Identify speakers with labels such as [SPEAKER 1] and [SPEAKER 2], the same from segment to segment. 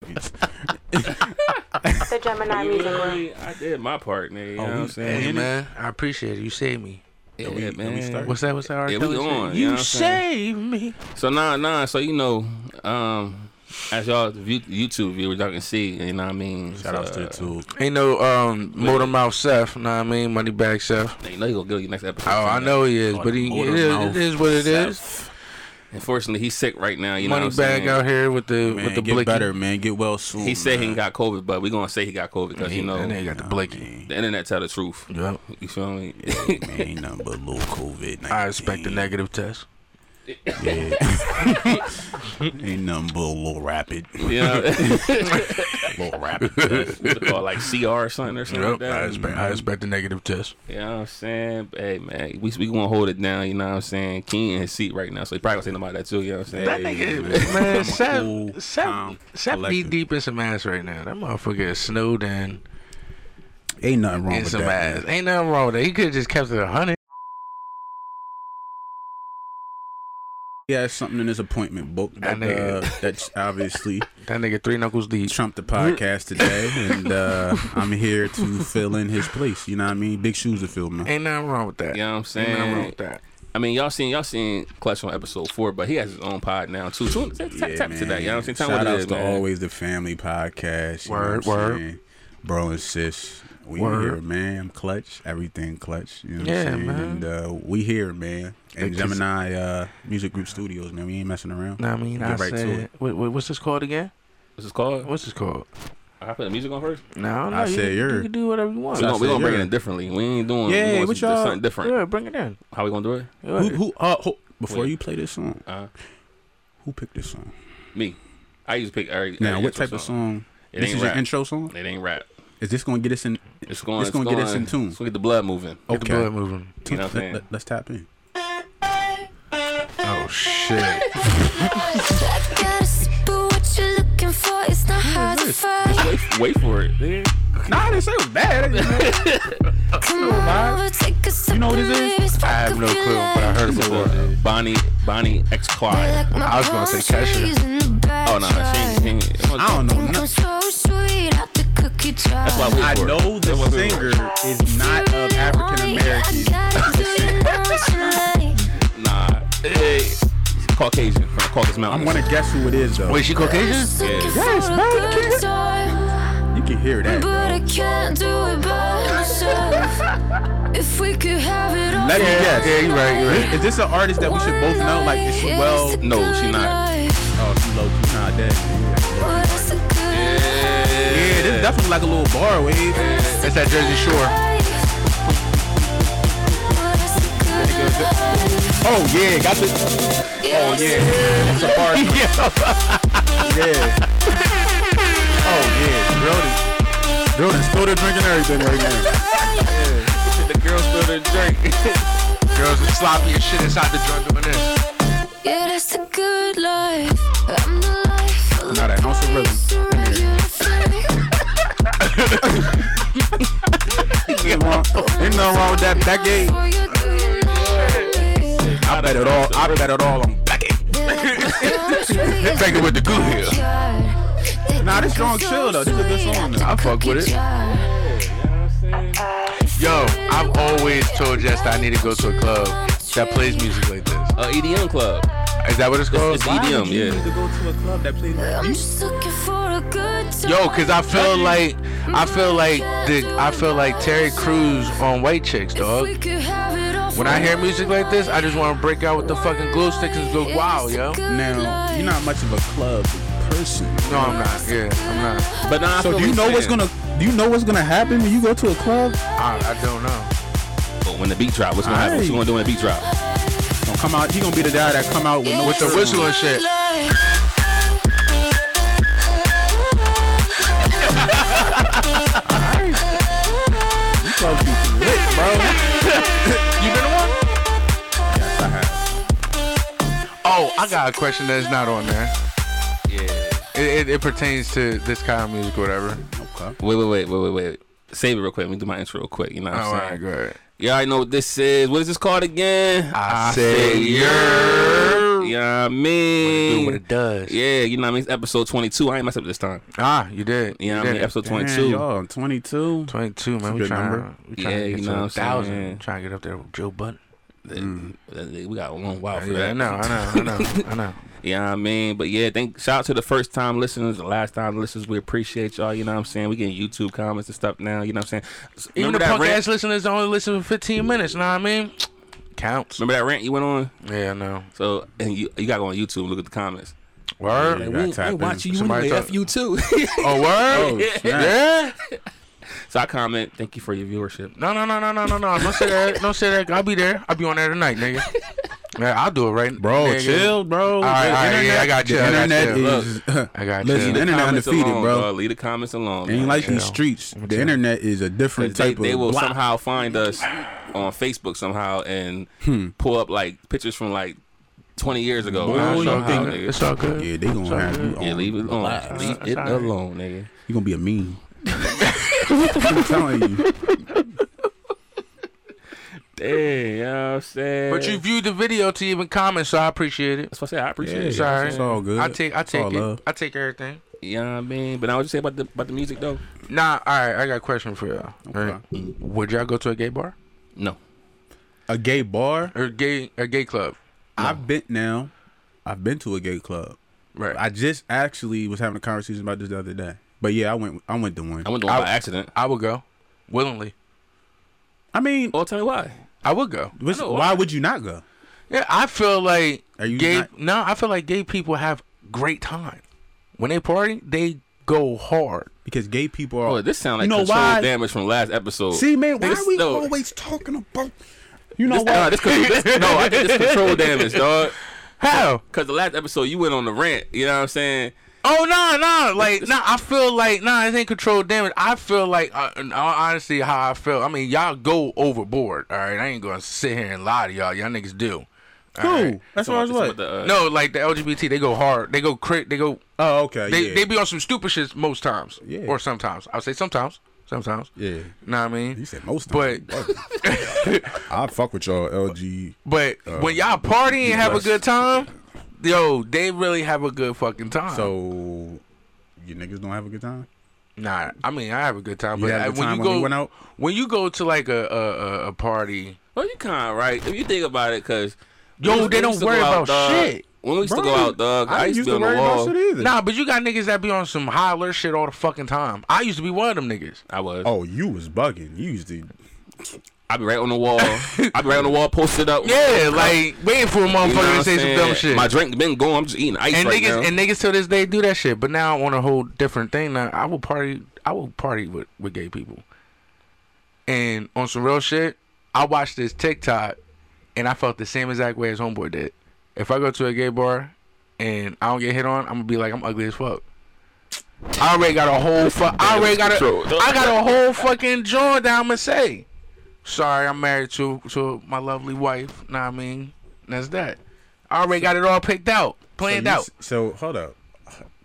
[SPEAKER 1] cookies.
[SPEAKER 2] The Gemini
[SPEAKER 3] You
[SPEAKER 2] Music Room.
[SPEAKER 3] really- I did my part,
[SPEAKER 4] Oh,
[SPEAKER 3] nigga. You know
[SPEAKER 1] we-
[SPEAKER 3] what I'm saying?
[SPEAKER 4] Hey
[SPEAKER 1] Any-
[SPEAKER 4] man, I appreciate it. You saved me.
[SPEAKER 3] Yeah,
[SPEAKER 1] we-
[SPEAKER 3] man.
[SPEAKER 1] we start?
[SPEAKER 4] What's that? What's that? R.
[SPEAKER 3] Yeah, we
[SPEAKER 4] Kelly shit?
[SPEAKER 3] on, you
[SPEAKER 4] You,
[SPEAKER 3] know what I'm saying?
[SPEAKER 4] saved me.
[SPEAKER 3] So nah, nah. So you know, um, as y'all view, YouTube viewers, y'all can see. You know what I mean?
[SPEAKER 1] Shout outs to
[SPEAKER 3] uh,
[SPEAKER 1] the tool.
[SPEAKER 4] Ain't no um motor mouth Seth. Know what I mean? Money bag Seth.
[SPEAKER 3] They know he gonna go to your next episode.
[SPEAKER 4] Oh, I know he is,
[SPEAKER 1] Oh,
[SPEAKER 4] but he it
[SPEAKER 1] motor
[SPEAKER 4] is,
[SPEAKER 1] mouth
[SPEAKER 4] it is what it
[SPEAKER 1] Seth.
[SPEAKER 4] is.
[SPEAKER 3] Unfortunately, he's sick right now. You know
[SPEAKER 4] Money
[SPEAKER 3] what I'm saying?
[SPEAKER 4] bag out here with the
[SPEAKER 1] Man,
[SPEAKER 4] with the
[SPEAKER 1] get
[SPEAKER 4] blicky.
[SPEAKER 1] better, man. Get well soon.
[SPEAKER 3] He said he
[SPEAKER 1] man.
[SPEAKER 3] got COVID, but we gonna say he got COVID because you know
[SPEAKER 4] that nigga got the blicky.
[SPEAKER 3] the internet tell the truth.
[SPEAKER 4] Yep.
[SPEAKER 3] You feel me?
[SPEAKER 1] Man, ain't nothing but little COVID.
[SPEAKER 4] I expect a negative test.
[SPEAKER 1] Yeah. ain't nothing but a little rapid.
[SPEAKER 3] Yeah.
[SPEAKER 1] little rapid.
[SPEAKER 3] What they call it, like CR or something or something like
[SPEAKER 4] Yep. I
[SPEAKER 3] that.
[SPEAKER 4] expect I expect a negative test.
[SPEAKER 3] You know what I'm saying? But, Hey man, we we gonna hold it down, you know what I'm saying? King in his seat right now, so he probably gonna say nothing about that too, you know what I'm saying?
[SPEAKER 4] That nigga, man, Seth, Seth, Seth knee
[SPEAKER 1] collective.
[SPEAKER 4] deep in some ass right now. That motherfucker is snowed in
[SPEAKER 1] Ain't nothing wrong
[SPEAKER 4] in
[SPEAKER 1] with
[SPEAKER 4] some
[SPEAKER 1] that.
[SPEAKER 4] ass. Ain't nothing wrong with that. He could have just kept it a hundred.
[SPEAKER 1] He has something in his appointment book
[SPEAKER 4] That
[SPEAKER 1] that, uh, that's obviously
[SPEAKER 4] That nigga three knuckles deep.
[SPEAKER 1] trumped the podcast today, and uh, I'm here to fill in his place. You know what I mean? Big shoes to fill, man.
[SPEAKER 4] Ain't nothing wrong with that.
[SPEAKER 3] You know what I'm
[SPEAKER 4] Ain't nothing wrong
[SPEAKER 3] saying?
[SPEAKER 4] with that.
[SPEAKER 3] I mean, y'all seen y'all seen Clutch on episode four, but he has his own pod now too. Tune tap, tap, tap to that. You know what I'm saying? Tell me
[SPEAKER 1] Shout
[SPEAKER 3] what it
[SPEAKER 1] outs
[SPEAKER 3] is,
[SPEAKER 1] to
[SPEAKER 3] man.
[SPEAKER 1] always the family podcast. You
[SPEAKER 4] Word,
[SPEAKER 1] know what I'm
[SPEAKER 4] word.
[SPEAKER 1] saying? Bro and sis, we
[SPEAKER 4] Word.
[SPEAKER 1] here, man. I'm clutch. Everything clutch. You know what
[SPEAKER 4] Yeah,
[SPEAKER 1] I'm saying?
[SPEAKER 4] man.
[SPEAKER 1] And uh, we here, man.
[SPEAKER 4] Big
[SPEAKER 1] And
[SPEAKER 4] kiss-
[SPEAKER 1] Gemini uh, Music Group Studios, man. We ain't messing around.
[SPEAKER 4] Know what I mean,
[SPEAKER 1] Get
[SPEAKER 4] I
[SPEAKER 1] right to
[SPEAKER 4] said,
[SPEAKER 1] it.
[SPEAKER 4] wait, wait, what's this called again?
[SPEAKER 3] What's this called?
[SPEAKER 4] What's this called?
[SPEAKER 3] I put the music on first.
[SPEAKER 4] No, no,
[SPEAKER 1] I
[SPEAKER 4] you,
[SPEAKER 1] said
[SPEAKER 4] can-
[SPEAKER 1] you're-
[SPEAKER 4] you can do whatever you want.
[SPEAKER 3] We're
[SPEAKER 1] I
[SPEAKER 3] gonna, we
[SPEAKER 1] said,
[SPEAKER 3] gonna bring it
[SPEAKER 1] yeah.
[SPEAKER 3] in differently. We ain't doing
[SPEAKER 1] Yeah,
[SPEAKER 3] we doing
[SPEAKER 1] what
[SPEAKER 3] some-
[SPEAKER 1] y'all-
[SPEAKER 3] something different.
[SPEAKER 4] Yeah, bring it in.
[SPEAKER 3] How we gonna do it?
[SPEAKER 1] Who, who, uh, who, before
[SPEAKER 3] Wait.
[SPEAKER 1] you play this song,
[SPEAKER 3] Uh,
[SPEAKER 1] who picked this song?
[SPEAKER 3] me. I used to pick every,
[SPEAKER 1] Now,
[SPEAKER 3] every
[SPEAKER 1] what
[SPEAKER 3] intro
[SPEAKER 1] type of song?
[SPEAKER 3] It
[SPEAKER 1] this
[SPEAKER 3] ain't
[SPEAKER 1] is
[SPEAKER 3] rap.
[SPEAKER 1] your intro song?
[SPEAKER 3] It ain't rap.
[SPEAKER 1] Is this going to get us in?
[SPEAKER 3] It's going.
[SPEAKER 1] It's gonna get us in tune.
[SPEAKER 3] It's gonna get the blood moving.
[SPEAKER 4] Get the blood moving.
[SPEAKER 3] You know what I'm saying?
[SPEAKER 1] Let, us tap in.
[SPEAKER 4] Oh shit.
[SPEAKER 5] Yes, but what you're looking for is not hard to find.
[SPEAKER 3] Wait, wait for it. nigga.
[SPEAKER 1] Nah, I didn't say it was bad.
[SPEAKER 5] Come over, take a sip.
[SPEAKER 1] You know what
[SPEAKER 5] and
[SPEAKER 1] this is?
[SPEAKER 5] maybe spark
[SPEAKER 4] I have
[SPEAKER 5] up
[SPEAKER 4] no
[SPEAKER 5] your
[SPEAKER 4] clue, but I
[SPEAKER 5] life.
[SPEAKER 4] heard it
[SPEAKER 3] This is
[SPEAKER 4] before.
[SPEAKER 3] a Bonnie Bonnie X Clyde.
[SPEAKER 5] Like my
[SPEAKER 4] I was gonna say
[SPEAKER 5] palm
[SPEAKER 4] Kesha.
[SPEAKER 5] trees in the
[SPEAKER 3] Oh no, she,
[SPEAKER 5] backyard.
[SPEAKER 3] ain't- she, ain't-
[SPEAKER 1] I don't know.
[SPEAKER 5] Think I'm so sweet out the cookie jar.
[SPEAKER 3] That's why we-
[SPEAKER 1] I know the singer is not of African American.
[SPEAKER 5] American.
[SPEAKER 3] Nah, hey, Caucasian from the Caucasus
[SPEAKER 1] I'm
[SPEAKER 3] Mountains.
[SPEAKER 1] gonna guess who it is though.
[SPEAKER 4] Wait, she Caucasian?
[SPEAKER 5] Yes,
[SPEAKER 1] you can hear
[SPEAKER 5] But
[SPEAKER 1] that. Bro.
[SPEAKER 5] I can't do it by myself. if we could have it all.
[SPEAKER 1] Let me guess.
[SPEAKER 4] yeah, you right, you right.
[SPEAKER 1] Is this an artist that we should both know? Like, is she well?
[SPEAKER 3] No, she not.
[SPEAKER 1] Oh, she low key not that. Yeah, this definitely like a little eh? bar wave.
[SPEAKER 4] That's that Jersey Shore.
[SPEAKER 1] Oh yeah, got the.
[SPEAKER 5] Oh
[SPEAKER 1] It's a bar. yeah. Oh yeah, bro. this- Bro, this still drinking everything right now.
[SPEAKER 3] the girls still the drink.
[SPEAKER 4] Girls are sloppy as shit inside the drug doing this.
[SPEAKER 5] Yeah, that's the good life. I'm the life.
[SPEAKER 1] Now that house of rhythm. Ain't wrong- ain't nothing wrong with that decade. I bet it all. I bet it all on decade.
[SPEAKER 4] Take it with the good here.
[SPEAKER 1] Nah, this song chill though. This is a good song. Though.
[SPEAKER 4] I fuck with it. Yo, I've always told Jess that I need to go to a club that plays music like this.
[SPEAKER 3] Uh, EDM club.
[SPEAKER 4] Is that what it's called?
[SPEAKER 3] It's EDM, yeah.
[SPEAKER 1] to go to a club that plays.
[SPEAKER 5] I'm just looking for a good time.
[SPEAKER 4] Yo, cause I feel like I feel like the I feel like Terry Crews on White Chicks,
[SPEAKER 5] If
[SPEAKER 4] dog.
[SPEAKER 5] we could have it all
[SPEAKER 4] When I hear music like this, I just want to break out with the fucking glue sticks and go, wow, yo.
[SPEAKER 1] Now you're not much of a club person.
[SPEAKER 4] No, I'm not. Yeah, I'm not.
[SPEAKER 3] But nah, I
[SPEAKER 1] So
[SPEAKER 3] feel
[SPEAKER 1] do you
[SPEAKER 3] what
[SPEAKER 1] know
[SPEAKER 3] you're
[SPEAKER 1] what's
[SPEAKER 3] saying.
[SPEAKER 1] gonna? Do you know what's gonna happen when you go to a club?
[SPEAKER 4] I, I don't know.
[SPEAKER 3] But when the beat drop, what's gonna happen? What
[SPEAKER 1] Aight.
[SPEAKER 3] you gonna do when the beat drop?
[SPEAKER 1] Gonna come out. He gonna be the guy that come out with no
[SPEAKER 4] With the
[SPEAKER 1] shirt
[SPEAKER 4] whistle
[SPEAKER 1] on.
[SPEAKER 4] and shit.
[SPEAKER 1] Clubs be lit, bro.
[SPEAKER 4] You been to one?
[SPEAKER 1] Yes, I have.
[SPEAKER 4] Oh, I got a question that's not on there.
[SPEAKER 3] Yeah.
[SPEAKER 4] It, it, it pertains to this kind of music, or whatever.
[SPEAKER 1] Okay.
[SPEAKER 3] Wait, wait, wait, wait, wait, wait. Save it real quick. Let me do my intro real quick. You know what I'm
[SPEAKER 4] All
[SPEAKER 3] saying?
[SPEAKER 4] right, go ahead.
[SPEAKER 3] Y'all already know what this is. What is this called again?
[SPEAKER 4] I say you're Word.
[SPEAKER 3] You know what I mean?
[SPEAKER 4] do what it does.
[SPEAKER 3] Yeah, you know what I mean? It's episode 22. I ain't messed up this time.
[SPEAKER 4] Ah, you did.
[SPEAKER 3] You know
[SPEAKER 4] you
[SPEAKER 3] what I mean?
[SPEAKER 4] did.
[SPEAKER 3] Episode
[SPEAKER 1] Damn,
[SPEAKER 3] 22.
[SPEAKER 1] y'all, 22.
[SPEAKER 4] 22, man.
[SPEAKER 1] a
[SPEAKER 4] We
[SPEAKER 1] good
[SPEAKER 4] trying,
[SPEAKER 1] number.
[SPEAKER 4] we trying
[SPEAKER 3] Yeah,
[SPEAKER 4] to
[SPEAKER 3] you
[SPEAKER 4] get
[SPEAKER 3] know
[SPEAKER 4] to
[SPEAKER 3] what
[SPEAKER 4] a
[SPEAKER 3] I'm saying?
[SPEAKER 4] thousand. Trying to get up there with Joe Button.
[SPEAKER 3] Uh, We got one while for
[SPEAKER 4] Yeah, I
[SPEAKER 3] that.
[SPEAKER 4] know, I know, I know, I know.
[SPEAKER 3] You know what I mean? But yeah, thank shout out to the first time listeners, the last time listeners. We appreciate y'all. You know what I'm saying? We getting YouTube comments and stuff now. You know what I'm saying? So,
[SPEAKER 4] Even
[SPEAKER 3] remember,
[SPEAKER 4] the
[SPEAKER 3] that
[SPEAKER 4] punk
[SPEAKER 3] rant,
[SPEAKER 4] ass listeners only listen for 15 minutes, know what I mean? Counts.
[SPEAKER 3] remember that rant you went on?
[SPEAKER 4] Yeah, I know.
[SPEAKER 3] So, and you, you got to go on YouTube and look at the comments.
[SPEAKER 4] Word?
[SPEAKER 1] Yeah, you gotta tap in.
[SPEAKER 4] Somebody
[SPEAKER 3] anyway,
[SPEAKER 4] talk-
[SPEAKER 3] you too.
[SPEAKER 4] Oh,
[SPEAKER 1] Oh,
[SPEAKER 4] word?
[SPEAKER 1] snap.
[SPEAKER 4] yeah?
[SPEAKER 3] so I comment, thank you for your viewership.
[SPEAKER 4] No, no, no, no, no, no, no. Don't say that. Don't say that. I'll be there. I'll be on there tonight, nigga. Yeah, I'll do it right
[SPEAKER 1] Bro,
[SPEAKER 4] nigga.
[SPEAKER 1] chill, bro.
[SPEAKER 4] All right,
[SPEAKER 1] The
[SPEAKER 4] all right, yeah,
[SPEAKER 1] internet-
[SPEAKER 4] I got you,
[SPEAKER 1] The
[SPEAKER 4] I got
[SPEAKER 1] internet
[SPEAKER 4] you.
[SPEAKER 1] is.
[SPEAKER 4] I got you.
[SPEAKER 1] Listen, the internet
[SPEAKER 3] Comments
[SPEAKER 1] undefeated,
[SPEAKER 3] alone,
[SPEAKER 1] bro.
[SPEAKER 3] Leave the comments alone.
[SPEAKER 1] Ain't
[SPEAKER 3] man.
[SPEAKER 1] like these
[SPEAKER 4] Chill.
[SPEAKER 1] streets.
[SPEAKER 4] I'ma
[SPEAKER 1] The
[SPEAKER 4] chill.
[SPEAKER 1] internet is a different
[SPEAKER 3] they,
[SPEAKER 1] type
[SPEAKER 3] they
[SPEAKER 1] of.
[SPEAKER 3] will
[SPEAKER 1] block.
[SPEAKER 3] somehow find us on Facebook somehow and pull up like pictures from like 20 years ago.
[SPEAKER 1] Hmm. Boy,
[SPEAKER 3] I don't know
[SPEAKER 1] you
[SPEAKER 3] how,
[SPEAKER 1] think-
[SPEAKER 3] nigga.
[SPEAKER 4] It's all good.
[SPEAKER 1] Yeah, they gonna have you.
[SPEAKER 3] Yeah,
[SPEAKER 1] on-
[SPEAKER 3] leave it alone.
[SPEAKER 1] Relax.
[SPEAKER 3] Leave it
[SPEAKER 4] Sorry.
[SPEAKER 3] alone, nigga.
[SPEAKER 1] You gonna be a meme. I'm telling you.
[SPEAKER 3] Damn, you know what I'm saying?
[SPEAKER 4] But you viewed the video to even comment, so I appreciate it.
[SPEAKER 3] That's what I said. I appreciate it.
[SPEAKER 1] Yeah,
[SPEAKER 4] Sorry.
[SPEAKER 1] it's all good.
[SPEAKER 4] I take I
[SPEAKER 1] It's all
[SPEAKER 4] take it.
[SPEAKER 1] love.
[SPEAKER 4] I take everything.
[SPEAKER 3] You know what I mean? But I was just saying about the about the music though.
[SPEAKER 4] Nah, all right, I got a question for y'all. all right? Would y'all go to a gay bar?
[SPEAKER 3] No.
[SPEAKER 1] A gay bar.
[SPEAKER 4] Or gay a gay club?
[SPEAKER 1] I've been now. I've been to a gay club.
[SPEAKER 4] Right.
[SPEAKER 1] I just actually was having a conversation about this the other day. But yeah, I went. I went to one.
[SPEAKER 3] I went to one
[SPEAKER 4] I-
[SPEAKER 3] by accident.
[SPEAKER 4] I would go. Willingly.
[SPEAKER 1] I mean,
[SPEAKER 3] Oh, tell me why.
[SPEAKER 4] I would go.
[SPEAKER 1] which-
[SPEAKER 3] know
[SPEAKER 1] why would you not go?
[SPEAKER 4] Yeah, I feel like
[SPEAKER 1] Are you
[SPEAKER 4] gay
[SPEAKER 1] not-
[SPEAKER 4] no, I feel like gay people have great time. When they party, they go hard.
[SPEAKER 1] Because gay people are.
[SPEAKER 3] Oh, this sound like
[SPEAKER 1] you know
[SPEAKER 3] controlled
[SPEAKER 1] why?
[SPEAKER 3] damage from last episode.
[SPEAKER 1] See, man, why
[SPEAKER 3] This-
[SPEAKER 1] are we
[SPEAKER 3] no.
[SPEAKER 1] always talking about? You know
[SPEAKER 3] This,
[SPEAKER 1] what?
[SPEAKER 3] nah, this, con- this, no, I think this control damage, dog.
[SPEAKER 4] How?
[SPEAKER 3] Cause the last episode you went on the rant. You know what I'm saying?
[SPEAKER 4] Oh no, no, like no, I feel like no, it ain't controlled damage. I feel like, uh, in all honesty, how I feel. I mean, y'all go overboard. All right, I ain't gonna sit here and lie to y'all. Y'all niggas do. All
[SPEAKER 1] Who?
[SPEAKER 4] right.
[SPEAKER 1] That's what I was
[SPEAKER 3] It's about
[SPEAKER 1] like.
[SPEAKER 3] the, uh,
[SPEAKER 4] No, like the LGBT, they go hard. They go crit. They go.
[SPEAKER 1] Oh, okay.
[SPEAKER 4] They
[SPEAKER 1] yeah.
[SPEAKER 4] they be on some stupid shits most times.
[SPEAKER 1] Yeah.
[SPEAKER 4] Or sometimes. I'll say sometimes. Sometimes.
[SPEAKER 1] yeah.
[SPEAKER 4] Know what I mean?
[SPEAKER 1] You said most.
[SPEAKER 4] But-
[SPEAKER 1] times. I fuck with y'all, LG.
[SPEAKER 4] But
[SPEAKER 1] Oh.
[SPEAKER 4] when y'all party and have a
[SPEAKER 1] yes.
[SPEAKER 4] good time, yo, they really have a good fucking time.
[SPEAKER 1] So you niggas don't have a good time.
[SPEAKER 4] nah, I mean I have a good time,
[SPEAKER 1] You
[SPEAKER 4] but
[SPEAKER 1] had a
[SPEAKER 4] I-
[SPEAKER 1] good
[SPEAKER 4] when
[SPEAKER 1] time
[SPEAKER 4] you
[SPEAKER 1] when
[SPEAKER 4] go
[SPEAKER 1] we went out?
[SPEAKER 4] when you go to like a a, a, a party,
[SPEAKER 3] Well, you kind of right if you think about it, cause
[SPEAKER 4] Yo,
[SPEAKER 3] when we
[SPEAKER 4] they
[SPEAKER 3] used
[SPEAKER 4] don't
[SPEAKER 3] to go
[SPEAKER 4] worry
[SPEAKER 3] out,
[SPEAKER 4] about
[SPEAKER 3] dog,
[SPEAKER 4] shit.
[SPEAKER 3] When we used to
[SPEAKER 1] Bro,
[SPEAKER 3] go out, dog, I,
[SPEAKER 1] didn't
[SPEAKER 3] used to be on the wall.
[SPEAKER 1] shit either.
[SPEAKER 4] nah, but you got niggas that be on some high alert shit all the fucking time. I used to be one of them niggas.
[SPEAKER 3] I was.
[SPEAKER 1] Oh, you was bugging. You used to.
[SPEAKER 3] I'd be right on the wall. I'd be right on the wall, posted up.
[SPEAKER 4] Yeah, like waiting for a motherfucker
[SPEAKER 3] You know what
[SPEAKER 4] to
[SPEAKER 3] I'm
[SPEAKER 4] say
[SPEAKER 3] saying?
[SPEAKER 4] some dumb shit.
[SPEAKER 3] My drink been going. I'm just eating ice
[SPEAKER 4] and
[SPEAKER 3] right
[SPEAKER 4] niggas
[SPEAKER 3] now.
[SPEAKER 4] and niggas till this day do that shit. But now on a whole different thing. Now I will party. I will party with with gay people. And on some real shit, I watched this TikTok, and I felt the same exact way as homeboy did. If I go to a gay bar, and I don't get hit on, I'm gonna be like I'm ugly as fuck. I already got a whole fuck. I already got a. I got a whole fucking joint that I'ma say. Sorry, I'm married to to my lovely wife. Know what I mean? That's that. I already got it all picked out, planned
[SPEAKER 1] you
[SPEAKER 4] out.
[SPEAKER 1] s- So hold up.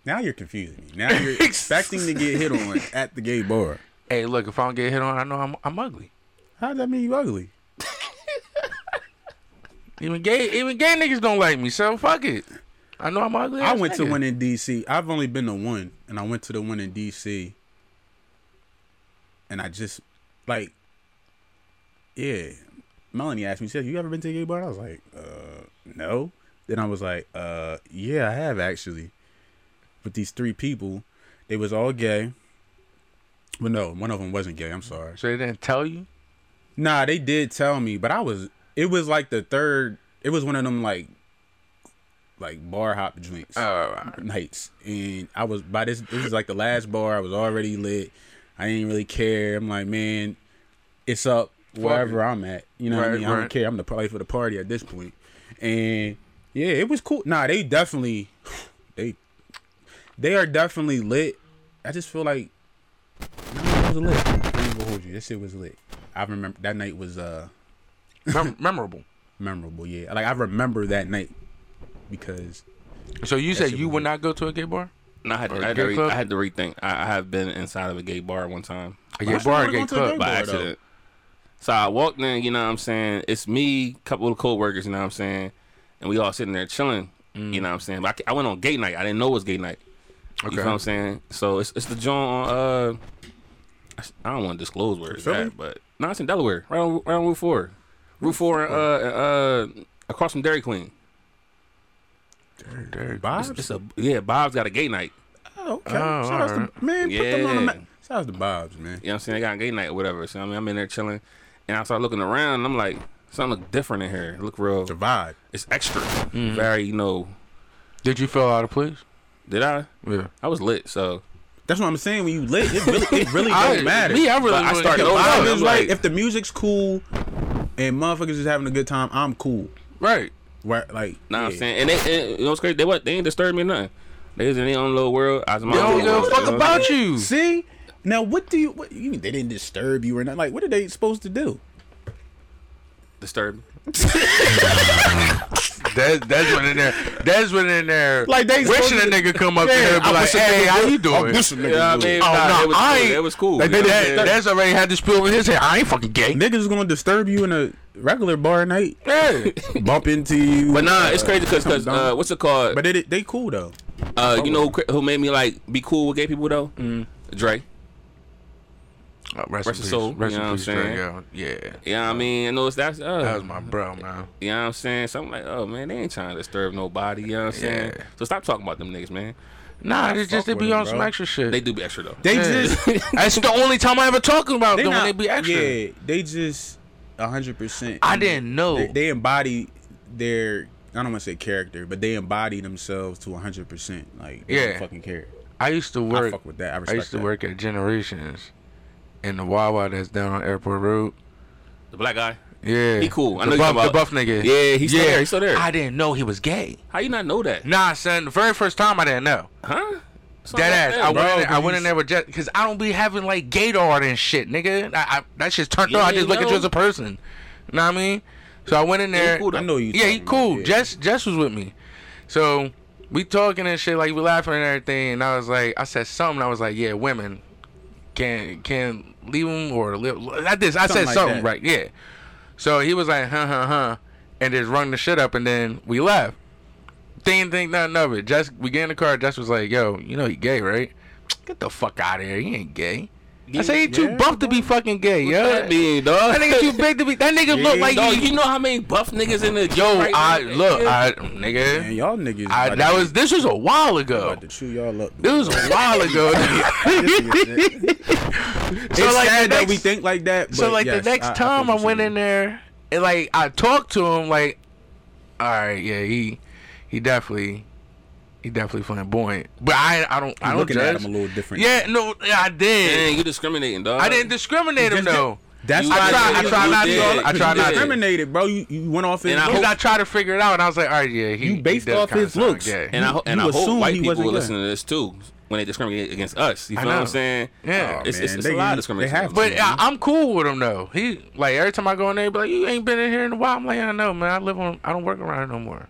[SPEAKER 1] Now you're confusing me. Now you're expecting to get hit on at the gay bar.
[SPEAKER 4] Hey, look, if I don't get hit on, I know I'm I'm ugly.
[SPEAKER 1] How does that mean you ugly?
[SPEAKER 4] Even gay, even gay niggas don't like me, so fuck it. I know I'm ugly.
[SPEAKER 1] I
[SPEAKER 4] ass
[SPEAKER 1] went to
[SPEAKER 4] nigga.
[SPEAKER 1] one in DC. I've only been to one, and I went to the one in DC, and I just like, yeah. Melanie asked me, she said, "You ever been to a gay bar?" I was like, "Uh, no." Then I was like, "Uh, yeah, I have actually." But these three people, they was all gay. But no, one of them wasn't gay. I'm sorry.
[SPEAKER 4] So they didn't tell you.
[SPEAKER 1] Nah, they did tell me, but I was. It was like the third. It was one of them like, like bar hop joints
[SPEAKER 4] Uh,
[SPEAKER 1] nights, and I was by this. This is like the last bar. I was already lit. I didn't really care. I'm like, man, it's up wherever I'm at. You know what I
[SPEAKER 4] Right,
[SPEAKER 1] mean? I
[SPEAKER 4] right.
[SPEAKER 1] don't care. I'm the party for the party at this point. And yeah, it was cool. Nah, they definitely, they, they are definitely lit. I just feel like nah, it was lit. I ain't gonna hold you. This shit was lit. I remember that night was uh
[SPEAKER 4] mem- memorable.
[SPEAKER 1] memorable. Yeah, like I remember that night because
[SPEAKER 4] So you said
[SPEAKER 1] shit
[SPEAKER 4] you
[SPEAKER 1] was
[SPEAKER 4] would not go to a gay bar.
[SPEAKER 3] And I had,
[SPEAKER 4] Or
[SPEAKER 3] to,
[SPEAKER 4] a
[SPEAKER 3] I, had to
[SPEAKER 4] gay
[SPEAKER 3] re-
[SPEAKER 4] club?
[SPEAKER 3] I had to rethink. I, I have been inside of a gay bar one time
[SPEAKER 4] A gay
[SPEAKER 1] Why
[SPEAKER 4] bar,
[SPEAKER 1] you
[SPEAKER 4] a gay
[SPEAKER 1] wanna go to a
[SPEAKER 4] club.
[SPEAKER 1] gay
[SPEAKER 3] by
[SPEAKER 1] bar, though?
[SPEAKER 3] accident. So I walked in. You know what I'm saying? It's me, couple of coworkers. You know what I'm saying? and we all sitting there chilling. You know what I'm saying? But I, ca- I went on gate night. I didn't know it was gate night.
[SPEAKER 4] Okay.
[SPEAKER 3] You know what I'm saying? So it's it's the joint on. Uh, I s- I don't want to disclose where it's
[SPEAKER 1] Philly?
[SPEAKER 3] at, but no, it's in Delaware, right on, right on Route Four, Route Four, and, uh, and, uh, across from Dairy Queen.
[SPEAKER 4] Derek.
[SPEAKER 1] Bob's?
[SPEAKER 3] It's a yeah. Bob's got a gay night.
[SPEAKER 1] Oh, okay.
[SPEAKER 4] Oh,
[SPEAKER 1] Shout out
[SPEAKER 4] alright.
[SPEAKER 1] to man. Put them on the
[SPEAKER 3] Yeah.
[SPEAKER 1] map. Shout out to Bob's man.
[SPEAKER 3] You know what I'm saying? They got a gay night or whatever. So I mean, I'm in there chilling, and I start looking around, and I'm like, something look different in here. It look real.
[SPEAKER 1] The vibe.
[SPEAKER 3] It's extra.
[SPEAKER 4] Mm-hmm.
[SPEAKER 3] Very, you know.
[SPEAKER 4] Did you feel out of place?
[SPEAKER 3] Did I?
[SPEAKER 4] Yeah.
[SPEAKER 3] I was lit. So
[SPEAKER 1] That's what I'm saying. When you lit, it really, it really
[SPEAKER 4] I-
[SPEAKER 1] don't matter.
[SPEAKER 4] me, I really
[SPEAKER 3] But I
[SPEAKER 4] wouldn't
[SPEAKER 3] started
[SPEAKER 4] care.
[SPEAKER 3] over.
[SPEAKER 1] Vibe
[SPEAKER 3] I'm
[SPEAKER 1] is
[SPEAKER 3] like-
[SPEAKER 1] like, if the music's cool and motherfuckers is having a good time, I'm cool.
[SPEAKER 4] Right.
[SPEAKER 1] Right? Like,
[SPEAKER 3] Nah, I'm
[SPEAKER 1] yeah.
[SPEAKER 3] saying, and they, and, you know what's crazy? They what? They ain't disturb me nothing. They was in their own little world. I was in my
[SPEAKER 4] They don't
[SPEAKER 3] own
[SPEAKER 4] give a
[SPEAKER 3] world,
[SPEAKER 4] fuck
[SPEAKER 3] know?
[SPEAKER 4] about you.
[SPEAKER 1] See? Now, what do you, what, you mean they didn't disturb you or not? Like, what are they supposed to do?
[SPEAKER 3] Disturb. me.
[SPEAKER 4] That, that's when in there. That's when in there.
[SPEAKER 1] Like, they
[SPEAKER 4] wishing
[SPEAKER 1] supposed
[SPEAKER 4] a
[SPEAKER 1] to-
[SPEAKER 4] nigga come up
[SPEAKER 1] Yeah,
[SPEAKER 4] here and be
[SPEAKER 1] I
[SPEAKER 4] like,
[SPEAKER 1] wish a
[SPEAKER 4] "Hey,
[SPEAKER 1] nigga
[SPEAKER 4] how
[SPEAKER 1] would.
[SPEAKER 4] you
[SPEAKER 1] I
[SPEAKER 4] doing?"
[SPEAKER 1] wish a nigga
[SPEAKER 3] Yeah, I
[SPEAKER 1] would.
[SPEAKER 3] mean,
[SPEAKER 4] Oh,
[SPEAKER 3] nah,
[SPEAKER 4] no,
[SPEAKER 3] it was
[SPEAKER 4] I
[SPEAKER 3] cool.
[SPEAKER 4] ain't-
[SPEAKER 3] It was cool.
[SPEAKER 4] Like,
[SPEAKER 3] You
[SPEAKER 4] they,
[SPEAKER 3] know what I'm
[SPEAKER 4] that,
[SPEAKER 3] saying?
[SPEAKER 4] that's already had the spill in his head. I ain't fucking gay.
[SPEAKER 1] Niggas gonna disturb you in a regular bar night,
[SPEAKER 4] Yeah.
[SPEAKER 1] bump into you.
[SPEAKER 3] But nah, it's crazy because
[SPEAKER 1] come
[SPEAKER 3] uh,
[SPEAKER 1] down.
[SPEAKER 3] what's it called?
[SPEAKER 1] But they, they cool though.
[SPEAKER 3] uh, you know
[SPEAKER 4] oh.
[SPEAKER 3] who, cra- who made me like be cool with gay people though?
[SPEAKER 4] Mm-hmm.
[SPEAKER 3] Mm. Dre.
[SPEAKER 4] Uh, Rest,
[SPEAKER 3] his soul,
[SPEAKER 4] Rest
[SPEAKER 3] you know
[SPEAKER 4] in
[SPEAKER 3] what I'm
[SPEAKER 4] peace, Dre, yo. Yeah.
[SPEAKER 3] Yeah, I mean, I know it's that's uh,
[SPEAKER 4] Oh. That was my bro, man.
[SPEAKER 3] You know what I'm saying? So I'm like, oh man, they ain't trying to disturb nobody. You know what I'm saying?
[SPEAKER 4] Yeah.
[SPEAKER 3] So stop talking about them niggas, man.
[SPEAKER 4] Nah, it's just they
[SPEAKER 1] fuck
[SPEAKER 4] be
[SPEAKER 1] with
[SPEAKER 4] on
[SPEAKER 1] him,
[SPEAKER 4] some
[SPEAKER 1] bro.
[SPEAKER 4] extra shit.
[SPEAKER 3] They do be extra though.
[SPEAKER 1] They
[SPEAKER 4] Yeah.
[SPEAKER 1] just
[SPEAKER 4] That's the only time I ever talk about
[SPEAKER 1] they
[SPEAKER 4] them
[SPEAKER 1] not,
[SPEAKER 4] when they be extra.
[SPEAKER 1] Yeah, they just hundred percent.
[SPEAKER 4] I didn't know.
[SPEAKER 1] They, they embody their. I don't want to say character, but they embody themselves to hundred percent. Like, they don't
[SPEAKER 4] Yeah.
[SPEAKER 1] fucking care.
[SPEAKER 4] I used to
[SPEAKER 1] I
[SPEAKER 4] work.
[SPEAKER 1] fuck with that. I
[SPEAKER 4] I,
[SPEAKER 1] respect
[SPEAKER 4] used to
[SPEAKER 1] that.
[SPEAKER 4] work at Generations, in the Wawa that's down on Airport Road.
[SPEAKER 3] The black guy.
[SPEAKER 4] Yeah,
[SPEAKER 3] He cool. I know
[SPEAKER 4] the,
[SPEAKER 3] you
[SPEAKER 4] buff,
[SPEAKER 3] talking
[SPEAKER 4] the
[SPEAKER 3] about-
[SPEAKER 4] buff nigga.
[SPEAKER 3] Yeah, he's still there. He's still there.
[SPEAKER 4] I didn't know he was gay.
[SPEAKER 3] How you not know that?
[SPEAKER 4] Nah, son. The very first time I didn't know.
[SPEAKER 3] Huh? So I'm
[SPEAKER 4] Dead ass.
[SPEAKER 3] like,
[SPEAKER 4] I
[SPEAKER 3] damn,
[SPEAKER 4] went.
[SPEAKER 3] bro,
[SPEAKER 4] In, there- I
[SPEAKER 3] but
[SPEAKER 4] went in
[SPEAKER 3] he's-
[SPEAKER 4] there with just because I don't be having like gaydar and shit, nigga. I, I, that shit's turned
[SPEAKER 3] Yeah,
[SPEAKER 4] on. I just look at you
[SPEAKER 3] yo.
[SPEAKER 4] as a person. You know what I mean? So I went in there.
[SPEAKER 3] cool though.
[SPEAKER 1] I know you.
[SPEAKER 4] yeah, he
[SPEAKER 1] talking about,
[SPEAKER 4] cool.
[SPEAKER 1] yeah.
[SPEAKER 4] Jess, Jess was with me, so we talking and shit, like we laughing and everything. And I was like, I said something. I was like, yeah, women can can leave them or live. Like this, I
[SPEAKER 1] Something
[SPEAKER 4] said
[SPEAKER 1] like
[SPEAKER 4] something
[SPEAKER 1] that.
[SPEAKER 4] right. Yeah. So he was like, huh, huh, huh, and just rung the shit up, and then we left. Didn't think nothing of it. Jess, we get in the car. Jess was like, yo, you know he gay, right? Get the fuck out of here. He ain't gay. I say he too
[SPEAKER 1] yeah,
[SPEAKER 4] buff to be fucking gay, yo.
[SPEAKER 3] That mean, dog.
[SPEAKER 4] That nigga too big to be. That nigga look like
[SPEAKER 3] Dog,
[SPEAKER 4] he
[SPEAKER 3] you know how many buff niggas in the
[SPEAKER 4] Yo,
[SPEAKER 3] right
[SPEAKER 4] I
[SPEAKER 3] now?
[SPEAKER 4] look,
[SPEAKER 3] Yeah.
[SPEAKER 4] I
[SPEAKER 1] Man,
[SPEAKER 4] nigga.
[SPEAKER 1] y'all niggas.
[SPEAKER 4] I,
[SPEAKER 1] about
[SPEAKER 4] that
[SPEAKER 1] to-
[SPEAKER 4] was this was a while ago.
[SPEAKER 1] about to chew y'all up.
[SPEAKER 4] This was a while ago.
[SPEAKER 1] it's
[SPEAKER 4] like,
[SPEAKER 1] sad
[SPEAKER 4] the
[SPEAKER 1] that we
[SPEAKER 4] next-
[SPEAKER 1] think like that.
[SPEAKER 4] so
[SPEAKER 1] but
[SPEAKER 4] like
[SPEAKER 1] yes,
[SPEAKER 4] the next
[SPEAKER 1] I- I feel
[SPEAKER 4] time I,
[SPEAKER 1] what you're
[SPEAKER 4] went
[SPEAKER 1] saying.
[SPEAKER 4] in there and like I talked to him like, all right, yeah, he he definitely he definitely flamboyant, but I I don't I
[SPEAKER 1] I'm
[SPEAKER 4] don't
[SPEAKER 1] looking
[SPEAKER 4] judge.
[SPEAKER 1] at him a little different.
[SPEAKER 4] yeah, no, I did.
[SPEAKER 3] Dang, you discriminating, dog.
[SPEAKER 4] I didn't discriminate him
[SPEAKER 1] Just-
[SPEAKER 4] though.
[SPEAKER 1] That's
[SPEAKER 3] You-
[SPEAKER 1] why
[SPEAKER 4] I try, I
[SPEAKER 3] you-
[SPEAKER 4] try
[SPEAKER 3] you
[SPEAKER 4] not
[SPEAKER 3] did.
[SPEAKER 4] to. I
[SPEAKER 3] You
[SPEAKER 4] try
[SPEAKER 1] you
[SPEAKER 4] not
[SPEAKER 3] did.
[SPEAKER 4] to.
[SPEAKER 1] discriminated, bro. You you went off his.
[SPEAKER 3] And I
[SPEAKER 4] Because
[SPEAKER 3] hope-
[SPEAKER 4] I try to figure it out, and I was like, all right, yeah, he
[SPEAKER 1] You based
[SPEAKER 4] he does
[SPEAKER 1] off
[SPEAKER 4] kinda
[SPEAKER 1] his
[SPEAKER 4] sound
[SPEAKER 1] looks.
[SPEAKER 4] gay.
[SPEAKER 3] And I, ho- and I
[SPEAKER 1] You
[SPEAKER 3] hope
[SPEAKER 1] assume
[SPEAKER 3] white
[SPEAKER 1] he
[SPEAKER 3] people
[SPEAKER 1] wasn't
[SPEAKER 3] will
[SPEAKER 1] gay.
[SPEAKER 3] listen to this too when they discriminate against us. You
[SPEAKER 4] I
[SPEAKER 3] feel what
[SPEAKER 4] know.
[SPEAKER 3] I'm saying?
[SPEAKER 4] Yeah.
[SPEAKER 3] it's,
[SPEAKER 4] Oh,
[SPEAKER 3] it's,
[SPEAKER 1] man,
[SPEAKER 3] it's
[SPEAKER 1] they-
[SPEAKER 3] a lot of
[SPEAKER 1] they
[SPEAKER 3] discrimination.
[SPEAKER 1] have to.
[SPEAKER 3] But
[SPEAKER 4] But I, I'm cool with him though. He like every time I go in there, he be like, "You ain't been in here in a while." I'm like, "I know, man. I live on. I don't work around here no more."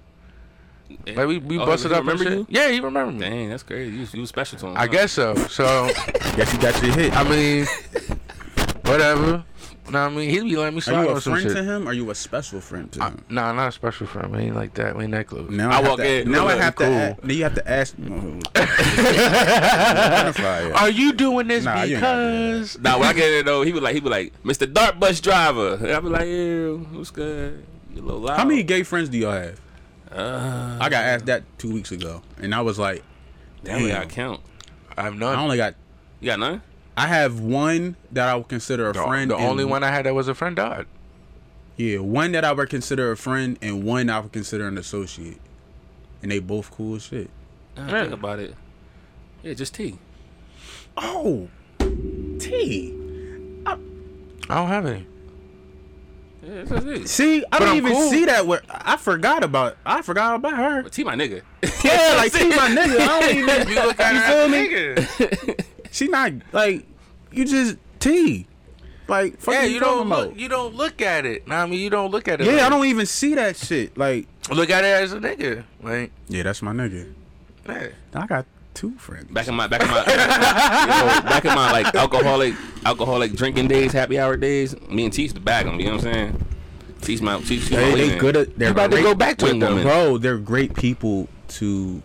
[SPEAKER 4] Like we, we
[SPEAKER 3] Oh,
[SPEAKER 4] busted
[SPEAKER 3] he
[SPEAKER 4] up. and
[SPEAKER 3] remember
[SPEAKER 4] shit.
[SPEAKER 3] you?
[SPEAKER 4] Yeah, he remember me.
[SPEAKER 3] Dang, that's crazy. You, you was special to him.
[SPEAKER 4] I
[SPEAKER 3] huh?
[SPEAKER 4] guess so. So
[SPEAKER 1] guess you got your hit.
[SPEAKER 4] I mean, whatever. Know what I mean? He be letting me
[SPEAKER 1] Are
[SPEAKER 4] slide
[SPEAKER 1] you
[SPEAKER 4] on
[SPEAKER 1] a
[SPEAKER 4] some
[SPEAKER 1] friend
[SPEAKER 4] shit.
[SPEAKER 1] to him? Are you a special friend to him?
[SPEAKER 4] Nah, not special friend. We ain't like that. We ain't that close.
[SPEAKER 1] Now
[SPEAKER 3] I
[SPEAKER 1] have
[SPEAKER 3] walk
[SPEAKER 1] to,
[SPEAKER 3] in,
[SPEAKER 1] Now I
[SPEAKER 3] look,
[SPEAKER 1] have
[SPEAKER 4] cool.
[SPEAKER 1] to. Ask, now you have to ask. Oh,
[SPEAKER 4] Are you doing this
[SPEAKER 1] Nah, you ain't gotta do that.
[SPEAKER 4] because?
[SPEAKER 3] Now when I get in there though, he was like, he was like, Mr. Dart Bus Driver. And I be like, ew, who's good? You a little loud. Uh,
[SPEAKER 1] How many gay friends do y'all have? I got asked that two weeks ago, and I was like,
[SPEAKER 3] Damn, we
[SPEAKER 1] Damn.
[SPEAKER 3] gotta count.
[SPEAKER 4] I'm
[SPEAKER 1] I
[SPEAKER 4] not.
[SPEAKER 1] only got.
[SPEAKER 3] You got none?
[SPEAKER 1] I have one that I would consider a
[SPEAKER 4] The,
[SPEAKER 1] friend.
[SPEAKER 4] the
[SPEAKER 1] and-
[SPEAKER 4] only one I had that was a friend died.
[SPEAKER 1] Yeah, one that I would consider a friend, and one I would consider an associate, and they both cool as shit.
[SPEAKER 3] Nah, Think about it. Yeah, just T.
[SPEAKER 1] Oh, T.
[SPEAKER 4] I don't have any.
[SPEAKER 3] Yeah, that's it.
[SPEAKER 1] See, I
[SPEAKER 4] I'm
[SPEAKER 1] don't even
[SPEAKER 4] cool.
[SPEAKER 1] see that. Where I forgot about. I forgot about her.
[SPEAKER 3] But T my nigga.
[SPEAKER 1] Yeah, like she my nigga. I don't even.
[SPEAKER 4] You look at
[SPEAKER 1] You
[SPEAKER 4] her
[SPEAKER 1] feel
[SPEAKER 4] as a
[SPEAKER 1] me?
[SPEAKER 4] nigga.
[SPEAKER 1] She not like you. Just T. Like fuck
[SPEAKER 4] Yeah,
[SPEAKER 1] are
[SPEAKER 4] you, don't
[SPEAKER 1] talking
[SPEAKER 4] look, you don't look at it. Nah, I mean, you don't look at it.
[SPEAKER 1] about?
[SPEAKER 4] like-
[SPEAKER 1] yeah, I don't even see that shit. Like
[SPEAKER 4] look at it as a nigga. Like,
[SPEAKER 1] yeah, that's my nigga.
[SPEAKER 4] yeah.
[SPEAKER 1] I got two friends.
[SPEAKER 3] Back in my back in my yo, back in my like alcoholic alcoholic drinking days, happy hour days, me and T used to bag 'em, you know what I'm saying? She's my. She's, she's
[SPEAKER 1] They,
[SPEAKER 3] my
[SPEAKER 1] they
[SPEAKER 3] women.
[SPEAKER 1] good at they're
[SPEAKER 4] You about to
[SPEAKER 1] great-
[SPEAKER 4] go back to
[SPEAKER 3] with
[SPEAKER 4] it
[SPEAKER 3] them.
[SPEAKER 4] though.
[SPEAKER 1] bro. They're great people to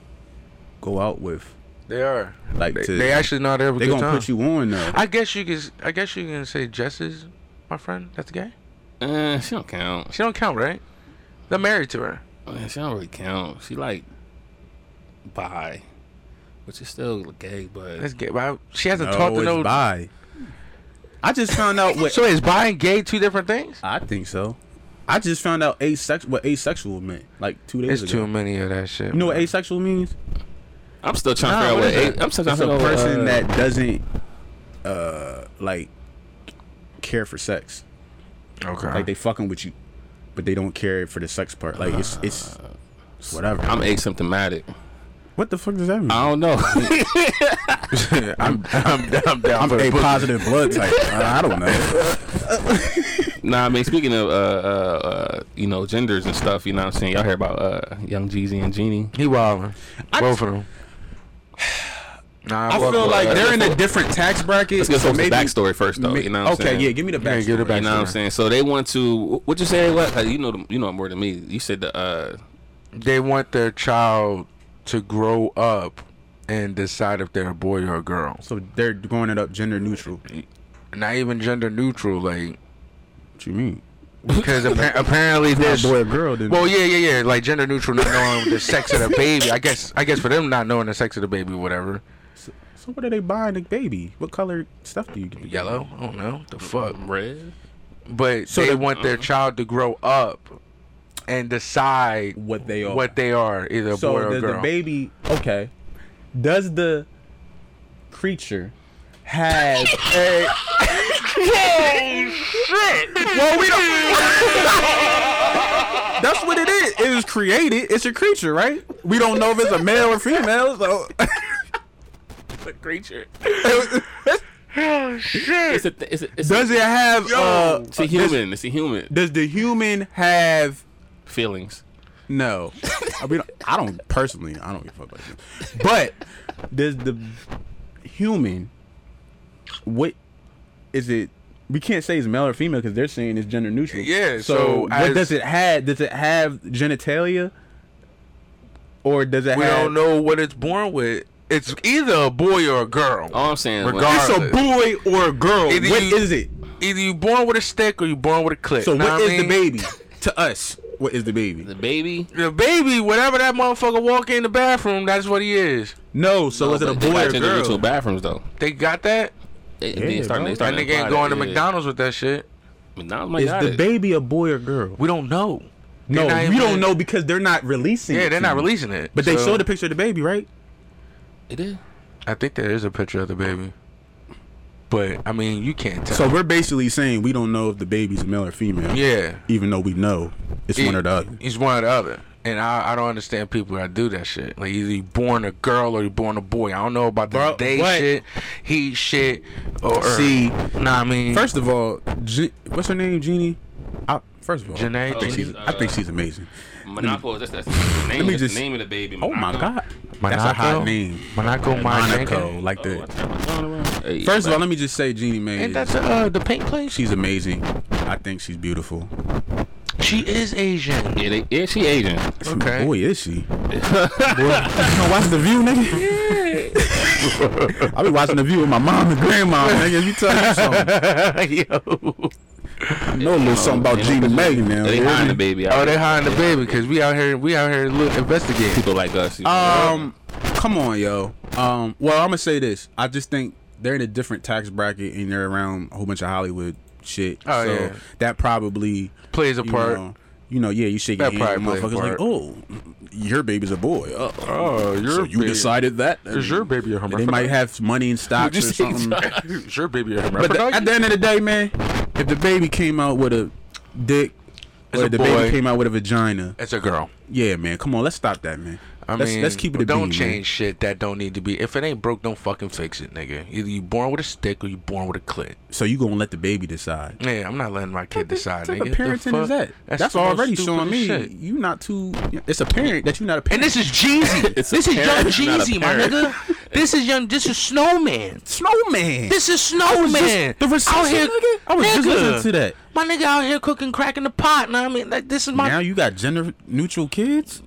[SPEAKER 1] go out with.
[SPEAKER 4] They are.
[SPEAKER 1] Like
[SPEAKER 4] They,
[SPEAKER 1] to,
[SPEAKER 4] they actually know how to have a
[SPEAKER 1] they
[SPEAKER 4] good
[SPEAKER 1] gonna
[SPEAKER 4] time.
[SPEAKER 1] put you on though.
[SPEAKER 4] I guess you can. s- I guess you can say Jess is my friend. That's the guy.
[SPEAKER 3] Uh, she don't count.
[SPEAKER 4] She don't count, right? They're married to her.
[SPEAKER 3] Uh, She don't really count. She like bi, which is still gay, but
[SPEAKER 4] That's gay. But I- she hasn't
[SPEAKER 1] no,
[SPEAKER 4] talked to
[SPEAKER 1] Oh, it's
[SPEAKER 4] no.
[SPEAKER 1] bi. I just found out what
[SPEAKER 4] So is bi and gay two different things?
[SPEAKER 1] I think so. I just found out asex what asexual meant like two days
[SPEAKER 4] It's
[SPEAKER 1] ago.
[SPEAKER 4] too many of that shit.
[SPEAKER 1] You know what
[SPEAKER 4] bro.
[SPEAKER 1] asexual means?
[SPEAKER 3] I'm still trying
[SPEAKER 4] Nah,
[SPEAKER 3] to
[SPEAKER 4] what
[SPEAKER 3] figure out
[SPEAKER 4] is
[SPEAKER 3] what.
[SPEAKER 4] that?
[SPEAKER 3] I'm still trying
[SPEAKER 1] It's
[SPEAKER 3] to
[SPEAKER 1] a
[SPEAKER 3] figure out what,
[SPEAKER 1] person
[SPEAKER 3] uh,
[SPEAKER 1] that doesn't uh like care for sex.
[SPEAKER 4] Okay.
[SPEAKER 1] Like they fucking with you, but they don't care for the sex part. Like it's it's, it's whatever.
[SPEAKER 3] I'm asymptomatic.
[SPEAKER 1] what the fuck does that mean?
[SPEAKER 3] I don't know.
[SPEAKER 4] I'm, I'm, I'm down
[SPEAKER 1] I'm
[SPEAKER 4] for the
[SPEAKER 1] a
[SPEAKER 4] pussy.
[SPEAKER 1] positive blood type. Uh, I I don't know.
[SPEAKER 3] nah, I mean, speaking of uh, uh, uh, you know, genders and stuff, you know, what I'm saying y'all hear about uh, Young Jeezy and Jeannie.
[SPEAKER 4] He wildin'. Both of them. Nah,
[SPEAKER 1] I
[SPEAKER 4] fuck
[SPEAKER 1] feel
[SPEAKER 4] with
[SPEAKER 1] like
[SPEAKER 4] her.
[SPEAKER 1] they're in a different tax bracket.
[SPEAKER 3] Let's get
[SPEAKER 1] so
[SPEAKER 3] some
[SPEAKER 1] maybe,
[SPEAKER 3] backstory first, though.
[SPEAKER 1] ma-
[SPEAKER 3] You know, what I'm
[SPEAKER 1] okay,
[SPEAKER 3] saying?
[SPEAKER 1] yeah, give me the
[SPEAKER 4] Yeah,
[SPEAKER 1] backstory.
[SPEAKER 4] give the
[SPEAKER 3] You
[SPEAKER 4] back-
[SPEAKER 3] know what I'm
[SPEAKER 4] Backstory.
[SPEAKER 3] saying? So they want to. What you say? What uh, you know? The, you know more than me. You said the. Uh,
[SPEAKER 4] they want their child to grow up and decide if they're a boy or a girl.
[SPEAKER 1] So they're growing it up gender neutral.
[SPEAKER 4] Not even gender neutral, like
[SPEAKER 1] What you mean?
[SPEAKER 4] because appa- apparently
[SPEAKER 1] Not
[SPEAKER 4] there's.
[SPEAKER 1] a boy or girl? Then
[SPEAKER 4] Well, yeah, yeah, yeah. Like gender neutral, not knowing the sex of the baby. I guess, I guess for them not knowing the sex of the baby, whatever.
[SPEAKER 1] so what are they buying the baby? What color stuff do you get?
[SPEAKER 4] Yellow, I don't know the fuck.
[SPEAKER 3] red.
[SPEAKER 4] But
[SPEAKER 1] So
[SPEAKER 4] they
[SPEAKER 1] they-
[SPEAKER 4] want their child to grow up and decide
[SPEAKER 1] What they are?
[SPEAKER 4] what they are, either a
[SPEAKER 1] so
[SPEAKER 4] boy or a
[SPEAKER 1] does
[SPEAKER 4] girl.
[SPEAKER 1] the baby? Okay. Does the creature have? a,
[SPEAKER 4] Oh,
[SPEAKER 1] well, we don't. That's what it is. It was created. It's a creature, right? We don't know if it's a male or female. So
[SPEAKER 3] The creature.
[SPEAKER 4] shit.
[SPEAKER 3] It's a. Th- it's a it's
[SPEAKER 1] does
[SPEAKER 3] a,
[SPEAKER 1] it have? Uh,
[SPEAKER 3] It's a human. It's a human.
[SPEAKER 1] does the human have?
[SPEAKER 3] Feelings.
[SPEAKER 1] No, I, mean, I don't personally. I don't give a fuck about this. But does the human? What is it? We can't say it's male or female because they're saying it's gender neutral.
[SPEAKER 4] Yeah,
[SPEAKER 1] So,
[SPEAKER 4] so
[SPEAKER 1] what
[SPEAKER 4] as-
[SPEAKER 1] does it have? Does it have genitalia? Or does it
[SPEAKER 4] We
[SPEAKER 1] have?
[SPEAKER 4] don't know what it's born with. It's either a boy or a girl.
[SPEAKER 1] Uh.
[SPEAKER 3] All I'm saying. is when-
[SPEAKER 4] Regardless.
[SPEAKER 1] It's a boy or a girl. What
[SPEAKER 4] Either
[SPEAKER 1] is
[SPEAKER 4] you-
[SPEAKER 1] it?
[SPEAKER 4] Either you born with a stick or you born with a clip.
[SPEAKER 1] So
[SPEAKER 4] Know
[SPEAKER 1] what
[SPEAKER 4] I
[SPEAKER 1] is
[SPEAKER 4] mean?
[SPEAKER 1] the baby to us? What is the baby?
[SPEAKER 3] The baby.
[SPEAKER 4] The baby, whenever that motherfucker walk in the bathroom, that's what he is.
[SPEAKER 1] No. So is it a
[SPEAKER 3] But they
[SPEAKER 1] boy
[SPEAKER 3] got
[SPEAKER 1] or a
[SPEAKER 3] gender
[SPEAKER 1] girl?
[SPEAKER 3] neutral bathrooms though.
[SPEAKER 4] They got that.
[SPEAKER 3] They,
[SPEAKER 1] Yeah,
[SPEAKER 3] they starting,
[SPEAKER 1] bro.
[SPEAKER 3] they
[SPEAKER 4] That
[SPEAKER 3] starting
[SPEAKER 4] nigga ain't
[SPEAKER 3] imply
[SPEAKER 4] going to
[SPEAKER 3] yeah.
[SPEAKER 4] McDonald's with that shit.
[SPEAKER 3] McDonald's might
[SPEAKER 1] Is
[SPEAKER 3] got
[SPEAKER 1] the
[SPEAKER 3] it.
[SPEAKER 1] baby a boy or girl?
[SPEAKER 4] We don't know.
[SPEAKER 1] No,
[SPEAKER 4] They're not
[SPEAKER 1] we
[SPEAKER 4] even-
[SPEAKER 1] don't know because they're not releasing.
[SPEAKER 4] Yeah,
[SPEAKER 1] it
[SPEAKER 4] they're
[SPEAKER 1] to
[SPEAKER 4] not
[SPEAKER 1] you.
[SPEAKER 4] releasing it.
[SPEAKER 1] But they
[SPEAKER 4] So,
[SPEAKER 1] showed a picture of the baby, right?
[SPEAKER 3] It is.
[SPEAKER 4] I think there is a picture of the baby. But I mean, you can't tell.
[SPEAKER 1] So we're basically saying we don't know if the baby's male or female.
[SPEAKER 4] yeah,
[SPEAKER 1] Even though we know it's one or the other.
[SPEAKER 4] He's one or the other. And I, I don't understand people that do that shit. Like either you born a girl or you born a boy. I don't know about this
[SPEAKER 1] Bro,
[SPEAKER 4] day
[SPEAKER 1] what?
[SPEAKER 4] shit, he shit, or
[SPEAKER 1] See,
[SPEAKER 4] Nah, I mean,
[SPEAKER 1] First of all, Je- what's her name, Jeannie? I, first of all,
[SPEAKER 4] Janae?
[SPEAKER 1] I think she's I think she's amazing.
[SPEAKER 3] Monaco. That's, that's the name.
[SPEAKER 1] Let me
[SPEAKER 3] that's
[SPEAKER 1] just-
[SPEAKER 3] the name of the baby.
[SPEAKER 1] Oh my
[SPEAKER 3] Monaco.
[SPEAKER 1] god, that's a
[SPEAKER 4] Monaco?
[SPEAKER 1] hot name.
[SPEAKER 4] Monaco,
[SPEAKER 1] Monaco,
[SPEAKER 4] Monaco.
[SPEAKER 1] like
[SPEAKER 3] Oh, I
[SPEAKER 1] the.
[SPEAKER 3] turned my phone around. Hey,
[SPEAKER 1] First of
[SPEAKER 3] man.
[SPEAKER 1] all, let me just say, Jeannie Mae.
[SPEAKER 4] Ain't that
[SPEAKER 1] is-
[SPEAKER 4] the uh, the paint place?
[SPEAKER 1] She's amazing. I think she's beautiful.
[SPEAKER 4] She is Asian.
[SPEAKER 3] yeah, they, yeah, she Asian.
[SPEAKER 4] Okay.
[SPEAKER 1] Boy, is she. Oh, Boy, you don't watch The View, nigga? I be watching The View with my mom and grandma, nigga. You tell me something.
[SPEAKER 4] Yo.
[SPEAKER 1] know a little something about Gina Megan now.
[SPEAKER 3] They
[SPEAKER 1] you hear
[SPEAKER 3] hiding the
[SPEAKER 1] me?
[SPEAKER 3] baby. out
[SPEAKER 4] Oh, they
[SPEAKER 3] there.
[SPEAKER 4] hiring the baby because we out here we out here look investigating.
[SPEAKER 3] people like us. you know.
[SPEAKER 1] Um, come on, yo. Um, well, I'm gonna say this. I just think they're in a different tax bracket and they're around a whole bunch of Hollywood shit.
[SPEAKER 4] Oh,
[SPEAKER 1] so
[SPEAKER 4] yeah.
[SPEAKER 1] that probably
[SPEAKER 4] Plays a
[SPEAKER 1] you
[SPEAKER 4] part.
[SPEAKER 1] Know, you know, yeah, you shake your
[SPEAKER 4] That
[SPEAKER 1] hand, and
[SPEAKER 4] probably plays a
[SPEAKER 1] motherfuckers like,
[SPEAKER 4] part.
[SPEAKER 1] oh, your baby's a boy. Oh,
[SPEAKER 4] Oh, your
[SPEAKER 1] so you
[SPEAKER 4] baby-
[SPEAKER 1] decided that
[SPEAKER 4] Is your baby a
[SPEAKER 1] And They
[SPEAKER 4] hermaphrodite?
[SPEAKER 1] might have money in stocks or
[SPEAKER 3] Would you say
[SPEAKER 1] something.
[SPEAKER 3] that?
[SPEAKER 4] It's your baby or
[SPEAKER 1] But the, at the end of the day, man, if the baby came out with a dick,
[SPEAKER 4] It's
[SPEAKER 1] or
[SPEAKER 4] a
[SPEAKER 1] the baby
[SPEAKER 4] boy.
[SPEAKER 1] came out with a vagina,
[SPEAKER 4] It's a girl.
[SPEAKER 1] yeah, man, come on, let's stop that, man.
[SPEAKER 4] I
[SPEAKER 1] let's,
[SPEAKER 4] mean,
[SPEAKER 1] let's keep it a
[SPEAKER 4] Don't
[SPEAKER 1] bean,
[SPEAKER 4] change
[SPEAKER 1] man.
[SPEAKER 4] shit that don't need to be. If it ain't broke, don't fucking fix it, nigga. Either you born with a stick or you born with a clit.
[SPEAKER 1] So you gonna let the baby decide?
[SPEAKER 4] Yeah, I'm not letting my kid decide,
[SPEAKER 1] What
[SPEAKER 4] nigga.
[SPEAKER 1] type
[SPEAKER 4] The
[SPEAKER 1] of parenting
[SPEAKER 4] fuck?
[SPEAKER 1] is that? That's,
[SPEAKER 4] the most
[SPEAKER 1] already
[SPEAKER 4] stupid
[SPEAKER 1] showing me
[SPEAKER 4] shit.
[SPEAKER 1] you not too. It's apparent that you're not a
[SPEAKER 4] And
[SPEAKER 1] parent.
[SPEAKER 4] this is Jeezy.
[SPEAKER 3] It's a
[SPEAKER 4] this is Young
[SPEAKER 3] parent, not a
[SPEAKER 4] Jeezy, my
[SPEAKER 3] parent.
[SPEAKER 4] nigga. This is young. This is Snowman.
[SPEAKER 1] Snowman.
[SPEAKER 4] This is Snowman.
[SPEAKER 1] the recession,
[SPEAKER 4] Out here-
[SPEAKER 1] nigga? I was just
[SPEAKER 4] nigga.
[SPEAKER 1] listening to that.
[SPEAKER 4] My nigga out here cooking crack in the pot. Know what I mean, like this is my
[SPEAKER 1] now you got gender neutral kids.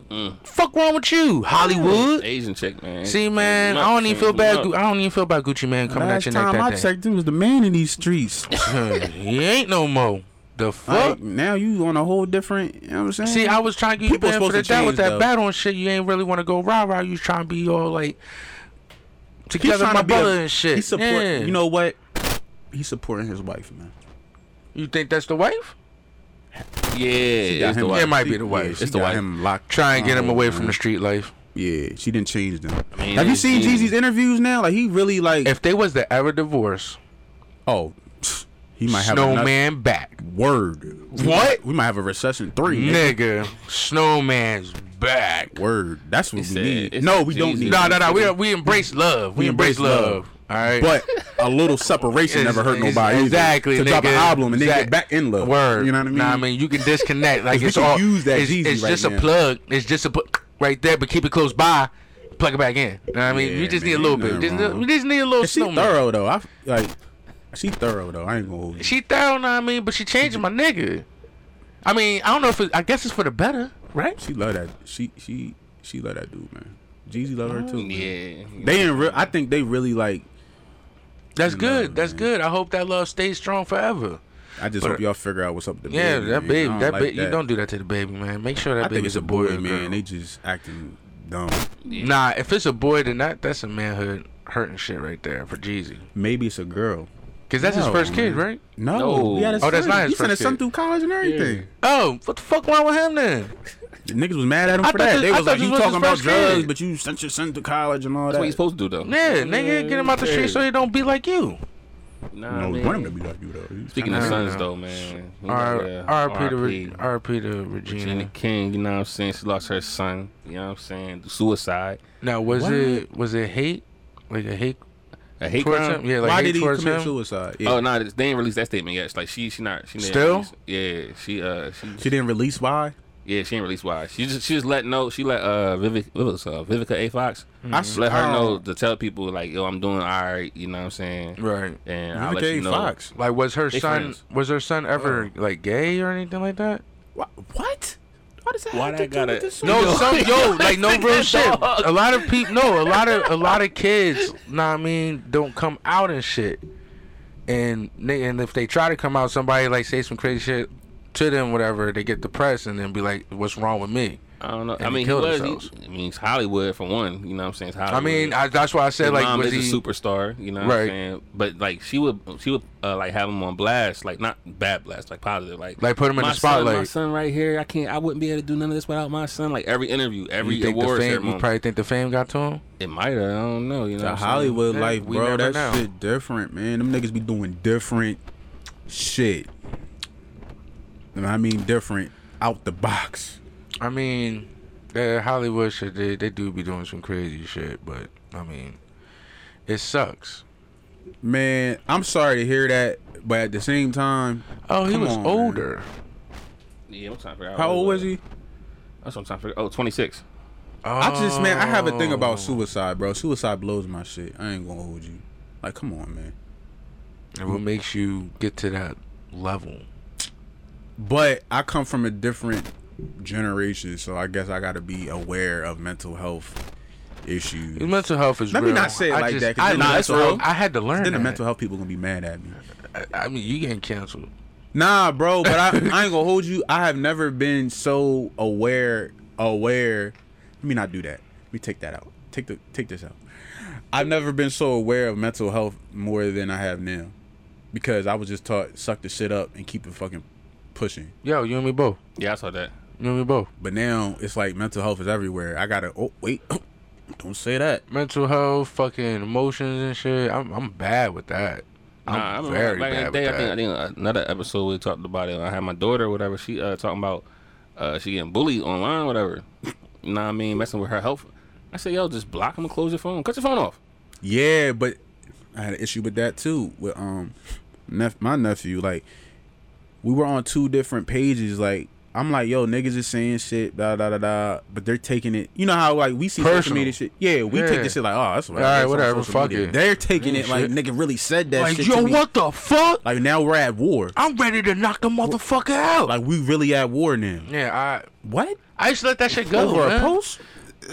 [SPEAKER 4] fuck wrong with you, Hollywood.
[SPEAKER 3] Asian chick, man.
[SPEAKER 4] See, man, I don't even feel bad. Gu- I don't even feel bad Gucci man coming
[SPEAKER 1] Last
[SPEAKER 4] at your neck
[SPEAKER 1] time I
[SPEAKER 4] that day.
[SPEAKER 1] checked, it was the man in these streets.
[SPEAKER 4] he ain't no more. The fuck.
[SPEAKER 1] Like, now you on a whole different. You know what I'm saying?
[SPEAKER 4] See, I was trying to get you
[SPEAKER 1] Um, People
[SPEAKER 4] banned for the
[SPEAKER 1] supposed to
[SPEAKER 4] that with
[SPEAKER 1] change,
[SPEAKER 4] that
[SPEAKER 1] though.
[SPEAKER 4] battle and shit. You ain't really want to go rah rah. You trying to be all like together,
[SPEAKER 1] tryna
[SPEAKER 4] my
[SPEAKER 1] be a-
[SPEAKER 4] brother and shit.
[SPEAKER 1] He support.
[SPEAKER 4] Yeah.
[SPEAKER 1] You know what? He's supporting his wife, man.
[SPEAKER 4] you think that's the wife?
[SPEAKER 3] Yeah, it's the
[SPEAKER 1] him-
[SPEAKER 3] wife.
[SPEAKER 4] It might be
[SPEAKER 1] She-
[SPEAKER 4] the wife.
[SPEAKER 1] yeah, she
[SPEAKER 3] It's the
[SPEAKER 1] got
[SPEAKER 3] wife.
[SPEAKER 1] Him locked.
[SPEAKER 4] Try and get him
[SPEAKER 1] Oh,
[SPEAKER 4] away
[SPEAKER 1] man.
[SPEAKER 4] from the street life.
[SPEAKER 1] Yeah, she didn't change them.
[SPEAKER 3] mean,
[SPEAKER 1] Have you
[SPEAKER 3] it's
[SPEAKER 1] seen
[SPEAKER 3] easy.
[SPEAKER 1] Jeezy's interviews now? Like he really like.
[SPEAKER 4] If they was to ever divorce,
[SPEAKER 1] oh, pfft, he might have another-
[SPEAKER 4] snowman back,
[SPEAKER 1] Word. We
[SPEAKER 4] What?
[SPEAKER 1] might- We might have a recession three. nigga.
[SPEAKER 4] nigga. Snowman's back.
[SPEAKER 1] Word. That's what we
[SPEAKER 3] said- it
[SPEAKER 1] need. No,
[SPEAKER 3] said
[SPEAKER 1] we don't
[SPEAKER 3] Jeezy.
[SPEAKER 1] need.
[SPEAKER 4] No,
[SPEAKER 1] that.
[SPEAKER 4] no, no. We we embrace love. We, embrace, love. All right.
[SPEAKER 1] But a little separation
[SPEAKER 4] It's-
[SPEAKER 1] never hurt
[SPEAKER 4] it's-
[SPEAKER 1] nobody. either.
[SPEAKER 4] Exactly.
[SPEAKER 1] To
[SPEAKER 4] nigga.
[SPEAKER 1] drop an album and then
[SPEAKER 4] Exact-
[SPEAKER 1] get back in love.
[SPEAKER 4] Word.
[SPEAKER 1] You know what I mean?
[SPEAKER 4] Nah, I mean you can disconnect. Like
[SPEAKER 1] we
[SPEAKER 4] it's
[SPEAKER 1] can
[SPEAKER 4] all.
[SPEAKER 1] use that
[SPEAKER 4] It's,
[SPEAKER 1] Jeezy
[SPEAKER 4] it's
[SPEAKER 1] right
[SPEAKER 4] just a
[SPEAKER 1] now.
[SPEAKER 4] plug. It's just a pl- right there, but keep it close by. Plug it back in. You know what I mean?
[SPEAKER 1] Yeah,
[SPEAKER 4] you just
[SPEAKER 1] man,
[SPEAKER 4] need a little
[SPEAKER 1] ain't
[SPEAKER 4] bit. Just,
[SPEAKER 1] nothing
[SPEAKER 4] need-
[SPEAKER 1] wrong.
[SPEAKER 4] we just need a little
[SPEAKER 1] And she
[SPEAKER 4] snowman.
[SPEAKER 1] thorough though. I f- like. She thorough though. I ain't gonna hold you.
[SPEAKER 4] She thorough. Know what I mean? But she changing my nigga. I mean, I don't know if it, I guess it's for the better, right?
[SPEAKER 1] She love that. She she she love that dude, man. Jeezy love her too. man.
[SPEAKER 3] Yeah.
[SPEAKER 1] They in real. I think they really like.
[SPEAKER 4] That's
[SPEAKER 1] You know,
[SPEAKER 4] good. That's
[SPEAKER 1] man.
[SPEAKER 4] good. I hope that love stays strong forever.
[SPEAKER 1] I just
[SPEAKER 4] But-
[SPEAKER 1] hope y'all figure out what's up with the
[SPEAKER 4] Yeah,
[SPEAKER 1] baby.
[SPEAKER 4] that
[SPEAKER 1] man.
[SPEAKER 4] baby,
[SPEAKER 1] I
[SPEAKER 4] that
[SPEAKER 1] like
[SPEAKER 4] baby, you don't do that to the baby, man. Make sure that
[SPEAKER 1] I think
[SPEAKER 4] baby's
[SPEAKER 1] it's a boy, man. They just acting dumb.
[SPEAKER 4] Nah, if it's a boy, then that that's a manhood hurting shit right there for Jeezy.
[SPEAKER 1] Maybe it's a girl.
[SPEAKER 4] Cause that's his
[SPEAKER 1] No,
[SPEAKER 4] first kid,
[SPEAKER 1] man.
[SPEAKER 4] right?
[SPEAKER 1] No,
[SPEAKER 3] No.
[SPEAKER 1] he had a
[SPEAKER 4] Oh, that's
[SPEAKER 1] son.
[SPEAKER 4] not his
[SPEAKER 1] He sent
[SPEAKER 4] first
[SPEAKER 1] his son
[SPEAKER 4] kid.
[SPEAKER 1] through college and everything.
[SPEAKER 4] Oh, what the fuck wrong with him then?
[SPEAKER 1] The niggas was mad at him
[SPEAKER 4] I
[SPEAKER 1] for
[SPEAKER 4] thought
[SPEAKER 1] that.
[SPEAKER 4] this-
[SPEAKER 1] they
[SPEAKER 4] I
[SPEAKER 1] was
[SPEAKER 4] thought
[SPEAKER 1] like,
[SPEAKER 4] this
[SPEAKER 1] "You
[SPEAKER 4] was
[SPEAKER 1] talking
[SPEAKER 4] his
[SPEAKER 1] about
[SPEAKER 4] first
[SPEAKER 1] drugs,
[SPEAKER 4] kid."
[SPEAKER 1] but you sent your son to college and all
[SPEAKER 3] That's what you
[SPEAKER 1] that."
[SPEAKER 3] supposed to do, though.
[SPEAKER 4] Yeah, nigga, get him out the
[SPEAKER 3] yeah.
[SPEAKER 4] street so he don't be like you.
[SPEAKER 3] Nah,
[SPEAKER 1] No, we
[SPEAKER 3] man.
[SPEAKER 1] want him to be like you though. He-
[SPEAKER 3] Speaking of
[SPEAKER 4] Nah.
[SPEAKER 3] sons, though, man. you know,
[SPEAKER 4] R-
[SPEAKER 3] yeah,
[SPEAKER 4] R.P. to Re-
[SPEAKER 3] RIP.
[SPEAKER 4] R.P. to Regina.
[SPEAKER 3] Regina King, you know what I'm saying? She lost her son, you know what I'm saying? Suicide.
[SPEAKER 4] Now, was
[SPEAKER 1] What?
[SPEAKER 4] it was it hate? Like a hate
[SPEAKER 3] A hate
[SPEAKER 4] towards
[SPEAKER 3] crime.
[SPEAKER 4] him? Yeah, like
[SPEAKER 1] Why
[SPEAKER 4] hate
[SPEAKER 1] did he
[SPEAKER 4] towards
[SPEAKER 1] commit
[SPEAKER 4] him.
[SPEAKER 1] suicide? Yeah.
[SPEAKER 3] Oh no, they didn't release that statement yet. It's like she, she not, she didn't
[SPEAKER 4] Still?
[SPEAKER 3] release- yeah, she, uh, she,
[SPEAKER 1] she didn't release why?
[SPEAKER 3] yeah, she ain't released why. She just, she just let know. She let uh Vivica, Vivica, uh, Vivica A Fox,
[SPEAKER 4] Mm-hmm.
[SPEAKER 1] I s-
[SPEAKER 3] let her
[SPEAKER 1] oh.
[SPEAKER 3] know to tell people like, yo, I'm doing all right. You know what I'm saying?
[SPEAKER 4] Right.
[SPEAKER 3] And I'll
[SPEAKER 1] Vivica
[SPEAKER 3] let you
[SPEAKER 1] A.
[SPEAKER 3] know.
[SPEAKER 1] Fox.
[SPEAKER 4] Like, was her
[SPEAKER 3] They
[SPEAKER 4] son
[SPEAKER 3] friends.
[SPEAKER 4] was her son ever like gay or anything like that?
[SPEAKER 1] Wha- What? Why does that
[SPEAKER 3] Why
[SPEAKER 1] have to
[SPEAKER 3] that
[SPEAKER 1] do
[SPEAKER 3] gotta-
[SPEAKER 1] with this?
[SPEAKER 4] No,
[SPEAKER 1] one?
[SPEAKER 4] some yo, like no real shit. A lot of people, no, a lot of a lot of kids, nah, I mean, don't come out and shit. And they, and if they try to come out, somebody like say some crazy shit to them, whatever, they get depressed and then be like, "What's wrong with me?"
[SPEAKER 3] I don't know.
[SPEAKER 4] And
[SPEAKER 3] I
[SPEAKER 4] they
[SPEAKER 3] mean, he
[SPEAKER 4] killed
[SPEAKER 3] was.
[SPEAKER 4] themselves.
[SPEAKER 3] He, I mean, it's Hollywood for one. You know what I'm saying? It's
[SPEAKER 4] I
[SPEAKER 3] Hollywood.
[SPEAKER 4] mean, I, that's why I
[SPEAKER 3] His
[SPEAKER 4] said like,
[SPEAKER 3] mom
[SPEAKER 4] was
[SPEAKER 3] is
[SPEAKER 4] he?
[SPEAKER 3] a superstar, you know what
[SPEAKER 4] Right.
[SPEAKER 3] I'm saying? But like she would she would uh, like have him on blast, like not bad blast, like positive, like
[SPEAKER 4] Like, put him in
[SPEAKER 3] my
[SPEAKER 4] the spotlight."
[SPEAKER 3] Son, my son right here, I can't I wouldn't be able to do none of this without my son. Like every interview, every
[SPEAKER 4] you think the
[SPEAKER 3] award
[SPEAKER 4] fame? You
[SPEAKER 3] ceremony.
[SPEAKER 4] probably think the fame got to him?
[SPEAKER 3] it might have, I don't know, you know. what
[SPEAKER 1] The
[SPEAKER 3] I'm saying?
[SPEAKER 1] Hollywood
[SPEAKER 4] Yeah,
[SPEAKER 1] life,
[SPEAKER 4] we
[SPEAKER 1] bro.
[SPEAKER 4] never
[SPEAKER 1] That
[SPEAKER 4] know.
[SPEAKER 1] shit different, man. Them niggas be doing different shit. And I mean different out the box.
[SPEAKER 4] I mean, uh, Hollywood shit, they they do be doing some crazy shit, but I mean, it sucks.
[SPEAKER 1] Man, I'm sorry to hear that, but at the same time,
[SPEAKER 4] Oh, he
[SPEAKER 1] Come
[SPEAKER 4] was
[SPEAKER 1] on, man.
[SPEAKER 4] older.
[SPEAKER 3] Yeah, I'm trying to figure out
[SPEAKER 1] how
[SPEAKER 3] what it
[SPEAKER 1] old was he?
[SPEAKER 3] That's what I'm trying to figure out. Oh, 26.
[SPEAKER 1] I just man, I have a thing
[SPEAKER 4] Oh.
[SPEAKER 1] about suicide, bro. Suicide blows my shit. I ain't gonna hold you. Like, come on, man.
[SPEAKER 4] And what makes you get to that level?
[SPEAKER 1] But I come from a different generation, so I guess I gotta be aware of mental health issues.
[SPEAKER 4] Your mental health is
[SPEAKER 1] Let me
[SPEAKER 4] real.
[SPEAKER 1] not say it
[SPEAKER 4] I
[SPEAKER 1] like that, 'cause
[SPEAKER 4] I,
[SPEAKER 1] then the
[SPEAKER 4] nah, it's
[SPEAKER 1] mental
[SPEAKER 4] real.
[SPEAKER 1] health-
[SPEAKER 4] I had to learn
[SPEAKER 1] Then the
[SPEAKER 4] that.
[SPEAKER 1] mental health people gonna be mad at me.
[SPEAKER 4] I mean, you getting canceled.
[SPEAKER 1] Nah, bro, but I, I ain't gonna hold you. I have never been so aware aware. Let me not do that. Let me take that out. Take the take this out. I've never been so aware of mental health more than I have now. Because I was just taught suck the shit up and keep it fucking pushing.
[SPEAKER 4] Yo, you and me both.
[SPEAKER 3] Yeah, I saw that.
[SPEAKER 4] You and me both.
[SPEAKER 1] But now it's like mental health is everywhere. I gotta oh wait, don't say that.
[SPEAKER 4] Mental health, fucking emotions and shit. I'm I'm bad with that. I'm
[SPEAKER 3] Nah, I remember
[SPEAKER 4] very
[SPEAKER 3] back in the
[SPEAKER 4] bad
[SPEAKER 3] day,
[SPEAKER 4] with
[SPEAKER 3] I think,
[SPEAKER 4] that.
[SPEAKER 3] I think uh, another episode we talked about it. I had my daughter, or whatever. She uh, talking about uh, she getting bullied online, whatever. you know what I mean? Messing with her health. I said, yo, just block him and close your phone. Cut your phone off.
[SPEAKER 1] Yeah, but I had an issue with that too. With um, nep- my nephew, like we were on two different pages. Like I'm like, yo, niggas is saying shit, da da da da, but they're taking it. You know how like we see social
[SPEAKER 4] Personal.
[SPEAKER 1] media shit. Yeah, we take
[SPEAKER 4] Yeah.
[SPEAKER 1] this shit like, oh, that's right.
[SPEAKER 4] All right,
[SPEAKER 1] that's on
[SPEAKER 4] whatever,
[SPEAKER 1] social
[SPEAKER 4] fuck
[SPEAKER 1] media.
[SPEAKER 4] it.
[SPEAKER 1] They're taking it
[SPEAKER 4] Mm,
[SPEAKER 1] like
[SPEAKER 4] shit.
[SPEAKER 1] nigga really said that
[SPEAKER 4] Like,
[SPEAKER 1] shit.
[SPEAKER 4] yo,
[SPEAKER 1] to me.
[SPEAKER 4] what the fuck?
[SPEAKER 1] Like now we're at war.
[SPEAKER 4] I'm ready to knock the motherfucker out.
[SPEAKER 1] Like we really at war now.
[SPEAKER 4] yeah, I
[SPEAKER 1] What?
[SPEAKER 4] I used to let that shit go.
[SPEAKER 1] Over a
[SPEAKER 4] man.
[SPEAKER 1] post?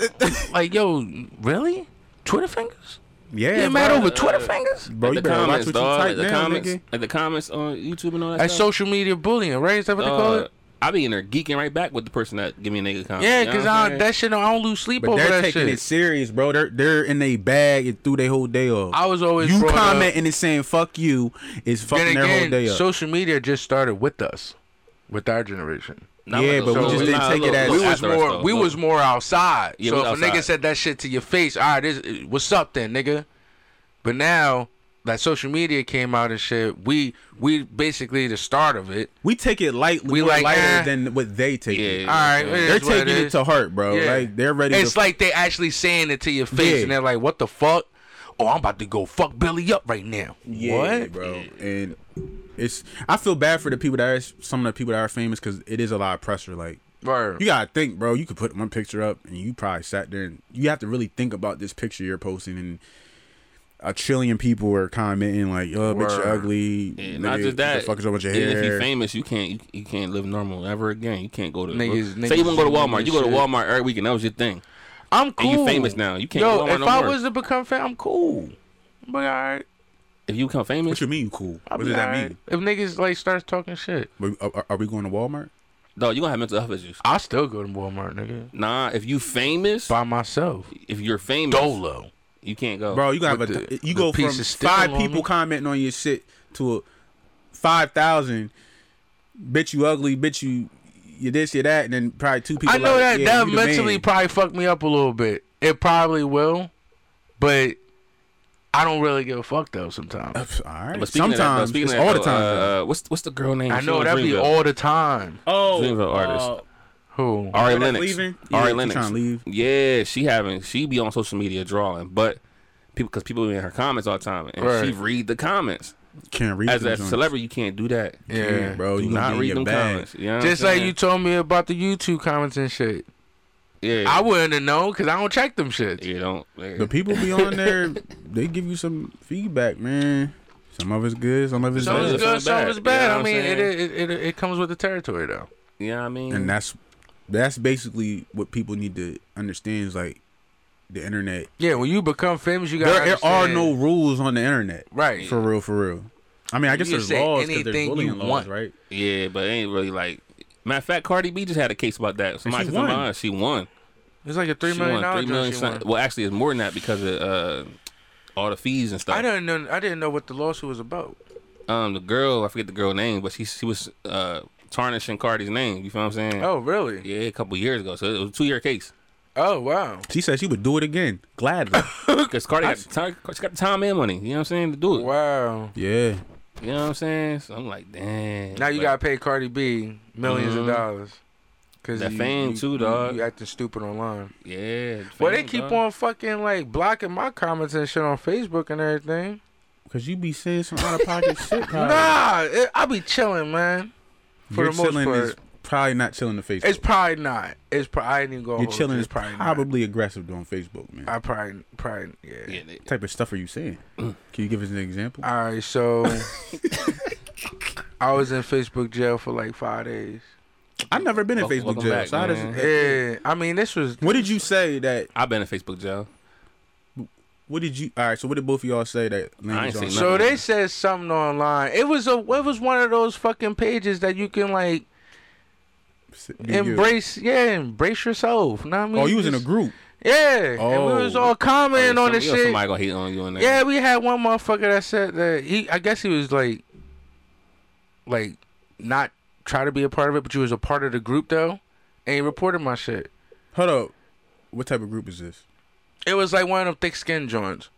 [SPEAKER 4] Like, yo, really? Twitter fingers?
[SPEAKER 1] Yeah,
[SPEAKER 4] You
[SPEAKER 1] bro.
[SPEAKER 4] mad over Twitter fingers?
[SPEAKER 1] Bro, you
[SPEAKER 3] the
[SPEAKER 1] better watch
[SPEAKER 3] comments,
[SPEAKER 1] what you
[SPEAKER 3] dog.
[SPEAKER 1] type
[SPEAKER 3] At the
[SPEAKER 1] now,
[SPEAKER 3] comments,
[SPEAKER 1] nigga.
[SPEAKER 3] at the comments on YouTube and all that.
[SPEAKER 4] That's
[SPEAKER 3] stuff.
[SPEAKER 4] social media bullying, right? Is that what they call
[SPEAKER 3] Uh,
[SPEAKER 4] it?
[SPEAKER 3] I be in there geeking right back with the person that give me a nigga comment.
[SPEAKER 4] Yeah,
[SPEAKER 3] you know
[SPEAKER 4] because
[SPEAKER 3] what I'm
[SPEAKER 4] I
[SPEAKER 3] saying?
[SPEAKER 4] that shit, I don't lose sleep
[SPEAKER 1] But
[SPEAKER 4] over
[SPEAKER 1] they're
[SPEAKER 4] that
[SPEAKER 1] taking
[SPEAKER 4] shit.
[SPEAKER 1] it serious, bro. They're they're in their bag and threw their whole day off.
[SPEAKER 4] I was always
[SPEAKER 1] you
[SPEAKER 4] brought up-
[SPEAKER 1] comment and it's saying fuck you is fucking
[SPEAKER 4] Then
[SPEAKER 1] their whole
[SPEAKER 4] again,
[SPEAKER 1] day up.
[SPEAKER 4] social media just started with us, with our generation.
[SPEAKER 3] Not
[SPEAKER 1] Yeah,
[SPEAKER 3] like a
[SPEAKER 1] but we
[SPEAKER 3] little-
[SPEAKER 1] just didn't
[SPEAKER 3] nah,
[SPEAKER 1] take it
[SPEAKER 3] look,
[SPEAKER 1] as-
[SPEAKER 4] We
[SPEAKER 3] look,
[SPEAKER 4] was
[SPEAKER 3] after us,
[SPEAKER 4] more,
[SPEAKER 3] though.
[SPEAKER 4] we
[SPEAKER 3] Look,
[SPEAKER 4] was more outside.
[SPEAKER 3] Yeah,
[SPEAKER 4] so
[SPEAKER 3] we
[SPEAKER 4] if a nigga
[SPEAKER 3] outside.
[SPEAKER 4] said that shit to your face, all right, this, what's up then, nigga? But now that social media came out and shit, we we basically the start of it.
[SPEAKER 1] we take it lightly.
[SPEAKER 4] We
[SPEAKER 1] We
[SPEAKER 4] like,
[SPEAKER 1] lighter
[SPEAKER 4] eh.
[SPEAKER 1] than what they take
[SPEAKER 3] Yeah.
[SPEAKER 1] it.
[SPEAKER 4] All right,
[SPEAKER 3] Yeah.
[SPEAKER 4] it
[SPEAKER 1] They're
[SPEAKER 4] is what
[SPEAKER 1] taking it,
[SPEAKER 4] is.
[SPEAKER 1] to heart, bro.
[SPEAKER 4] Yeah.
[SPEAKER 1] Like they're ready.
[SPEAKER 4] It's
[SPEAKER 1] to,
[SPEAKER 4] like they actually saying it to your face,
[SPEAKER 1] Yeah.
[SPEAKER 4] and they're like, "What the fuck? Oh, I'm about to go fuck Billy up right now."
[SPEAKER 1] yeah,
[SPEAKER 4] what,
[SPEAKER 1] bro? And it's I feel bad for the people that are some of the people that are famous because it is a lot of pressure. Like
[SPEAKER 4] Word.
[SPEAKER 1] you gotta think, bro. You could put one picture up and you probably sat there and you have to really think about this picture you're posting and. A trillion people are commenting like, "Yo, bitch,
[SPEAKER 4] Word.
[SPEAKER 1] you're ugly."
[SPEAKER 3] Yeah,
[SPEAKER 1] nigga,
[SPEAKER 3] not
[SPEAKER 1] what
[SPEAKER 3] just that.
[SPEAKER 1] The fuck is up with your
[SPEAKER 3] and if
[SPEAKER 1] hair?
[SPEAKER 3] you famous, you can't you, you can't live normal ever again. You can't go to
[SPEAKER 4] Niggas-
[SPEAKER 3] say you won't go to
[SPEAKER 4] niggas-
[SPEAKER 3] Walmart. You go to
[SPEAKER 4] niggas shit.
[SPEAKER 3] Walmart every weekend. That was your thing.
[SPEAKER 4] I'm cool.
[SPEAKER 3] you famous now. You can't
[SPEAKER 4] Yo,
[SPEAKER 3] go on
[SPEAKER 4] if
[SPEAKER 3] no
[SPEAKER 4] I
[SPEAKER 3] more.
[SPEAKER 4] was to become famous, I'm cool. But all right,
[SPEAKER 3] If you become famous,
[SPEAKER 1] What you mean you cool?
[SPEAKER 4] I'll be
[SPEAKER 1] what does that
[SPEAKER 4] all right.
[SPEAKER 1] mean?
[SPEAKER 4] If niggas like starts talking shit,
[SPEAKER 1] We- uh, Are, are we going to Walmart?
[SPEAKER 3] dog, you gonna have mental health issues.
[SPEAKER 4] I still go to Walmart, nigga,
[SPEAKER 3] Nah, if you famous,
[SPEAKER 4] by myself.
[SPEAKER 3] if you're famous,
[SPEAKER 4] Dolo.
[SPEAKER 3] you can't go.
[SPEAKER 1] Bro, you gotta have
[SPEAKER 4] With
[SPEAKER 1] a,
[SPEAKER 4] the-
[SPEAKER 1] you
[SPEAKER 4] the
[SPEAKER 1] go from
[SPEAKER 4] piece of steel
[SPEAKER 1] five
[SPEAKER 4] on
[SPEAKER 1] people
[SPEAKER 4] me.
[SPEAKER 1] commenting on your shit to a five thousand. Bitch, you ugly. Bitch, you you this, you that, and then probably two people.
[SPEAKER 4] I know
[SPEAKER 1] like,
[SPEAKER 4] that
[SPEAKER 1] yeah,
[SPEAKER 4] that
[SPEAKER 1] you the
[SPEAKER 4] mentally
[SPEAKER 1] man.
[SPEAKER 4] probably fucked me up a little bit. It probably will, but I don't really give a fuck though. Sometimes
[SPEAKER 1] All right.
[SPEAKER 3] But speaking of
[SPEAKER 1] Sometimes
[SPEAKER 3] that, though, speaking
[SPEAKER 1] it's
[SPEAKER 3] of that,
[SPEAKER 1] all
[SPEAKER 3] though,
[SPEAKER 1] the time. though.
[SPEAKER 3] Uh, uh, what's what's the girl name?
[SPEAKER 4] I
[SPEAKER 3] She
[SPEAKER 4] know
[SPEAKER 3] on
[SPEAKER 4] that be
[SPEAKER 3] Dreamville.
[SPEAKER 4] all the time.
[SPEAKER 1] oh,
[SPEAKER 3] Dreamville artist.
[SPEAKER 4] Who?
[SPEAKER 3] Ari
[SPEAKER 1] that's
[SPEAKER 3] Lennox.
[SPEAKER 1] leaving? Yeah,
[SPEAKER 3] Ari
[SPEAKER 1] she
[SPEAKER 3] Lennox.
[SPEAKER 1] trying to leave.
[SPEAKER 3] Yeah, she having she be on social media drawing, but people because people be in her comments all the time, and she
[SPEAKER 4] Right.
[SPEAKER 3] read the comments.
[SPEAKER 1] can't read
[SPEAKER 3] As
[SPEAKER 1] them
[SPEAKER 3] a
[SPEAKER 1] joints.
[SPEAKER 3] celebrity, you can't do that.
[SPEAKER 1] Yeah,
[SPEAKER 4] yeah,
[SPEAKER 1] bro,
[SPEAKER 3] Do
[SPEAKER 1] you
[SPEAKER 3] not read them comments.
[SPEAKER 1] bags.
[SPEAKER 3] You know what
[SPEAKER 4] Just
[SPEAKER 3] I'm
[SPEAKER 4] like
[SPEAKER 3] saying?
[SPEAKER 4] you told me about the YouTube comments and shit.
[SPEAKER 3] yeah,
[SPEAKER 4] I wouldn't have known because I don't check them shit.
[SPEAKER 3] You don't. yeah.
[SPEAKER 1] The people be on there, they give you some feedback, man. Some of it's good, some of it's
[SPEAKER 4] Some
[SPEAKER 1] bad,
[SPEAKER 4] is good, some is
[SPEAKER 3] You know
[SPEAKER 4] bad.
[SPEAKER 3] what
[SPEAKER 4] I
[SPEAKER 3] I'm
[SPEAKER 4] mean, it,
[SPEAKER 3] saying?
[SPEAKER 4] it it it comes with the territory though.
[SPEAKER 3] You know what I mean?
[SPEAKER 4] Mm-hmm.
[SPEAKER 1] and that's that's basically what people need to understand is like the internet
[SPEAKER 4] Yeah, when you become famous, you got
[SPEAKER 1] there, there are no rules on the internet.
[SPEAKER 4] Right.
[SPEAKER 1] For real, for real. I mean, I guess
[SPEAKER 4] can
[SPEAKER 1] there's
[SPEAKER 4] say
[SPEAKER 1] laws because there's
[SPEAKER 4] anything
[SPEAKER 1] bullying
[SPEAKER 4] you
[SPEAKER 1] laws,
[SPEAKER 4] want.
[SPEAKER 1] right?
[SPEAKER 3] yeah, but it ain't really like. Matter of fact, Cardi B just had a case about that. Somebody
[SPEAKER 1] she
[SPEAKER 3] took her
[SPEAKER 1] won.
[SPEAKER 3] mind. She won.
[SPEAKER 4] It's like a
[SPEAKER 3] She
[SPEAKER 4] three million
[SPEAKER 3] won
[SPEAKER 4] dollar
[SPEAKER 3] three million.
[SPEAKER 4] joint she
[SPEAKER 3] some-
[SPEAKER 4] won.
[SPEAKER 3] Well, actually, it's more than that because of uh, all the fees and stuff.
[SPEAKER 4] I didn't know. I didn't know what the lawsuit was about.
[SPEAKER 3] um the girl, I forget the girl name, but she she was uh tarnishing Cardi's name. You feel what I'm saying?
[SPEAKER 4] Oh really?
[SPEAKER 3] Yeah, a couple years ago. So it was a two year case.
[SPEAKER 4] Oh wow.
[SPEAKER 1] She said she would do it again, gladly.
[SPEAKER 3] Because Cardi got the time, she got the time and money. You know what I'm saying? To do it.
[SPEAKER 4] Wow.
[SPEAKER 1] yeah.
[SPEAKER 3] You know what I'm saying? So I'm like, damn.
[SPEAKER 4] Now you
[SPEAKER 3] But
[SPEAKER 4] gotta pay Cardi B 1000000s
[SPEAKER 3] Mhm.
[SPEAKER 4] of dollars. Cause
[SPEAKER 3] That fame, too, dog.
[SPEAKER 4] You, acting stupid online.
[SPEAKER 3] yeah.
[SPEAKER 4] well, they
[SPEAKER 3] fans,
[SPEAKER 4] keep
[SPEAKER 3] dog.
[SPEAKER 4] on fucking like blocking my comments and shit on Facebook and everything.
[SPEAKER 1] Because you be saying some out of pocket shit. Probably.
[SPEAKER 4] Nah, it, I be chilling, man. For
[SPEAKER 1] Your
[SPEAKER 4] the most
[SPEAKER 1] chilling
[SPEAKER 4] part,
[SPEAKER 1] is probably not chilling to Facebook.
[SPEAKER 4] it's probably not. It's probably I ain't even going.
[SPEAKER 1] Your chilling is
[SPEAKER 4] probably.
[SPEAKER 1] probably,
[SPEAKER 4] not.
[SPEAKER 1] aggressive on Facebook, man.
[SPEAKER 4] I probably probably yeah.
[SPEAKER 3] Yeah, they-
[SPEAKER 1] what type of stuff are you saying?
[SPEAKER 4] Mm.
[SPEAKER 1] Can you give us an example?
[SPEAKER 4] All right, so I was in Facebook jail for like five days.
[SPEAKER 1] I've never been in
[SPEAKER 3] Welcome-
[SPEAKER 1] Facebook
[SPEAKER 3] welcome
[SPEAKER 1] jail.
[SPEAKER 3] back,
[SPEAKER 1] so how does-
[SPEAKER 3] man.
[SPEAKER 4] Yeah, I mean this was
[SPEAKER 1] what did you say that?
[SPEAKER 3] I've been in Facebook jail.
[SPEAKER 1] What did you? All right. So what did both of y'all say
[SPEAKER 3] I
[SPEAKER 1] that?
[SPEAKER 3] ain't
[SPEAKER 1] Landon
[SPEAKER 3] say
[SPEAKER 1] Johnson-
[SPEAKER 4] So they said something online. It was a it was one of those fucking pages that you can like
[SPEAKER 1] Do you-
[SPEAKER 4] embrace. Yeah, embrace yourself. Know what I mean?
[SPEAKER 1] Oh, you was in a
[SPEAKER 4] Just-
[SPEAKER 1] group.
[SPEAKER 4] Yeah, and
[SPEAKER 1] Oh.
[SPEAKER 4] we was all commenting
[SPEAKER 3] Oh,
[SPEAKER 4] on the
[SPEAKER 3] some- you know
[SPEAKER 4] shit.
[SPEAKER 3] Somebody gonna hate on you in there.
[SPEAKER 4] Yeah, we had one motherfucker that said that he. I guess he was like, like, not try to be a part of it, but you was a part of the group though, and he reported my shit.
[SPEAKER 1] Hold up. What type of group is this?
[SPEAKER 4] It was like one of them thick skin joints.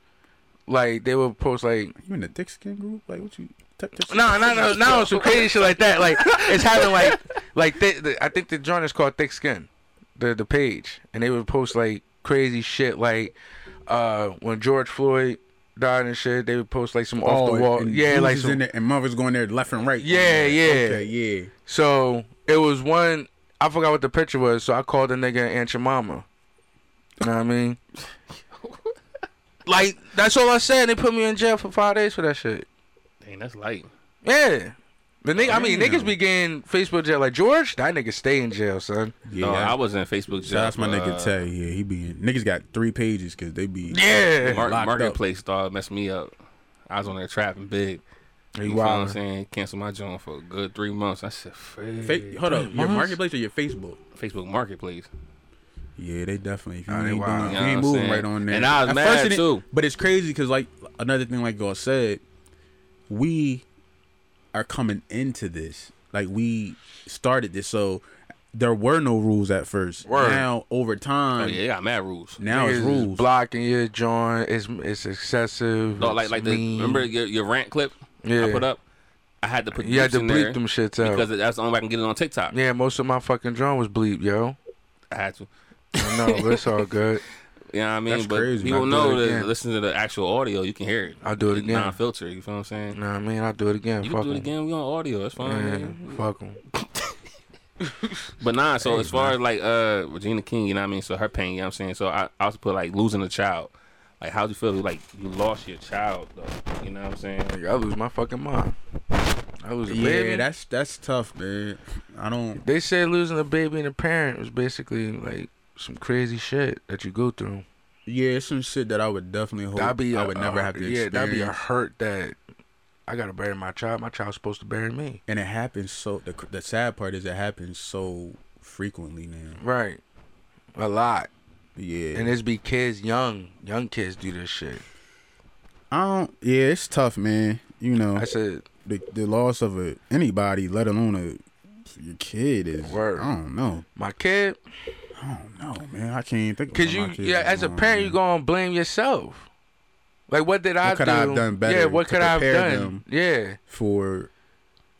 [SPEAKER 4] Like they would post like
[SPEAKER 1] You in the thick skin group? Like what you? Type this
[SPEAKER 4] No, no, no, no, some crazy shit like that. Like it's having like like th- the, I think the joint is called Thick Skin, the the page, and they would post like crazy shit like uh when George Floyd died and shit. They would post like some off the wall,
[SPEAKER 1] Oh, and
[SPEAKER 4] yeah,
[SPEAKER 1] dudes
[SPEAKER 4] like
[SPEAKER 1] is
[SPEAKER 4] some,
[SPEAKER 1] Oh, in there, and mother's going there left and right.
[SPEAKER 4] Yeah, yeah.
[SPEAKER 1] Okay, yeah.
[SPEAKER 4] so. It was one I forgot what the picture was, so I called the nigga Aunt Your Mama. You know what I mean? like that's all I said. They put me in jail for five days for that shit.
[SPEAKER 3] Dang, that's light.
[SPEAKER 4] Yeah. The nigga, I mean, niggas be getting Facebook jail. Like George, that nigga stay in jail, son.
[SPEAKER 1] Yeah,
[SPEAKER 3] no,
[SPEAKER 1] that's-
[SPEAKER 3] I was in Facebook jail. uh,
[SPEAKER 1] So that's my
[SPEAKER 3] for,
[SPEAKER 1] nigga Tay. Yeah, he be niggas got three pages because they be
[SPEAKER 4] Yeah.
[SPEAKER 3] Mark,
[SPEAKER 1] Locked up.
[SPEAKER 3] marketplace dog messed me up. I was on there trapping big. You know what I'm
[SPEAKER 4] wildin'.
[SPEAKER 3] saying? Cancel my joint for a good three months. I said, "Fuck."
[SPEAKER 1] Fa- hold up, your marketplace or your Facebook?
[SPEAKER 3] Facebook Marketplace.
[SPEAKER 1] Yeah, they definitely. If you
[SPEAKER 4] Oh, they
[SPEAKER 1] ain't, doing,
[SPEAKER 4] wild.
[SPEAKER 1] if
[SPEAKER 3] You
[SPEAKER 1] you
[SPEAKER 3] know
[SPEAKER 1] ain't
[SPEAKER 3] what I'm
[SPEAKER 1] moving
[SPEAKER 3] saying?
[SPEAKER 1] right on there,
[SPEAKER 3] And I was mad,
[SPEAKER 1] it didn't-
[SPEAKER 3] too.
[SPEAKER 1] But it's crazy because like another thing, like y'all said, we are coming into this like we started this, so there were no rules at first.
[SPEAKER 4] Word.
[SPEAKER 1] Now over time,
[SPEAKER 3] Oh yeah, they got mad rules.
[SPEAKER 1] now it's
[SPEAKER 4] Niggas is
[SPEAKER 1] rules.
[SPEAKER 4] Blocking your joint. It's it's excessive.
[SPEAKER 3] No, like
[SPEAKER 4] it's
[SPEAKER 3] like the
[SPEAKER 4] mean.
[SPEAKER 3] remember your, your rant clip I
[SPEAKER 4] Yeah.
[SPEAKER 3] put up. I had to put
[SPEAKER 4] You had
[SPEAKER 3] bleeps
[SPEAKER 4] to
[SPEAKER 3] in
[SPEAKER 4] bleep
[SPEAKER 3] there
[SPEAKER 4] them shits out.
[SPEAKER 3] because that's the only way I can get it on TikTok.
[SPEAKER 4] Yeah, most of my fucking drum was bleep, yo.
[SPEAKER 3] I had to.
[SPEAKER 4] I know, but it's all good.
[SPEAKER 3] You know what I mean?
[SPEAKER 1] That's
[SPEAKER 3] but
[SPEAKER 1] crazy.
[SPEAKER 3] people
[SPEAKER 4] I'll do
[SPEAKER 3] know
[SPEAKER 4] it
[SPEAKER 3] to
[SPEAKER 4] again.
[SPEAKER 3] listen to the actual audio. You can hear it.
[SPEAKER 4] I'll do it
[SPEAKER 3] It's
[SPEAKER 4] again.
[SPEAKER 3] Non-filter. You feel what I'm saying?
[SPEAKER 4] You know what I mean? I'll do it again.
[SPEAKER 3] You
[SPEAKER 4] Fuck
[SPEAKER 3] can do it
[SPEAKER 4] 'em.
[SPEAKER 3] again. We on audio. That's fine. man.
[SPEAKER 4] Yeah, fuck 'em.
[SPEAKER 3] But nah, so as far as like uh Regina King, you know what I mean? So her pain, you know what I'm saying? So I, I also put like losing a child. Like how'd you feel like you lost your child though? You know what I'm saying?
[SPEAKER 4] Like, I lose my fucking mind. I lose a
[SPEAKER 1] yeah,
[SPEAKER 4] baby.
[SPEAKER 1] that's that's tough, man. I don't.
[SPEAKER 4] They said losing a baby and a parent was basically like some crazy shit that you go through.
[SPEAKER 1] Yeah, it's some shit that I would definitely hope
[SPEAKER 4] That'd be
[SPEAKER 1] I
[SPEAKER 4] a-
[SPEAKER 1] would
[SPEAKER 3] uh,
[SPEAKER 1] never
[SPEAKER 4] a-
[SPEAKER 1] have to
[SPEAKER 4] Yeah,
[SPEAKER 1] experience.
[SPEAKER 4] that'd be a hurt that I gotta bury my child. My child's supposed to bury me.
[SPEAKER 1] and it happens so the the sad part is it happens so frequently now.
[SPEAKER 4] Right. A lot.
[SPEAKER 1] Yeah,
[SPEAKER 4] And it's be kids young. Young kids do this shit.
[SPEAKER 1] I don't. Yeah, it's tough, man. You know,
[SPEAKER 4] I said
[SPEAKER 1] the the loss of a anybody, let alone a your kid, is.
[SPEAKER 4] Word.
[SPEAKER 1] I don't know.
[SPEAKER 4] my kid
[SPEAKER 1] I don't know, man. I can't even think. about
[SPEAKER 4] Cause
[SPEAKER 1] my
[SPEAKER 4] you,
[SPEAKER 1] kids
[SPEAKER 4] yeah, as a
[SPEAKER 1] no
[SPEAKER 4] parent,
[SPEAKER 1] more.
[SPEAKER 4] you gonna blame yourself. Like, what did I
[SPEAKER 1] could
[SPEAKER 4] do?
[SPEAKER 1] I have done better
[SPEAKER 4] Yeah, what
[SPEAKER 1] to
[SPEAKER 4] could I have
[SPEAKER 1] prepare
[SPEAKER 4] done?
[SPEAKER 1] them?
[SPEAKER 4] Yeah,
[SPEAKER 1] for.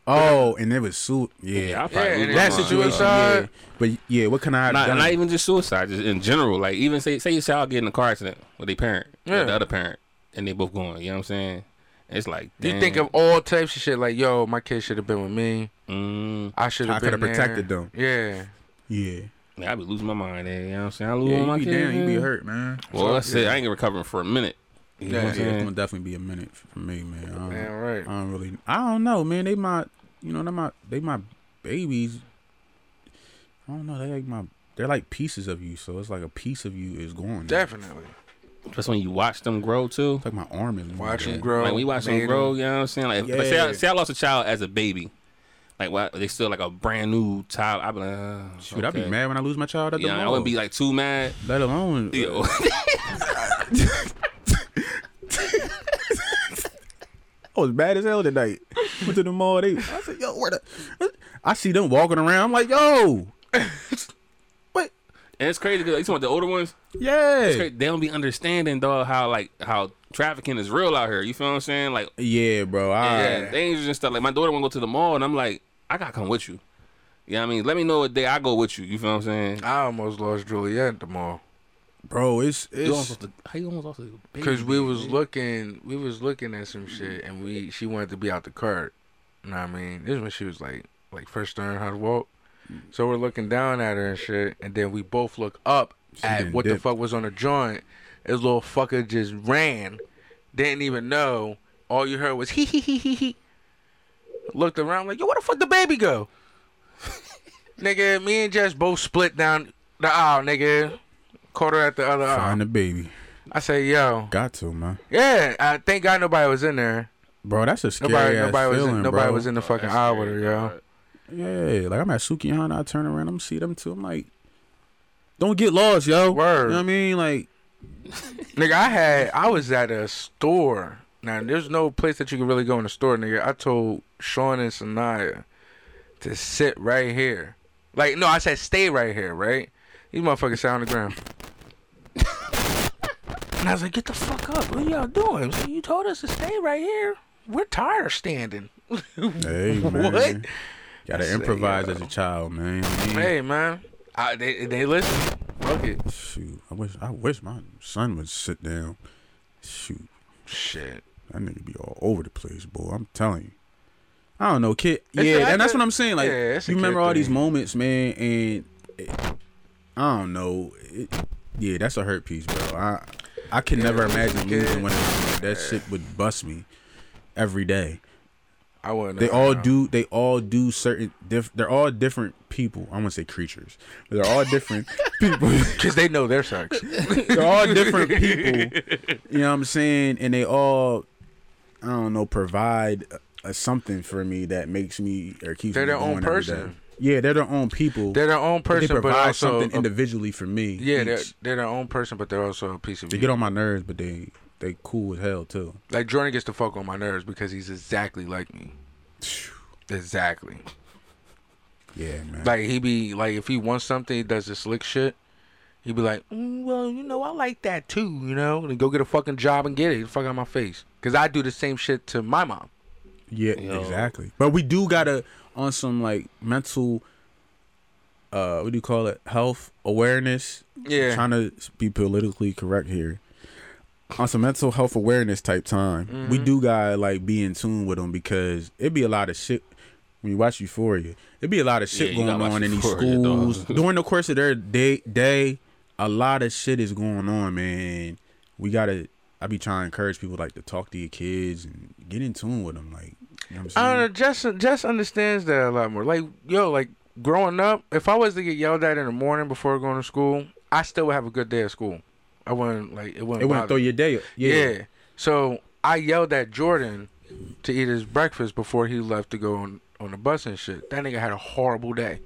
[SPEAKER 1] Oh, and it was su. Yeah,
[SPEAKER 3] I probably
[SPEAKER 4] Yeah,
[SPEAKER 3] lose
[SPEAKER 4] and
[SPEAKER 3] my
[SPEAKER 4] that
[SPEAKER 3] mind.
[SPEAKER 4] situation- uh,
[SPEAKER 1] yeah.
[SPEAKER 4] suicide.
[SPEAKER 1] But yeah, what can I have
[SPEAKER 3] Not,
[SPEAKER 1] done?
[SPEAKER 3] not even just suicide, just in general. Like even say say your child get in a car accident with their parent, with
[SPEAKER 4] Yeah.
[SPEAKER 3] the other parent, and they both going. You know what I'm saying? It's like
[SPEAKER 4] you think of all types of shit. Like, yo, my kid should have been with me.
[SPEAKER 3] mm,
[SPEAKER 4] I should
[SPEAKER 1] I
[SPEAKER 4] have been.
[SPEAKER 1] coulda protected
[SPEAKER 4] there.
[SPEAKER 1] them.
[SPEAKER 4] Yeah,
[SPEAKER 1] yeah,
[SPEAKER 3] man, I be losing my mind. eh, You know what I'm saying? I lose
[SPEAKER 1] yeah.
[SPEAKER 3] my
[SPEAKER 1] You be
[SPEAKER 3] kid,
[SPEAKER 1] down, you be
[SPEAKER 3] man.
[SPEAKER 1] hurt, man.
[SPEAKER 3] Well, that's it. I ain't gonna recover for a minute. You know what
[SPEAKER 1] Yeah, yeah,
[SPEAKER 3] I'm
[SPEAKER 1] it's
[SPEAKER 3] saying?
[SPEAKER 1] gonna definitely be a minute f- for me, man. I don't,
[SPEAKER 4] Yeah, right.
[SPEAKER 1] I don't really. I don't know, man. They my, you know, they my, they my babies. I don't know. They like my, they're like pieces of you. So it's like a piece of you is gone. now.
[SPEAKER 4] definitely.
[SPEAKER 3] That's when you watch them grow too.
[SPEAKER 1] It's like my arm is
[SPEAKER 4] Watch
[SPEAKER 1] yeah.
[SPEAKER 4] them grow.
[SPEAKER 3] Like we watch them
[SPEAKER 4] made
[SPEAKER 3] grow, you know what I'm saying? Like, but say, I,
[SPEAKER 1] Yeah.
[SPEAKER 3] say I lost a child as a baby, like why they still like a brand new child. I'd be like, uh,
[SPEAKER 1] Shoot, I'd be
[SPEAKER 3] okay.
[SPEAKER 1] mad when I lose my child at the
[SPEAKER 3] Yeah, I
[SPEAKER 1] mall.
[SPEAKER 3] wouldn't be like too mad.
[SPEAKER 1] let alone.
[SPEAKER 3] Yo.
[SPEAKER 1] I was bad as hell tonight. Went to the mall. They, I said, yo, where the? I see them walking around. I'm like, yo, what?
[SPEAKER 3] and it's crazy because you talking about the older ones, it's
[SPEAKER 1] Yeah,
[SPEAKER 3] crazy. they don't be understanding dog how like how trafficking is real out here. You feel what I'm saying? Like
[SPEAKER 1] yeah, bro. I,
[SPEAKER 3] yeah, things and stuff. Like my daughter wanna go to the mall, and I'm like, I gotta come with you. You know what I mean? Let me know what day I go with you. You feel what I'm saying?
[SPEAKER 4] I almost lost Juliet at the mall
[SPEAKER 1] bro. It's
[SPEAKER 3] You almost
[SPEAKER 1] it's
[SPEAKER 3] lost a- how you almost lost a baby?
[SPEAKER 4] because we was
[SPEAKER 3] man?
[SPEAKER 4] looking, we was looking at some shit, and we she wanted to be out the cart. You know what I mean? This is when she was like, like first learning how to walk. So we're looking down at her and shit, and then we both look up at
[SPEAKER 1] then
[SPEAKER 4] what the
[SPEAKER 1] dipped.
[SPEAKER 4] fuck was on the joint. This little fucker just ran, didn't even know. All you heard was hee hee hee hee hee. Looked around like, yo, where the fuck the baby go? nigga, me and Jess both split down the aisle, nigga. Caught her at the other
[SPEAKER 1] find
[SPEAKER 4] aisle.
[SPEAKER 1] the baby.
[SPEAKER 4] I say, yo,
[SPEAKER 1] Got to man,
[SPEAKER 4] yeah. I thank God nobody was in there.
[SPEAKER 1] bro. That's a scary
[SPEAKER 4] Nobody,
[SPEAKER 1] ass
[SPEAKER 4] nobody
[SPEAKER 1] feeling,
[SPEAKER 4] was in, nobody
[SPEAKER 1] bro.
[SPEAKER 4] was in the fucking aisle with her, yo.
[SPEAKER 1] Yeah, like I'm at Sukihana, I turn around, I'm see them too. I'm like, don't get lost, yo.
[SPEAKER 4] Word.
[SPEAKER 1] You know what I mean? Like,
[SPEAKER 4] Nigga, I had I was at a store. Now there's no place that you can really go in the store, nigga. I told Sean and Sanaya to sit right here. Like, no, I said stay right here, right? These motherfuckers sat on the ground. and I was like, get the fuck up. What y'all doing? So you told us to stay right here. We're tired of standing.
[SPEAKER 1] hey, man.
[SPEAKER 4] What?
[SPEAKER 1] Gotta improvise as a child, man. I mean,
[SPEAKER 4] Hey man. I, they they listen. Fuck it.
[SPEAKER 1] Shoot, I wish I wish my son would sit down. Shoot,
[SPEAKER 4] Shit.
[SPEAKER 1] that nigga be all over the place, boy. I'm telling you. I don't know, kid.
[SPEAKER 4] It's
[SPEAKER 1] yeah,
[SPEAKER 4] a-
[SPEAKER 1] and that's
[SPEAKER 4] it's a-
[SPEAKER 1] what I'm saying. Like,
[SPEAKER 4] yeah, it's a
[SPEAKER 1] you remember
[SPEAKER 4] kid
[SPEAKER 1] all these
[SPEAKER 4] thing.
[SPEAKER 1] moments, man, and it, I don't know. It, yeah, that's a hurt piece, bro. I I can never
[SPEAKER 4] it's a
[SPEAKER 1] imagine
[SPEAKER 4] kid.
[SPEAKER 1] losing one of them. Like, that shit would bust me every day.
[SPEAKER 4] I wouldn't.
[SPEAKER 1] They
[SPEAKER 4] know.
[SPEAKER 1] all do. They all do certain. Diff, they're all different people. I want to say creatures. But they're all different people.
[SPEAKER 4] Cause they know their sex.
[SPEAKER 1] They're all different people. You know what I'm saying? And they all, I don't know, provide a, a something for me that makes me or keeps.
[SPEAKER 4] They're
[SPEAKER 1] me
[SPEAKER 4] their own
[SPEAKER 1] going every
[SPEAKER 4] person.
[SPEAKER 1] day. Yeah, they're their own people.
[SPEAKER 4] They're their own
[SPEAKER 1] But
[SPEAKER 4] person,
[SPEAKER 1] they
[SPEAKER 4] but,
[SPEAKER 1] provide
[SPEAKER 4] also
[SPEAKER 1] something
[SPEAKER 4] a-
[SPEAKER 1] individually for me.
[SPEAKER 4] yeah, they're,
[SPEAKER 1] each.
[SPEAKER 4] they're their own person, but they're also a piece of
[SPEAKER 1] they
[SPEAKER 4] you.
[SPEAKER 1] get on my nerves, but they they cool as hell too.
[SPEAKER 4] like Jordan gets to fuck on my nerves because he's exactly like me. Exactly.
[SPEAKER 1] Yeah, man.
[SPEAKER 4] Like he be like, if he wants something, he does this slick shit. He be like, "Mm, well, you know, I like that too, you know. And go get a fucking job and get it. Get the fuck out of my face, cause I do the same shit to my mom.
[SPEAKER 1] Yeah,
[SPEAKER 3] Yo.
[SPEAKER 1] exactly. But we do gotta on some like mental uh what do you call it? Health awareness.
[SPEAKER 4] Yeah.
[SPEAKER 1] Trying to be politically correct here. On some mental health awareness type time, we
[SPEAKER 3] Mm-hmm.
[SPEAKER 1] do gotta like be in tune with them because it'd be a lot of shit when you watch Euphoria. It'd be a lot of shit
[SPEAKER 3] Yeah, you
[SPEAKER 1] going
[SPEAKER 3] gotta watch
[SPEAKER 1] on in these
[SPEAKER 3] Euphoria, dog.
[SPEAKER 1] schools during the course of their day. Day, a lot of shit is going on, man. We gotta. I be trying to encourage people like to talk to your kids and get in tune with them, like. You know what
[SPEAKER 4] I don't
[SPEAKER 1] I'm
[SPEAKER 4] know.
[SPEAKER 1] saying?
[SPEAKER 4] Jess, Jess understands that a lot more. Like, yo, like growing up, if I was to get yelled at in the morning before going to school, I still would have a good day at school. I wouldn't like it wouldn't.
[SPEAKER 1] It wouldn't
[SPEAKER 4] bother
[SPEAKER 1] throw your day. Yeah.
[SPEAKER 4] Yeah. So I yelled at Jordan to eat his breakfast before he left to go on, on the bus and shit. That nigga had a horrible day.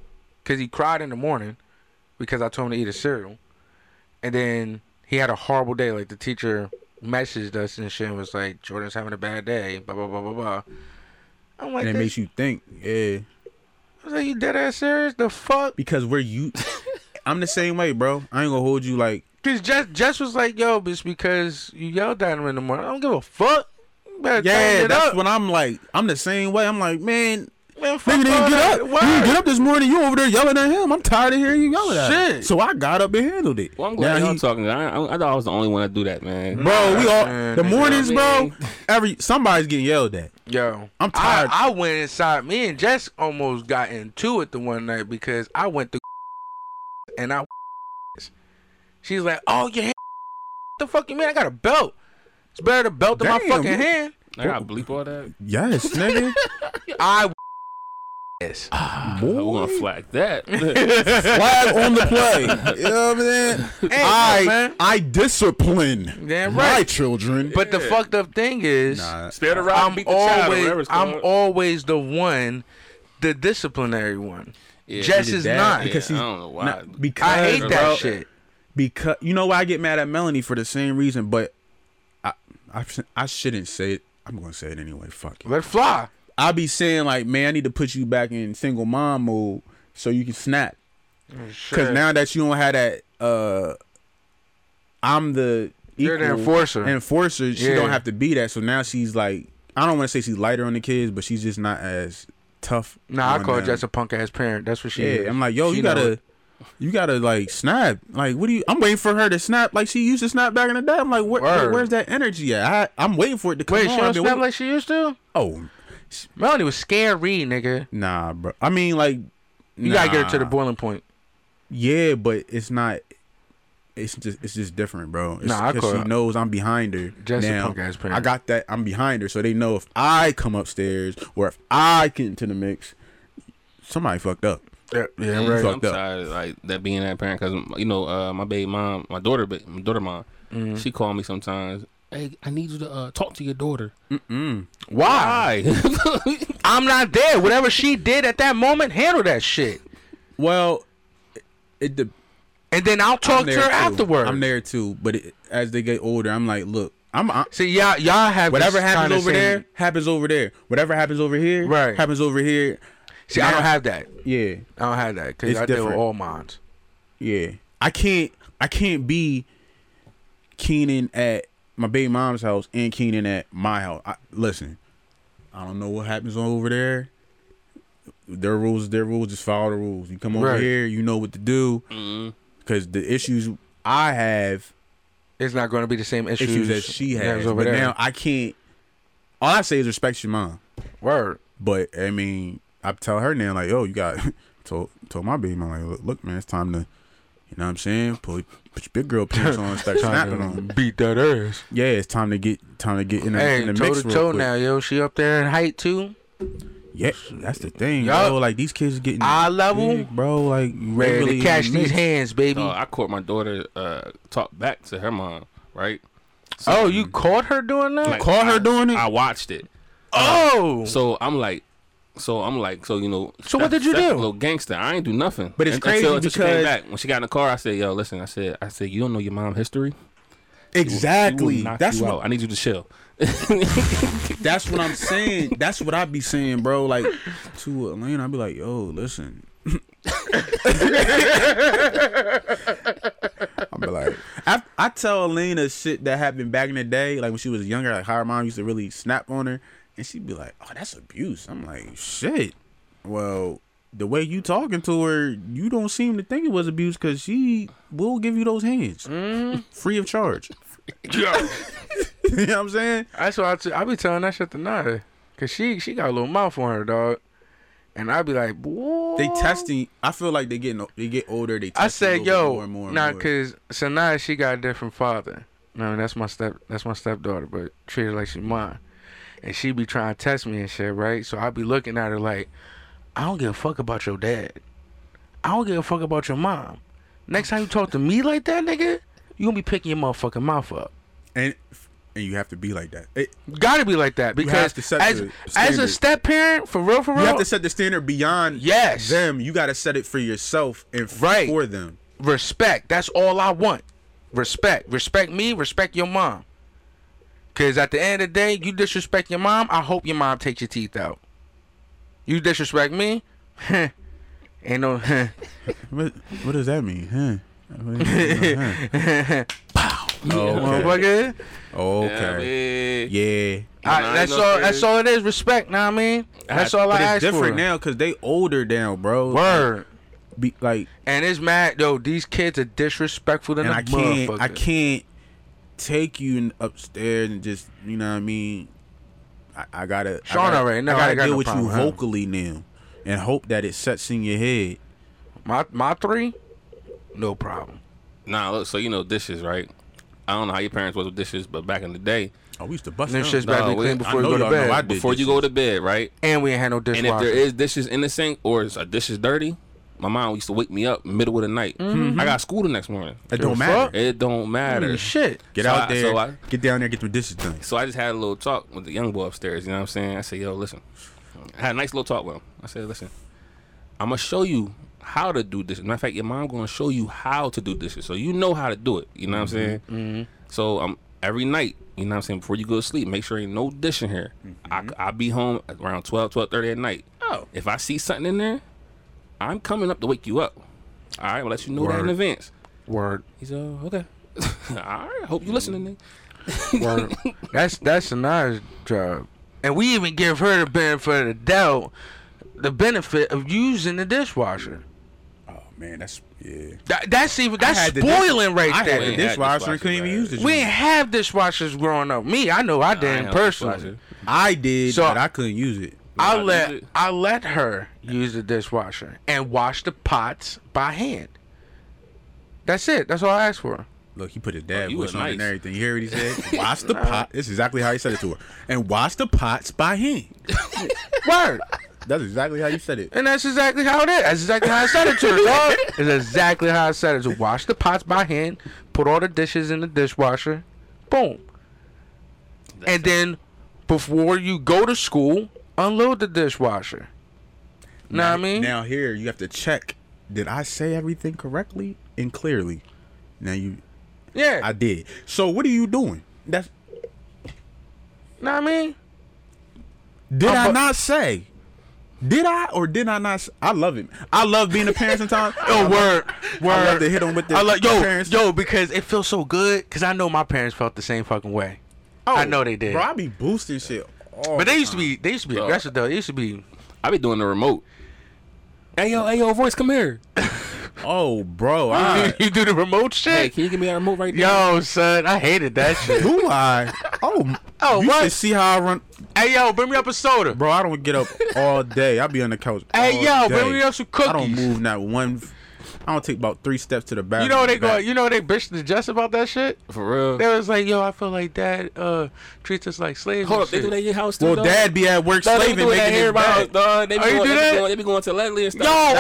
[SPEAKER 4] Because he cried in the morning because I told him to eat his cereal. And then he had a horrible day. Like the teacher messaged us and shit and was like, Jordan's having a bad day, blah, blah, blah, blah, blah. I'm like,
[SPEAKER 1] And it
[SPEAKER 4] this,
[SPEAKER 1] makes you think. Yeah.
[SPEAKER 4] I was like, you dead ass serious? The fuck?
[SPEAKER 1] Because we're you. I'm the same way, bro. I ain't gonna hold you like.
[SPEAKER 4] Because Jess, Jess was like, yo, bitch, because you yelled at him in the morning. I don't give a fuck. You better tighten
[SPEAKER 1] Yeah,
[SPEAKER 4] it
[SPEAKER 1] that's
[SPEAKER 4] up.
[SPEAKER 1] what I'm like. I'm the same way. I'm like, man,
[SPEAKER 4] Man, fuck
[SPEAKER 1] Nigga
[SPEAKER 4] all
[SPEAKER 1] didn't get
[SPEAKER 4] that.
[SPEAKER 1] up.
[SPEAKER 4] Word.
[SPEAKER 1] You didn't get up this morning. You over there yelling at him. I'm tired of hearing you yelling at him.
[SPEAKER 4] Shit.
[SPEAKER 1] So I got up and handled it.
[SPEAKER 3] Well, I'm glad
[SPEAKER 1] Now
[SPEAKER 3] y'all
[SPEAKER 1] he-
[SPEAKER 3] talking. I, I, I thought I was the only one that do that,
[SPEAKER 4] Mm-hmm.
[SPEAKER 3] man.
[SPEAKER 1] Bro, we all
[SPEAKER 4] Man,
[SPEAKER 1] the
[SPEAKER 4] nigga.
[SPEAKER 1] mornings, bro.
[SPEAKER 3] Man.
[SPEAKER 1] Every somebody's getting yelled at.
[SPEAKER 4] Yo,
[SPEAKER 1] I'm tired.
[SPEAKER 4] I, I went inside. Me and Jess almost got into it the one night because I went to and I. She's like, "Oh, your hand, the fuck you mean? I got a belt. It's better to belt than my
[SPEAKER 1] Damn.
[SPEAKER 4] fucking hand."
[SPEAKER 3] I gotta bleep all that.
[SPEAKER 1] Yes, nigga.
[SPEAKER 4] I. Yes.
[SPEAKER 3] I want to flag that.
[SPEAKER 1] Flag on the play. You know what I'm saying? I
[SPEAKER 4] man.
[SPEAKER 1] I discipline
[SPEAKER 4] Damn
[SPEAKER 1] my
[SPEAKER 4] right.
[SPEAKER 1] children.
[SPEAKER 4] But the fucked up thing is,
[SPEAKER 1] Nah.
[SPEAKER 3] Spare the rod,
[SPEAKER 4] I'm
[SPEAKER 3] and beat the child, or whatever
[SPEAKER 4] always
[SPEAKER 3] it's
[SPEAKER 4] I'm
[SPEAKER 3] called.
[SPEAKER 4] always the one, the disciplinary one.
[SPEAKER 3] Yeah,
[SPEAKER 4] Jess
[SPEAKER 3] he did
[SPEAKER 4] is
[SPEAKER 3] that.
[SPEAKER 4] not.
[SPEAKER 3] Yeah.
[SPEAKER 1] because he's
[SPEAKER 3] I don't know why.
[SPEAKER 1] not- because
[SPEAKER 4] I hate
[SPEAKER 1] bro,
[SPEAKER 4] that shit.
[SPEAKER 1] Because you know why I get mad at Melanie for the same reason, but I I, I shouldn't say it. I'm gonna say it anyway. Fuck it.
[SPEAKER 4] Let it fly.
[SPEAKER 1] I be saying like, man, I need to put you back in single mom mode so you can snap. Because
[SPEAKER 4] Shit.
[SPEAKER 1] now that you don't have that, uh, I'm the
[SPEAKER 4] You're the
[SPEAKER 1] equal
[SPEAKER 4] enforcer.
[SPEAKER 1] Enforcer, she
[SPEAKER 4] Yeah.
[SPEAKER 1] don't have to be that. So now she's like, I don't want to say she's lighter on the kids, but she's just not as tough.
[SPEAKER 4] Nah, I
[SPEAKER 1] on
[SPEAKER 4] call
[SPEAKER 1] them.
[SPEAKER 4] Jess a punk ass parent. That's what she is.
[SPEAKER 1] Yeah, I'm like, yo,
[SPEAKER 4] She
[SPEAKER 1] you
[SPEAKER 4] know
[SPEAKER 1] gotta,
[SPEAKER 4] it.
[SPEAKER 1] you gotta like snap. Like, what do you? I'm waiting for her to snap like she used to snap back in the day. I'm like, what,
[SPEAKER 4] Word.
[SPEAKER 1] where's that energy at? I, I'm waiting for it to come
[SPEAKER 4] Wait,
[SPEAKER 1] on.
[SPEAKER 4] she don't
[SPEAKER 1] I've been
[SPEAKER 4] snap
[SPEAKER 1] waiting-
[SPEAKER 4] like she used to?
[SPEAKER 1] oh,
[SPEAKER 4] Melanie was scary, nigga.
[SPEAKER 1] nah, bro. I mean, like,
[SPEAKER 4] You gotta get her to the
[SPEAKER 1] nah.
[SPEAKER 4] boiling point.
[SPEAKER 1] Yeah, but it's not. It's just it's just different, bro. It's
[SPEAKER 4] Nah, I
[SPEAKER 1] 'cause
[SPEAKER 4] call
[SPEAKER 1] she
[SPEAKER 4] it-
[SPEAKER 1] knows I'm behind her.
[SPEAKER 4] Just a
[SPEAKER 1] now.
[SPEAKER 4] punk-ass parent.
[SPEAKER 1] I got that. I'm behind her, so they know if I come upstairs or if I get into the mix, somebody fucked up.
[SPEAKER 4] Yeah, yeah
[SPEAKER 1] right.
[SPEAKER 3] I'm
[SPEAKER 1] fucked up.
[SPEAKER 3] tired of, like that being that parent because you know uh, my baby mom, my daughter, ba- my daughter mom,
[SPEAKER 4] Mm-hmm.
[SPEAKER 3] she called me sometimes. Hey, I need you to uh, talk to your daughter.
[SPEAKER 4] Why? I'm not there. Whatever she did at that moment, handle that shit.
[SPEAKER 1] Well, it, it
[SPEAKER 4] And then I'll talk to her afterward.
[SPEAKER 1] I'm there too, but it, as they get older, I'm like, look, I'm I,
[SPEAKER 4] See, y'all, y'all have
[SPEAKER 1] whatever
[SPEAKER 4] this
[SPEAKER 1] happens
[SPEAKER 4] kinda
[SPEAKER 1] over
[SPEAKER 4] same-
[SPEAKER 1] there happens over there. Whatever happens over here
[SPEAKER 4] Right.
[SPEAKER 1] happens over here.
[SPEAKER 4] See, I don't have that.
[SPEAKER 1] Yeah,
[SPEAKER 4] I don't have that because
[SPEAKER 1] It's
[SPEAKER 4] I deal with
[SPEAKER 1] different.
[SPEAKER 4] all minds.
[SPEAKER 1] yeah. I can't I can't be Keenan at my baby mom's house and Keenan at my house. I, listen, I don't know what happens over there. Their rules, is their rules. Just follow the rules. You come over
[SPEAKER 4] Right.
[SPEAKER 1] here, you know what to do. Because the issues I have
[SPEAKER 4] It's not going to be the same issues,
[SPEAKER 1] issues that she
[SPEAKER 4] that was
[SPEAKER 1] has.
[SPEAKER 4] over
[SPEAKER 1] But
[SPEAKER 4] there.
[SPEAKER 1] now I can't. All I say is respect your mom.
[SPEAKER 4] Word.
[SPEAKER 1] But I mean, I tell her now, like, yo, you got told told my baby, mom, like, look, look, man, it's time to, you know what I'm saying? Put, put your big girl pants on, and start snapping on. 'em.
[SPEAKER 4] Beat that ass.
[SPEAKER 1] Yeah, it's time to get time to get in the,
[SPEAKER 4] Hey,
[SPEAKER 1] in the
[SPEAKER 4] toe
[SPEAKER 1] mix
[SPEAKER 4] to
[SPEAKER 1] real
[SPEAKER 4] toe
[SPEAKER 1] quick.
[SPEAKER 4] now, yo. She up there in height too.
[SPEAKER 1] Yeah, that's the thing,
[SPEAKER 4] Yup.
[SPEAKER 1] bro. Like these kids getting
[SPEAKER 4] Eye level.
[SPEAKER 1] big, bro. Like you
[SPEAKER 4] Ready
[SPEAKER 1] really
[SPEAKER 4] to
[SPEAKER 1] in
[SPEAKER 4] catch
[SPEAKER 1] the
[SPEAKER 4] these
[SPEAKER 1] mix.
[SPEAKER 4] hands, baby.
[SPEAKER 3] Uh, I caught my daughter uh, talk back to her mom, right? So,
[SPEAKER 4] oh, you caught her doing that?
[SPEAKER 3] like,
[SPEAKER 1] Caught
[SPEAKER 3] I-
[SPEAKER 1] her doing it.
[SPEAKER 3] I watched it.
[SPEAKER 4] oh,
[SPEAKER 3] So I'm like, so I'm like, so you know.
[SPEAKER 4] So what did you do?
[SPEAKER 3] Little gangster. I ain't do nothing.
[SPEAKER 1] But it's
[SPEAKER 3] Un-
[SPEAKER 1] crazy
[SPEAKER 3] she came
[SPEAKER 1] because-
[SPEAKER 3] back when she got in the car, I said, "Yo, listen." I said, "I said you don't know your mom history. She will
[SPEAKER 1] exactly.
[SPEAKER 3] knock
[SPEAKER 1] That's
[SPEAKER 3] you
[SPEAKER 1] what
[SPEAKER 3] out. I need you to chill."
[SPEAKER 1] That's what I'm saying. That's what I be saying, bro. Like to Elaine, I'd be like, yo, listen. I'd be like, I, I tell Elena shit that happened back in the day, like when she was younger, like how her mom used to really snap on her, and she'd be like, oh, that's abuse. I'm like, shit. Well, the way you talking to her, you don't seem to think it was abuse because she will give you those hands free of charge. you know what I'm saying?
[SPEAKER 4] that's why I, t- I be telling that shit to Nada, cause she she got a little mouth on her dog, and I be like, boy.
[SPEAKER 1] They testing. I feel like they getting they get older. They. Testing
[SPEAKER 4] I
[SPEAKER 1] a
[SPEAKER 4] said,
[SPEAKER 1] little bit
[SPEAKER 4] yo,
[SPEAKER 1] more and more and
[SPEAKER 4] nah,
[SPEAKER 1] more.
[SPEAKER 4] cause so now she got a different father. No, that's my step. That's my stepdaughter, but treat her like she mine. And she be trying to test me and shit, right? So I be looking at her like, I don't give a fuck about your dad. I don't give a fuck about your mom. Next time you talk to me like that, nigga, you gonna be picking your motherfucking mouth up.
[SPEAKER 1] and and you have to be like that. It-
[SPEAKER 4] Gotta be like that because
[SPEAKER 1] have to set
[SPEAKER 4] as
[SPEAKER 1] the
[SPEAKER 4] as a
[SPEAKER 1] standard.
[SPEAKER 4] step parent, for real, for
[SPEAKER 1] you
[SPEAKER 4] real,
[SPEAKER 1] have to set the standard beyond
[SPEAKER 4] Yes.
[SPEAKER 1] them. You got to set it for yourself and f-
[SPEAKER 4] Right.
[SPEAKER 1] for them.
[SPEAKER 4] respect. That's all I want. Respect. Respect me. Respect your mom. Cause at the end of the day, you disrespect your mom. I hope your mom takes your teeth out. You disrespect me, heh, ain't no. heh.
[SPEAKER 1] What what does that mean? Huh? What does that mean? Huh? Oh, okay.
[SPEAKER 4] Motherfucker.
[SPEAKER 1] okay. Yeah.
[SPEAKER 4] I-
[SPEAKER 3] Nah,
[SPEAKER 4] that's
[SPEAKER 3] ain't no
[SPEAKER 4] all. That's
[SPEAKER 3] serious.
[SPEAKER 4] all it is. Respect. Know what I mean? That's all
[SPEAKER 1] But
[SPEAKER 4] I ask
[SPEAKER 1] it's different
[SPEAKER 4] for.
[SPEAKER 1] now because they older now, bro.
[SPEAKER 4] Word.
[SPEAKER 1] Like, be, like
[SPEAKER 4] And it's mad though. These kids are disrespectful than
[SPEAKER 1] and
[SPEAKER 4] a
[SPEAKER 1] I can't
[SPEAKER 4] motherfucker.
[SPEAKER 1] I can't take you in- upstairs and just you know what I mean. I, I gotta I
[SPEAKER 4] Sean
[SPEAKER 1] gotta,
[SPEAKER 4] already know,
[SPEAKER 1] I gotta
[SPEAKER 4] I got
[SPEAKER 1] deal
[SPEAKER 4] no
[SPEAKER 1] with
[SPEAKER 4] problem,
[SPEAKER 1] you
[SPEAKER 4] huh?
[SPEAKER 1] vocally now, and hope that it sets in your head.
[SPEAKER 4] My my three, no problem.
[SPEAKER 3] Nah, look. So you know dishes, right? I don't know how your parents was with dishes, but back in the day,
[SPEAKER 1] Oh, we used to bust
[SPEAKER 4] Them
[SPEAKER 1] down.
[SPEAKER 4] shits better
[SPEAKER 3] Nah,
[SPEAKER 4] be
[SPEAKER 3] we-
[SPEAKER 4] clean
[SPEAKER 3] I
[SPEAKER 4] before you
[SPEAKER 1] know
[SPEAKER 4] go to
[SPEAKER 1] y'all know I
[SPEAKER 4] bed.
[SPEAKER 1] did
[SPEAKER 3] before you go to bed, right?
[SPEAKER 4] and we ain't had no
[SPEAKER 3] And
[SPEAKER 4] dishwasher.
[SPEAKER 3] if there is dishes in the sink or is a dish is dirty, my mom used to wake me up middle of the night.
[SPEAKER 1] Mm-hmm.
[SPEAKER 3] I got school the next morning.
[SPEAKER 1] It don't
[SPEAKER 4] Yo,
[SPEAKER 1] matter.
[SPEAKER 4] fuck.
[SPEAKER 3] It don't matter.
[SPEAKER 4] shit.
[SPEAKER 1] Get
[SPEAKER 3] So
[SPEAKER 1] out
[SPEAKER 3] I-
[SPEAKER 1] there,
[SPEAKER 3] so I-
[SPEAKER 1] get down there, get the dishes done.
[SPEAKER 3] So I just had a little talk with the young boy upstairs. You know what I'm saying? I said, "Yo, listen." I had a nice little talk with him. I said, "Listen, I'm gonna show you how to do dishes. Matter of fact, your mom gonna show you how to do dishes, so you know how to do it. You know what I'm saying? So um, every night, you know what I'm saying, before you go to sleep, make sure ain't no dish in here. I will be home around 12, 12:30 at night.
[SPEAKER 1] Oh.
[SPEAKER 3] if I see something in there, I'm coming up to wake you up. All right, I'll let you know that in
[SPEAKER 4] Word.
[SPEAKER 3] advance.
[SPEAKER 4] Word.
[SPEAKER 3] He's uh, okay. All right, hope you listening. nigga.
[SPEAKER 4] Word. that's that's a nice job. And we even give her the benefit of the doubt, the benefit of using the dishwasher.
[SPEAKER 1] Oh man, that's yeah.
[SPEAKER 4] That, that's even that's
[SPEAKER 1] had the dish-
[SPEAKER 4] spoiling
[SPEAKER 1] I
[SPEAKER 4] right
[SPEAKER 1] had
[SPEAKER 4] there.
[SPEAKER 1] the
[SPEAKER 3] We ain't had
[SPEAKER 1] dishwasher and couldn't even
[SPEAKER 3] dishwasher,
[SPEAKER 1] use the
[SPEAKER 4] we ain't have dishwashers growing up. Me, I know I
[SPEAKER 3] ain't
[SPEAKER 4] didn't
[SPEAKER 3] had
[SPEAKER 4] personally.
[SPEAKER 3] dishwasher.
[SPEAKER 1] I did,
[SPEAKER 4] So-
[SPEAKER 1] but I couldn't use it.
[SPEAKER 4] I
[SPEAKER 3] Nah,
[SPEAKER 4] let
[SPEAKER 3] this is-
[SPEAKER 4] I let her use the dishwasher and wash the pots by hand. That's it. That's all I asked for.
[SPEAKER 1] Look, he put his dad
[SPEAKER 3] you
[SPEAKER 1] voice
[SPEAKER 3] was
[SPEAKER 1] on it and
[SPEAKER 3] nice.
[SPEAKER 1] everything. You hear what he said? Wash the pot. This is exactly how he said it to her. And wash the pots by hand.
[SPEAKER 4] Word.
[SPEAKER 1] That's exactly how you said it.
[SPEAKER 4] And that's exactly how it is. That's exactly how I said it to her, dog. That's exactly how I said it. To wash the pots by hand, put all the dishes in the dishwasher, boom. and then before you go to school, unload the dishwasher. Know what I mean?
[SPEAKER 1] Now here you have to check. Did I say everything correctly and clearly? Now you,
[SPEAKER 4] yeah.
[SPEAKER 1] I did. So what are you doing? That's
[SPEAKER 4] know what I mean?
[SPEAKER 1] Did
[SPEAKER 4] I'm
[SPEAKER 1] I
[SPEAKER 4] bu-
[SPEAKER 1] not say? Did I or did I not? s- I love it. I love being a parent sometimes.
[SPEAKER 4] Yo, word, word.
[SPEAKER 1] I love to hit them with the
[SPEAKER 4] I like
[SPEAKER 1] the
[SPEAKER 4] yo,
[SPEAKER 1] parents.
[SPEAKER 4] yo, because it feels so good. Cause I know my parents felt the same fucking way. I know they did.
[SPEAKER 1] Oh, Bro, I be boosting shit. Oh, all
[SPEAKER 4] But they
[SPEAKER 1] the
[SPEAKER 4] used to
[SPEAKER 1] time.
[SPEAKER 4] be, they used to be aggressive though. They used to be.
[SPEAKER 3] I be doing the remote. Hey yo, hey yo, voice, come here.
[SPEAKER 1] Oh, bro. I,
[SPEAKER 4] you do the remote
[SPEAKER 3] Hey,
[SPEAKER 4] shit.
[SPEAKER 3] can you give me that remote right now?
[SPEAKER 4] Yo, son, I hated that shit.
[SPEAKER 1] do I? Oh,
[SPEAKER 4] Oh,
[SPEAKER 1] you
[SPEAKER 4] what?
[SPEAKER 1] should see how I run.
[SPEAKER 4] Hey yo, bring me up a soda.
[SPEAKER 1] Bro, I don't get up all day. I be on the couch.
[SPEAKER 4] Hey
[SPEAKER 1] all
[SPEAKER 4] yo, bring
[SPEAKER 1] day.
[SPEAKER 4] me up some
[SPEAKER 1] I don't
[SPEAKER 4] cookies.
[SPEAKER 1] move not one. I don't take about three steps to the bathroom.
[SPEAKER 4] You know they
[SPEAKER 1] Back.
[SPEAKER 4] go. You know they bitched to Jess about that shit.
[SPEAKER 3] For real.
[SPEAKER 4] They was like, yo, I feel like dad uh treats us like slaves.
[SPEAKER 3] Hold
[SPEAKER 4] and
[SPEAKER 3] up, they do
[SPEAKER 4] shit.
[SPEAKER 3] that in your house too.
[SPEAKER 1] Well,
[SPEAKER 3] dog?
[SPEAKER 1] dad be at work
[SPEAKER 3] Dog, they be
[SPEAKER 1] slaving,
[SPEAKER 3] doing that
[SPEAKER 1] making
[SPEAKER 3] here
[SPEAKER 1] his
[SPEAKER 3] in my house,
[SPEAKER 1] bag.
[SPEAKER 3] dog. They be
[SPEAKER 4] Oh, you
[SPEAKER 3] going-
[SPEAKER 4] do
[SPEAKER 3] they be
[SPEAKER 4] that?
[SPEAKER 3] going- They be going to Leslie and stuff.
[SPEAKER 4] Yo, all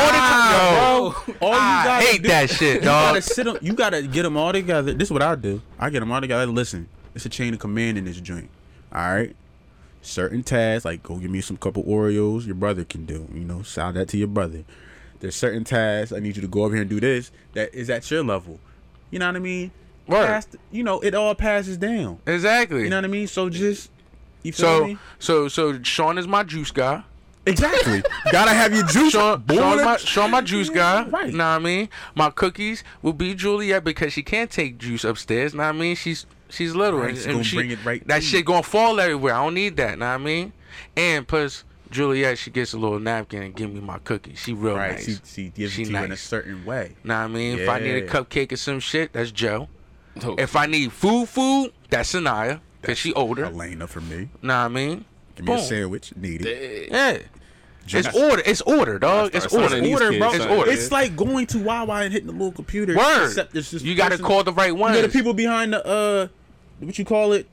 [SPEAKER 3] Nah,
[SPEAKER 4] the
[SPEAKER 3] bro.
[SPEAKER 1] All you
[SPEAKER 4] I
[SPEAKER 1] gotta
[SPEAKER 4] hate
[SPEAKER 1] do-
[SPEAKER 4] that shit,
[SPEAKER 1] You
[SPEAKER 4] dog.
[SPEAKER 1] gotta sit 'em- You gotta get them all together. This is what I do. I get them all together. Listen, it's a chain of command in this joint. All right. Certain tasks, like go give me some couple Oreos, your brother can do. You know, shout that to your brother. There's certain tasks I need you to go over here and do this. That is at your level. You know what I mean?
[SPEAKER 4] Word.
[SPEAKER 1] Pass- you know, it all passes down.
[SPEAKER 4] Exactly.
[SPEAKER 1] You know what I mean? So just you feel
[SPEAKER 4] so
[SPEAKER 1] me?
[SPEAKER 4] so so Sean is my juice guy.
[SPEAKER 1] Exactly. Gotta have your juice.
[SPEAKER 4] Sean,
[SPEAKER 1] boy.
[SPEAKER 4] Sean, my, Sean my juice guy.
[SPEAKER 1] Yeah, right.
[SPEAKER 4] Know what I mean? My cookies will be Juliet because she can't take juice upstairs. Know what I mean? She's she's little.
[SPEAKER 1] Right,
[SPEAKER 4] and-
[SPEAKER 1] she's
[SPEAKER 4] and
[SPEAKER 1] gonna
[SPEAKER 4] she-
[SPEAKER 1] bring it right
[SPEAKER 4] That
[SPEAKER 1] to
[SPEAKER 4] shit gonna fall everywhere. I don't need that. Know what I mean? And plus, Juliet, she gets a little napkin and give me my cookies. She real
[SPEAKER 1] Right.
[SPEAKER 4] nice.
[SPEAKER 1] She, she gives
[SPEAKER 4] She
[SPEAKER 1] it to you in a
[SPEAKER 4] nice.
[SPEAKER 1] certain way.
[SPEAKER 4] Know what I mean? If I need a
[SPEAKER 1] Yeah.
[SPEAKER 4] cupcake or some shit, that's Joe.
[SPEAKER 3] Oh,
[SPEAKER 4] If I need food, food, that's Sanaya. Cause she older. Know
[SPEAKER 1] Elena for me.
[SPEAKER 4] what I mean?
[SPEAKER 1] Give me a
[SPEAKER 4] Boom.
[SPEAKER 1] sandwich. Need it.
[SPEAKER 3] damn.
[SPEAKER 4] Yeah. It's order. It's order, dog. It's
[SPEAKER 3] start
[SPEAKER 4] order.
[SPEAKER 3] signing these kids,
[SPEAKER 4] It's
[SPEAKER 3] son.
[SPEAKER 4] order.
[SPEAKER 1] It's like going to Wawa and hitting the little computer.
[SPEAKER 4] Word.
[SPEAKER 1] Except it's just
[SPEAKER 4] you got to
[SPEAKER 1] person-
[SPEAKER 4] call the right
[SPEAKER 1] You
[SPEAKER 4] one.
[SPEAKER 1] know the people behind the uh, what you call it?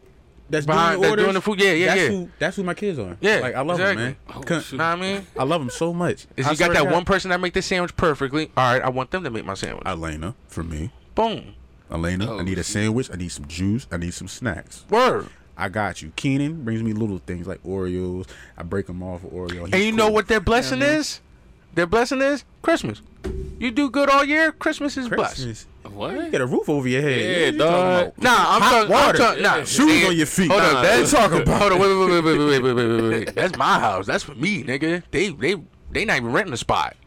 [SPEAKER 1] That's
[SPEAKER 4] Behind-
[SPEAKER 1] doing the
[SPEAKER 4] that's
[SPEAKER 1] orders.
[SPEAKER 4] doing the food. Yeah, yeah,
[SPEAKER 1] that's
[SPEAKER 4] yeah.
[SPEAKER 1] Who, that's who my kids are.
[SPEAKER 4] Yeah,
[SPEAKER 1] like I love them,
[SPEAKER 4] exactly.
[SPEAKER 1] man.
[SPEAKER 3] Oh,
[SPEAKER 1] Cunt.
[SPEAKER 3] shoot.
[SPEAKER 4] know what I mean?
[SPEAKER 1] I love them so much.
[SPEAKER 4] Is
[SPEAKER 1] I
[SPEAKER 4] you got
[SPEAKER 1] swear
[SPEAKER 4] that
[SPEAKER 1] to God.
[SPEAKER 4] one person that make the sandwich perfectly. All right, I want them to make my sandwich.
[SPEAKER 1] Uh, Elena for me.
[SPEAKER 4] Boom.
[SPEAKER 1] Elena,
[SPEAKER 3] Oh,
[SPEAKER 1] I need a
[SPEAKER 3] shit.
[SPEAKER 1] sandwich. I need some juice. I need some snacks.
[SPEAKER 4] Word.
[SPEAKER 1] I got you. Keenan brings me little things like Oreos. I break them off for Oreo.
[SPEAKER 4] And
[SPEAKER 1] He's
[SPEAKER 4] you know
[SPEAKER 1] cool.
[SPEAKER 4] what their blessing is? Their blessing is Christmas. You do good all year, Christmas is blessed.
[SPEAKER 1] Christmas. You
[SPEAKER 3] What?
[SPEAKER 1] get a roof over your head.
[SPEAKER 3] Yeah,
[SPEAKER 1] What you talking
[SPEAKER 3] dog.
[SPEAKER 1] about?
[SPEAKER 4] Nah, I'm
[SPEAKER 1] Hot
[SPEAKER 4] talking. I'm
[SPEAKER 1] water.
[SPEAKER 4] talking. Nah,
[SPEAKER 1] Shoes
[SPEAKER 4] nigga.
[SPEAKER 1] on your feet.
[SPEAKER 4] Hold
[SPEAKER 1] Nah,
[SPEAKER 4] up, that's
[SPEAKER 1] what you talking about?
[SPEAKER 4] Hold on, wait, wait, wait, wait, wait, wait, wait, wait, wait, wait. That's my house. That's for me, nigga. They, they, they not even renting a spot.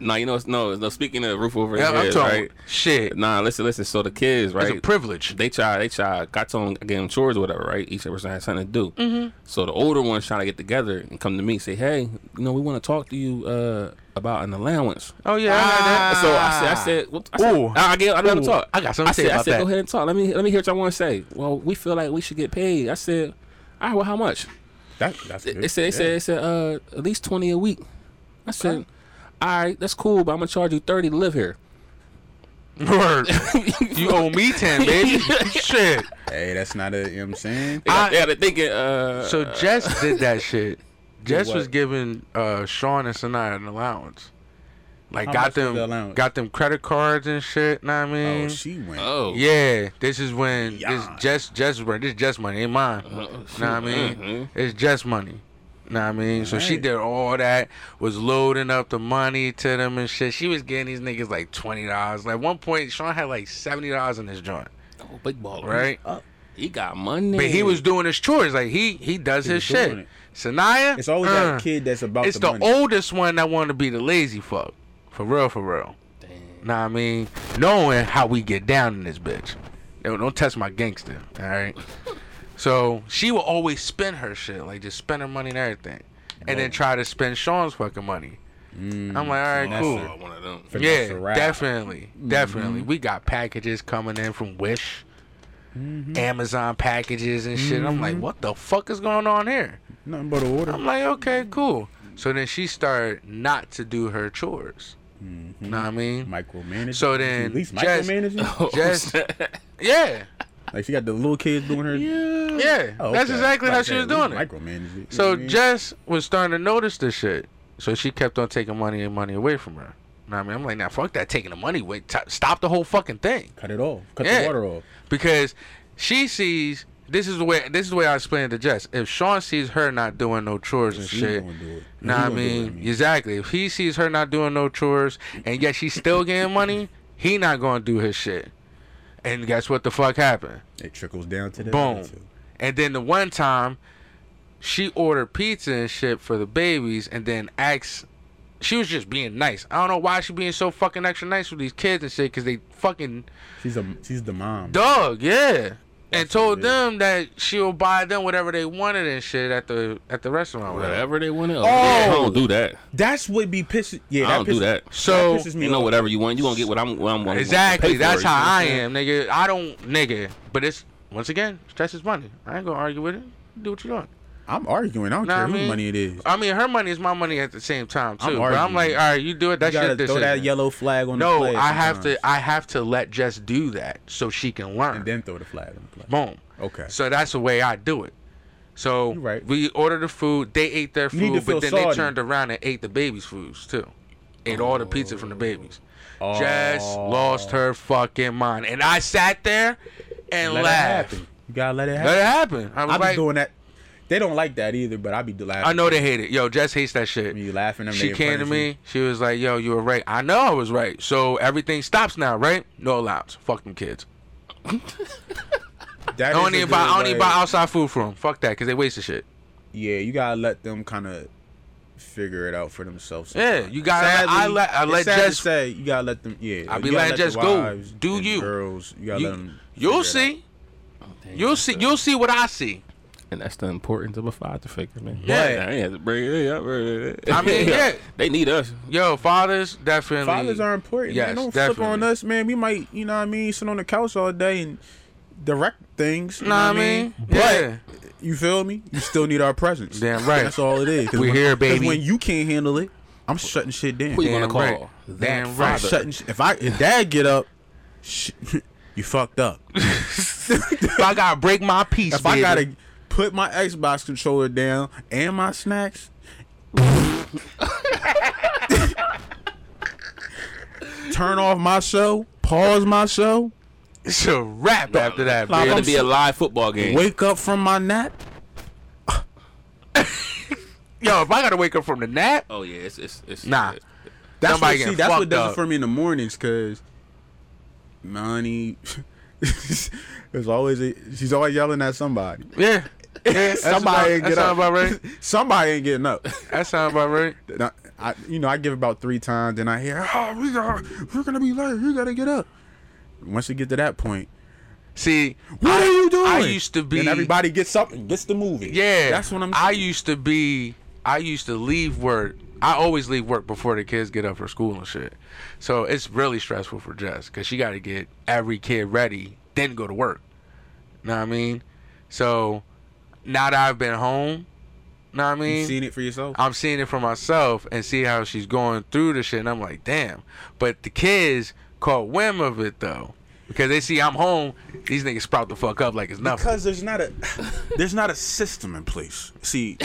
[SPEAKER 3] Nah, you know, it's- no, no. Speaking of roof over
[SPEAKER 4] Yeah,
[SPEAKER 3] their
[SPEAKER 4] I'm
[SPEAKER 3] heads,
[SPEAKER 4] talking.
[SPEAKER 3] right?
[SPEAKER 4] Shit,
[SPEAKER 3] Nah, listen, listen. So the kids,
[SPEAKER 4] that's
[SPEAKER 3] right?
[SPEAKER 4] a privilege.
[SPEAKER 3] they try, they try, got to them, gave them chores or whatever, right? Each person had something to do. Mm-hmm. So the older ones trying to get together and come to me, say, hey, you know, we want to talk to you uh, about an allowance.
[SPEAKER 4] Oh yeah, I know that.
[SPEAKER 3] Ah. So I said, I said, well, I, said
[SPEAKER 4] Ah. Ooh.
[SPEAKER 3] I, I, gave, I let him
[SPEAKER 4] Ooh,
[SPEAKER 3] talk.
[SPEAKER 4] I got something to
[SPEAKER 3] I
[SPEAKER 4] say
[SPEAKER 3] said, I
[SPEAKER 4] about
[SPEAKER 3] said,
[SPEAKER 4] that.
[SPEAKER 3] go ahead and talk. Let me, let me hear what y'all want to say. Well, we feel like we should get paid. I said, all right, well, how much?
[SPEAKER 1] That, that's good.
[SPEAKER 3] They said, they said,
[SPEAKER 1] Yeah.
[SPEAKER 3] they said, uh, at least twenty a week. I said, all right, that's cool, but I'm gonna charge you thirty to live here.
[SPEAKER 4] Word. you owe me ten, baby. shit.
[SPEAKER 1] Hey, that's not a. You know what I'm saying.
[SPEAKER 3] They got,
[SPEAKER 4] I-
[SPEAKER 3] they got to thinking, uh,
[SPEAKER 4] So Jess did that shit. Jess
[SPEAKER 1] what?
[SPEAKER 4] was giving uh, Sean and Sanaya an allowance. Like
[SPEAKER 1] How much
[SPEAKER 4] got
[SPEAKER 1] was the
[SPEAKER 4] them
[SPEAKER 1] allowance?
[SPEAKER 4] got them credit cards and shit, know what I mean?
[SPEAKER 1] Oh, she went.
[SPEAKER 3] oh,
[SPEAKER 4] yeah, this is when
[SPEAKER 1] Yeah. Uh,
[SPEAKER 4] it's Jess Jess money. This is Jess money, ain't mine.
[SPEAKER 3] shit,
[SPEAKER 4] know what I mean?
[SPEAKER 3] mhm.
[SPEAKER 4] It's Jess money. Know what I mean? So she
[SPEAKER 1] Mm-hmm. Right.
[SPEAKER 4] did all that, was loading up the money to them and shit. She was getting these niggas like twenty dollars. Like one point Sean had like seventy dollars in his joint,
[SPEAKER 3] Oh, big baller,
[SPEAKER 4] right?
[SPEAKER 3] He got money,
[SPEAKER 4] But he was doing his chores. Like he he does his
[SPEAKER 1] was doing
[SPEAKER 4] shit.
[SPEAKER 1] it.
[SPEAKER 4] Sanaya,
[SPEAKER 1] It's always
[SPEAKER 4] uh,
[SPEAKER 1] that kid that's about
[SPEAKER 4] It's
[SPEAKER 1] the,
[SPEAKER 4] the,
[SPEAKER 1] money.
[SPEAKER 4] oldest one that wanted to be the lazy fuck, for real, for real. Nah, I mean, knowing how we get down in this bitch. Yo, don't test my gangster, all right? so she will always spend her shit, like just spend her money and everything, and then try to spend Sean's fucking money.
[SPEAKER 1] Mm,
[SPEAKER 4] I'm like, all right, cool.
[SPEAKER 3] Oh, one of them.
[SPEAKER 1] For
[SPEAKER 4] Yeah,
[SPEAKER 1] Mr. Rap. Mm-hmm.
[SPEAKER 4] definitely, definitely. We got packages coming in from Wish,
[SPEAKER 1] Mm-hmm.
[SPEAKER 4] Amazon packages and shit. I'm like, what the fuck is going on here?
[SPEAKER 1] Nothing but a order.
[SPEAKER 4] I'm like, okay, cool. So then she started not to do her chores. Know what I mean?
[SPEAKER 1] Micromanaging.
[SPEAKER 4] So then,
[SPEAKER 1] Mm-hmm. at least
[SPEAKER 4] Jess-
[SPEAKER 1] micromanaging.
[SPEAKER 4] Just yeah,
[SPEAKER 1] like she got the little kids doing her. Oh, Yeah,
[SPEAKER 4] yeah. That's exactly how she was doing it.
[SPEAKER 1] Micromanaging.
[SPEAKER 4] So Jess was starting to notice this shit. So she kept on taking money and money away from her. Know what I mean? I'm like, now fuck that, taking the money away. T- stop the whole fucking thing.
[SPEAKER 1] cut it off. Cut
[SPEAKER 4] Yeah.
[SPEAKER 1] the water off.
[SPEAKER 4] because she sees this is the way this is the way I explained it to Jess. If Sean sees her not doing no chores and
[SPEAKER 1] She
[SPEAKER 4] shit,
[SPEAKER 1] gonna do it.
[SPEAKER 4] nah,
[SPEAKER 1] He
[SPEAKER 4] I
[SPEAKER 1] gonna do it,
[SPEAKER 4] mean,
[SPEAKER 1] I mean.
[SPEAKER 4] exactly. If he sees her not doing no chores and yet she's still getting money, he not gonna do his shit. And guess what the fuck happened?
[SPEAKER 1] It trickles down to the
[SPEAKER 4] Boom. And then the one time she ordered pizza and shit for the babies and then asked she was just being nice. I don't know why she being so fucking extra nice with these kids and shit because they fucking
[SPEAKER 1] She's a she's the mom.
[SPEAKER 4] Dog, yeah. And
[SPEAKER 1] That's
[SPEAKER 4] told
[SPEAKER 1] what it is.
[SPEAKER 4] them that she'll buy them whatever they wanted and shit at the at the restaurant. Whatever.
[SPEAKER 3] Whatever they want to. Oh, yeah, I don't do that.
[SPEAKER 1] That's what be pissing.
[SPEAKER 3] I
[SPEAKER 1] Yeah, that
[SPEAKER 3] don't
[SPEAKER 1] pisses,
[SPEAKER 3] do that.
[SPEAKER 4] So
[SPEAKER 1] pisses me
[SPEAKER 3] You know,
[SPEAKER 1] off.
[SPEAKER 3] whatever you want, you gonna get what I'm. What I'm gonna
[SPEAKER 4] exactly,
[SPEAKER 3] pay for
[SPEAKER 4] that's
[SPEAKER 3] it,
[SPEAKER 4] how I
[SPEAKER 3] you know
[SPEAKER 4] am, nigga. I don't, nigga. But it's once again, stress is money. I ain't gonna argue with it. Do what you want.
[SPEAKER 1] I'm arguing. I don't
[SPEAKER 4] Know
[SPEAKER 1] care
[SPEAKER 4] what I
[SPEAKER 1] whose
[SPEAKER 4] mean?
[SPEAKER 1] money it is.
[SPEAKER 4] I mean, her money is my money at the same time too.
[SPEAKER 1] I'm
[SPEAKER 4] but I'm
[SPEAKER 1] arguing.
[SPEAKER 4] like, all right, you do it. That
[SPEAKER 1] you gotta
[SPEAKER 4] shit. This
[SPEAKER 1] throw that yellow flag on the
[SPEAKER 4] No,
[SPEAKER 1] play.
[SPEAKER 4] I have to. I have to let Jess do that so she can learn.
[SPEAKER 1] and then throw the flag on the play.
[SPEAKER 4] Boom.
[SPEAKER 1] Okay.
[SPEAKER 4] So that's the way I do it. So
[SPEAKER 1] You right.
[SPEAKER 4] we ordered the food. They ate their
[SPEAKER 1] You need to
[SPEAKER 4] food,
[SPEAKER 1] feel
[SPEAKER 4] but then
[SPEAKER 1] sorry.
[SPEAKER 4] they turned around and ate the babies' foods too. Ate all the pizza from the babies. Jess
[SPEAKER 1] Oh.
[SPEAKER 4] lost her fucking mind, and I sat there and
[SPEAKER 1] Let it
[SPEAKER 4] laughed.
[SPEAKER 1] happen. You gotta let it happen.
[SPEAKER 4] Let it happen. I was
[SPEAKER 1] I be
[SPEAKER 4] like,
[SPEAKER 1] doing that. They don't like that either, but I be laughing.
[SPEAKER 4] I know they hate it. Yo, Jess hates that shit.
[SPEAKER 1] You laughing at them,
[SPEAKER 4] She
[SPEAKER 1] they
[SPEAKER 4] came to
[SPEAKER 1] punish
[SPEAKER 4] me. She was like, "Yo, you were right. I know I was right. So everything stops now, right? No allowance. Fuck them kids.
[SPEAKER 1] That
[SPEAKER 4] I
[SPEAKER 1] is
[SPEAKER 4] don't
[SPEAKER 1] a
[SPEAKER 4] even buy.
[SPEAKER 1] good
[SPEAKER 4] I don't even
[SPEAKER 1] way.
[SPEAKER 4] buy outside food from them. Fuck that, because they wasted shit.
[SPEAKER 1] Yeah, you gotta let them kind of figure it out for themselves.
[SPEAKER 4] Yeah,
[SPEAKER 1] sometimes.
[SPEAKER 4] you gotta- I let- I
[SPEAKER 1] it's
[SPEAKER 4] let
[SPEAKER 1] sad to
[SPEAKER 4] Jess-
[SPEAKER 1] say you gotta let them. Yeah,
[SPEAKER 4] I be
[SPEAKER 1] you gotta
[SPEAKER 4] letting
[SPEAKER 1] let the
[SPEAKER 4] Jess go.
[SPEAKER 1] wives
[SPEAKER 4] Do
[SPEAKER 1] and
[SPEAKER 4] you.
[SPEAKER 1] girls? You gotta
[SPEAKER 4] You,
[SPEAKER 1] let them.
[SPEAKER 4] you'll see.
[SPEAKER 3] Oh,
[SPEAKER 4] You'll see. You'll see what I see.
[SPEAKER 3] And that's the importance of a father figure, man.
[SPEAKER 1] Yeah.
[SPEAKER 3] I ain't have to bring it up, bring it up.
[SPEAKER 4] I mean, yeah.
[SPEAKER 3] They need us.
[SPEAKER 4] Yo, fathers definitely.
[SPEAKER 1] Fathers are important.
[SPEAKER 4] Yes,
[SPEAKER 1] man. Don't
[SPEAKER 4] definitely.
[SPEAKER 1] flip on us, man. We might, you know, what I mean, sit on the couch all day and direct things. You
[SPEAKER 4] Know what I mean? Yeah.
[SPEAKER 1] But you feel me? You still need our presence.
[SPEAKER 4] Damn right.
[SPEAKER 1] That's all it is. 'Cause
[SPEAKER 4] We
[SPEAKER 1] when-
[SPEAKER 4] here,
[SPEAKER 1] 'cause
[SPEAKER 4] baby.
[SPEAKER 1] When you can't handle it, I'm shutting shit down.
[SPEAKER 3] Who you
[SPEAKER 4] Damn
[SPEAKER 3] gonna call?
[SPEAKER 4] right.
[SPEAKER 3] That
[SPEAKER 4] Damn
[SPEAKER 1] I'm
[SPEAKER 4] right.
[SPEAKER 3] father.
[SPEAKER 1] shutting. sh- If I if dad get up, sh- you fucked up.
[SPEAKER 4] If I gotta break my peace,
[SPEAKER 1] if I
[SPEAKER 4] baby.
[SPEAKER 1] gotta put my Xbox controller down and my snacks, turn off my show, pause my show,
[SPEAKER 4] it's a wrap after that,
[SPEAKER 1] Nah,
[SPEAKER 3] It's
[SPEAKER 4] bitch.
[SPEAKER 3] gonna
[SPEAKER 1] I'm
[SPEAKER 3] be a
[SPEAKER 1] so-
[SPEAKER 3] live football game.
[SPEAKER 1] wake up from my nap.
[SPEAKER 4] Yo, if I gotta wake up from the nap,
[SPEAKER 3] Oh yeah, it's it's, it's
[SPEAKER 4] Nah.
[SPEAKER 3] it's-
[SPEAKER 1] That's
[SPEAKER 4] Somebody
[SPEAKER 1] what, see,
[SPEAKER 4] getting
[SPEAKER 1] that's what
[SPEAKER 4] fucked
[SPEAKER 1] does
[SPEAKER 4] up.
[SPEAKER 1] it for me in the mornings, cause money. There's always a, she's always yelling at somebody.
[SPEAKER 4] yeah, yeah that's about-
[SPEAKER 1] somebody ain't
[SPEAKER 4] that
[SPEAKER 1] get
[SPEAKER 4] sound about
[SPEAKER 1] up.
[SPEAKER 4] right.
[SPEAKER 1] Somebody ain't getting up.
[SPEAKER 4] That sound about right.
[SPEAKER 1] Then I, I, you know, I give about three times, then I hear, "Oh, we are, we're gonna be late. You gotta get up." Once you get to that point,
[SPEAKER 4] See,
[SPEAKER 1] what
[SPEAKER 4] I-
[SPEAKER 1] are you doing?
[SPEAKER 4] I used to be.
[SPEAKER 1] And everybody gets up and gets the movie.
[SPEAKER 4] Yeah,
[SPEAKER 1] that's what I'm.
[SPEAKER 4] I used to be. I used to leave work. I always leave work before the kids get up for school and shit. So it's really stressful for Jess because she got to get every kid ready, then go to work. Know what I mean? So now that I've been home, know what I mean?
[SPEAKER 1] you seen it for yourself.
[SPEAKER 4] I'm seeing it for myself and see how she's going through the shit, and I'm like, damn. But the kids caught whim of it though, because they see I'm home. These niggas sprout the fuck up like it's nothing.
[SPEAKER 1] because there's not a there's not a system in place. See,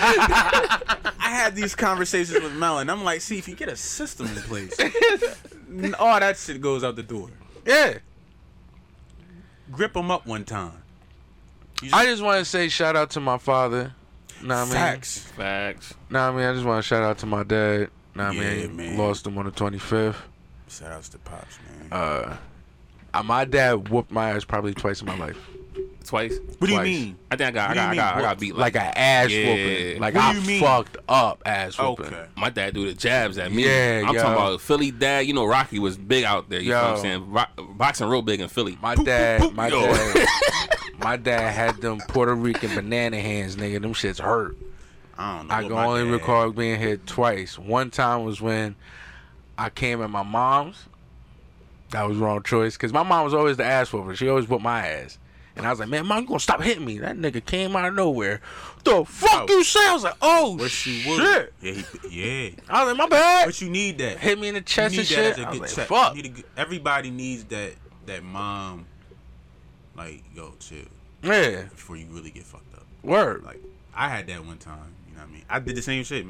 [SPEAKER 1] I had these conversations with Mel, and I'm like, see, if you get a system in place, n- all that shit goes out the door.
[SPEAKER 4] yeah.
[SPEAKER 1] Grip them up one time.
[SPEAKER 4] I just want to say shout out to my father. Nah, I mean,
[SPEAKER 1] Facts.
[SPEAKER 3] facts.
[SPEAKER 4] Nah, I mean, I just want to shout out to my dad. Nah,
[SPEAKER 1] Yeah,
[SPEAKER 4] I mean,
[SPEAKER 1] man.
[SPEAKER 4] lost him on the 25th.
[SPEAKER 1] Shout outs to pops, man.
[SPEAKER 4] Uh, my dad whooped my ass probably twice in my life.
[SPEAKER 3] Twice.
[SPEAKER 1] what do you
[SPEAKER 4] twice.
[SPEAKER 1] mean?
[SPEAKER 3] I think I got I
[SPEAKER 1] What do you
[SPEAKER 3] got I
[SPEAKER 1] mean,
[SPEAKER 3] got, I got
[SPEAKER 1] what?
[SPEAKER 3] beat like,
[SPEAKER 4] Like an ass
[SPEAKER 3] Yeah.
[SPEAKER 4] whooping. Like
[SPEAKER 1] What
[SPEAKER 4] I
[SPEAKER 1] do you mean?
[SPEAKER 4] fucked up ass whooping.
[SPEAKER 1] Okay.
[SPEAKER 3] my dad do the jabs at me.
[SPEAKER 4] Yeah,
[SPEAKER 3] I'm
[SPEAKER 4] yo.
[SPEAKER 3] talking about Philly dad. You know Rocky was big out there. You know what
[SPEAKER 4] Yo.
[SPEAKER 3] I'm saying? Ro- boxing real big in Philly.
[SPEAKER 4] My
[SPEAKER 1] Poop,
[SPEAKER 4] dad,
[SPEAKER 1] poop, poop.
[SPEAKER 4] my
[SPEAKER 3] Yo.
[SPEAKER 4] dad, my dad had them Puerto Rican banana hands, nigga. Them shits hurt.
[SPEAKER 1] I don't know.
[SPEAKER 4] I
[SPEAKER 1] what
[SPEAKER 4] can
[SPEAKER 1] my
[SPEAKER 4] only
[SPEAKER 1] dad-
[SPEAKER 4] recall being hit twice. One time was when I came at my mom's. That was the wrong choice because my mom was always the ass whooper. She always whooped my ass. And I was like, man, mom, you gonna stop hitting me? That nigga came out of nowhere. The fuck
[SPEAKER 1] Oh.
[SPEAKER 4] you say? I was like, oh
[SPEAKER 1] What you would?
[SPEAKER 4] shit.
[SPEAKER 1] Yeah, he, yeah.
[SPEAKER 4] I was like, my bad.
[SPEAKER 1] But you need that.
[SPEAKER 4] Hit me in the chest
[SPEAKER 1] you
[SPEAKER 4] and
[SPEAKER 1] need that
[SPEAKER 4] shit.
[SPEAKER 1] as a
[SPEAKER 4] I
[SPEAKER 1] good
[SPEAKER 4] was like,
[SPEAKER 1] check.
[SPEAKER 4] fuck.
[SPEAKER 1] You need a good- everybody needs that that mom. Like yo, chill
[SPEAKER 4] Yeah,
[SPEAKER 1] before you really get fucked up.
[SPEAKER 4] word.
[SPEAKER 1] Like I had that one time. You know what I mean? I did the same shit.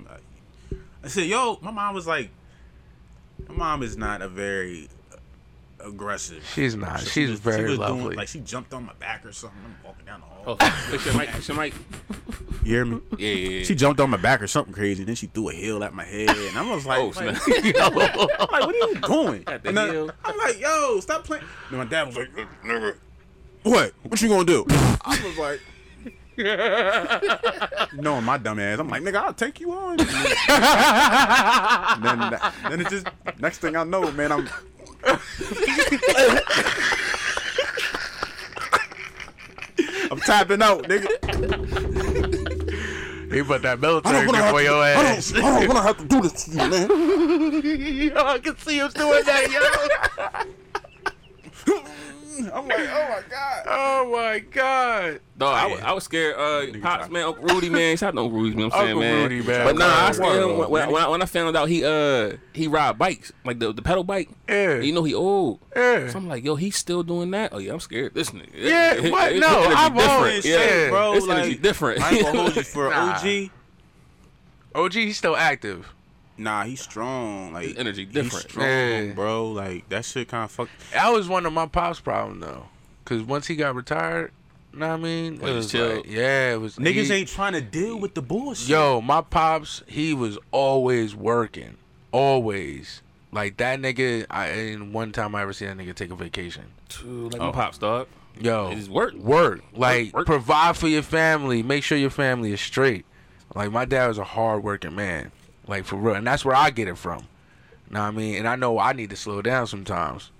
[SPEAKER 1] I said, yo, my mom was like, my mom is not a very aggressive.
[SPEAKER 4] She's not.
[SPEAKER 1] she
[SPEAKER 4] She's
[SPEAKER 1] was- she
[SPEAKER 4] very
[SPEAKER 1] was doing-
[SPEAKER 4] lovely.
[SPEAKER 1] like she jumped on my back or something. I'm walking down the hall.
[SPEAKER 3] Oh, push your mic, push your mic.
[SPEAKER 1] You hear me?
[SPEAKER 3] Yeah, yeah, yeah.
[SPEAKER 1] She jumped on my back or something crazy. Then she threw a heel at my head, and I was like,
[SPEAKER 3] Oh, snap.
[SPEAKER 1] like, I'm like, what are you doing?
[SPEAKER 3] At the
[SPEAKER 1] And I-
[SPEAKER 3] heel.
[SPEAKER 1] I'm like, yo, stop playing. And my dad was like, nigga, what? What you gonna do? I was like, knowing my dumb ass, I'm like, nigga, I'll take you on. And then, then it's just next thing I know, man, I'm. I'm tapping out, nigga.
[SPEAKER 4] He put that
[SPEAKER 1] I
[SPEAKER 4] military
[SPEAKER 1] don't wanna
[SPEAKER 4] grip
[SPEAKER 1] have
[SPEAKER 4] on
[SPEAKER 1] to-
[SPEAKER 4] your
[SPEAKER 1] I
[SPEAKER 4] ass.
[SPEAKER 1] don't- I don't wanna have to do this to you, man.
[SPEAKER 4] yo, I can see him doing that, yo.
[SPEAKER 1] I'm like, oh my god.
[SPEAKER 4] Oh my god.
[SPEAKER 3] No, I, was, I was scared. Uh, Pops, man, Uncle Rudy, man. Shout out to Uncle Rudy, man. I'm saying,
[SPEAKER 4] Uncle
[SPEAKER 3] man.
[SPEAKER 4] Rudy, man.
[SPEAKER 3] But nah, I was
[SPEAKER 4] Come on,
[SPEAKER 3] scared him when, when, I- when I, when I found out he uh he ride bikes, like the, the pedal bike.
[SPEAKER 4] Yeah.
[SPEAKER 3] You know he old.
[SPEAKER 4] Yeah.
[SPEAKER 3] So I'm like, yo, he's still doing that. Oh yeah, I'm scared. This nigga.
[SPEAKER 4] Yeah,
[SPEAKER 3] His-
[SPEAKER 4] what?
[SPEAKER 3] his
[SPEAKER 4] No,
[SPEAKER 3] energy
[SPEAKER 4] I've
[SPEAKER 3] different.
[SPEAKER 4] always said,
[SPEAKER 1] bro,
[SPEAKER 3] His energy
[SPEAKER 1] like,
[SPEAKER 3] different.
[SPEAKER 1] I ain't gonna hold you for
[SPEAKER 4] Nah.
[SPEAKER 1] OG.
[SPEAKER 4] OG, he's still active.
[SPEAKER 1] Nah, he's strong. Like
[SPEAKER 3] His energy
[SPEAKER 1] He's
[SPEAKER 3] different.
[SPEAKER 1] strong,
[SPEAKER 4] Yeah.
[SPEAKER 1] bro. Like that shit kind of fuck.
[SPEAKER 4] That was one of my pops' problem though, because once he got retired, you know what I mean?
[SPEAKER 3] Like,
[SPEAKER 4] it
[SPEAKER 3] just
[SPEAKER 4] was
[SPEAKER 3] chill.
[SPEAKER 4] like, yeah, it was
[SPEAKER 1] Niggas
[SPEAKER 4] he-
[SPEAKER 1] ain't trying to deal with the bullshit.
[SPEAKER 4] Yo, my pops, he was always working, always. Like that nigga, I ain't one time I ever seen that nigga take a vacation.
[SPEAKER 3] Like my pops, dog.
[SPEAKER 4] Yo,
[SPEAKER 3] It's work.
[SPEAKER 4] work, like
[SPEAKER 3] work.
[SPEAKER 4] provide for your family, make sure your family is straight. Like my dad was a hard working man, like for real, and that's where I get it from. Know what I mean? And I know I need to slow down sometimes.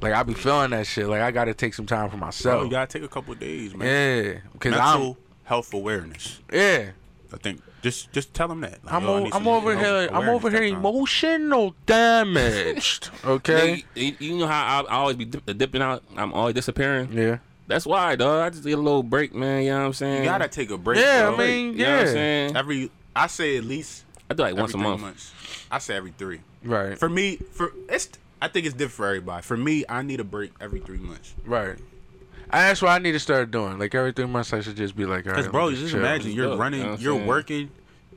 [SPEAKER 4] Like I be feeling that shit. Like I got to take some time for
[SPEAKER 1] Bro,
[SPEAKER 4] myself.
[SPEAKER 1] you gotta take a couple days, man.
[SPEAKER 4] yeah, because I'm
[SPEAKER 1] Mental health awareness.
[SPEAKER 4] yeah.
[SPEAKER 1] I think just just tell them that. Like,
[SPEAKER 4] I'm,
[SPEAKER 1] yo, I
[SPEAKER 4] o-
[SPEAKER 1] need
[SPEAKER 4] I'm
[SPEAKER 1] some
[SPEAKER 4] over
[SPEAKER 1] mental
[SPEAKER 4] here. I'm
[SPEAKER 1] awareness
[SPEAKER 4] over here
[SPEAKER 1] that time.
[SPEAKER 4] emotional damaged. Okay.
[SPEAKER 3] You, you know how I, I always be dip, dipping out. I'm always disappearing.
[SPEAKER 4] Yeah.
[SPEAKER 3] That's why, dog. I just get a little break, man. You know what I'm saying?
[SPEAKER 1] You gotta take a break.
[SPEAKER 4] Yeah,
[SPEAKER 1] bro.
[SPEAKER 4] I mean,
[SPEAKER 3] You know what I'm
[SPEAKER 4] yeah.
[SPEAKER 3] saying?
[SPEAKER 1] every I say at least
[SPEAKER 3] I do like
[SPEAKER 1] every
[SPEAKER 3] once a
[SPEAKER 1] three
[SPEAKER 3] month.
[SPEAKER 1] Months. I say every three.
[SPEAKER 4] Right.
[SPEAKER 1] For me, for it's I think it's different for everybody. For me, I need a break every three months.
[SPEAKER 4] Right. And that's what I need to start doing. Like every three months, I should just be like, all
[SPEAKER 1] Because
[SPEAKER 4] right.
[SPEAKER 1] bro,
[SPEAKER 4] let me
[SPEAKER 1] just
[SPEAKER 4] chill.
[SPEAKER 1] imagine you're
[SPEAKER 3] Look,
[SPEAKER 1] running,
[SPEAKER 3] you know what I'm
[SPEAKER 1] you're
[SPEAKER 3] saying?
[SPEAKER 1] working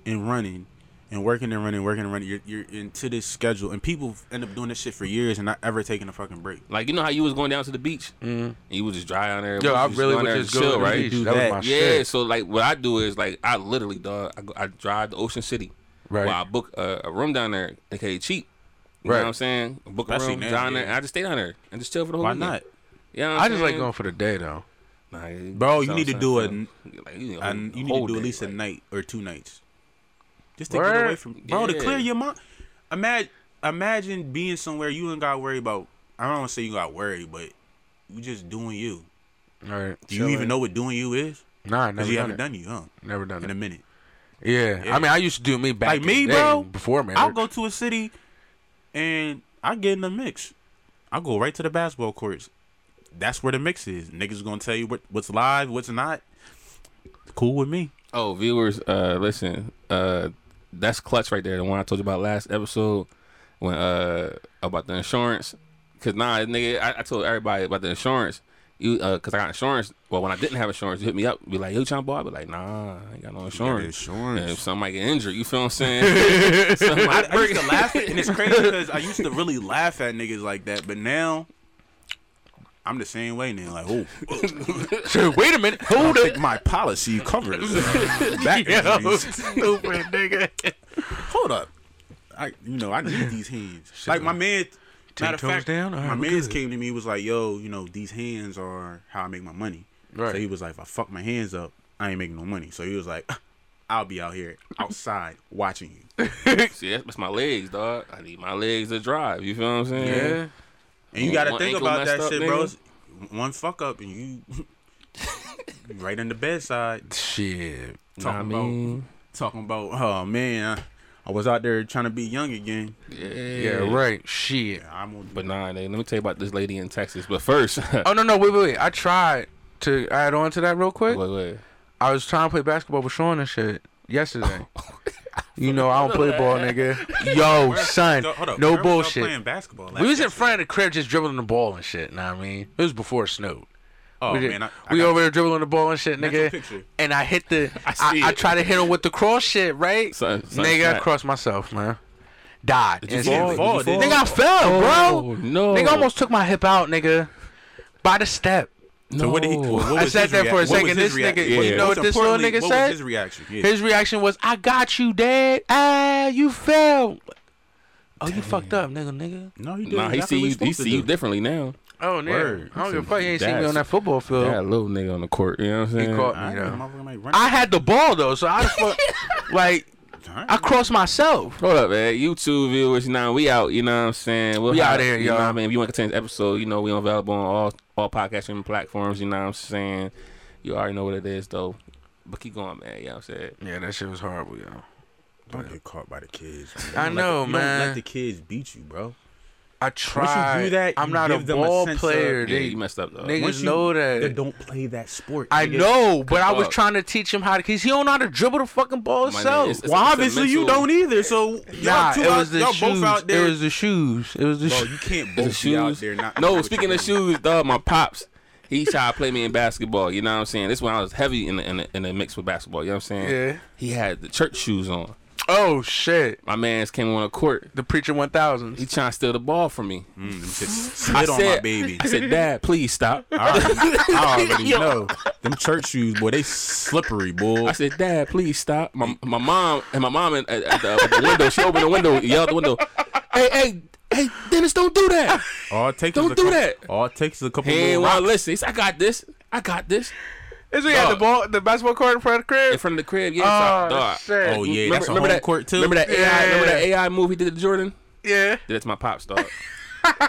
[SPEAKER 1] and running, and working and running, working and running. You're, you're into this schedule, and people end up doing this shit for years and not ever taking a fucking break.
[SPEAKER 3] Like you know how you was going down to the beach, mm-hmm. you was just dry on there.
[SPEAKER 4] Yo,
[SPEAKER 3] you
[SPEAKER 4] I
[SPEAKER 3] just
[SPEAKER 4] really
[SPEAKER 3] go down
[SPEAKER 4] would
[SPEAKER 3] there
[SPEAKER 4] just
[SPEAKER 3] and
[SPEAKER 4] go to the beach.
[SPEAKER 1] do
[SPEAKER 4] that,
[SPEAKER 1] that.
[SPEAKER 4] was my
[SPEAKER 3] Yeah,
[SPEAKER 4] shit.
[SPEAKER 3] so like what I do is like I literally dog I, go, I drive to Ocean City.
[SPEAKER 4] Right.
[SPEAKER 3] Where I book a, a room down there, aka cheap. You
[SPEAKER 4] Right.
[SPEAKER 3] know what I'm saying? Book a
[SPEAKER 1] Especially
[SPEAKER 3] room
[SPEAKER 1] now,
[SPEAKER 3] down
[SPEAKER 1] yeah.
[SPEAKER 3] there, and I just stay down there and just chill for the whole
[SPEAKER 1] Why
[SPEAKER 3] weekend.
[SPEAKER 1] not?
[SPEAKER 3] Yeah,
[SPEAKER 4] I just like going for the day though.
[SPEAKER 1] Bro, you need to do a-
[SPEAKER 3] Like, you need, a whole-
[SPEAKER 1] And you need
[SPEAKER 3] whole
[SPEAKER 1] to do at
[SPEAKER 3] day,
[SPEAKER 1] least a
[SPEAKER 3] like-
[SPEAKER 1] night or two nights, just to get
[SPEAKER 4] Word.
[SPEAKER 1] away from bro to
[SPEAKER 3] Yeah.
[SPEAKER 1] clear your mind. Imagine, imagine being somewhere you ain't got to worry about. I don't want to say you got worried, but you just doing you.
[SPEAKER 4] All right.
[SPEAKER 1] Do you even know what doing you is?
[SPEAKER 4] Nah,
[SPEAKER 1] Because
[SPEAKER 4] never
[SPEAKER 1] you
[SPEAKER 4] done,
[SPEAKER 1] haven't
[SPEAKER 4] it.
[SPEAKER 1] done you, huh?
[SPEAKER 4] Never done
[SPEAKER 1] In a
[SPEAKER 4] it.
[SPEAKER 1] minute.
[SPEAKER 4] Yeah. I mean, I used to do me back
[SPEAKER 1] Like
[SPEAKER 4] in
[SPEAKER 1] me,
[SPEAKER 4] the day
[SPEAKER 1] bro,
[SPEAKER 4] Before man,
[SPEAKER 1] I'll go to a city and I get in the mix. I'll go right to the basketball courts. That's where the mix is. Niggas gonna tell you what, what's live, what's not. Cool with me.
[SPEAKER 3] Oh, viewers, uh, listen, uh, that's clutch right there. The one I told you about last episode when uh about the insurance. Cause nah, nigga, I, I told everybody about the insurance. You, uh, cause I got insurance. Well, when I didn't have insurance, you hit me up, be like, "Yo, trying to buy?" I be like, "Nah, I ain't got no insurance."
[SPEAKER 1] insurance.
[SPEAKER 3] And if somebody get injured, you feel what I'm saying? Something
[SPEAKER 1] I,
[SPEAKER 3] like-
[SPEAKER 1] I used to laugh, and it's crazy because I used to really laugh at niggas like that, but now I'm the same way now. Like, oh,
[SPEAKER 4] So, Wait a minute. Hold up.
[SPEAKER 1] my policy covers uh, back
[SPEAKER 4] Yo,
[SPEAKER 1] injuries.
[SPEAKER 4] stupid nigga.
[SPEAKER 1] Hold up, I you know I need these hands. Like my man,
[SPEAKER 4] Ten
[SPEAKER 1] matter of
[SPEAKER 4] toes
[SPEAKER 1] fact,
[SPEAKER 4] down? All right,
[SPEAKER 1] my
[SPEAKER 4] we
[SPEAKER 1] man's
[SPEAKER 4] good.
[SPEAKER 1] came to me was like, yo, you know these hands are how I make my money.
[SPEAKER 4] Right.
[SPEAKER 1] So he was like, if I fuck my hands up, I ain't making no money. So he was like, I'll be out here outside watching you.
[SPEAKER 3] See, that's, that's my legs, dog. I need my legs to drive. You feel what I'm saying?
[SPEAKER 4] Yeah.
[SPEAKER 1] And
[SPEAKER 4] Oh,
[SPEAKER 1] you gotta
[SPEAKER 3] One
[SPEAKER 1] think
[SPEAKER 3] ankle
[SPEAKER 1] about that
[SPEAKER 3] messed up,
[SPEAKER 1] shit, bro.
[SPEAKER 3] nigga.
[SPEAKER 1] It's One fuck up and you right in the bedside
[SPEAKER 4] Shit.
[SPEAKER 3] Nah, I
[SPEAKER 1] talking about
[SPEAKER 3] mean,
[SPEAKER 1] talking about oh man, I, I was out there trying to be young again.
[SPEAKER 3] yeah,
[SPEAKER 4] Yeah. Right. Shit.
[SPEAKER 1] I'm gonna
[SPEAKER 3] But nah, nigga, let me tell you about this lady in Texas. But first,
[SPEAKER 4] Oh no no wait wait wait. I tried to add on to that real quick.
[SPEAKER 3] Wait, wait.
[SPEAKER 4] I was trying to play basketball with Sean and shit yesterday. you know I don't play ball, nigga. Yo, son,
[SPEAKER 1] Hold up,
[SPEAKER 4] no
[SPEAKER 1] where was y'all
[SPEAKER 4] bullshit.
[SPEAKER 1] Playing basketball. last
[SPEAKER 4] We was in
[SPEAKER 1] night?
[SPEAKER 4] front of the crib just dribbling the ball and shit. Know what I mean? It was before snow.
[SPEAKER 1] Oh
[SPEAKER 4] we did-
[SPEAKER 1] man, I, I
[SPEAKER 4] we
[SPEAKER 1] got-
[SPEAKER 4] over there dribbling the ball and shit,
[SPEAKER 1] Natural
[SPEAKER 4] nigga.
[SPEAKER 1] picture.
[SPEAKER 4] And I hit the. I,
[SPEAKER 3] see
[SPEAKER 4] I,
[SPEAKER 3] it.
[SPEAKER 4] tried to hit him with the cross shit, right?
[SPEAKER 3] Son- son,
[SPEAKER 4] nigga, I
[SPEAKER 3] snap.
[SPEAKER 4] crossed myself, man. Died.
[SPEAKER 3] you
[SPEAKER 4] And-
[SPEAKER 3] fall? Did you
[SPEAKER 1] fall? Did you-
[SPEAKER 4] Nigga, I fell, bro.
[SPEAKER 3] Oh, no.
[SPEAKER 4] Nigga almost took my hip out, nigga. By the step.
[SPEAKER 1] So what did he? What
[SPEAKER 4] I
[SPEAKER 1] was
[SPEAKER 4] sat
[SPEAKER 1] his
[SPEAKER 4] there for a
[SPEAKER 1] reaction? What
[SPEAKER 4] second,
[SPEAKER 1] was
[SPEAKER 4] this
[SPEAKER 1] his reaction?
[SPEAKER 4] nigga-
[SPEAKER 1] What-
[SPEAKER 3] you know
[SPEAKER 1] most
[SPEAKER 4] what this little
[SPEAKER 1] importantly,
[SPEAKER 4] nigga
[SPEAKER 1] what
[SPEAKER 4] said?
[SPEAKER 1] Was his reaction. Yeah.
[SPEAKER 4] His reaction was, "I got you, Dad. Ah, you fell. Oh, you fucked up, nigga, nigga.
[SPEAKER 1] no, he did.
[SPEAKER 3] Nah, he
[SPEAKER 1] exactly
[SPEAKER 3] see you.
[SPEAKER 1] what
[SPEAKER 3] He
[SPEAKER 1] he's supposed to
[SPEAKER 3] see you
[SPEAKER 1] do.
[SPEAKER 3] differently now.
[SPEAKER 4] Oh,
[SPEAKER 1] Word.
[SPEAKER 4] nigga. I don't give a fuck. You ain't seen me
[SPEAKER 3] That's-
[SPEAKER 4] on that football field.
[SPEAKER 3] That little nigga on the court. You know what I'm saying?
[SPEAKER 4] He caught
[SPEAKER 1] I
[SPEAKER 4] me.
[SPEAKER 1] know,
[SPEAKER 4] though.
[SPEAKER 1] motherfucker might run.
[SPEAKER 4] I had the ball though, so I just fuck, like
[SPEAKER 1] Alright.
[SPEAKER 4] I crossed myself.
[SPEAKER 3] Hold up, man. YouTube viewers, now we out. You know what I'm saying? We'll
[SPEAKER 4] We
[SPEAKER 3] have-
[SPEAKER 4] out here,
[SPEAKER 3] You know
[SPEAKER 4] y'all.
[SPEAKER 3] what I mean? If you want to continue this episode, you know we available on all all podcasting platforms. You know what I'm saying? You already know what it is, though. But keep going, man. You know what I'm saying?
[SPEAKER 4] Yeah, that shit was horrible, yo.
[SPEAKER 1] Don't get caught by the kids. man.
[SPEAKER 4] I
[SPEAKER 1] Don't let
[SPEAKER 4] know,
[SPEAKER 1] the- you Don't
[SPEAKER 4] man.
[SPEAKER 1] let the kids beat you, bro.
[SPEAKER 4] I I tried.
[SPEAKER 1] do that,
[SPEAKER 4] I'm
[SPEAKER 1] you
[SPEAKER 4] not a
[SPEAKER 1] give them a
[SPEAKER 4] ball
[SPEAKER 1] sense of-
[SPEAKER 4] player.
[SPEAKER 3] Yeah,
[SPEAKER 4] they,
[SPEAKER 3] you messed up though.
[SPEAKER 4] niggas
[SPEAKER 1] Once you-
[SPEAKER 4] know that.
[SPEAKER 1] They don't play that sport.
[SPEAKER 4] I
[SPEAKER 1] nigga.
[SPEAKER 4] know, but I was
[SPEAKER 3] Fuck.
[SPEAKER 4] trying to teach him how to, cause he don't know how to dribble the fucking ball
[SPEAKER 3] My nigga,
[SPEAKER 4] himself.
[SPEAKER 3] it's- it's-
[SPEAKER 1] Well, obviously you
[SPEAKER 3] mental-
[SPEAKER 1] don't either. So y'all
[SPEAKER 4] nah,
[SPEAKER 1] two
[SPEAKER 4] it was
[SPEAKER 1] out,
[SPEAKER 4] the
[SPEAKER 1] y'all
[SPEAKER 4] shoes.
[SPEAKER 1] both out there.
[SPEAKER 4] It was the shoes. It was the
[SPEAKER 1] Bro,
[SPEAKER 4] shoes.
[SPEAKER 1] you can't
[SPEAKER 3] It's
[SPEAKER 1] both
[SPEAKER 3] the
[SPEAKER 1] be out
[SPEAKER 3] shoes.
[SPEAKER 1] there not.
[SPEAKER 3] no, speaking of shoes, dog, my pops, he tried to play me in basketball. You know what I'm saying? This when I was heavy in the, in the, in the mix with basketball. You know what I'm saying?
[SPEAKER 4] Yeah.
[SPEAKER 3] He had the church shoes on.
[SPEAKER 4] Oh shit!
[SPEAKER 3] My man's came on the court.
[SPEAKER 4] The preacher one
[SPEAKER 3] He
[SPEAKER 4] thousand.
[SPEAKER 3] trying to steal the ball from me.
[SPEAKER 1] Spit on my baby.
[SPEAKER 3] I said, Dad, please stop.
[SPEAKER 1] I already, I already know them church shoes, boy. They slippery, boy.
[SPEAKER 3] I said, Dad, please stop. My my mom and my mom at, at, the, at the window. She opened the window, yelled at the window. Hey, hey, hey, Dennis, don't do that.
[SPEAKER 1] All it takes
[SPEAKER 3] Don't
[SPEAKER 1] is a
[SPEAKER 3] do
[SPEAKER 1] couple,
[SPEAKER 3] that.
[SPEAKER 1] All it takes is a couple.
[SPEAKER 3] He ain't
[SPEAKER 1] little
[SPEAKER 3] want to
[SPEAKER 1] rocks.
[SPEAKER 3] listen. He said, I got this. I got this.
[SPEAKER 4] Is we had the
[SPEAKER 3] Dog.
[SPEAKER 4] ball, the basketball court in front of the
[SPEAKER 3] In
[SPEAKER 4] crib?
[SPEAKER 3] front of the crib. Yeah,
[SPEAKER 4] Oh
[SPEAKER 3] so, dog.
[SPEAKER 4] shit!
[SPEAKER 1] Oh yeah, that's a
[SPEAKER 3] remember
[SPEAKER 1] home
[SPEAKER 3] that
[SPEAKER 1] court too.
[SPEAKER 3] Remember that AI?
[SPEAKER 4] Yeah.
[SPEAKER 3] Remember that AI move he did to Jordan?
[SPEAKER 4] yeah.
[SPEAKER 3] Did that to my pops, dog.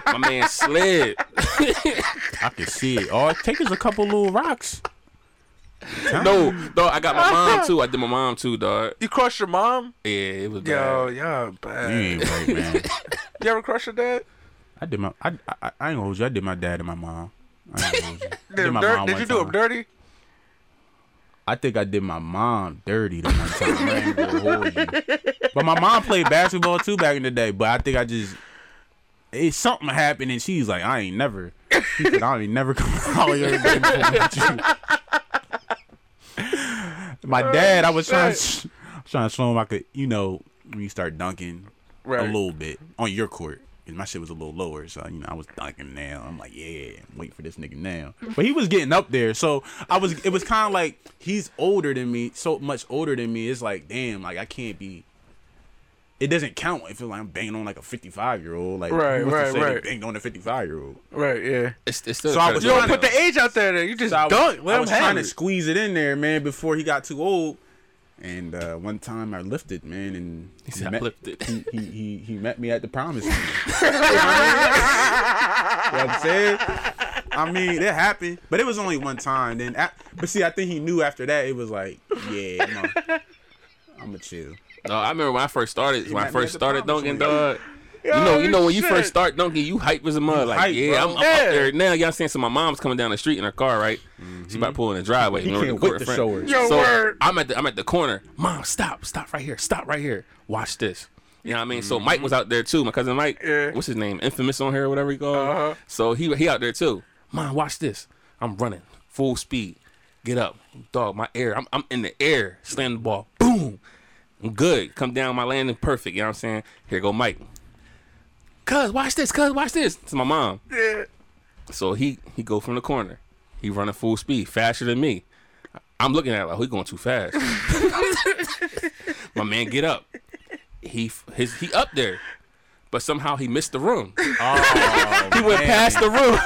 [SPEAKER 3] my man slid.
[SPEAKER 1] I can see it. All it takes is a couple little rocks.
[SPEAKER 3] no, dog. I got my mom too. I did my mom too, dog.
[SPEAKER 4] You crushed your mom?
[SPEAKER 3] Yeah, it was
[SPEAKER 4] Yo,
[SPEAKER 3] bad.
[SPEAKER 4] yeah,
[SPEAKER 1] You
[SPEAKER 4] bad.
[SPEAKER 1] ain't right, man.
[SPEAKER 4] You ever crush your dad?
[SPEAKER 1] I did my. I, I, I ain't gonna hold you. I did my dad and my mom. I ain't gonna hold you. I
[SPEAKER 4] Did, him
[SPEAKER 1] my
[SPEAKER 4] dirt?
[SPEAKER 1] mom
[SPEAKER 4] did
[SPEAKER 1] one
[SPEAKER 4] you do him
[SPEAKER 1] time.
[SPEAKER 4] dirty?
[SPEAKER 1] I think I did my mom dirty the one time. I ain't gonna hold you. But my mom played basketball too back in the day. But I think I just it something happened and she's like, I ain't never. She said, I ain't never come out here. and play with you." my dad, I was trying to, trying to show him I could, you know, when you start dunking
[SPEAKER 4] Right.
[SPEAKER 1] a little bit on your court. And my shit was a little lower, so you know I was dunking now. I'm like, yeah, wait for this nigga now. But he was getting up there, so I was. It was kind of like he's older than me, so much older than me. It's like, damn, like I can't be. It doesn't count if like I'm banging on like a 55 year old. Like,
[SPEAKER 4] Right,
[SPEAKER 1] who
[SPEAKER 4] right,
[SPEAKER 1] wants to say they
[SPEAKER 4] right.
[SPEAKER 1] Banged on a 55 year old.
[SPEAKER 4] Right. Yeah.
[SPEAKER 3] It's, it's still
[SPEAKER 1] So I was-
[SPEAKER 4] You don't
[SPEAKER 1] Yo,
[SPEAKER 4] put the age out there. Then you just
[SPEAKER 1] So I was,
[SPEAKER 4] dunk. Let
[SPEAKER 1] I
[SPEAKER 4] him
[SPEAKER 1] was
[SPEAKER 4] have
[SPEAKER 1] trying to
[SPEAKER 4] it.
[SPEAKER 1] squeeze it in there, man, before he got too old. And uh, one time I lifted, man, and he,
[SPEAKER 3] said, "I
[SPEAKER 1] met,
[SPEAKER 3] lifted."
[SPEAKER 1] He, he, he, he met me at the promise. land. you know what I'm saying? I mean, it happened, but it was only one time. Then, a- but see, I think he knew after that. It was like, yeah, I'm a, I'm a chill.
[SPEAKER 3] No, I remember when I first started. When I
[SPEAKER 1] might be
[SPEAKER 3] first
[SPEAKER 1] at the
[SPEAKER 3] started
[SPEAKER 1] promised
[SPEAKER 3] dunking,
[SPEAKER 1] land.
[SPEAKER 3] dog. you know, you know when you
[SPEAKER 4] shit.
[SPEAKER 3] first start dunking, you hype as a mud. Like,
[SPEAKER 1] hype,
[SPEAKER 3] yeah,
[SPEAKER 1] bro.
[SPEAKER 3] I'm, I'm
[SPEAKER 4] Yeah.
[SPEAKER 3] up there now. Y'all saying so? My mom's coming down the street in her car, right? She about to pull in the driveway.
[SPEAKER 1] Mm-hmm. He
[SPEAKER 3] You know, the
[SPEAKER 1] can't
[SPEAKER 3] court
[SPEAKER 1] wait to
[SPEAKER 3] in front.
[SPEAKER 1] show her.
[SPEAKER 4] Yo,
[SPEAKER 3] so
[SPEAKER 4] word.
[SPEAKER 3] I'm at the I'm at the corner. Mom, stop, stop right here, stop right here. Watch this. You know what I mean? So Mike was
[SPEAKER 1] Mm-hmm.
[SPEAKER 3] out there too. My cousin Mike.
[SPEAKER 4] Yeah.
[SPEAKER 3] What's his name? Infamous on here, or whatever he called.
[SPEAKER 4] Uh-huh.
[SPEAKER 3] So he he out there too. Mom, watch this. I'm running full speed. Get up, dog. My air. I'm I'm in the air. Slam the ball. Boom. I'm good. Come down my landing perfect. You know what I'm saying? Here go Mike. Cuz, watch this. Cuz, watch this. To my mom.
[SPEAKER 4] Yeah.
[SPEAKER 3] So he he go from the corner. He running full speed, faster than me. I'm looking at it like oh, he going too fast. My man, get up. He f- his he up there, but somehow he missed the room.
[SPEAKER 1] Oh,
[SPEAKER 3] He went past the room.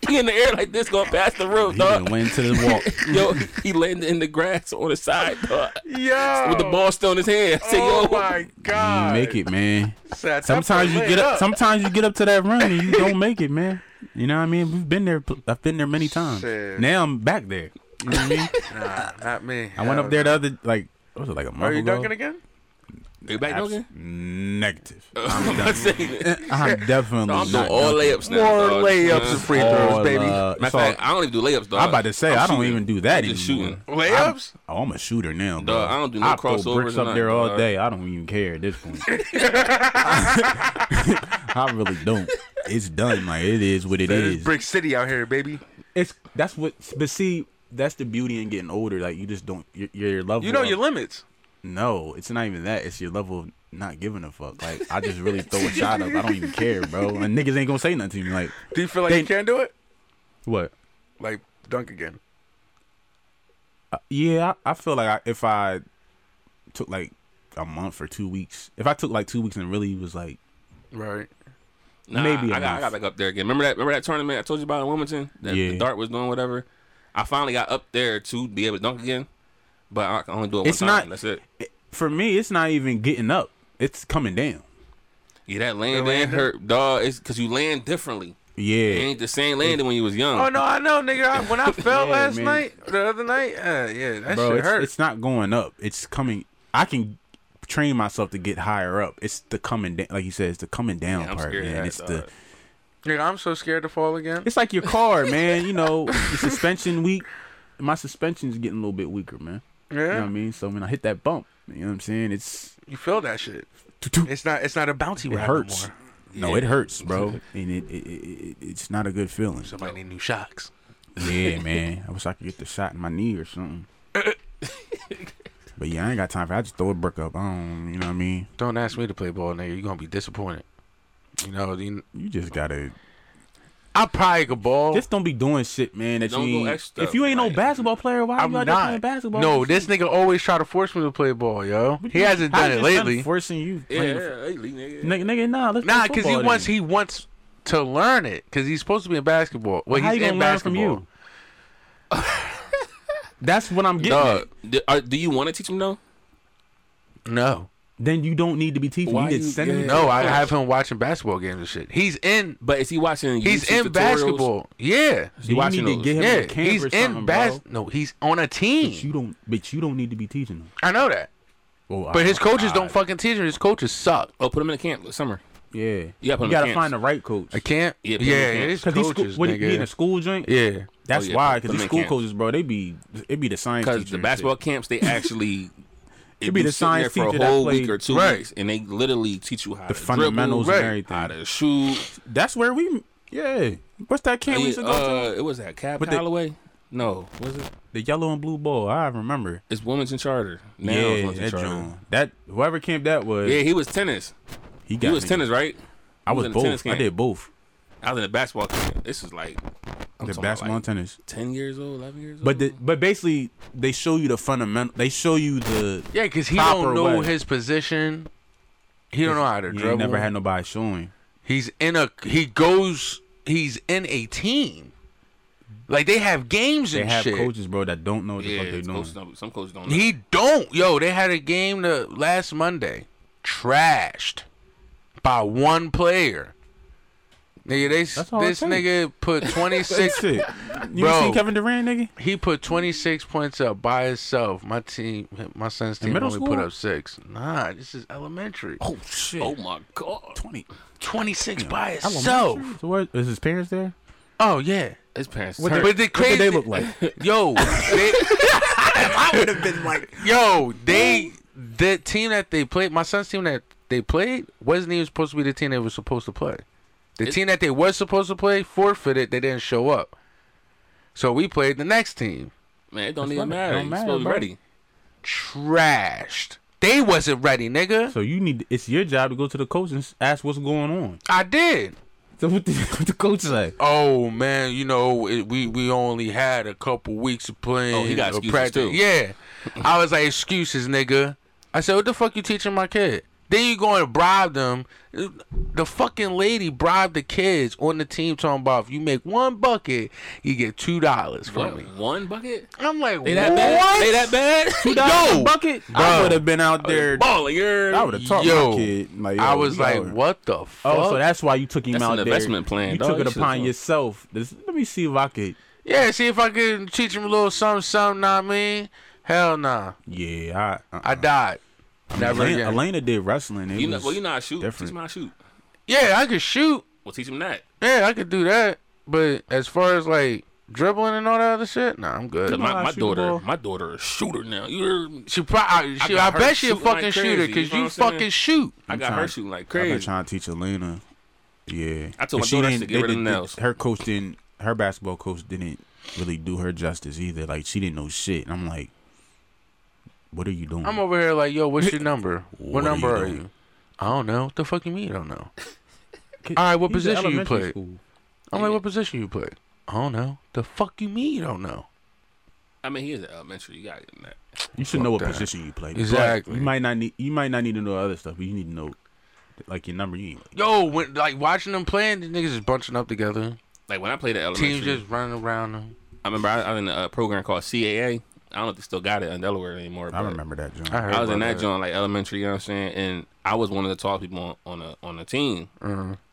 [SPEAKER 3] he in the air like this, going past the room,
[SPEAKER 1] He
[SPEAKER 3] dog.
[SPEAKER 1] done went to the walk.
[SPEAKER 3] Yo, he landed in the grass on the side, dog,
[SPEAKER 4] Yo.
[SPEAKER 3] with the ball still in his hand. I said,
[SPEAKER 4] Oh
[SPEAKER 3] yo,
[SPEAKER 4] my god.
[SPEAKER 1] You make it, man.
[SPEAKER 4] Sat that
[SPEAKER 1] Sometimes you
[SPEAKER 4] foot
[SPEAKER 1] get
[SPEAKER 4] lit
[SPEAKER 1] up. Sometimes you get up to that run and you don't make it, man. You know what I mean? We've been there. I've been there many times.
[SPEAKER 4] Shit.
[SPEAKER 1] Now I'm back there. You know what I mean?
[SPEAKER 4] Nah, not me.
[SPEAKER 1] I went up there the other like what was it like a month
[SPEAKER 4] Are you
[SPEAKER 1] ago?
[SPEAKER 4] dunking again?
[SPEAKER 3] you back
[SPEAKER 1] Abs-
[SPEAKER 3] dunking?
[SPEAKER 1] Negative.
[SPEAKER 3] I'm not saying
[SPEAKER 4] Eh,
[SPEAKER 3] that.
[SPEAKER 1] I'm definitely
[SPEAKER 3] I'm doing
[SPEAKER 1] not
[SPEAKER 3] all
[SPEAKER 1] dunking.
[SPEAKER 3] layups now.
[SPEAKER 4] More
[SPEAKER 3] dog.
[SPEAKER 4] layups and free throws,
[SPEAKER 1] All,
[SPEAKER 4] baby.
[SPEAKER 1] uh, it's
[SPEAKER 3] Matter
[SPEAKER 1] all-
[SPEAKER 3] of fact, I don't even do layups, dog.
[SPEAKER 1] I'm about to say
[SPEAKER 3] I'm
[SPEAKER 1] I don't
[SPEAKER 3] shooting.
[SPEAKER 1] even do that
[SPEAKER 3] I'm just
[SPEAKER 1] anymore.
[SPEAKER 3] shooting.
[SPEAKER 4] Layups?
[SPEAKER 1] Oh, I'm a shooter now, bro.
[SPEAKER 3] Dog, I don't do no
[SPEAKER 1] I throw
[SPEAKER 3] crossovers
[SPEAKER 1] bricks
[SPEAKER 3] or
[SPEAKER 1] up there
[SPEAKER 3] nothing,
[SPEAKER 1] all
[SPEAKER 3] dog.
[SPEAKER 1] day. I don't even care at this point. I really don't. It's done. Like it is what it
[SPEAKER 4] It is
[SPEAKER 1] is.
[SPEAKER 4] Brick City out here, baby.
[SPEAKER 1] It's that's what. But see, that's the beauty in getting older. Like you just don't. Your, your level.
[SPEAKER 4] You know
[SPEAKER 1] of-
[SPEAKER 4] your limits.
[SPEAKER 1] No, it's not even that. It's your level of not giving a fuck. Like I just really throw a shot up. I don't even care, bro. And niggas ain't gonna say nothing to me. Like
[SPEAKER 4] Do you feel like
[SPEAKER 1] They-
[SPEAKER 4] you can do it?
[SPEAKER 1] what?
[SPEAKER 4] Like dunk again.
[SPEAKER 1] Yeah, I, I feel like I, if I took like a month or two weeks, if I took like two weeks and really was like,
[SPEAKER 4] Right.
[SPEAKER 3] Nah,
[SPEAKER 1] Maybe
[SPEAKER 3] I got, I
[SPEAKER 1] enough.
[SPEAKER 3] got back up there again. Remember that? Remember that tournament I told you about in Wilmington? That The
[SPEAKER 1] Yeah.
[SPEAKER 3] dart was doing whatever. I finally got up there to be able to dunk again, but I can only do it one
[SPEAKER 1] It's
[SPEAKER 3] time.
[SPEAKER 1] not-
[SPEAKER 3] That's it.
[SPEAKER 1] for me, it's not even getting up. It's coming down.
[SPEAKER 3] Yeah, that land land hurt, dog. It's because you land differently. It
[SPEAKER 1] Yeah,
[SPEAKER 3] ain't the same landing when you was young.
[SPEAKER 4] Oh no, I know, nigga. I, when I fell
[SPEAKER 1] Yeah,
[SPEAKER 4] last
[SPEAKER 1] man.
[SPEAKER 4] night, the other night, uh, yeah, that
[SPEAKER 1] bro.
[SPEAKER 4] shit
[SPEAKER 1] It's,
[SPEAKER 4] hurt.
[SPEAKER 1] it's not going up. It's coming. I can trained myself to get higher up. It's the coming down, like you said, it's the coming down
[SPEAKER 3] Yeah, I'm
[SPEAKER 1] part,
[SPEAKER 3] scared of
[SPEAKER 1] man.
[SPEAKER 3] that,
[SPEAKER 1] It's the
[SPEAKER 3] dog.
[SPEAKER 4] Nigga, I'm so scared to fall again.
[SPEAKER 1] it's like your car, man. You know, the suspension weak. My suspension's getting a little bit weaker, man. You know what I
[SPEAKER 4] Yeah,
[SPEAKER 1] mean? So when I hit that bump, you know what I'm saying? It's
[SPEAKER 4] you feel that shit.
[SPEAKER 1] it
[SPEAKER 4] It's not. It's not a bouncy ride
[SPEAKER 1] hurts.
[SPEAKER 4] No more.
[SPEAKER 1] No, it hurts, bro, and it, it, it, it it's not a good feeling.
[SPEAKER 4] Somebody need new shocks.
[SPEAKER 1] Yeah, man. I wish I could get the shot in my knee or something. but yeah, I ain't got time for. That. I just throw a brick up. I don't, you know what I mean.
[SPEAKER 4] Don't ask me to play ball, nigga. You gonna be disappointed. You know. You,
[SPEAKER 1] You just gotta
[SPEAKER 4] I probably could ball.
[SPEAKER 1] just don't be doing shit, man. That
[SPEAKER 3] Don't
[SPEAKER 1] you
[SPEAKER 3] go
[SPEAKER 1] ain't-
[SPEAKER 3] extra,
[SPEAKER 1] if you ain't no
[SPEAKER 3] like-
[SPEAKER 1] basketball player, why
[SPEAKER 4] I'm
[SPEAKER 1] you out there playing
[SPEAKER 4] not.
[SPEAKER 1] basketball?
[SPEAKER 4] No, this nigga always try to force me to play ball, yo. He hasn't
[SPEAKER 1] How
[SPEAKER 4] done
[SPEAKER 1] is
[SPEAKER 4] it
[SPEAKER 1] your son
[SPEAKER 4] lately.
[SPEAKER 1] Forcing you,
[SPEAKER 3] Yeah,
[SPEAKER 1] playing
[SPEAKER 3] yeah, lately, nigga.
[SPEAKER 1] the- nigga, nigga, nah, let's
[SPEAKER 4] Nah,
[SPEAKER 1] because
[SPEAKER 4] because he wants he wants to learn it because he's supposed to be in basketball. Well,
[SPEAKER 1] How
[SPEAKER 4] he's
[SPEAKER 1] you gonna
[SPEAKER 4] in
[SPEAKER 1] learn from
[SPEAKER 4] basketball.
[SPEAKER 1] you? That's what I'm getting. at.
[SPEAKER 4] Dog,
[SPEAKER 3] Do, are, uh, do you want to teach him though?
[SPEAKER 4] no,
[SPEAKER 1] Then you don't need to be teaching.
[SPEAKER 3] Why
[SPEAKER 1] you
[SPEAKER 3] you-
[SPEAKER 1] just send him.
[SPEAKER 3] yeah.
[SPEAKER 4] no. I have him watching basketball games and shit. He's in.
[SPEAKER 3] But is he watching?
[SPEAKER 4] He's
[SPEAKER 3] YouTube tutorials?
[SPEAKER 4] in basketball. Yeah,
[SPEAKER 3] Is
[SPEAKER 1] Do
[SPEAKER 3] he
[SPEAKER 1] you
[SPEAKER 3] watching
[SPEAKER 1] need to
[SPEAKER 3] those?
[SPEAKER 1] get him
[SPEAKER 4] yeah.
[SPEAKER 1] a camp
[SPEAKER 4] He's
[SPEAKER 1] or
[SPEAKER 4] in
[SPEAKER 1] something,
[SPEAKER 4] bas.
[SPEAKER 1] bro.
[SPEAKER 4] No, he's on a
[SPEAKER 1] But you
[SPEAKER 4] team.
[SPEAKER 1] don't. But you don't need to be teaching him.
[SPEAKER 4] I know that.
[SPEAKER 1] Well,
[SPEAKER 4] But
[SPEAKER 1] I-
[SPEAKER 4] his coaches
[SPEAKER 1] I-
[SPEAKER 4] don't fucking teach him. His coaches suck.
[SPEAKER 3] Oh, put him in a camp this summer.
[SPEAKER 1] Yeah,
[SPEAKER 3] You gotta put him in
[SPEAKER 1] gotta
[SPEAKER 3] camps.
[SPEAKER 1] find the right coach.
[SPEAKER 4] I can't.
[SPEAKER 3] Yeah,
[SPEAKER 4] Yeah,
[SPEAKER 3] but
[SPEAKER 4] yeah
[SPEAKER 3] he can't.
[SPEAKER 4] his
[SPEAKER 1] Cause these
[SPEAKER 4] coaches,
[SPEAKER 1] school, what
[SPEAKER 4] nigga.
[SPEAKER 1] you mean, a school joint?
[SPEAKER 4] yeah,
[SPEAKER 1] That's
[SPEAKER 3] Oh, yeah, put
[SPEAKER 1] why, because
[SPEAKER 3] them
[SPEAKER 1] these
[SPEAKER 3] in
[SPEAKER 1] school
[SPEAKER 3] camp.
[SPEAKER 1] coaches, bro, they be it be the science teacher.
[SPEAKER 3] Because the
[SPEAKER 1] and
[SPEAKER 3] basketball
[SPEAKER 1] shit.
[SPEAKER 3] camps, they actually it
[SPEAKER 1] be the
[SPEAKER 3] science
[SPEAKER 1] science
[SPEAKER 3] there for
[SPEAKER 1] teacher
[SPEAKER 3] a
[SPEAKER 1] that
[SPEAKER 3] whole
[SPEAKER 1] played-
[SPEAKER 3] week or two
[SPEAKER 4] Right.
[SPEAKER 3] weeks, and they literally teach you how
[SPEAKER 1] the
[SPEAKER 3] to
[SPEAKER 1] fundamentals
[SPEAKER 4] right.
[SPEAKER 1] and everything.
[SPEAKER 3] dribble, how to shoot.
[SPEAKER 1] That's where we, yeah. What's that camp we used to
[SPEAKER 3] Yeah,
[SPEAKER 1] go to?
[SPEAKER 3] uh, it was that Cab
[SPEAKER 1] But the-
[SPEAKER 3] Calloway. no, was it?
[SPEAKER 1] The yellow and blue ball. I remember.
[SPEAKER 3] It's Women's in Charter. Now it's
[SPEAKER 1] yeah,
[SPEAKER 3] Women's in
[SPEAKER 1] that
[SPEAKER 3] Charter.
[SPEAKER 1] joint. That whoever camp that was,
[SPEAKER 3] Yeah, he was tennis.
[SPEAKER 1] he got
[SPEAKER 3] He was
[SPEAKER 1] me.
[SPEAKER 3] tennis, right?
[SPEAKER 1] I
[SPEAKER 3] he was
[SPEAKER 1] was
[SPEAKER 3] in a tennis
[SPEAKER 1] both. I
[SPEAKER 3] camp.
[SPEAKER 1] did both.
[SPEAKER 3] I was in the basketball camp. This is like I'm talking
[SPEAKER 1] The
[SPEAKER 3] about,
[SPEAKER 1] basketball
[SPEAKER 3] like,
[SPEAKER 1] and tennis.
[SPEAKER 3] ten years old, eleven years old.
[SPEAKER 1] But the, but basically, they show you the fundamental. They show you the.
[SPEAKER 4] yeah. Because he
[SPEAKER 1] Proper
[SPEAKER 4] don't know
[SPEAKER 1] way.
[SPEAKER 4] his position. He don't know how to
[SPEAKER 1] You
[SPEAKER 4] dribble.
[SPEAKER 1] ain't never had nobody showing.
[SPEAKER 4] He's in a he goes he's in a team. Like they have games
[SPEAKER 1] They
[SPEAKER 4] and
[SPEAKER 1] have
[SPEAKER 4] shit.
[SPEAKER 1] coaches, bro, that don't know what the
[SPEAKER 3] yeah,
[SPEAKER 1] fuck they
[SPEAKER 3] it's
[SPEAKER 1] doing.
[SPEAKER 3] coaches don't- some coaches don't. Know.
[SPEAKER 4] He don't. Yo, they had a game the last Monday. Trashed by one player. Nigga, they
[SPEAKER 1] That's all it
[SPEAKER 4] this
[SPEAKER 1] takes.
[SPEAKER 4] nigga put 26
[SPEAKER 1] Shit. You
[SPEAKER 4] Bro.
[SPEAKER 1] seen Kevin Durant, nigga?
[SPEAKER 4] he put 26 points up by himself. My team my son's team
[SPEAKER 1] middle
[SPEAKER 4] only put
[SPEAKER 1] school?
[SPEAKER 4] up 6. Nah, this is elementary.
[SPEAKER 1] Oh shit!
[SPEAKER 3] Oh my god,
[SPEAKER 1] 20.
[SPEAKER 4] 26 by
[SPEAKER 1] So,
[SPEAKER 4] himself.
[SPEAKER 1] so what, is his parents there?
[SPEAKER 4] Oh yeah.
[SPEAKER 3] his parents.
[SPEAKER 1] What
[SPEAKER 3] hurt.
[SPEAKER 1] the-
[SPEAKER 4] But the
[SPEAKER 1] What
[SPEAKER 4] crazy
[SPEAKER 1] did they look like?
[SPEAKER 4] Yo, they, I would have been like, yo, they the team that they played, my son's team that they played wasn't even supposed to be the team they were supposed to play. The
[SPEAKER 3] It-
[SPEAKER 4] team that they was supposed to play forfeited. They didn't show up, so we played the next team.
[SPEAKER 3] man, it don't
[SPEAKER 1] That's
[SPEAKER 3] even
[SPEAKER 1] funny.
[SPEAKER 3] matter.
[SPEAKER 1] Don't
[SPEAKER 3] He's
[SPEAKER 1] matter,
[SPEAKER 3] supposed to be
[SPEAKER 1] bro.
[SPEAKER 3] ready.
[SPEAKER 4] Trashed. They wasn't ready, nigga.
[SPEAKER 1] So you need. It's your job to go to the coach and s- ask what's going on.
[SPEAKER 4] I did.
[SPEAKER 1] So what the, what the coach say?
[SPEAKER 4] Oh man, you know it, we we only had a couple weeks of playing.
[SPEAKER 3] Oh, he got
[SPEAKER 4] or
[SPEAKER 3] excuses, too.
[SPEAKER 4] Yeah, I was like excuses, nigga. I said, what the fuck you teaching my kid? Then you going to bribe them. The fucking lady bribed the kids on the team talking about if you make one bucket, you get two dollars from me.
[SPEAKER 3] What, one bucket?
[SPEAKER 4] I'm like,
[SPEAKER 3] They that
[SPEAKER 4] what?
[SPEAKER 3] bad? They that bad?
[SPEAKER 1] Two dollars
[SPEAKER 4] Yo,
[SPEAKER 1] a bucket.
[SPEAKER 4] bro.
[SPEAKER 1] I would have been
[SPEAKER 3] Oh,
[SPEAKER 1] out there.
[SPEAKER 3] Baller, you're.
[SPEAKER 1] I would have talked
[SPEAKER 4] Yo,
[SPEAKER 1] my kid. Like, yo,
[SPEAKER 4] I was
[SPEAKER 1] we
[SPEAKER 4] like,
[SPEAKER 1] out.
[SPEAKER 4] what the fuck?
[SPEAKER 1] Oh, so that's why you took him
[SPEAKER 3] That's
[SPEAKER 1] out
[SPEAKER 3] an
[SPEAKER 1] there.
[SPEAKER 3] investment plan,
[SPEAKER 1] You
[SPEAKER 3] dog.
[SPEAKER 1] took
[SPEAKER 3] You
[SPEAKER 1] it
[SPEAKER 3] should've
[SPEAKER 1] upon
[SPEAKER 3] told-
[SPEAKER 1] yourself. This, let me see if I could.
[SPEAKER 4] yeah, see if I could teach him a little something, something. Know what I mean, hell nah.
[SPEAKER 1] Yeah, I. Uh,
[SPEAKER 4] I died. Never
[SPEAKER 1] Elena,
[SPEAKER 4] again.
[SPEAKER 1] Elena did wrestling. It
[SPEAKER 3] You know,
[SPEAKER 1] was,
[SPEAKER 3] well, you know how to shoot. Teach
[SPEAKER 1] different.
[SPEAKER 3] him how to shoot.
[SPEAKER 4] Yeah, I could shoot.
[SPEAKER 3] Well, teach him that.
[SPEAKER 4] Yeah, I could do that. But as far as like dribbling and all that other shit, nah, I'm good.
[SPEAKER 3] Cause
[SPEAKER 1] how
[SPEAKER 3] my,
[SPEAKER 1] to
[SPEAKER 3] my
[SPEAKER 1] shoot the
[SPEAKER 3] daughter,
[SPEAKER 1] ball.
[SPEAKER 3] my daughter, a shooter now. You're,
[SPEAKER 4] She probably,
[SPEAKER 3] I
[SPEAKER 4] she, I,
[SPEAKER 3] got her
[SPEAKER 4] bet she a
[SPEAKER 3] shooting like
[SPEAKER 4] fucking
[SPEAKER 3] crazy,
[SPEAKER 4] shooter
[SPEAKER 3] you
[SPEAKER 4] because
[SPEAKER 3] know
[SPEAKER 4] you,
[SPEAKER 3] what I'm saying?
[SPEAKER 4] fucking shoot.
[SPEAKER 3] I got
[SPEAKER 1] trying-
[SPEAKER 3] her shooting like
[SPEAKER 1] I've been
[SPEAKER 3] crazy.
[SPEAKER 1] trying to teach Elena. Yeah,
[SPEAKER 3] I told
[SPEAKER 1] And
[SPEAKER 3] my
[SPEAKER 1] she
[SPEAKER 3] daughter
[SPEAKER 1] didn't-
[SPEAKER 3] to get
[SPEAKER 1] they
[SPEAKER 3] rid of them
[SPEAKER 1] didn't-
[SPEAKER 3] nails.
[SPEAKER 1] Her coach didn't. Her basketball coach didn't really do her justice either. Like she didn't know shit. And I'm like, what are you doing?
[SPEAKER 4] I'm over here like, yo, what's your number? What,
[SPEAKER 1] What are
[SPEAKER 4] number
[SPEAKER 1] you
[SPEAKER 4] are
[SPEAKER 1] doing?
[SPEAKER 4] you? I don't know. What the fuck you mean? I don't know. All right, what
[SPEAKER 1] He's in
[SPEAKER 4] position you
[SPEAKER 1] elementary
[SPEAKER 4] played?
[SPEAKER 1] school.
[SPEAKER 4] I'm like, what position you play? I don't know. The fuck you mean you don't know?
[SPEAKER 3] I mean, he is elementary. You got to get that.
[SPEAKER 1] You should know what
[SPEAKER 4] that.
[SPEAKER 1] position you played.
[SPEAKER 4] Exactly.
[SPEAKER 1] You might not need. You might not need to know other stuff, but you need to know, like your number. You ain't.
[SPEAKER 4] Yo, when like watching them playing, the niggas just bunching up together.
[SPEAKER 3] Like when I played at elementary,
[SPEAKER 4] Teams just running around them.
[SPEAKER 3] I remember I, I was in a program called CAA. I don't know if they still got it in Delaware anymore.
[SPEAKER 1] I
[SPEAKER 3] but
[SPEAKER 1] remember that, John.
[SPEAKER 4] I heard
[SPEAKER 3] I was in
[SPEAKER 4] about
[SPEAKER 3] that joint like elementary. You know what I'm saying? And I was one of the tallest people on, on a on a team.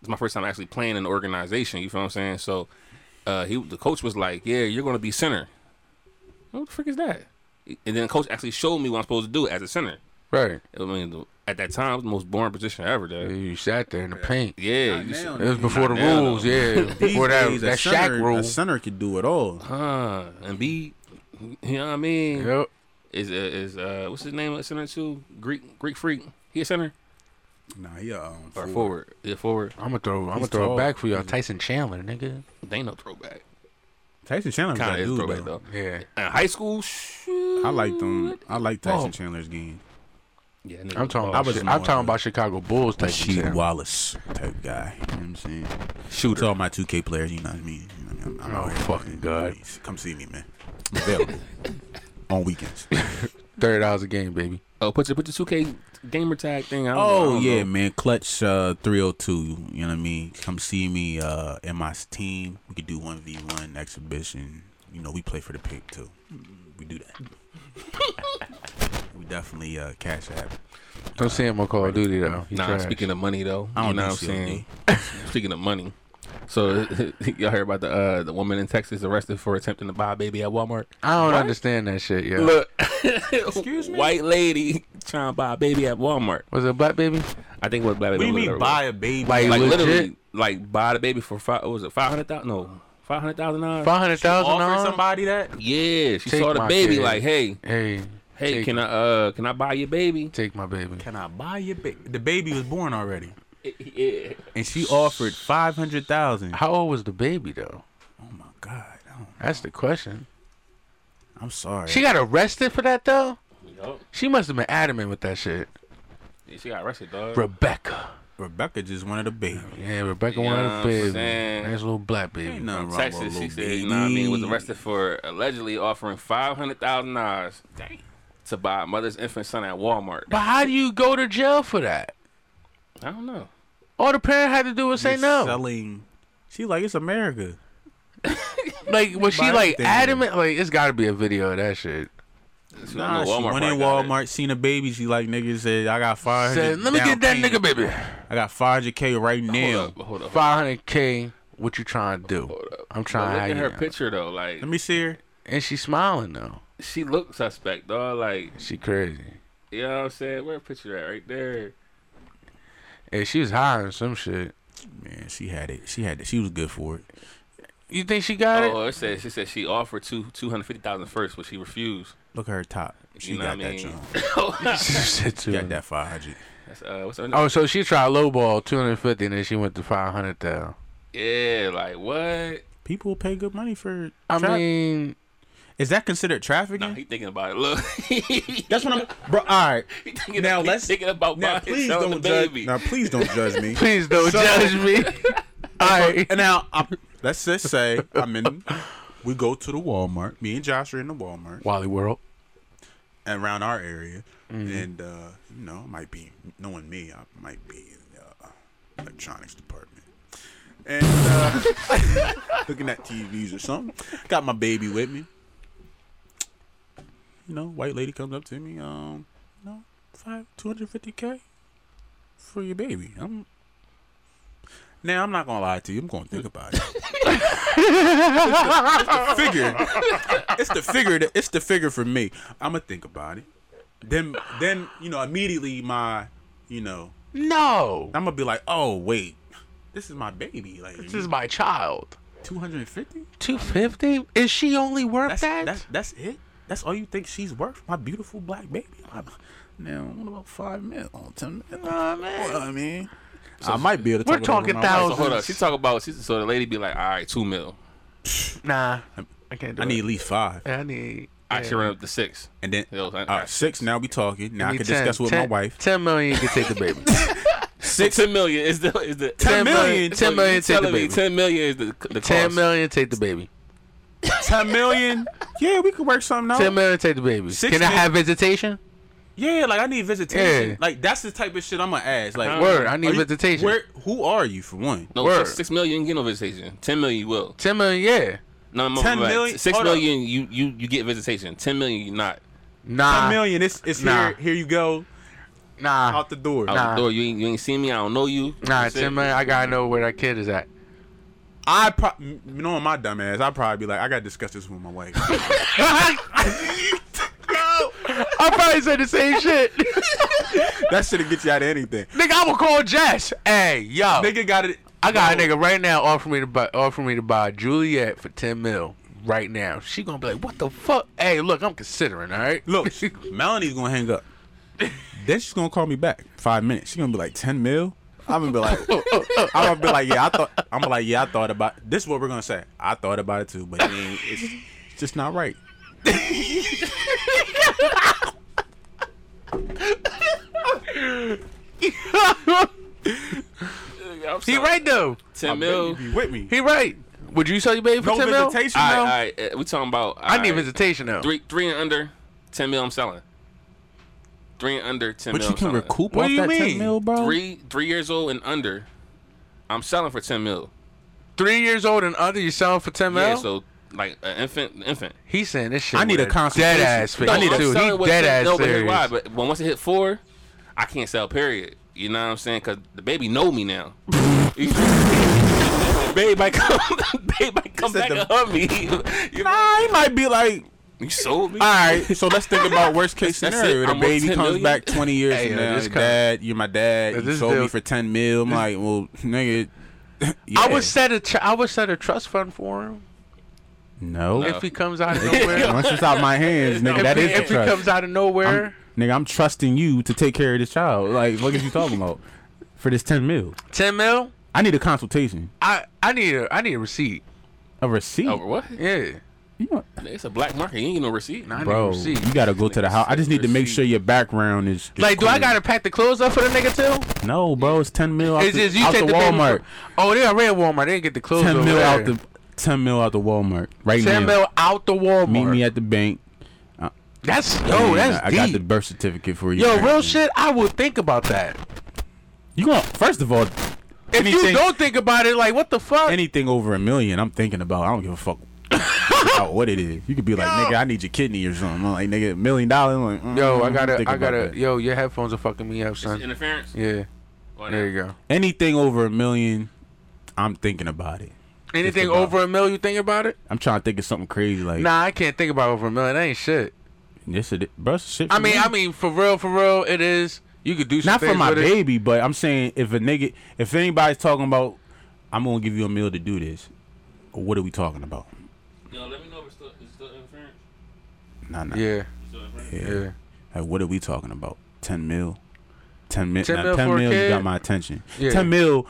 [SPEAKER 3] It's my first time actually playing in an organization. You feel what I'm saying? So, uh, he the coach was like, "Yeah, you're going to be center." What the frick is that? And then the coach actually showed me what I'm supposed to do as a center.
[SPEAKER 4] Right.
[SPEAKER 3] I mean, the- at that time, it was the most boring position ever. Dad.
[SPEAKER 4] You sat there in the paint.
[SPEAKER 3] Yeah,
[SPEAKER 1] Not
[SPEAKER 3] you
[SPEAKER 1] now,
[SPEAKER 3] said,
[SPEAKER 4] It was before the
[SPEAKER 3] Not now,
[SPEAKER 4] rules,
[SPEAKER 3] though.
[SPEAKER 4] yeah.
[SPEAKER 1] These
[SPEAKER 4] Before that,
[SPEAKER 1] days,
[SPEAKER 4] that
[SPEAKER 1] a center,
[SPEAKER 4] Shaq rule.
[SPEAKER 1] a center could do it all.
[SPEAKER 3] huh? uh, And B, you know what I mean?
[SPEAKER 4] Yep.
[SPEAKER 3] Is uh, is uh, what's his name? at Center too? Greek Greek freak. He a center
[SPEAKER 1] Nah, he a um,
[SPEAKER 3] or
[SPEAKER 1] forward.
[SPEAKER 3] forward? Yeah, forward.
[SPEAKER 4] I'm gonna throw. I'm gonna
[SPEAKER 1] He's
[SPEAKER 4] throw
[SPEAKER 1] tall. Mm-hmm.
[SPEAKER 4] it back for y'all. Tyson Chandler, nigga.
[SPEAKER 3] They no throwback.
[SPEAKER 1] Tyson Chandler was
[SPEAKER 3] Kind
[SPEAKER 1] that
[SPEAKER 3] of is
[SPEAKER 1] dude,
[SPEAKER 3] throwback
[SPEAKER 1] though.
[SPEAKER 3] though.
[SPEAKER 4] Yeah.
[SPEAKER 3] In high school, shoot.
[SPEAKER 1] I liked him. I liked Tyson
[SPEAKER 4] Oh.
[SPEAKER 1] Chandler's game.
[SPEAKER 3] Yeah, nigga
[SPEAKER 4] I'm talking.
[SPEAKER 3] ball.
[SPEAKER 4] I was.
[SPEAKER 1] shit.
[SPEAKER 4] I'm talking about Chicago Bulls Tyson
[SPEAKER 1] Rasheed
[SPEAKER 4] Chandler.
[SPEAKER 1] Wallace type guy. You know what I'm saying?
[SPEAKER 3] shooter.
[SPEAKER 1] To all my 2K players, you know what I mean? You know what I mean? I'm, I'm
[SPEAKER 4] Oh,
[SPEAKER 1] out here,
[SPEAKER 4] fucking
[SPEAKER 1] man.
[SPEAKER 4] God.
[SPEAKER 1] Please, come see me, man. I'm available on weekends.
[SPEAKER 4] Third hours a game, baby.
[SPEAKER 3] Oh, put your put your two K gamer tag thing. I don't know, I
[SPEAKER 1] Oh
[SPEAKER 3] don't
[SPEAKER 1] yeah,
[SPEAKER 3] know.
[SPEAKER 1] man. Clutch uh, 302. You know what I mean? Come see me uh, and my team. We could do one v one exhibition. You know, we play for the pick too. We do that. we definitely uh, cash app.
[SPEAKER 4] Don't say him on Call of Duty though. He
[SPEAKER 3] Nah,
[SPEAKER 4] trash.
[SPEAKER 3] speaking of money though,
[SPEAKER 1] I don't
[SPEAKER 3] you know
[SPEAKER 1] do
[SPEAKER 3] what I'm
[SPEAKER 1] CLD.
[SPEAKER 3] saying. speaking of money, so y'all heard about the uh, the woman in Texas arrested for attempting to buy a baby at Walmart.
[SPEAKER 4] I don't understand that shit. Yeah.
[SPEAKER 3] Look, excuse me, white lady trying to buy a baby at Walmart.
[SPEAKER 4] Was it a black baby?
[SPEAKER 3] I think what black baby.
[SPEAKER 1] What do you mean
[SPEAKER 3] whatever.
[SPEAKER 1] buy a baby?
[SPEAKER 4] Like,
[SPEAKER 3] Like
[SPEAKER 4] legit?
[SPEAKER 3] literally, like buy the baby for five. what Was it five hundred thousand? No, five hundred thousand dollars.
[SPEAKER 4] Five hundred thousand
[SPEAKER 1] offer
[SPEAKER 4] dollars.
[SPEAKER 1] somebody that?
[SPEAKER 3] Yeah, she
[SPEAKER 4] Take
[SPEAKER 3] saw the
[SPEAKER 4] my
[SPEAKER 3] baby.
[SPEAKER 4] kid.
[SPEAKER 3] Like, hey,
[SPEAKER 4] Hey,
[SPEAKER 3] hey,
[SPEAKER 4] take,
[SPEAKER 3] can I uh can I buy your baby?
[SPEAKER 4] take my baby?
[SPEAKER 1] Can I buy your baby? The baby was born already,
[SPEAKER 3] Yeah.
[SPEAKER 1] and she offered five hundred thousand.
[SPEAKER 4] How old was the baby though?
[SPEAKER 1] Oh my god! I don't-
[SPEAKER 4] That's the question.
[SPEAKER 1] I'm sorry.
[SPEAKER 4] She got arrested for that though.
[SPEAKER 3] Yup.
[SPEAKER 4] She must have been adamant with that shit.
[SPEAKER 3] Yeah, she got arrested, dog.
[SPEAKER 4] Rebecca.
[SPEAKER 1] Rebecca just wanted a baby.
[SPEAKER 4] Yeah, Rebecca
[SPEAKER 3] You know
[SPEAKER 4] wanted
[SPEAKER 3] what
[SPEAKER 4] a
[SPEAKER 3] I'm
[SPEAKER 4] baby.
[SPEAKER 3] saying?
[SPEAKER 4] Nice little black baby.
[SPEAKER 1] Ain't nothing wrong with a
[SPEAKER 3] Texas,
[SPEAKER 1] little
[SPEAKER 3] she said,
[SPEAKER 1] baby.
[SPEAKER 3] you know what I mean,
[SPEAKER 1] Mm.
[SPEAKER 3] was arrested for allegedly offering five hundred thousand dollars to buy a mother's infant son at Walmart.
[SPEAKER 4] But how do you go to jail for that?
[SPEAKER 3] I don't know.
[SPEAKER 4] All the parent had to do was say
[SPEAKER 1] Just
[SPEAKER 4] no.
[SPEAKER 1] Selling. She like it's America.
[SPEAKER 4] like was she
[SPEAKER 1] buy
[SPEAKER 4] like
[SPEAKER 1] everything.
[SPEAKER 4] adamant? Like it's got to be a video of that shit.
[SPEAKER 3] It's
[SPEAKER 1] Nah,
[SPEAKER 3] not
[SPEAKER 1] she
[SPEAKER 3] Walmart
[SPEAKER 1] went
[SPEAKER 3] probably
[SPEAKER 1] in
[SPEAKER 3] got
[SPEAKER 1] Walmart, seen a baby. She like nigga said, I got five
[SPEAKER 4] Said,
[SPEAKER 1] hundred.
[SPEAKER 4] let me get that nigga baby.
[SPEAKER 1] I got five hundred k right
[SPEAKER 3] it. Hold
[SPEAKER 1] now.
[SPEAKER 3] up, hold up, hold up.
[SPEAKER 4] Five hundred k. What you trying to do?
[SPEAKER 3] Hold up.
[SPEAKER 4] I'm
[SPEAKER 3] But
[SPEAKER 4] trying.
[SPEAKER 3] Look at
[SPEAKER 4] how
[SPEAKER 3] her
[SPEAKER 4] you-
[SPEAKER 3] picture though. Like
[SPEAKER 1] Let me see her.
[SPEAKER 4] And she smiling though.
[SPEAKER 3] she looked suspect, dog. Like
[SPEAKER 4] She crazy.
[SPEAKER 3] you know what I'm saying? Where her picture at? Right there.
[SPEAKER 4] And she was high on some shit.
[SPEAKER 1] Man, she had it. She had it. She was good for it.
[SPEAKER 4] You think she got it?
[SPEAKER 3] Oh, it said she said she offered two two hundred fifty thousand first, but she refused.
[SPEAKER 1] Look at her top. She
[SPEAKER 3] You know
[SPEAKER 1] got
[SPEAKER 3] what I
[SPEAKER 1] that
[SPEAKER 3] mean?
[SPEAKER 1] job.
[SPEAKER 4] She said
[SPEAKER 1] She got
[SPEAKER 4] to
[SPEAKER 1] that five hundred.
[SPEAKER 3] That's, uh, what's her name?
[SPEAKER 4] Oh, so she tried lowball two hundred fifty, and then she went to five hundred though.
[SPEAKER 3] Yeah, like what?
[SPEAKER 1] People pay good money for.
[SPEAKER 4] I
[SPEAKER 1] tra-
[SPEAKER 4] mean,
[SPEAKER 1] is that considered trafficking?
[SPEAKER 3] Nah, he thinking about it. Look,
[SPEAKER 1] That's what I'm. Bro, all right.
[SPEAKER 3] He thinking
[SPEAKER 1] Now
[SPEAKER 3] he
[SPEAKER 1] let's-
[SPEAKER 3] thinking about
[SPEAKER 1] Now
[SPEAKER 3] buying-
[SPEAKER 1] please
[SPEAKER 3] selling
[SPEAKER 1] don't
[SPEAKER 3] the
[SPEAKER 1] judge.
[SPEAKER 3] baby.
[SPEAKER 1] Now please don't judge me.
[SPEAKER 4] please don't
[SPEAKER 1] So-
[SPEAKER 4] judge me. All right.
[SPEAKER 1] And now I'm, let's just say I'm in. We go to the Walmart. Me and Josh are in the Walmart.
[SPEAKER 4] Wally World.
[SPEAKER 1] around our area, and uh, you know, I might be knowing me, I might be in the uh, electronics department, and uh, looking at TVs or something. Got my baby with me. You know, white lady comes up to me, um, you know, five two hundred fifty k for your baby. I'm now I'm not gonna lie to you. I'm gonna think about it. it's, the, it's the figure. It's the figure. That, it's the figure for me. I'm gonna think about it. Then, then you know, immediately my, you know,
[SPEAKER 4] No,
[SPEAKER 1] I'm gonna be like, oh wait, this is my baby. Like
[SPEAKER 4] this is my child.
[SPEAKER 1] 250.
[SPEAKER 4] Two fifty? Is she only worth
[SPEAKER 1] That's
[SPEAKER 4] that?
[SPEAKER 1] that's that's it. That's all you think she's worth, my beautiful black baby. I'm- Now, what about five mil? Oh, Ten mil?
[SPEAKER 4] Nah, man.
[SPEAKER 1] Well, I mean, I might be able to.
[SPEAKER 4] We're
[SPEAKER 1] talk it over
[SPEAKER 4] talking
[SPEAKER 1] with my wife.
[SPEAKER 3] So hold up. She talk about she, so the lady be like, all right, two mil.
[SPEAKER 4] nah, I can't do
[SPEAKER 1] I
[SPEAKER 4] it.
[SPEAKER 1] need at least five,
[SPEAKER 4] I need.
[SPEAKER 3] I should run up to six.
[SPEAKER 1] and then
[SPEAKER 3] Yo, I-
[SPEAKER 1] all right, six. Now we talking. Now I
[SPEAKER 4] need
[SPEAKER 1] can discuss with my wife.
[SPEAKER 4] Ten million can take the baby.
[SPEAKER 1] Six.
[SPEAKER 3] Ten million is the is the
[SPEAKER 1] Ten million.
[SPEAKER 3] So
[SPEAKER 4] Ten million
[SPEAKER 3] you
[SPEAKER 4] take the
[SPEAKER 3] telling me
[SPEAKER 4] baby.
[SPEAKER 3] Ten million is the the cost.
[SPEAKER 4] Ten million take the baby.
[SPEAKER 1] Ten million. Yeah, we could work something out.
[SPEAKER 4] Ten million take the baby.
[SPEAKER 1] Six
[SPEAKER 4] Can I
[SPEAKER 1] mil-
[SPEAKER 4] have visitation?
[SPEAKER 1] Yeah, like I need visitation.
[SPEAKER 4] Yeah.
[SPEAKER 1] Like that's the type of shit I'm gonna ask. Like,
[SPEAKER 4] Word, I
[SPEAKER 1] are
[SPEAKER 4] need
[SPEAKER 1] you-
[SPEAKER 4] visitation.
[SPEAKER 1] Where? Who are you for one?
[SPEAKER 3] No,
[SPEAKER 4] Word.
[SPEAKER 3] six, six million you ain't get no visitation. Ten million you will.
[SPEAKER 4] Ten million, yeah.
[SPEAKER 3] No, I'm
[SPEAKER 1] 10
[SPEAKER 3] right.
[SPEAKER 1] million?
[SPEAKER 3] Six
[SPEAKER 1] Hold up.
[SPEAKER 3] million you you you get visitation. Ten million you not.
[SPEAKER 4] Nah,
[SPEAKER 1] Ten million. It's it's
[SPEAKER 4] Nah.
[SPEAKER 1] here. Here you go
[SPEAKER 4] nah,
[SPEAKER 1] out the door.
[SPEAKER 3] Out
[SPEAKER 4] Nah.
[SPEAKER 3] the door. You ain't you ain't seen me. I don't know you.
[SPEAKER 4] nah.
[SPEAKER 3] That's it.
[SPEAKER 4] Ten million. I gotta know where that kid is at.
[SPEAKER 1] I probably knowing my dumb ass, I'd probably be like, I gotta discuss this with my wife.
[SPEAKER 4] I I probably said the same shit.
[SPEAKER 1] That shouldn't get you out of anything.
[SPEAKER 4] nigga, I would call Jess. Hey, yo.
[SPEAKER 1] Nigga got it.
[SPEAKER 4] I got a nigga right now offering me to buy offering me to buy Juliet for ten mil right now. She gonna be like, what the fuck? Hey, look, I'm considering, all right?
[SPEAKER 1] Look, she- Melanie's gonna hang up. Then she's gonna call me back. Five minutes. She's gonna be like ten mil. I'm gonna be like, I'm gonna be like, yeah, I thought. I'm gonna be like, yeah, I thought about. This is what we're gonna say. I thought about it too, but it ain't- it's it's just not right.
[SPEAKER 4] He right though.
[SPEAKER 1] I
[SPEAKER 3] Ten
[SPEAKER 1] bet
[SPEAKER 3] mil.
[SPEAKER 1] you be with me.
[SPEAKER 4] He right. Would you sell your baby for
[SPEAKER 1] No
[SPEAKER 4] ten mil?
[SPEAKER 1] visitation,
[SPEAKER 3] All right,
[SPEAKER 1] though.
[SPEAKER 3] all right. uh, We talking about.
[SPEAKER 4] I need
[SPEAKER 3] all right,
[SPEAKER 4] visitation though.
[SPEAKER 3] three, three and under, ten mil. I'm selling. Three and under, ten
[SPEAKER 1] But
[SPEAKER 3] mil.
[SPEAKER 1] you
[SPEAKER 3] I'm
[SPEAKER 1] can
[SPEAKER 3] selling.
[SPEAKER 1] recoup
[SPEAKER 4] What
[SPEAKER 1] off
[SPEAKER 4] do you
[SPEAKER 1] that ten
[SPEAKER 4] mean?
[SPEAKER 1] mil, bro.
[SPEAKER 3] Three, three years old and under, I'm selling for ten mil.
[SPEAKER 4] Three years old and under, you selling for ten mil?
[SPEAKER 3] Yeah, so like an infant, infant.
[SPEAKER 4] He's saying this shit.
[SPEAKER 1] I need
[SPEAKER 4] with
[SPEAKER 1] a consultation.
[SPEAKER 4] Dead ass face
[SPEAKER 1] No, I need
[SPEAKER 3] I'm
[SPEAKER 4] too.
[SPEAKER 3] selling
[SPEAKER 4] He
[SPEAKER 3] with
[SPEAKER 4] dead
[SPEAKER 3] ten-
[SPEAKER 4] ass
[SPEAKER 3] No, but here's
[SPEAKER 4] serious.
[SPEAKER 3] why? But when once it hit four, I can't sell. Period. You know what I'm saying? Because the baby know me now. babe, I come, babe, I come back
[SPEAKER 1] said the-
[SPEAKER 3] and hug me. You,
[SPEAKER 1] Nah, he might be like,
[SPEAKER 3] you sold me.
[SPEAKER 4] Ah.
[SPEAKER 1] all right. So let's think about worst case
[SPEAKER 3] That's it.
[SPEAKER 1] scenario. The
[SPEAKER 3] I'm worth
[SPEAKER 1] baby
[SPEAKER 3] 10
[SPEAKER 1] comes
[SPEAKER 3] million.
[SPEAKER 1] back twenty years
[SPEAKER 4] Hey,
[SPEAKER 1] from
[SPEAKER 4] yo,
[SPEAKER 1] now.
[SPEAKER 4] this kind of-
[SPEAKER 1] Dad, you're my dad. you
[SPEAKER 4] This
[SPEAKER 1] sold me
[SPEAKER 4] dude-
[SPEAKER 1] for ten mil. I'm like, well, nigga.
[SPEAKER 4] I
[SPEAKER 1] yeah.
[SPEAKER 4] would set a tr- I would set a trust fund for him
[SPEAKER 1] no.
[SPEAKER 4] if he comes out of
[SPEAKER 1] Yeah,
[SPEAKER 4] nowhere.
[SPEAKER 1] Once it's out my hands, nigga, that
[SPEAKER 4] if
[SPEAKER 1] is
[SPEAKER 4] he,
[SPEAKER 1] the
[SPEAKER 4] if he
[SPEAKER 1] trust.
[SPEAKER 4] comes out of nowhere.
[SPEAKER 1] I'm- nigga, I'm trusting you to take care of this child. Like, what is you talking about? For this ten mil,
[SPEAKER 4] ten mil?
[SPEAKER 1] I need a consultation,
[SPEAKER 4] I, I need a I need a receipt.
[SPEAKER 1] a receipt.
[SPEAKER 3] Oh, what?
[SPEAKER 4] Yeah.
[SPEAKER 1] You know-
[SPEAKER 3] It's a black market. You ain't get no receipt.
[SPEAKER 4] I need a
[SPEAKER 1] bro,
[SPEAKER 4] receipt.
[SPEAKER 1] you gotta go to the house. I just need to make
[SPEAKER 4] Receipt.
[SPEAKER 1] sure your background is, is
[SPEAKER 4] Like, do I
[SPEAKER 1] clean.
[SPEAKER 4] gotta pack the clothes up for the nigga too?
[SPEAKER 1] No, bro, it's ten mil. Out
[SPEAKER 4] It's
[SPEAKER 1] the,
[SPEAKER 4] just you
[SPEAKER 1] out
[SPEAKER 4] take
[SPEAKER 1] the
[SPEAKER 4] the baby
[SPEAKER 1] Walmart.
[SPEAKER 4] from- oh, they already at Walmart. They didn't get the clothes.
[SPEAKER 1] ten
[SPEAKER 4] over
[SPEAKER 1] mil
[SPEAKER 4] there.
[SPEAKER 1] out the ten mil out the Walmart right
[SPEAKER 4] ten
[SPEAKER 1] now.
[SPEAKER 4] mil out the Walmart.
[SPEAKER 1] Meet me at the bank.
[SPEAKER 4] that's yo,
[SPEAKER 1] And uh,
[SPEAKER 4] that's
[SPEAKER 1] I
[SPEAKER 4] deep.
[SPEAKER 1] got the birth certificate for you.
[SPEAKER 4] yo,
[SPEAKER 1] man.
[SPEAKER 4] real shit. I would think about that.
[SPEAKER 1] You gonna first of all,
[SPEAKER 4] If
[SPEAKER 1] Anything-
[SPEAKER 4] you don't think about it, like what the fuck?
[SPEAKER 1] anything over a million, I'm thinking about. I don't give a fuck about what it is. You could be like, nigga, I need your kidney or something. I'm like, nigga, a million dollars. I'm like, mm,
[SPEAKER 4] yo, I
[SPEAKER 1] I'm
[SPEAKER 4] gotta,
[SPEAKER 1] thinking
[SPEAKER 4] I
[SPEAKER 1] about
[SPEAKER 4] gotta.
[SPEAKER 1] that.
[SPEAKER 4] Yo, your headphones are fucking me up, son.
[SPEAKER 3] Interference. Oh,
[SPEAKER 4] Yeah,
[SPEAKER 3] Or
[SPEAKER 4] there
[SPEAKER 3] no?
[SPEAKER 4] you go.
[SPEAKER 1] Anything over a million, I'm thinking about it.
[SPEAKER 4] Anything
[SPEAKER 1] about-
[SPEAKER 4] over a mil, you think about it?
[SPEAKER 1] I'm trying to think of something crazy like
[SPEAKER 4] Nah, I can't think about over a million. That ain't shit.
[SPEAKER 1] this. Or this bro, it's shit.
[SPEAKER 4] I
[SPEAKER 1] for
[SPEAKER 4] mean,
[SPEAKER 1] me.
[SPEAKER 4] I mean, for real, for real, it is. You could do some
[SPEAKER 1] not for
[SPEAKER 4] things
[SPEAKER 1] my
[SPEAKER 4] with it.
[SPEAKER 1] baby, but I'm saying if a nigga, if anybody's talking about, I'm gonna give you a meal to do this. What are we talking about?
[SPEAKER 3] Yo, let me know if it's still, it's still interference.
[SPEAKER 1] Nah, nah.
[SPEAKER 4] Yeah,
[SPEAKER 3] It's still interference.
[SPEAKER 1] Yeah.
[SPEAKER 4] yeah.
[SPEAKER 1] Like, what are we talking about? Ten mil, ten mil,
[SPEAKER 4] 10
[SPEAKER 1] now,
[SPEAKER 4] mil
[SPEAKER 1] ten
[SPEAKER 4] for a
[SPEAKER 1] mil. You
[SPEAKER 4] kid?
[SPEAKER 1] got my attention.
[SPEAKER 4] Yeah.
[SPEAKER 1] Ten mil.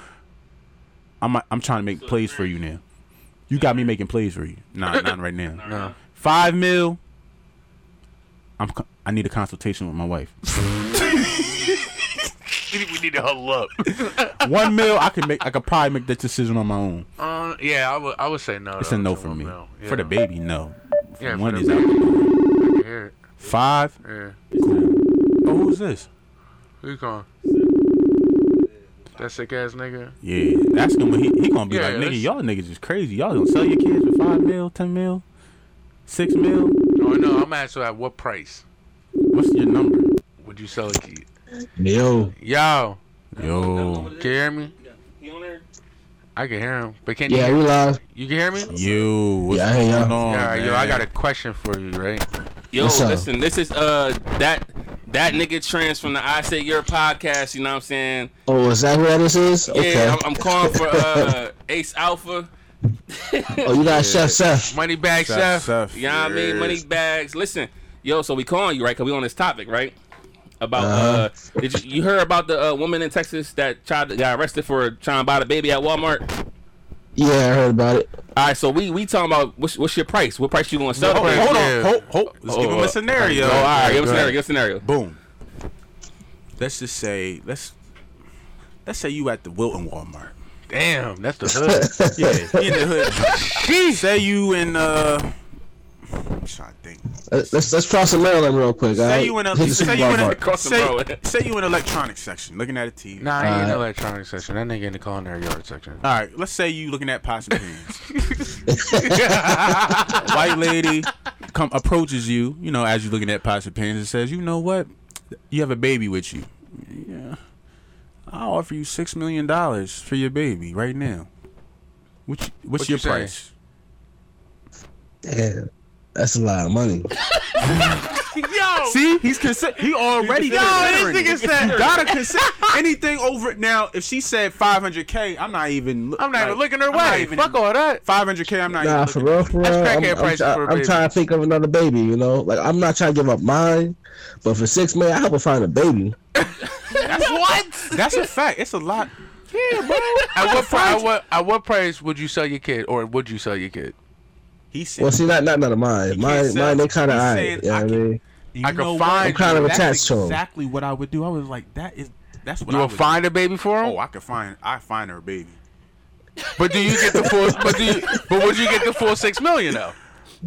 [SPEAKER 1] I'm I'm trying to make plays for you now. You got me making plays for you. Nah, not right now.
[SPEAKER 4] No.
[SPEAKER 1] Five mil. I'm. co- I need a consultation with my wife.
[SPEAKER 4] We need to huddle up.
[SPEAKER 1] One mil. I could make. I could probably make that decision on my own.
[SPEAKER 4] Uh, yeah, I would. I would say no.
[SPEAKER 1] It's
[SPEAKER 4] though,
[SPEAKER 1] a no
[SPEAKER 4] to
[SPEAKER 1] for
[SPEAKER 4] one
[SPEAKER 1] me.
[SPEAKER 4] mil. Yeah.
[SPEAKER 1] For the baby, no.
[SPEAKER 4] Yeah,
[SPEAKER 1] One
[SPEAKER 4] for
[SPEAKER 1] is
[SPEAKER 4] the
[SPEAKER 1] out.
[SPEAKER 4] Yeah,
[SPEAKER 1] Five.
[SPEAKER 4] yeah.
[SPEAKER 1] Oh, who's this?
[SPEAKER 4] Who you calling? That sick ass nigga.
[SPEAKER 1] Yeah, that's gonna he, he gonna be
[SPEAKER 4] Yeah,
[SPEAKER 1] like, nigga,
[SPEAKER 4] that's-
[SPEAKER 1] y'all niggas is crazy. Y'all gonna sell your kids for five mil, ten mil, six mil?
[SPEAKER 4] No, Oh, no. I'm asking at what price
[SPEAKER 1] What's your number?
[SPEAKER 4] would you sell a kid?
[SPEAKER 6] Yo,
[SPEAKER 4] Yo,
[SPEAKER 1] Yo,
[SPEAKER 4] can you hear me?
[SPEAKER 3] He on there?
[SPEAKER 4] I can hear him, but can
[SPEAKER 6] yeah,
[SPEAKER 4] you?
[SPEAKER 6] we live.
[SPEAKER 4] You can hear me?
[SPEAKER 1] yo, what's
[SPEAKER 6] Yeah, I hear
[SPEAKER 1] going
[SPEAKER 6] y'all.
[SPEAKER 1] on?
[SPEAKER 4] All right, yo, I
[SPEAKER 1] man?
[SPEAKER 4] got a question for you, right?
[SPEAKER 3] Yo,
[SPEAKER 6] What's up?
[SPEAKER 3] listen, this is uh that that nigga trans from the I Say Your podcast. You know what I'm saying?
[SPEAKER 6] Oh, is that who that this is? okay.
[SPEAKER 3] Yeah, I'm, I'm calling for uh Ace Alpha.
[SPEAKER 6] oh, you got Chef Seth.
[SPEAKER 4] Money bag
[SPEAKER 1] Seth,
[SPEAKER 4] chef.
[SPEAKER 1] Seth,
[SPEAKER 3] You know what I mean?
[SPEAKER 1] yes.
[SPEAKER 3] Money bags. Listen, yo, so we calling you right? Cause we on this topic, right? About uh,
[SPEAKER 6] Uh-huh.
[SPEAKER 3] did you, you heard about the uh, woman in Texas that tried to, got arrested for trying to buy the baby at Walmart?
[SPEAKER 6] Yeah, I heard about it.
[SPEAKER 3] All right, so we we talking about what's, what's your price? What price you gonna sell?
[SPEAKER 1] Hold,
[SPEAKER 3] for?
[SPEAKER 1] hold
[SPEAKER 4] Yeah.
[SPEAKER 1] on, hold, hold. Let's give him
[SPEAKER 3] Oh,
[SPEAKER 1] a scenario.
[SPEAKER 3] Oh, all right, give us
[SPEAKER 1] Go
[SPEAKER 3] scenario.
[SPEAKER 1] ahead.
[SPEAKER 3] Give us scenario.
[SPEAKER 1] Boom. Let's just say let's let's say you at the Wilton Walmart.
[SPEAKER 4] Damn, that's the hood.
[SPEAKER 1] Yeah, he in the hood. say you in uh. I'm trying to think.
[SPEAKER 6] Let's let's, let's cross the Maryland real quick. all
[SPEAKER 1] Say
[SPEAKER 6] right?
[SPEAKER 1] you in a
[SPEAKER 6] Hit the
[SPEAKER 1] say you in
[SPEAKER 6] supermarket.
[SPEAKER 1] a
[SPEAKER 3] Cross the
[SPEAKER 1] say,
[SPEAKER 3] road.
[SPEAKER 1] say you in electronics section, looking at a TV.
[SPEAKER 4] nah, I ain't in the
[SPEAKER 6] Alright.
[SPEAKER 4] electronic section. That nigga in the culinary yard section.
[SPEAKER 1] All right, let's say you looking at pots and pans. White lady come approaches you, you know, as you looking at pots and pans and says, "You know what? You have a baby with you. Yeah, I'll offer you six million dollars for your baby right now. What you, what's
[SPEAKER 4] What
[SPEAKER 1] your
[SPEAKER 4] you say?
[SPEAKER 1] price?
[SPEAKER 6] Damn, that's a lot of money.
[SPEAKER 3] Yo,
[SPEAKER 1] See, he's consi- he already
[SPEAKER 3] Yo,
[SPEAKER 1] considering
[SPEAKER 4] this
[SPEAKER 1] it.
[SPEAKER 4] nigga said-
[SPEAKER 1] You gotta consider anything over. Now, if she said 500k, I'm not even. look-
[SPEAKER 4] I'm not even
[SPEAKER 1] like,
[SPEAKER 4] looking her
[SPEAKER 1] I'm not
[SPEAKER 4] way.
[SPEAKER 1] even-
[SPEAKER 4] Fuck all that.
[SPEAKER 1] 500k. I'm not
[SPEAKER 6] Nah,
[SPEAKER 1] even.
[SPEAKER 6] for
[SPEAKER 1] looking.
[SPEAKER 6] real, for real.
[SPEAKER 4] That's
[SPEAKER 6] I'm,
[SPEAKER 4] crackhead
[SPEAKER 6] I'm,
[SPEAKER 4] prices
[SPEAKER 6] try-
[SPEAKER 4] for a
[SPEAKER 6] I'm
[SPEAKER 4] baby.
[SPEAKER 6] trying to think of another baby. You know, like I'm not trying to give up mine, but for six million, I hope I find a baby.
[SPEAKER 4] what?
[SPEAKER 1] That's a fact. It's a lot.
[SPEAKER 4] At what, pri- at, what, at what price would you sell your kid, or would you sell your kid?
[SPEAKER 1] He said.
[SPEAKER 6] Well, see, not not none of
[SPEAKER 1] He
[SPEAKER 6] mine.
[SPEAKER 1] can't
[SPEAKER 6] Mine,
[SPEAKER 1] sell-
[SPEAKER 6] mine, they kind of
[SPEAKER 1] he's
[SPEAKER 6] eye.
[SPEAKER 1] saying,
[SPEAKER 6] Yeah,
[SPEAKER 1] I
[SPEAKER 6] I
[SPEAKER 1] can-
[SPEAKER 6] mean,
[SPEAKER 1] you
[SPEAKER 4] I can
[SPEAKER 1] know
[SPEAKER 4] find-
[SPEAKER 1] what?
[SPEAKER 6] I'm kind of
[SPEAKER 1] That's
[SPEAKER 6] attached to him.
[SPEAKER 1] Exactly what I would do. I was like, that is. That's what
[SPEAKER 4] You
[SPEAKER 1] I
[SPEAKER 4] will
[SPEAKER 1] would
[SPEAKER 4] find a baby for
[SPEAKER 1] Do.
[SPEAKER 4] him,
[SPEAKER 1] Oh, I could find. I find her baby.
[SPEAKER 4] but do you get the full? but do you, but would you get the full six million though?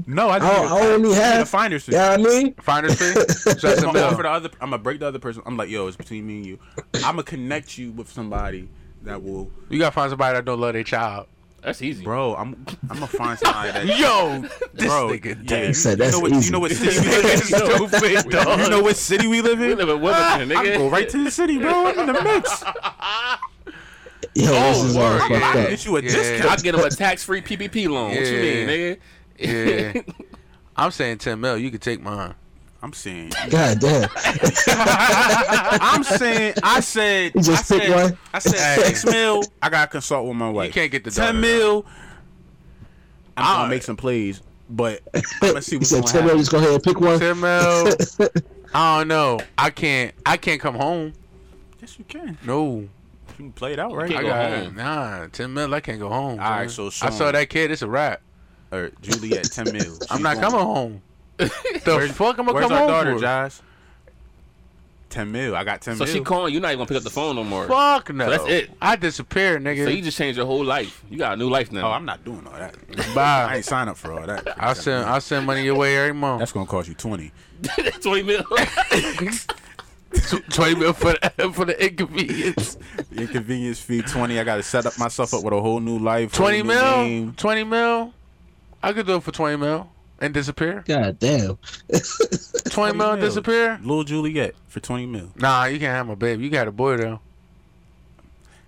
[SPEAKER 1] No, I,
[SPEAKER 6] I, I only have.
[SPEAKER 1] find her.
[SPEAKER 6] Yeah, I mean,
[SPEAKER 4] Finder's fee. So that's a
[SPEAKER 1] I'm gonna offer the
[SPEAKER 4] no.
[SPEAKER 1] other. I'm gonna break the other person. I'm like, yo, it's between me and you. I'm gonna connect you with somebody that will,
[SPEAKER 4] You gotta find somebody that don't love their child.
[SPEAKER 3] that's easy.
[SPEAKER 1] bro. I'm I'm gonna find somebody that,
[SPEAKER 4] Yo, this
[SPEAKER 1] bro.
[SPEAKER 4] nigga.
[SPEAKER 1] yeah, you,
[SPEAKER 6] said
[SPEAKER 1] you
[SPEAKER 6] that's
[SPEAKER 1] know what, you
[SPEAKER 6] easy.
[SPEAKER 1] know what city we live in.
[SPEAKER 4] Stupid dog.
[SPEAKER 1] You know what city we live
[SPEAKER 3] We
[SPEAKER 1] in.
[SPEAKER 3] live in Wilmington,
[SPEAKER 1] I
[SPEAKER 3] nigga.
[SPEAKER 1] can go right to the city, bro. I'm in the mix.
[SPEAKER 6] yo, this
[SPEAKER 4] Oh,
[SPEAKER 6] is all
[SPEAKER 4] word,
[SPEAKER 6] fucked
[SPEAKER 4] yeah.
[SPEAKER 6] up.
[SPEAKER 1] Get you a
[SPEAKER 4] Yeah.
[SPEAKER 1] discount.
[SPEAKER 3] I get him a tax-free PPP loan. What you mean, nigga?
[SPEAKER 4] Yeah. I'm saying 10 mil. You could take mine.
[SPEAKER 1] I'm saying.
[SPEAKER 6] God damn.
[SPEAKER 1] I'm saying. I said.
[SPEAKER 6] You just
[SPEAKER 1] I
[SPEAKER 6] pick
[SPEAKER 1] said,
[SPEAKER 6] one?
[SPEAKER 1] I said
[SPEAKER 4] Hey.
[SPEAKER 1] six mil. I gotta consult with my wife.
[SPEAKER 4] can't get the dollar,
[SPEAKER 1] ten mil. I'm gonna make some plays, but I'm gonna see
[SPEAKER 6] He
[SPEAKER 1] what's
[SPEAKER 6] said,
[SPEAKER 1] gonna
[SPEAKER 6] "Tell me,
[SPEAKER 1] happen.
[SPEAKER 6] just go ahead and pick one."
[SPEAKER 4] 10 mil. I don't know. I can't. I can't come home.
[SPEAKER 1] Yes, you can.
[SPEAKER 4] No.
[SPEAKER 1] You can play it out, right?
[SPEAKER 3] can't
[SPEAKER 4] I
[SPEAKER 3] go
[SPEAKER 4] got
[SPEAKER 3] home.
[SPEAKER 4] nah. 10 mil. I can't go home.
[SPEAKER 1] All right,
[SPEAKER 4] man.
[SPEAKER 1] so
[SPEAKER 4] I saw
[SPEAKER 1] Sean-
[SPEAKER 4] that kid. It's a wrap.
[SPEAKER 1] or Juliet, ten mil.
[SPEAKER 4] I'm not coming home. the fuck I'm gonna
[SPEAKER 1] Where's
[SPEAKER 4] come
[SPEAKER 1] our
[SPEAKER 4] home
[SPEAKER 1] daughter,
[SPEAKER 4] for?
[SPEAKER 1] Josh? Ten mil. I got ten
[SPEAKER 3] So
[SPEAKER 1] mil.
[SPEAKER 3] she calling you. Not even gonna pick up the phone no more.
[SPEAKER 4] Fuck no.
[SPEAKER 3] So that's it.
[SPEAKER 4] I disappeared, nigga.
[SPEAKER 3] So you just changed your whole life. You got a new life
[SPEAKER 1] oh,
[SPEAKER 3] now.
[SPEAKER 1] I'm not doing all that.
[SPEAKER 4] Bye.
[SPEAKER 1] I ain't sign up for all that.
[SPEAKER 4] I send I send money your way every month.
[SPEAKER 1] That's gonna cost you twenty.
[SPEAKER 3] Twenty mil.
[SPEAKER 4] Twenty mil for the, for the inconvenience.
[SPEAKER 1] Inconvenience fee twenty. I gotta set up myself up with a whole new life. whole
[SPEAKER 4] Twenty
[SPEAKER 1] new
[SPEAKER 4] mil.
[SPEAKER 1] name.
[SPEAKER 4] Twenty mil. I could do it for twenty mil and disappear.
[SPEAKER 6] God damn.
[SPEAKER 4] Twenty mil and
[SPEAKER 1] mil.
[SPEAKER 4] disappear.
[SPEAKER 1] Little Juliet for twenty mil.
[SPEAKER 4] Nah, you can't have my baby. You got a boy though.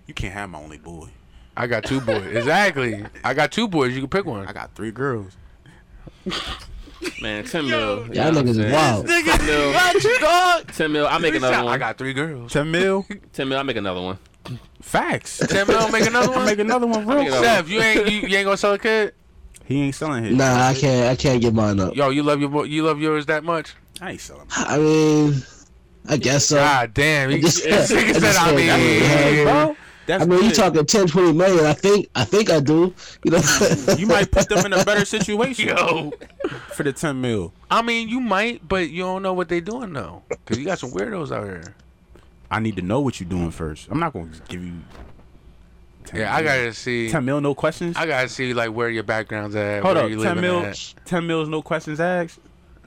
[SPEAKER 1] You can't have my only boy.
[SPEAKER 4] I got two boys. exactly. I got two boys. You can pick one.
[SPEAKER 1] I got three girls.
[SPEAKER 3] Man, ten mil. You
[SPEAKER 6] Y'all
[SPEAKER 3] know what I'm
[SPEAKER 6] niggas
[SPEAKER 3] saying?
[SPEAKER 6] is wild.
[SPEAKER 4] Nigga,
[SPEAKER 3] No.
[SPEAKER 4] what you dog?
[SPEAKER 3] Ten mil. I make another
[SPEAKER 4] I
[SPEAKER 3] one.
[SPEAKER 4] got three girls.
[SPEAKER 1] Ten mil.
[SPEAKER 3] Ten mil. I make another one.
[SPEAKER 1] Facts.
[SPEAKER 4] Ten mil. Make another
[SPEAKER 1] I'll
[SPEAKER 4] one.
[SPEAKER 1] make another one real
[SPEAKER 3] another
[SPEAKER 1] quick.
[SPEAKER 4] Steph, you ain't you, you ain't gonna sell a kid.
[SPEAKER 1] He ain't selling his.
[SPEAKER 6] Nah, I can't. I can't get mine up.
[SPEAKER 4] Yo, you love your boy- you love yours that much.
[SPEAKER 1] I ain't selling.
[SPEAKER 6] I mean, I guess so.
[SPEAKER 4] God damn. He,
[SPEAKER 6] just-
[SPEAKER 4] this nigga
[SPEAKER 6] I
[SPEAKER 4] said,
[SPEAKER 6] just
[SPEAKER 4] I
[SPEAKER 6] said that was
[SPEAKER 4] mean,
[SPEAKER 6] hard,
[SPEAKER 1] Bro, that's
[SPEAKER 6] I mean, you
[SPEAKER 1] good.
[SPEAKER 6] talking 10, 20 million. I think, I think I do. You know,
[SPEAKER 1] You might put them in a better situation
[SPEAKER 4] yo.
[SPEAKER 1] for the ten mil.
[SPEAKER 4] I mean, you might, but you don't know what they doing though, because you got some weirdos out here.
[SPEAKER 1] I need to know what you're doing first. I'm not gonna give you. 10
[SPEAKER 4] Yeah, I
[SPEAKER 1] mil.
[SPEAKER 4] gotta see.
[SPEAKER 1] ten mil, no questions.
[SPEAKER 4] I gotta see like where your background's at.
[SPEAKER 1] Hold
[SPEAKER 4] where
[SPEAKER 1] up,
[SPEAKER 4] you
[SPEAKER 1] ten
[SPEAKER 4] living
[SPEAKER 1] mil,
[SPEAKER 4] at.
[SPEAKER 1] ten mils, no questions asked.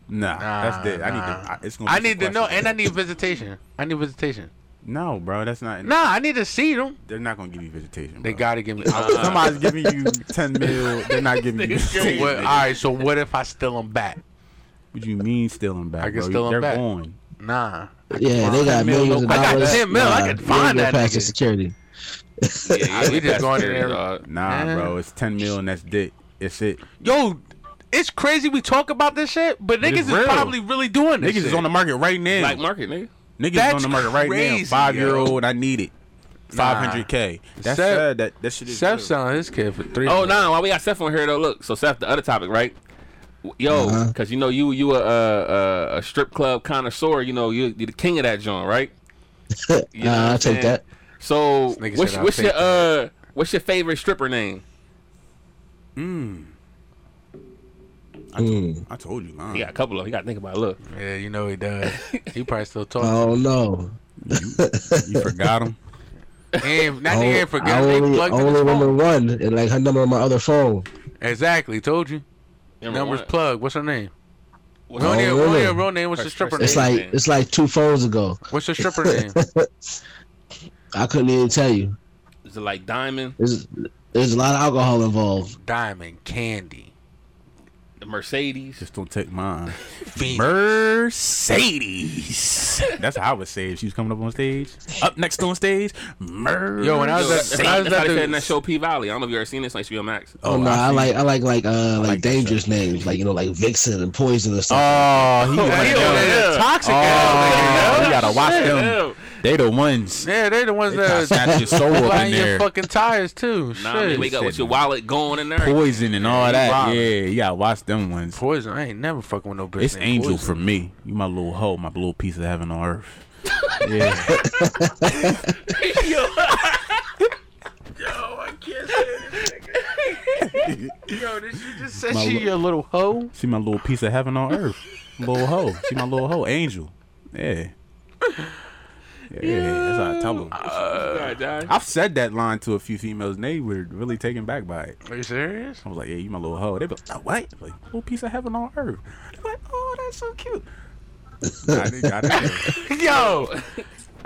[SPEAKER 1] Nah,
[SPEAKER 4] Nah,
[SPEAKER 1] that's dead. I need
[SPEAKER 4] nah.
[SPEAKER 1] to. I, it's gonna. Be
[SPEAKER 4] I
[SPEAKER 1] some
[SPEAKER 4] need to know,
[SPEAKER 1] questions.
[SPEAKER 4] and I need visitation. I need visitation.
[SPEAKER 1] no, bro, that's not.
[SPEAKER 4] Nah, I need to see them.
[SPEAKER 1] They're not gonna give you vegetation.
[SPEAKER 4] They
[SPEAKER 1] bro.
[SPEAKER 4] gotta give me.
[SPEAKER 6] Uh,
[SPEAKER 4] uh,
[SPEAKER 1] If Somebody's giving you ten mil. They're not giving you.
[SPEAKER 4] what, all right, so what if I steal them back?
[SPEAKER 1] What you mean steal them back?
[SPEAKER 4] I can
[SPEAKER 1] bro?
[SPEAKER 4] steal 'em
[SPEAKER 1] They're
[SPEAKER 4] back.
[SPEAKER 1] gone.
[SPEAKER 4] Nah.
[SPEAKER 6] yeah, they got
[SPEAKER 1] mil,
[SPEAKER 6] millions of
[SPEAKER 1] I
[SPEAKER 6] dollars.
[SPEAKER 1] got
[SPEAKER 4] 10 mil, I could
[SPEAKER 6] they
[SPEAKER 4] find
[SPEAKER 6] go
[SPEAKER 4] that
[SPEAKER 6] past the
[SPEAKER 4] nigga.
[SPEAKER 6] security.
[SPEAKER 3] Yeah,
[SPEAKER 4] We just going in
[SPEAKER 3] in
[SPEAKER 4] there.
[SPEAKER 1] Nah,
[SPEAKER 4] Nah.
[SPEAKER 1] bro, it's ten mil and that's it. It's it.
[SPEAKER 4] Yo, it's crazy we talk about this shit, but
[SPEAKER 1] It's
[SPEAKER 4] niggas
[SPEAKER 1] real.
[SPEAKER 4] is probably really doing this.
[SPEAKER 1] Niggas is
[SPEAKER 4] shit.
[SPEAKER 1] on the market right now.
[SPEAKER 3] Black market, nigga.
[SPEAKER 1] Niggas is
[SPEAKER 4] That's
[SPEAKER 1] on the market right now.
[SPEAKER 4] crazy,
[SPEAKER 1] Five year
[SPEAKER 4] yo.
[SPEAKER 1] old, I need it. Five hundred k. That's
[SPEAKER 4] Seth-
[SPEAKER 1] sad. That that shit is.
[SPEAKER 4] Seth
[SPEAKER 1] real.
[SPEAKER 4] selling his kid for three.
[SPEAKER 3] Oh
[SPEAKER 4] mil.
[SPEAKER 3] no, why we got Seth on here though? Look, so Seth, the other topic, right? Yo,
[SPEAKER 6] Uh-huh.
[SPEAKER 3] because you know you you a, a, a- a strip club connoisseur. You know you you the king of that joint, right? You know what
[SPEAKER 6] Nah,
[SPEAKER 3] I'm
[SPEAKER 6] I take
[SPEAKER 3] saying?
[SPEAKER 6] that.
[SPEAKER 3] So
[SPEAKER 4] nigga
[SPEAKER 3] what's
[SPEAKER 4] said I'll
[SPEAKER 3] what's your
[SPEAKER 4] take that.
[SPEAKER 3] uh what's your favorite stripper name?
[SPEAKER 6] Mm,
[SPEAKER 1] I told you, man.
[SPEAKER 3] You got a couple of. You got to think about. It. Look,
[SPEAKER 4] Yeah, you know he does. He probably still
[SPEAKER 6] I
[SPEAKER 4] talking.
[SPEAKER 6] don't know.
[SPEAKER 1] You forgot him.
[SPEAKER 4] And that
[SPEAKER 6] I
[SPEAKER 4] nigga
[SPEAKER 6] don't-
[SPEAKER 4] ain't
[SPEAKER 6] Oh. I
[SPEAKER 4] forgot. They
[SPEAKER 6] only,
[SPEAKER 4] plugged in
[SPEAKER 6] only
[SPEAKER 4] his
[SPEAKER 6] remember
[SPEAKER 4] phone.
[SPEAKER 6] one, and like her number on my other phone.
[SPEAKER 4] Exactly. Told you.
[SPEAKER 3] number
[SPEAKER 4] Numbers
[SPEAKER 3] one.
[SPEAKER 4] plugged. What's her name?
[SPEAKER 3] What's
[SPEAKER 4] We
[SPEAKER 6] Oh,
[SPEAKER 4] only,
[SPEAKER 6] really?
[SPEAKER 4] we only her real name. What's the
[SPEAKER 3] First
[SPEAKER 4] stripper
[SPEAKER 3] person.
[SPEAKER 4] name?
[SPEAKER 6] It's like, it's like two phones ago.
[SPEAKER 4] What's the stripper name?
[SPEAKER 6] I couldn't even tell you.
[SPEAKER 3] Is it like Diamond?
[SPEAKER 6] There's, there's a lot of alcohol involved.
[SPEAKER 4] Diamond Candy.
[SPEAKER 3] the Mercedes.
[SPEAKER 1] Just don't take mine. Mercedes. That's how I would say if she was coming up on stage. Up next on stage, Mercedes.
[SPEAKER 4] Yo, when I was at-
[SPEAKER 3] That's
[SPEAKER 4] when I
[SPEAKER 3] how
[SPEAKER 4] was
[SPEAKER 3] that's how they
[SPEAKER 4] at the-
[SPEAKER 3] said in that show P Valley. I don't know if you ever seen this on HBO Max.
[SPEAKER 6] Oh, no, I, like I like like uh like,
[SPEAKER 1] like that
[SPEAKER 6] dangerous names like you know like Vixen and Poison and stuff.
[SPEAKER 1] Oh, he
[SPEAKER 4] Yeah,
[SPEAKER 1] one of
[SPEAKER 4] yeah,
[SPEAKER 1] them.
[SPEAKER 4] yeah. Toxic
[SPEAKER 1] Oh,
[SPEAKER 4] ass niggas,
[SPEAKER 1] you
[SPEAKER 4] yo.
[SPEAKER 1] gotta watch
[SPEAKER 4] Shit.
[SPEAKER 1] them. They the ones.
[SPEAKER 4] Yeah, they the ones
[SPEAKER 1] They gotta
[SPEAKER 4] that
[SPEAKER 1] snatch your soul up
[SPEAKER 4] flying
[SPEAKER 1] in
[SPEAKER 4] your
[SPEAKER 1] there.
[SPEAKER 4] fucking tires too.
[SPEAKER 3] Nah, they
[SPEAKER 4] Shit.
[SPEAKER 3] wake up with
[SPEAKER 1] Shit.
[SPEAKER 3] your wallet going in there.
[SPEAKER 1] Poison and all that.
[SPEAKER 4] wild.
[SPEAKER 1] Yeah, you gotta watch them ones.
[SPEAKER 4] Poison. I ain't never fucking with no bitch.
[SPEAKER 1] It's
[SPEAKER 4] named
[SPEAKER 1] Angel
[SPEAKER 4] Poison.
[SPEAKER 1] for me. You my little hoe, my little piece of heaven on earth. Yeah.
[SPEAKER 3] Yo, I can't
[SPEAKER 4] Yo, did you just say
[SPEAKER 1] My
[SPEAKER 4] she
[SPEAKER 1] lo-
[SPEAKER 4] your little hoe?
[SPEAKER 1] She my little piece of heaven on earth. Little hoe. She my little hoe. Angel. Yeah. Yeah, that's how I tell them.
[SPEAKER 3] Uh,
[SPEAKER 1] I've said that line to a few females, and they were really taken back by it.
[SPEAKER 4] Are you serious?
[SPEAKER 1] I was like, "Yeah, you my little hoe." They be like, oh, "What?" I'm Like, little piece of heaven on earth. They're like, "Oh, that's so cute." I didn't got it.
[SPEAKER 4] Yo,
[SPEAKER 3] oh.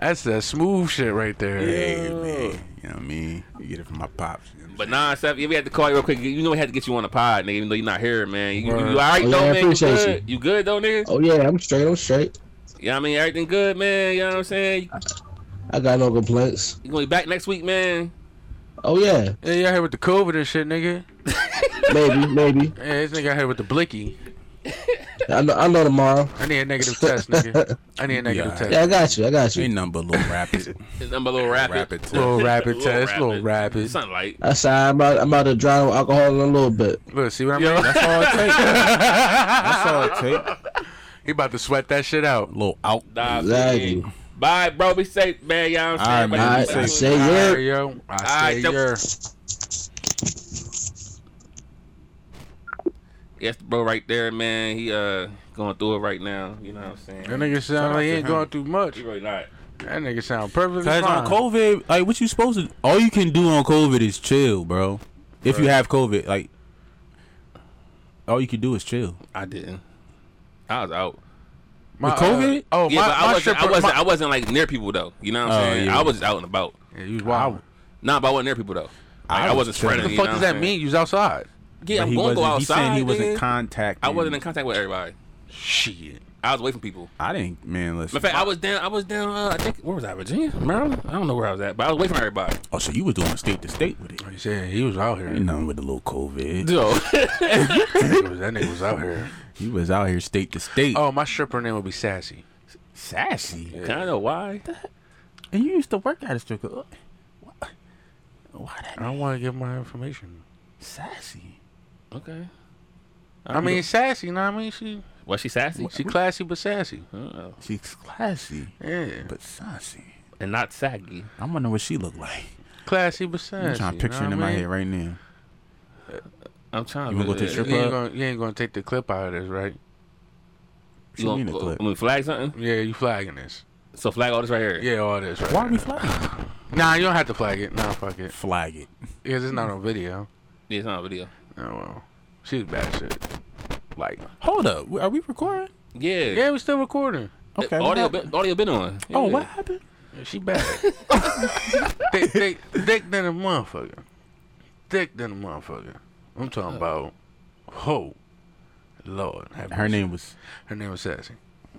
[SPEAKER 4] that's that smooth shit right there.
[SPEAKER 1] Hey man, you know what I mean? You get it from my pops. You know what
[SPEAKER 3] But nah, Seth, if we had to call you real quick, you know we had to get you on the pod, nigga, even though you're not here, man. You, you, you
[SPEAKER 4] Word.
[SPEAKER 3] all right,
[SPEAKER 6] Oh, yeah,
[SPEAKER 3] though,
[SPEAKER 6] I
[SPEAKER 3] man? You
[SPEAKER 6] appreciate
[SPEAKER 3] good? You good, though, nigga?
[SPEAKER 6] Oh yeah, I'm straight. I'm straight.
[SPEAKER 3] Yeah, I mean, everything good, man. You know what I'm saying?
[SPEAKER 6] I got no complaints.
[SPEAKER 3] You gonna be back next week, man.
[SPEAKER 6] Oh yeah,
[SPEAKER 4] Yeah, you out here with the COVID and shit, nigga.
[SPEAKER 6] maybe maybe.
[SPEAKER 4] Yeah, this nigga out here with the blicky.
[SPEAKER 6] I know I know tomorrow.
[SPEAKER 4] I need a negative test, nigga. I need a negative
[SPEAKER 1] Yeah.
[SPEAKER 4] test.
[SPEAKER 6] Yeah, I got you. I got
[SPEAKER 1] I mean? Ain't
[SPEAKER 6] you.
[SPEAKER 1] nothing but little rapid,
[SPEAKER 3] It's number little rapid.
[SPEAKER 1] rapid
[SPEAKER 4] Little
[SPEAKER 1] test.
[SPEAKER 4] rapid test, little rapid.
[SPEAKER 3] Something like.
[SPEAKER 6] That's all right. I'm about, I'm about to drown with alcohol in a little bit.
[SPEAKER 4] Look, see what I mean?
[SPEAKER 3] Yo.
[SPEAKER 4] That's all it
[SPEAKER 1] That's all it take.
[SPEAKER 4] takes. he about to sweat that shit out.
[SPEAKER 1] Little out.
[SPEAKER 3] Nah,
[SPEAKER 6] Exactly.
[SPEAKER 3] man. Bye, bro. Be safe, man. You know what I'm saying?
[SPEAKER 1] All right,
[SPEAKER 6] I,
[SPEAKER 1] man.
[SPEAKER 6] I
[SPEAKER 1] Be
[SPEAKER 6] say
[SPEAKER 4] All right,
[SPEAKER 6] yeah.
[SPEAKER 4] yo. I
[SPEAKER 3] right,
[SPEAKER 4] say
[SPEAKER 3] yo.
[SPEAKER 4] yeah.
[SPEAKER 3] Yes, bro, right there, man. He uh going through it right now. You know what I'm saying?
[SPEAKER 4] That nigga sound like he ain't going through much.
[SPEAKER 3] He really not.
[SPEAKER 4] That nigga sound perfectly
[SPEAKER 1] Cause
[SPEAKER 4] fine.
[SPEAKER 1] on COVID, like what you supposed to? All you can do on COVID is chill, bro. If you have COVID, like all you can do is chill.
[SPEAKER 3] I didn't. I was out.
[SPEAKER 4] My,
[SPEAKER 1] With COVID?
[SPEAKER 4] uh, oh,
[SPEAKER 3] Yeah,
[SPEAKER 4] my,
[SPEAKER 3] but
[SPEAKER 4] my
[SPEAKER 3] I wasn't.
[SPEAKER 4] stripper.
[SPEAKER 3] I wasn't.
[SPEAKER 4] my-
[SPEAKER 3] I wasn't like near people though. You know what I'm
[SPEAKER 1] Oh,
[SPEAKER 3] saying?
[SPEAKER 1] yeah.
[SPEAKER 3] I was just out and about.
[SPEAKER 4] yeah, you was wild.
[SPEAKER 3] Nah, but I wasn't near people though. Like, I,
[SPEAKER 1] I was
[SPEAKER 3] wasn't spreading.
[SPEAKER 4] What the
[SPEAKER 3] you
[SPEAKER 4] fuck
[SPEAKER 3] know what
[SPEAKER 4] does that
[SPEAKER 3] I'm saying?
[SPEAKER 4] mean? You was outside.
[SPEAKER 3] Yeah,
[SPEAKER 1] But
[SPEAKER 3] I'm
[SPEAKER 1] he
[SPEAKER 3] gonna go
[SPEAKER 1] wasn't-
[SPEAKER 3] outside.
[SPEAKER 1] He saying he was
[SPEAKER 3] nigga.
[SPEAKER 1] in contact.
[SPEAKER 3] I wasn't in contact with everybody.
[SPEAKER 4] Shit.
[SPEAKER 3] I was away from people.
[SPEAKER 1] I didn't, man. Listen.
[SPEAKER 3] In fact, I was down. I was down. Uh, I think where was I? Virginia, Maryland. I don't know where I was at, but I was away from everybody.
[SPEAKER 1] Oh, so you was doing state to state with it?
[SPEAKER 4] He said he was out here.
[SPEAKER 1] Ain't nothing with the little COVID.
[SPEAKER 3] Yo,
[SPEAKER 4] that, nigga was, that nigga was out here.
[SPEAKER 1] You was out here state to state.
[SPEAKER 4] Oh, my stripper name would be Sassy.
[SPEAKER 1] sassy.
[SPEAKER 3] kind of why?
[SPEAKER 1] And you used to work at a strip club. Why- Why
[SPEAKER 4] I
[SPEAKER 1] that
[SPEAKER 3] Oh.
[SPEAKER 4] don't want to give my information.
[SPEAKER 1] sassy?
[SPEAKER 3] Okay.
[SPEAKER 4] I mean, Sassy, you know what I mean? She
[SPEAKER 3] Was she sassy?
[SPEAKER 4] she classy but sassy.
[SPEAKER 3] Uh-oh.
[SPEAKER 1] She's classy,
[SPEAKER 4] Yeah.
[SPEAKER 1] but sassy.
[SPEAKER 3] and not saggy.
[SPEAKER 1] I wonder what she looked like.
[SPEAKER 4] Classy but sassy.
[SPEAKER 1] I'm trying to picture it in my head right now.
[SPEAKER 3] I'm trying.
[SPEAKER 1] You wanna go to the strip
[SPEAKER 4] You ain't,
[SPEAKER 1] But-
[SPEAKER 4] gonna, you ain't gonna take the clip out of this, right?
[SPEAKER 1] She mean a clip.
[SPEAKER 3] I mean, flag something.
[SPEAKER 4] Yeah, you flagging this.
[SPEAKER 3] So flag all this right here.
[SPEAKER 4] Yeah, all this. Right
[SPEAKER 1] Why are we
[SPEAKER 4] here.
[SPEAKER 1] flagging?
[SPEAKER 4] Nah, you don't have to flag it. Nah, fuck it.
[SPEAKER 1] Flag it.
[SPEAKER 4] Because it's not on video.
[SPEAKER 3] Yeah, it's not a video.
[SPEAKER 4] Oh well, she's bad shit. Like,
[SPEAKER 1] Hold up. Are we recording?
[SPEAKER 3] Yeah.
[SPEAKER 4] yeah, we still recording.
[SPEAKER 1] Okay. what
[SPEAKER 3] Uh, Audio,
[SPEAKER 1] happened?
[SPEAKER 3] been, audio been on.
[SPEAKER 1] Oh,
[SPEAKER 3] Yeah.
[SPEAKER 1] what happened?
[SPEAKER 4] She bad. thick, thick, thick than a motherfucker. Thick than a motherfucker. I'm talking about. Ho, Lord. have
[SPEAKER 1] Her
[SPEAKER 4] mercy.
[SPEAKER 1] name was.
[SPEAKER 4] Her name was Sassy,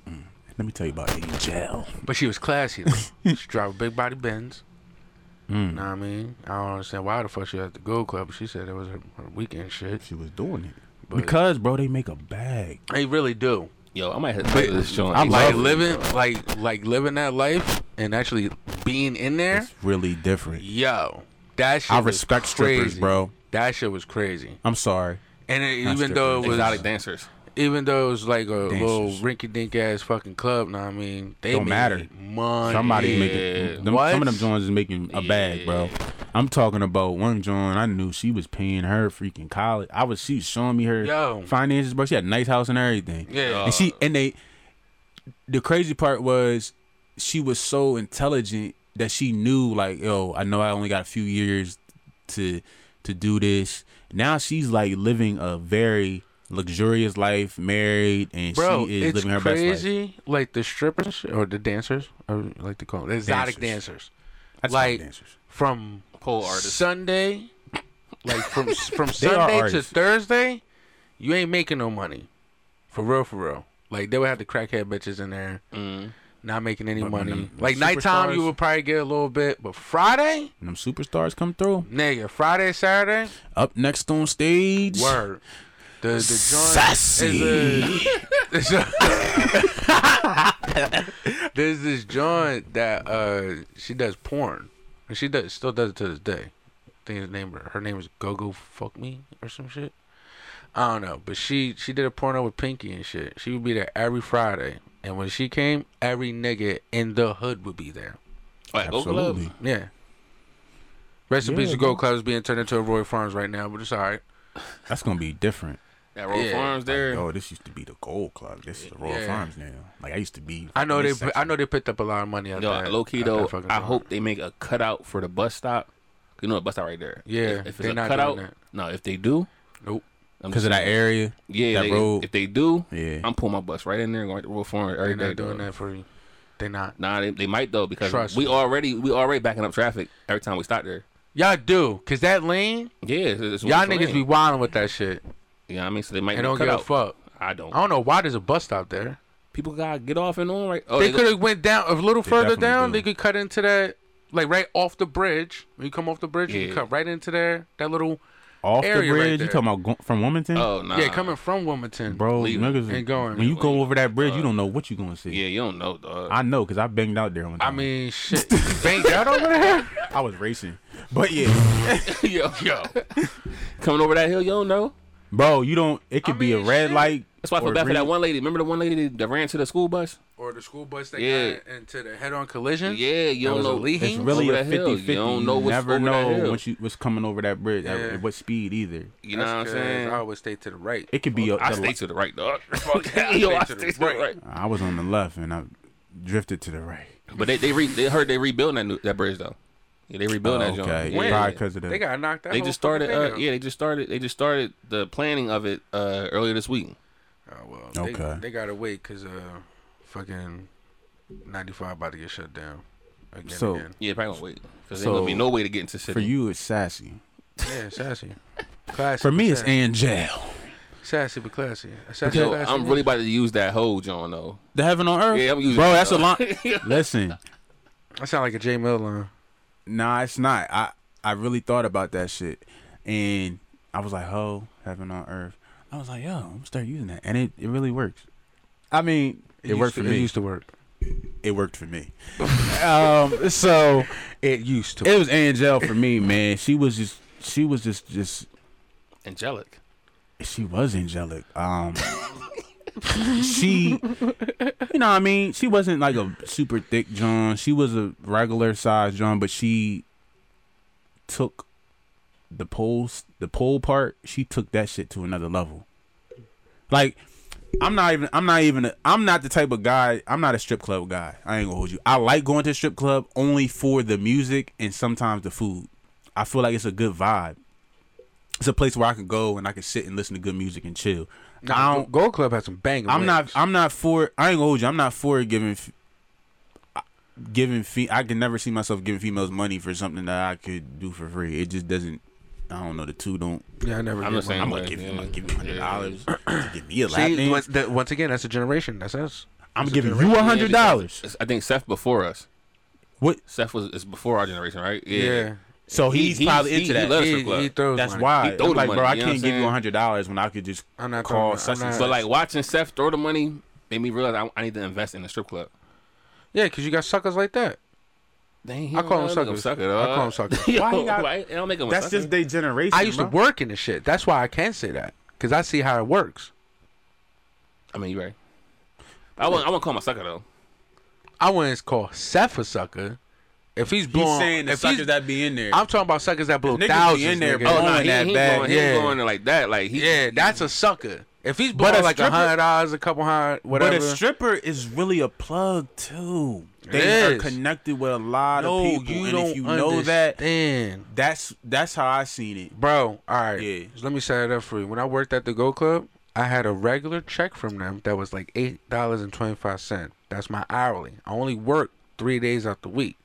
[SPEAKER 1] Let me tell you about Angel.
[SPEAKER 4] but she was classy. though. she drove big body Benz. You Know what I mean? I don't understand why the fuck she at the Gold Club. but She said it was her, her weekend shit.
[SPEAKER 1] She was doing it
[SPEAKER 4] But
[SPEAKER 1] because, bro, they make a bag.
[SPEAKER 4] they really do.
[SPEAKER 3] Yo, I might have to this joint.
[SPEAKER 1] I'm
[SPEAKER 4] Like
[SPEAKER 1] Love it.
[SPEAKER 4] living, like like living that life and actually being in there.
[SPEAKER 1] It's really different.
[SPEAKER 4] Yo, that shit
[SPEAKER 1] I
[SPEAKER 4] was
[SPEAKER 1] respect
[SPEAKER 4] crazy.
[SPEAKER 1] strippers, bro.
[SPEAKER 4] That shit was crazy.
[SPEAKER 1] I'm sorry.
[SPEAKER 4] And it,
[SPEAKER 1] Not
[SPEAKER 4] even though it
[SPEAKER 1] strippers,
[SPEAKER 4] was
[SPEAKER 3] exotic dancers.
[SPEAKER 4] even though it was like a
[SPEAKER 1] Dancers.
[SPEAKER 4] little rinky dink ass fucking club, know what I mean, they
[SPEAKER 1] Don't
[SPEAKER 4] made
[SPEAKER 1] matter.
[SPEAKER 4] Money.
[SPEAKER 1] Somebody
[SPEAKER 3] Yeah.
[SPEAKER 1] making them,
[SPEAKER 4] What?
[SPEAKER 1] some of them joints is making a bag, bro. I'm talking about one joint. I knew she was paying her freaking college. I was she was showing me her
[SPEAKER 4] Yo.
[SPEAKER 1] finances, bro. She had a nice house and everything.
[SPEAKER 4] Yeah.
[SPEAKER 1] and she and they. The crazy part was she was so intelligent that she knew like, yo, I know I only got a few years to to do this. Now she's like living a very luxurious life, married, and
[SPEAKER 4] Bro,
[SPEAKER 1] she is
[SPEAKER 4] it's
[SPEAKER 1] living her best life.
[SPEAKER 4] crazy. Like the strippers sh- or the dancers, or like to call them, the exotic dancers,
[SPEAKER 1] Dancers. That's
[SPEAKER 4] like
[SPEAKER 1] dancers.
[SPEAKER 4] from
[SPEAKER 3] Pole artists.
[SPEAKER 4] Sunday, like from from
[SPEAKER 1] are
[SPEAKER 4] Sunday to
[SPEAKER 1] artists.
[SPEAKER 4] Thursday, you ain't making no money. For real, for real. Like they would have the crackhead bitches in there,
[SPEAKER 3] Mm.
[SPEAKER 4] not making any
[SPEAKER 1] But when
[SPEAKER 4] money.
[SPEAKER 1] them
[SPEAKER 4] like nighttime,
[SPEAKER 1] superstars-
[SPEAKER 4] you would probably get a little bit, but Friday,
[SPEAKER 1] When them superstars come through.
[SPEAKER 4] nigga, Friday, Saturday,
[SPEAKER 1] Up next on stage.
[SPEAKER 4] word. The the joint
[SPEAKER 1] Sassy.
[SPEAKER 4] is a- it's a- There's this joint that uh she does porn, and she does still does it to this day. I think his name her name is Gogo Fuck Me or some shit. I don't know, but she she did a porno with Pinky and shit. She would be there every Friday, and when she came, every nigga in the hood would be there.
[SPEAKER 3] All right, go club.
[SPEAKER 1] Absolutely.
[SPEAKER 4] Yeah. Rest in
[SPEAKER 1] Yeah,
[SPEAKER 4] peace to Gold Club is being turned into a Roy Farms right now, but it's all right.
[SPEAKER 1] That's gonna be different.
[SPEAKER 3] That Royal
[SPEAKER 4] Yeah.
[SPEAKER 3] Farms there.
[SPEAKER 1] Oh, this used to be the Gold Club. This is the Royal
[SPEAKER 4] Yeah.
[SPEAKER 1] Farms now. Like I used to be.
[SPEAKER 4] I know
[SPEAKER 1] in
[SPEAKER 4] they
[SPEAKER 1] this
[SPEAKER 4] pi- I
[SPEAKER 1] section.
[SPEAKER 4] know they picked up a lot of money out
[SPEAKER 3] Yo,
[SPEAKER 4] there.
[SPEAKER 3] low key though, I hope they make a cutout for the bus stop. You know, the bus stop right there.
[SPEAKER 4] Yeah,
[SPEAKER 3] If, if it's
[SPEAKER 4] they
[SPEAKER 3] a
[SPEAKER 4] not doing
[SPEAKER 3] cutout,
[SPEAKER 4] that.
[SPEAKER 3] no. If they do,
[SPEAKER 4] Nope.
[SPEAKER 3] I'm
[SPEAKER 1] because of
[SPEAKER 3] just-
[SPEAKER 1] that area.
[SPEAKER 3] Yeah,
[SPEAKER 1] that
[SPEAKER 3] they-
[SPEAKER 1] road.
[SPEAKER 3] If they do,
[SPEAKER 1] Yeah.
[SPEAKER 3] I'm pulling my bus right in there, going to roll for it
[SPEAKER 4] They're
[SPEAKER 3] every
[SPEAKER 4] not
[SPEAKER 3] day.
[SPEAKER 4] doing
[SPEAKER 3] dog.
[SPEAKER 4] that for you. They not.
[SPEAKER 3] Nah, they, they might though because
[SPEAKER 4] Trust
[SPEAKER 3] we
[SPEAKER 4] me.
[SPEAKER 3] already we already backing up traffic every time we stop there.
[SPEAKER 4] Y'all do, cause that lane,
[SPEAKER 3] Yeah, it's, it's
[SPEAKER 4] y'all niggas be wilding with that shit
[SPEAKER 3] You know what I mean? So they might
[SPEAKER 4] and
[SPEAKER 3] do
[SPEAKER 4] don't give a
[SPEAKER 3] cutout.
[SPEAKER 4] fuck.
[SPEAKER 3] I don't.
[SPEAKER 4] I don't know why there's a bus stop there.
[SPEAKER 3] People gotta get off and on right. Oh,
[SPEAKER 4] they
[SPEAKER 3] go-
[SPEAKER 4] could have went down a little further
[SPEAKER 1] definitely
[SPEAKER 4] down.
[SPEAKER 1] do.
[SPEAKER 4] They could cut into that, like right off the bridge. When you come off the bridge, you
[SPEAKER 3] Yeah.
[SPEAKER 4] cut right into there. That little
[SPEAKER 1] Off
[SPEAKER 4] area
[SPEAKER 1] the
[SPEAKER 4] right
[SPEAKER 1] bridge. you
[SPEAKER 4] there.
[SPEAKER 1] talking about go- from Wilmington?
[SPEAKER 3] Oh nah.
[SPEAKER 4] yeah, coming from Wilmington,
[SPEAKER 1] Bro,
[SPEAKER 3] leave it.
[SPEAKER 1] niggas
[SPEAKER 4] Ain't going.
[SPEAKER 1] When you go over that bridge, you don't know what you gonna see.
[SPEAKER 3] Uh, Yeah, you don't know, dog.
[SPEAKER 1] I know because I banged out there one
[SPEAKER 4] I
[SPEAKER 1] time.
[SPEAKER 4] mean, shit, banked out over there.
[SPEAKER 1] I was racing, but yeah,
[SPEAKER 3] yo, yo, coming over that hill, you don't know.
[SPEAKER 1] bro, you don't. It could be a
[SPEAKER 4] mean,
[SPEAKER 1] red
[SPEAKER 4] shit.
[SPEAKER 1] light.
[SPEAKER 3] That's why I
[SPEAKER 1] or
[SPEAKER 3] feel bad for that
[SPEAKER 1] green-
[SPEAKER 3] one lady. Remember the one lady that ran to the school bus?
[SPEAKER 4] Or the school bus that
[SPEAKER 3] Yeah.
[SPEAKER 4] got into the head-on collision.
[SPEAKER 3] Yeah, you
[SPEAKER 4] That
[SPEAKER 3] don't
[SPEAKER 4] was a
[SPEAKER 3] know.
[SPEAKER 4] Lee
[SPEAKER 3] It's
[SPEAKER 1] It's
[SPEAKER 4] Hines?
[SPEAKER 1] really
[SPEAKER 3] over
[SPEAKER 1] a
[SPEAKER 3] that hill.
[SPEAKER 1] 50 50.
[SPEAKER 3] You don't know what's
[SPEAKER 1] never
[SPEAKER 3] over that
[SPEAKER 1] know
[SPEAKER 3] hill.
[SPEAKER 1] what you, what's coming over that bridge
[SPEAKER 4] Yeah.
[SPEAKER 1] at what speed either.
[SPEAKER 3] You know what I'm
[SPEAKER 4] That's 'cause
[SPEAKER 3] saying?
[SPEAKER 4] I always stay to the right.
[SPEAKER 1] It could be. a
[SPEAKER 3] I
[SPEAKER 1] the
[SPEAKER 3] stay
[SPEAKER 1] li-
[SPEAKER 3] to the right, dog. Fuck yo, I stay to the right.
[SPEAKER 1] I was on the left and I drifted to the right.
[SPEAKER 3] But they they, re, they heard they rebuilding that new, that bridge though. Yeah, they rebuilt that joint.
[SPEAKER 1] okay,
[SPEAKER 3] Yeah.
[SPEAKER 1] probably because of the.
[SPEAKER 4] They got knocked out.
[SPEAKER 3] They just started. Uh, yeah, they just started. They just started the planning of it uh, earlier this week.
[SPEAKER 4] Oh well. They,
[SPEAKER 1] Okay.
[SPEAKER 4] They gotta wait because uh, fucking ninety five about to get shut down. Again,
[SPEAKER 1] So-
[SPEAKER 4] again.
[SPEAKER 3] Yeah, probably gonna wait because
[SPEAKER 1] So,
[SPEAKER 3] there's gonna be no way to get into city.
[SPEAKER 1] for you, it's sassy.
[SPEAKER 4] yeah, sassy, classy.
[SPEAKER 1] For me,
[SPEAKER 4] but
[SPEAKER 1] it's
[SPEAKER 4] sassy.
[SPEAKER 1] and jail.
[SPEAKER 4] sassy but classy. Sassy,
[SPEAKER 3] Yo,
[SPEAKER 4] but classy.
[SPEAKER 3] I'm really about to use that whole John though.
[SPEAKER 1] The heaven on earth.
[SPEAKER 3] Yeah, I'm using
[SPEAKER 1] bro,
[SPEAKER 3] it,
[SPEAKER 1] that's a
[SPEAKER 3] though.
[SPEAKER 1] lot. Listen,
[SPEAKER 4] I sound like a J Mill line.
[SPEAKER 1] Nah, it's not. I I really thought about that shit, and I was like, "Ho, heaven on earth." I was like, "Yo, I'm gonna start using that," and it, it really works. I mean, it,
[SPEAKER 4] used
[SPEAKER 1] worked
[SPEAKER 4] to,
[SPEAKER 1] for
[SPEAKER 4] It
[SPEAKER 1] me.
[SPEAKER 4] used to work.
[SPEAKER 1] It worked for me. um, so
[SPEAKER 4] It used to.
[SPEAKER 1] it was Angel for me, man. She was just, she was just, just,
[SPEAKER 3] Angelic.
[SPEAKER 1] she was angelic. Um, she, you know, what I mean, she wasn't like a super thick John. She was a regular size John, but she took the poles, the pole part. She took that shit to another level. Like, I'm not even. I'm not even. A, I'm not the type of guy. I'm not a strip club guy. I ain't gonna hold you. I like going to strip club only for the music and sometimes the food. I feel like it's a good vibe it's a place where I can go and I can sit and listen to good music and chill. I
[SPEAKER 4] Now,
[SPEAKER 1] don't.
[SPEAKER 4] Gold Club had some banging.
[SPEAKER 1] I'm not.
[SPEAKER 4] records.
[SPEAKER 1] I'm not for. I ain't gonna hold you. I'm not for giving. f- I- Giving fe- I can never see myself giving females money for something that I could do for free. It just doesn't. I don't know. The two don't.
[SPEAKER 4] Yeah, I never.
[SPEAKER 3] I'm
[SPEAKER 4] did
[SPEAKER 3] the same
[SPEAKER 4] one.
[SPEAKER 1] I'm gonna
[SPEAKER 3] way,
[SPEAKER 1] give you. I'm
[SPEAKER 3] yeah.
[SPEAKER 1] gonna give you hundred dollars. Give me a lap
[SPEAKER 4] See, once,
[SPEAKER 1] dance.
[SPEAKER 4] that, once again, that's a generation. That's us.
[SPEAKER 1] I'm giving you a hundred dollars.
[SPEAKER 3] I think Seth before us.
[SPEAKER 1] What?
[SPEAKER 3] Seth was is before our generation, right?
[SPEAKER 1] So
[SPEAKER 3] He-
[SPEAKER 1] he's
[SPEAKER 3] he-
[SPEAKER 1] probably
[SPEAKER 3] he-
[SPEAKER 1] into
[SPEAKER 3] he
[SPEAKER 1] that.
[SPEAKER 3] loves
[SPEAKER 4] He,
[SPEAKER 3] strip club.
[SPEAKER 4] he throws.
[SPEAKER 1] That's
[SPEAKER 4] money.
[SPEAKER 1] why.
[SPEAKER 3] He throw
[SPEAKER 1] I'm
[SPEAKER 3] the
[SPEAKER 1] like,
[SPEAKER 3] money,
[SPEAKER 1] bro, I
[SPEAKER 3] you know what
[SPEAKER 1] can't
[SPEAKER 3] I'm
[SPEAKER 1] give you
[SPEAKER 3] saying?
[SPEAKER 1] hundred dollars when I could just
[SPEAKER 4] I'm not
[SPEAKER 1] call
[SPEAKER 4] talking-
[SPEAKER 1] such
[SPEAKER 4] I'm
[SPEAKER 1] and
[SPEAKER 4] not-
[SPEAKER 1] such.
[SPEAKER 3] But like watching Seth throw the money made me realize I, I need to invest in a strip club.
[SPEAKER 4] Yeah, because you got suckers like that.
[SPEAKER 3] Dang, he
[SPEAKER 4] I call
[SPEAKER 3] don't
[SPEAKER 4] him
[SPEAKER 3] make 'em
[SPEAKER 4] suckers.
[SPEAKER 3] Sucker,
[SPEAKER 4] I
[SPEAKER 3] dog.
[SPEAKER 4] call him suckers.
[SPEAKER 3] Yo,
[SPEAKER 1] Why he got-
[SPEAKER 3] why- I don't make him a
[SPEAKER 1] That's
[SPEAKER 3] sucker.
[SPEAKER 1] just their generation.
[SPEAKER 4] I used to
[SPEAKER 1] bro.
[SPEAKER 4] work in this shit. That's why I can say that. Because I see how it works.
[SPEAKER 3] I mean, you right. I won't. I won't call him a sucker though.
[SPEAKER 4] I wouldn't call Seth a sucker. If he's
[SPEAKER 1] He's
[SPEAKER 4] blowing,
[SPEAKER 1] saying the
[SPEAKER 4] if he's-
[SPEAKER 1] suckers that be in there.
[SPEAKER 4] I'm talking about suckers that blow
[SPEAKER 1] Niggas be
[SPEAKER 4] thousands.
[SPEAKER 1] in there,
[SPEAKER 4] nigga.
[SPEAKER 1] bro.
[SPEAKER 3] Oh no,
[SPEAKER 1] Blowing
[SPEAKER 3] he,
[SPEAKER 1] that
[SPEAKER 3] he
[SPEAKER 1] bag,
[SPEAKER 3] ain't going. He
[SPEAKER 4] yeah.
[SPEAKER 3] ain't going like that. Like he.
[SPEAKER 4] yeah, that's a sucker. If he's
[SPEAKER 1] But
[SPEAKER 4] blowing
[SPEAKER 1] a
[SPEAKER 4] like a
[SPEAKER 1] stripper-
[SPEAKER 4] hundred dollars, a couple hundred,
[SPEAKER 1] But
[SPEAKER 4] whatever.
[SPEAKER 1] a stripper is really a plug too. They
[SPEAKER 4] It
[SPEAKER 1] are
[SPEAKER 4] is.
[SPEAKER 1] connected with a lot
[SPEAKER 4] no,
[SPEAKER 1] of people,
[SPEAKER 4] you
[SPEAKER 1] and
[SPEAKER 4] don't
[SPEAKER 1] if you know that,
[SPEAKER 4] understand.
[SPEAKER 1] that's that's how I seen it.
[SPEAKER 4] Bro, all right.
[SPEAKER 1] Yeah.
[SPEAKER 4] So let me set it up for you. When I worked at the Go Club, I had a regular check from them that was like eight dollars and twenty five cent. That's my hourly. I only work three days out the week.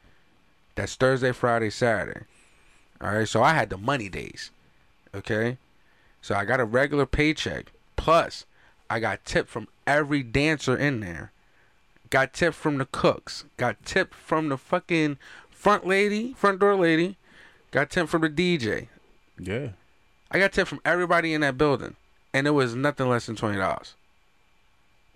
[SPEAKER 4] That's Thursday, Friday, Saturday. All right. So I had the money days. Okay. So I got a regular paycheck. Plus, I got tip from every dancer in there. Got tip from the cooks. Got tip from the fucking front lady, front door lady. Got tip from the DJ.
[SPEAKER 1] Yeah.
[SPEAKER 4] I got tip from everybody in that building, and it was nothing less than twenty dollars.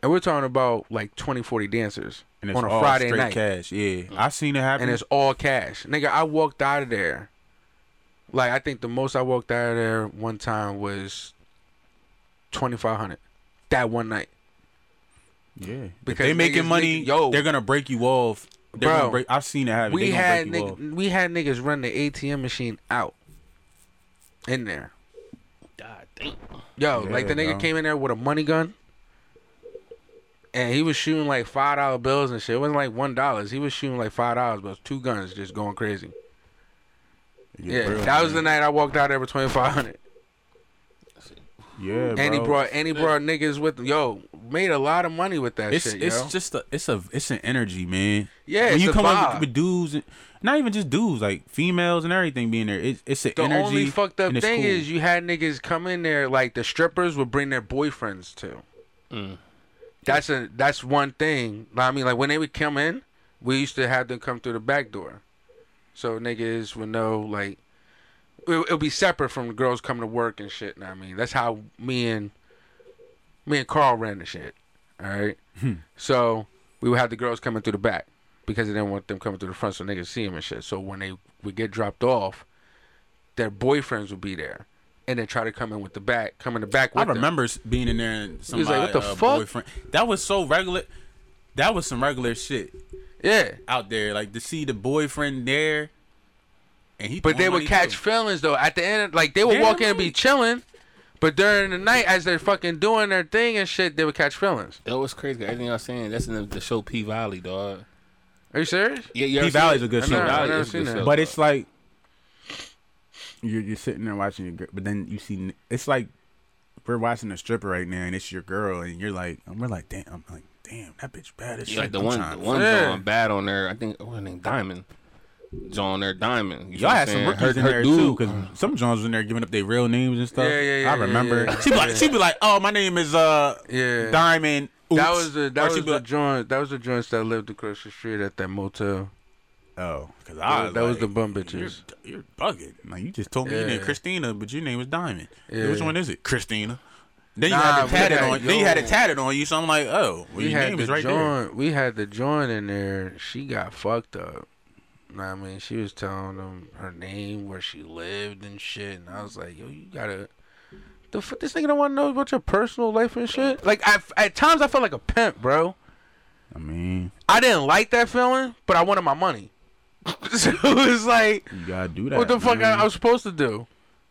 [SPEAKER 4] And we're talking about like 20, 40 dancers
[SPEAKER 1] And it's
[SPEAKER 4] on a
[SPEAKER 1] all
[SPEAKER 4] Friday
[SPEAKER 1] straight
[SPEAKER 4] night,
[SPEAKER 1] cash. Yeah. I seen it happen.
[SPEAKER 4] and it's all cash, nigga. I walked out of there. Like I think the most I walked out of there one time was twenty five hundred. That one night.
[SPEAKER 1] yeah. Because
[SPEAKER 4] because
[SPEAKER 1] they making
[SPEAKER 4] niggas-
[SPEAKER 1] money,
[SPEAKER 4] nigga- yo.
[SPEAKER 1] they're gonna break you off. They're
[SPEAKER 4] Bro,
[SPEAKER 1] gonna break, I've seen it happen.
[SPEAKER 4] we
[SPEAKER 1] They gonna
[SPEAKER 4] had
[SPEAKER 1] break you off.
[SPEAKER 4] nigg- we had niggas run the ATM machine out in there.
[SPEAKER 3] God Ah, damn.
[SPEAKER 4] Yo,
[SPEAKER 1] Yeah,
[SPEAKER 4] like the nigga
[SPEAKER 1] bro.
[SPEAKER 4] came in there with a money gun, and he was shooting like five dollar bills and shit. It wasn't like one dollars. He was shooting like five dollars, but it was two guns just going crazy.
[SPEAKER 1] Yeah,
[SPEAKER 4] Yeah,
[SPEAKER 1] bro,
[SPEAKER 4] that was the
[SPEAKER 1] man.
[SPEAKER 4] night I walked out there with twenty five hundred.
[SPEAKER 1] Yeah,
[SPEAKER 4] And he
[SPEAKER 1] bro.
[SPEAKER 4] brought and he brought niggas with him. Yo, made a lot of money with that
[SPEAKER 1] it's
[SPEAKER 4] shit.
[SPEAKER 1] it's
[SPEAKER 4] yo.
[SPEAKER 1] just a it's a it's an energy, man.
[SPEAKER 4] Yeah,
[SPEAKER 1] when
[SPEAKER 4] it's
[SPEAKER 1] you
[SPEAKER 4] a
[SPEAKER 1] come up
[SPEAKER 4] vibe.
[SPEAKER 1] with, with dudes, and, not even just dudes, like females and everything being there. It's it's an
[SPEAKER 4] the
[SPEAKER 1] energy.
[SPEAKER 4] only fucked up
[SPEAKER 1] and it's
[SPEAKER 4] thing
[SPEAKER 1] cool.
[SPEAKER 4] is you had niggas come in there like the strippers would bring their boyfriends too. That's a that's one thing. I mean, like when they would come in, we used to have them come through the back door, so niggas would know like it, it'll be separate from the girls coming to work and shit. know what I mean, that's how me and me and Carl ran the shit. All right,
[SPEAKER 1] Hmm.
[SPEAKER 4] so we would have the girls coming through the back because they didn't want them coming through the front, so niggas see them and shit. So when they would get dropped off, their boyfriends would be there, and then try to come in with the back, come in the back.
[SPEAKER 1] I
[SPEAKER 4] With them.
[SPEAKER 1] remember s- being in there and
[SPEAKER 4] was
[SPEAKER 1] somebody
[SPEAKER 4] like, "What the
[SPEAKER 1] uh,
[SPEAKER 4] fuck?"
[SPEAKER 1] boyfriend. That was so regular. That was some regular shit
[SPEAKER 4] yeah.
[SPEAKER 1] out there. Like to see the boyfriend there, and he.
[SPEAKER 4] But they
[SPEAKER 1] throwing
[SPEAKER 4] would
[SPEAKER 1] money,
[SPEAKER 4] catch
[SPEAKER 1] too.
[SPEAKER 4] feelings though. At the end, like they would
[SPEAKER 1] Yeah,
[SPEAKER 4] walk in and be
[SPEAKER 1] right.
[SPEAKER 4] chilling, but during the night, as they're fucking doing their thing and shit, they would catch feelings.
[SPEAKER 3] That was crazy. Everything I was saying, that's in the, the show P Valley, dog.
[SPEAKER 4] Are you serious?
[SPEAKER 3] Yeah, you ever
[SPEAKER 1] P
[SPEAKER 3] seen
[SPEAKER 1] Valley's
[SPEAKER 3] it?
[SPEAKER 1] a good
[SPEAKER 4] I
[SPEAKER 1] show.
[SPEAKER 4] never- I
[SPEAKER 1] Valley
[SPEAKER 4] never
[SPEAKER 1] is a good
[SPEAKER 4] seen that.
[SPEAKER 1] show, But it's like you're you're sitting there watching your, girl, but then you see it's like we're watching a stripper right now, and it's your girl, and you're like, and we're like, damn, I'm like, damn, that bitch bad as shit.
[SPEAKER 3] Yeah, like the
[SPEAKER 1] I'm
[SPEAKER 3] one,
[SPEAKER 1] trying
[SPEAKER 3] the
[SPEAKER 1] to-
[SPEAKER 3] one
[SPEAKER 4] Yeah.
[SPEAKER 3] going bad on there. I think what her name Diamond. John there, Diamond. You know
[SPEAKER 1] Y'all
[SPEAKER 3] what I'm
[SPEAKER 1] had some
[SPEAKER 3] saying?
[SPEAKER 1] rookies
[SPEAKER 3] her,
[SPEAKER 1] in
[SPEAKER 3] her
[SPEAKER 1] there
[SPEAKER 3] dude,
[SPEAKER 1] too, because some Johns in there giving up their real names and stuff.
[SPEAKER 4] uh-huh. Yeah, yeah, yeah,
[SPEAKER 1] I
[SPEAKER 4] yeah,
[SPEAKER 1] remember.
[SPEAKER 4] yeah, yeah.
[SPEAKER 1] She be like, she be like, oh, my name is uh,
[SPEAKER 4] Yeah.
[SPEAKER 1] Diamond.
[SPEAKER 4] That
[SPEAKER 1] Oops."
[SPEAKER 4] was the
[SPEAKER 1] Or
[SPEAKER 4] that
[SPEAKER 1] she
[SPEAKER 4] was
[SPEAKER 1] be
[SPEAKER 4] the
[SPEAKER 1] like,
[SPEAKER 4] joint. That was the joints that lived across the street at that motel.
[SPEAKER 1] oh, because I
[SPEAKER 4] that was
[SPEAKER 1] like,
[SPEAKER 4] the bum bitches.
[SPEAKER 1] You're, you're bugging. Like you just told me your
[SPEAKER 4] Yeah.
[SPEAKER 1] name Christina, but your name was Diamond.
[SPEAKER 4] Yeah.
[SPEAKER 1] Which one is it, Christina? Then you
[SPEAKER 4] Nah,
[SPEAKER 1] had it
[SPEAKER 4] we
[SPEAKER 1] tatted
[SPEAKER 4] had-
[SPEAKER 1] on. Then you had
[SPEAKER 4] yo.
[SPEAKER 1] it tatted on you. So I'm like, oh, well,
[SPEAKER 4] we
[SPEAKER 1] your
[SPEAKER 4] had
[SPEAKER 1] name
[SPEAKER 4] the
[SPEAKER 1] is right there.
[SPEAKER 4] joint. We had the joint in there. She got fucked up. Know what I mean, she was telling them her name, where she lived, and shit. And I was like, "Yo, you gotta." The fuck, this nigga don't want to know about your personal life and shit. Like, I at times I felt like a pimp, bro.
[SPEAKER 1] I mean,
[SPEAKER 4] I didn't like that feeling, but I wanted my money. so it was like,
[SPEAKER 1] you gotta do that.
[SPEAKER 4] what the fuck
[SPEAKER 1] man.
[SPEAKER 4] I, I was supposed to do?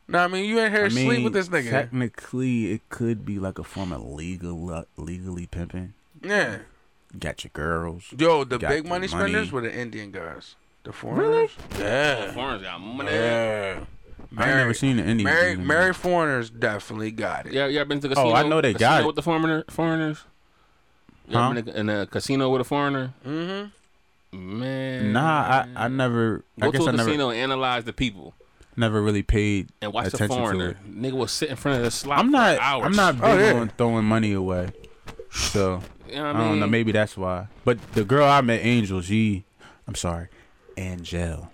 [SPEAKER 4] Know what I mean, you in here
[SPEAKER 1] Mm-hmm. I
[SPEAKER 4] sleep with this nigga?
[SPEAKER 1] Technically, it could be like a form of legal, legally pimping.
[SPEAKER 4] yeah.
[SPEAKER 1] You got your girls.
[SPEAKER 4] Yo, the
[SPEAKER 1] Got
[SPEAKER 4] big
[SPEAKER 1] the
[SPEAKER 4] money
[SPEAKER 1] money.
[SPEAKER 4] spenders were the Indian guys. The foreigners. Yeah.
[SPEAKER 3] Foreigners got money.
[SPEAKER 4] Yeah.
[SPEAKER 1] I ain't never seen an Indian.
[SPEAKER 4] Mary,
[SPEAKER 1] thing.
[SPEAKER 4] Mary foreigners definitely got it.
[SPEAKER 3] Yeah, you ever been to casino?
[SPEAKER 1] Oh, I know they
[SPEAKER 3] casino
[SPEAKER 1] got it.
[SPEAKER 3] with the foreigner, foreigners. You ever
[SPEAKER 1] Huh?
[SPEAKER 3] been in a casino with a foreigner?
[SPEAKER 4] Mm-hmm.
[SPEAKER 3] Man,
[SPEAKER 1] Nah, I, I never.
[SPEAKER 3] Mm. Go
[SPEAKER 1] I guess
[SPEAKER 3] to a
[SPEAKER 1] I never
[SPEAKER 3] casino and analyze the people
[SPEAKER 1] never really paid
[SPEAKER 3] and watch the
[SPEAKER 1] attention to it.
[SPEAKER 3] foreigner. Nigga will sit in front of the slot.
[SPEAKER 1] I'm not.
[SPEAKER 3] For hours.
[SPEAKER 1] I'm not big
[SPEAKER 4] Oh, yeah.
[SPEAKER 1] on throwing money away. So
[SPEAKER 3] You know what
[SPEAKER 1] I,
[SPEAKER 3] I mean,
[SPEAKER 1] don't know. Maybe that's why. But the girl I met, Angel, she, I'm sorry, Angel.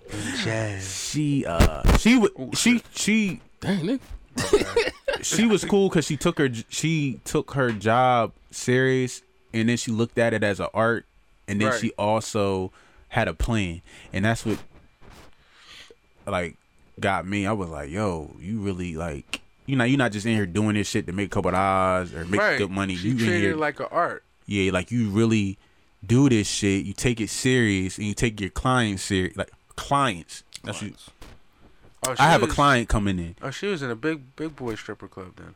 [SPEAKER 1] She uh, she wa- she she
[SPEAKER 3] Dang, nigga.
[SPEAKER 1] she was cool because she took her j- she took her job serious, and then she looked at it as an art, and then
[SPEAKER 4] Right.
[SPEAKER 1] she also had a plan, and that's what like got me. I was like, yo, you really like. You know, you're not just in here doing this shit to make a couple of dollars or make
[SPEAKER 4] Right.
[SPEAKER 1] good money.
[SPEAKER 4] She
[SPEAKER 1] you in
[SPEAKER 4] treated
[SPEAKER 1] here
[SPEAKER 4] it like an art.
[SPEAKER 1] yeah, like you really do this shit. You take it serious, and you take your clients serious, like clients. That's what-
[SPEAKER 4] Oh, she
[SPEAKER 1] I have a
[SPEAKER 4] was-
[SPEAKER 1] client coming in.
[SPEAKER 4] Oh, she was in a big, big boy stripper club then.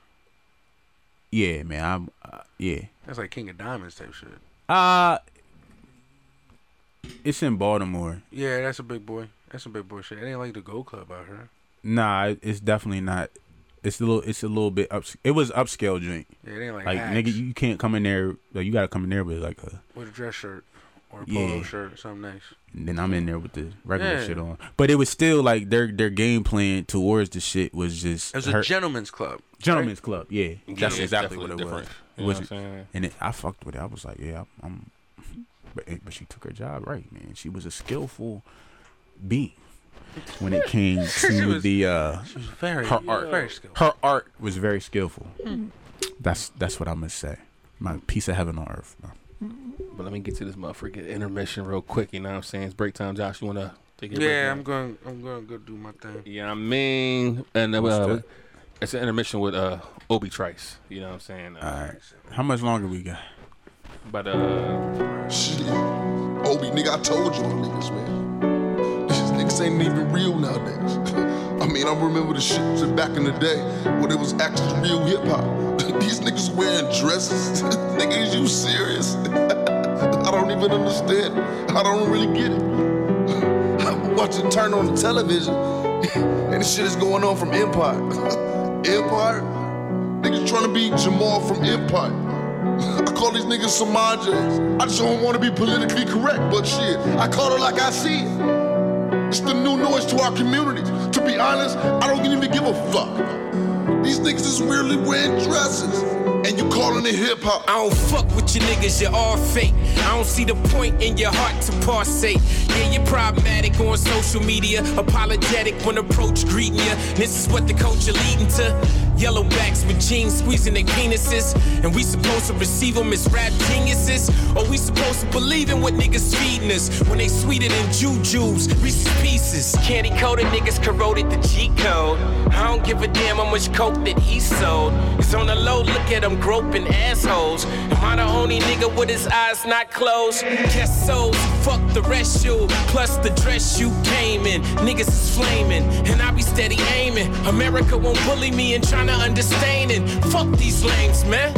[SPEAKER 1] Yeah, man. I'm. Uh, yeah.
[SPEAKER 4] That's like King of Diamonds type shit.
[SPEAKER 1] Uh it's in Baltimore.
[SPEAKER 4] Yeah, that's a big boy. That's some big boy shit. It ain't like the Gold Club out here.
[SPEAKER 1] Nah, it- it's definitely not. It's a little. It's a little bit up. It was upscale drink.
[SPEAKER 4] Yeah, it ain't like,
[SPEAKER 1] Like
[SPEAKER 4] Axe
[SPEAKER 1] nigga, you can't come in there. Like you gotta come in there with like a
[SPEAKER 4] with a dress shirt. or a
[SPEAKER 1] Yeah.
[SPEAKER 4] polo shirt or something nice.
[SPEAKER 1] And then I'm in there with the regular
[SPEAKER 4] Yeah.
[SPEAKER 1] shit on. But it was still like their their game plan towards the shit was just
[SPEAKER 4] It was a
[SPEAKER 1] her-
[SPEAKER 4] gentleman's club.
[SPEAKER 1] gentleman's club. Yeah, that's
[SPEAKER 3] Yeah, it's
[SPEAKER 1] exactly what it
[SPEAKER 3] definitely
[SPEAKER 1] was.
[SPEAKER 3] different.
[SPEAKER 1] It
[SPEAKER 3] You know what I'm
[SPEAKER 1] was
[SPEAKER 3] saying?
[SPEAKER 1] and it, I fucked with it. I was like, yeah, I'm. But it- but she took her job right, man. She was a skillful being when it came
[SPEAKER 4] She
[SPEAKER 1] to
[SPEAKER 4] was-
[SPEAKER 1] the. uh
[SPEAKER 4] It was very,
[SPEAKER 1] Her art.
[SPEAKER 4] very skillful.
[SPEAKER 1] Her art was very skillful. That's that's what I'm gonna say. My piece of heaven on earth.
[SPEAKER 3] But let me get to this motherfucking intermission real quick. You know what I'm saying? It's break time, Josh. You wanna take it?
[SPEAKER 4] Yeah, I'm going. I'm going to go do my thing.
[SPEAKER 3] Yeah, I mean, and uh,
[SPEAKER 1] What's
[SPEAKER 3] well,
[SPEAKER 1] that?
[SPEAKER 3] it's an intermission with uh Obi Trice. You know what I'm saying?
[SPEAKER 1] All
[SPEAKER 3] Uh,
[SPEAKER 1] right, how much longer we got?
[SPEAKER 3] But uh,
[SPEAKER 7] Shit, Obi, nigga, I told y'all niggas, man. These niggas ain't even real nowadays. I mean, I remember the shit from back in the day when it was actually real hip hop. These niggas wearing dresses. nigga, is you serious? I don't even understand. I don't really get it. I watch it turn on the television, and the shit is going on from Empire. Empire? Niggas trying to be Jamal from Empire. I call these niggas Samajas. I just don't want to be politically correct, but shit, I call it like I see it. It's the new noise to our communities. To be honest, I don't even give a fuck. These niggas is weirdly wearing dresses, and you calling it hip hop.
[SPEAKER 8] I don't fuck with you niggas, you're all fake. I don't see the point in your heart to parsate. Yeah, you're problematic on social media, apologetic when approach greeting ya. This is what the culture leading to. Yellowbacks with jeans squeezing their penises. And we supposed to receive them as rap geniuses? Or we supposed to believe in what niggas feeding us when they sweeter than jujubes, Reese's Pieces? Candy coated niggas corroded the G code. I don't give a damn how much coke that he sold. It's on the low, look at them groping assholes. Am I the only nigga with his eyes not closed? Guess so, so fuck the rest you. Plus the dress you came in. Niggas is flaming, and I be steady aiming. America won't bully me and tryna understand it. Fuck these lames, man.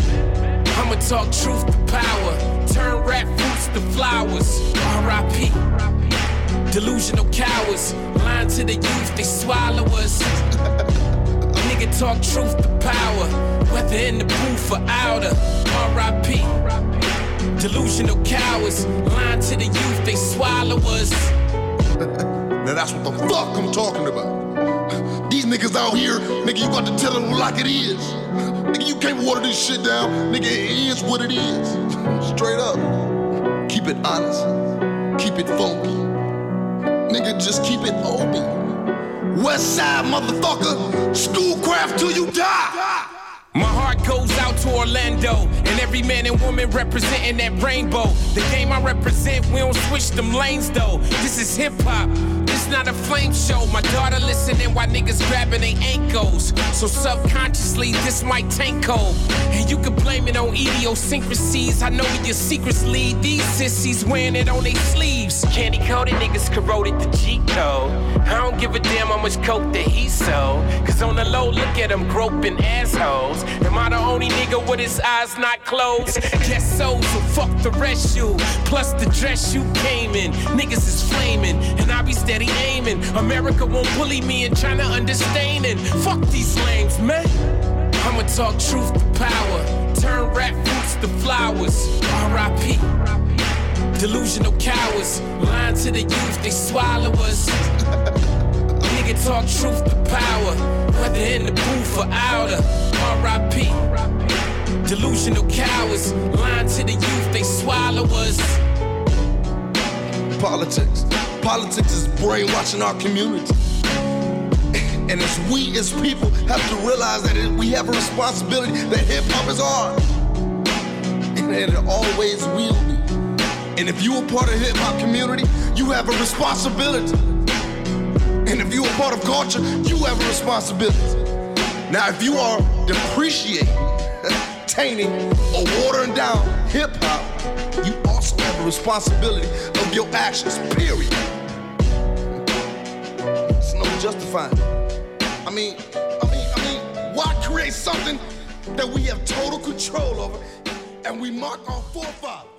[SPEAKER 8] I'ma talk truth to power. Turn rap roots to flowers. R.I.P. Delusional cowards. Lying to the youth, they swallow us. Nigga talk truth to power, whether in the booth or outer. R.I.P. Delusional cowards, lying to the youth, they swallow us.
[SPEAKER 7] Now that's what the fuck I'm talking about. These niggas out here, nigga, you got to tell it like it is. Nigga, you can't water this shit down. Nigga, it is what it is. Straight up. Keep it honest. Keep it funky. Nigga, just keep it open. West side, motherfucker. Schoolcraft till you die.
[SPEAKER 8] My heart goes out to Orlando and every man and woman representing that rainbow. The game I represent, we don't switch them lanes though. This is hip hop. This not a flame show. My daughter listening while niggas grabbing their ankles. So subconsciously, this might tank cold. And you can blame it on idiosyncrasies. I know where your secrets lead. These sissies wearing it on their sleeves. Candy coated niggas corroded the G code. I don't give a damn how much coke that he sold. Cause on the low, look at them groping assholes. Am I the only nigga with his eyes not closed? Guess so, so fuck the rest you. Plus the dress you came in. Niggas is flaming, and I be steady aiming. America won't bully me and tryna understand it. Fuck these lames, man. I'ma talk truth to power. Turn rap roots to flowers. R.I.P. Delusional cowards, lying to the youth, they swallow us. Nigga talk truth to power, whether in the booth or outer. R.I.P. Delusional cowards, lying to the youth, they swallow us.
[SPEAKER 7] Politics. Politics is brainwashing our community. And as we as people have to realize that it- we have a responsibility that hip hop is ours. And that it always will be. And if you're a part of hip hop community, you have a responsibility. And if you're a part of culture, you have a responsibility. Now, if you are depreciating, tainting, or watering down hip hop, you also have a responsibility of your actions, period. It's no justifying. I mean, I mean, I mean, why create something that we have total control over and we mock our forefathers?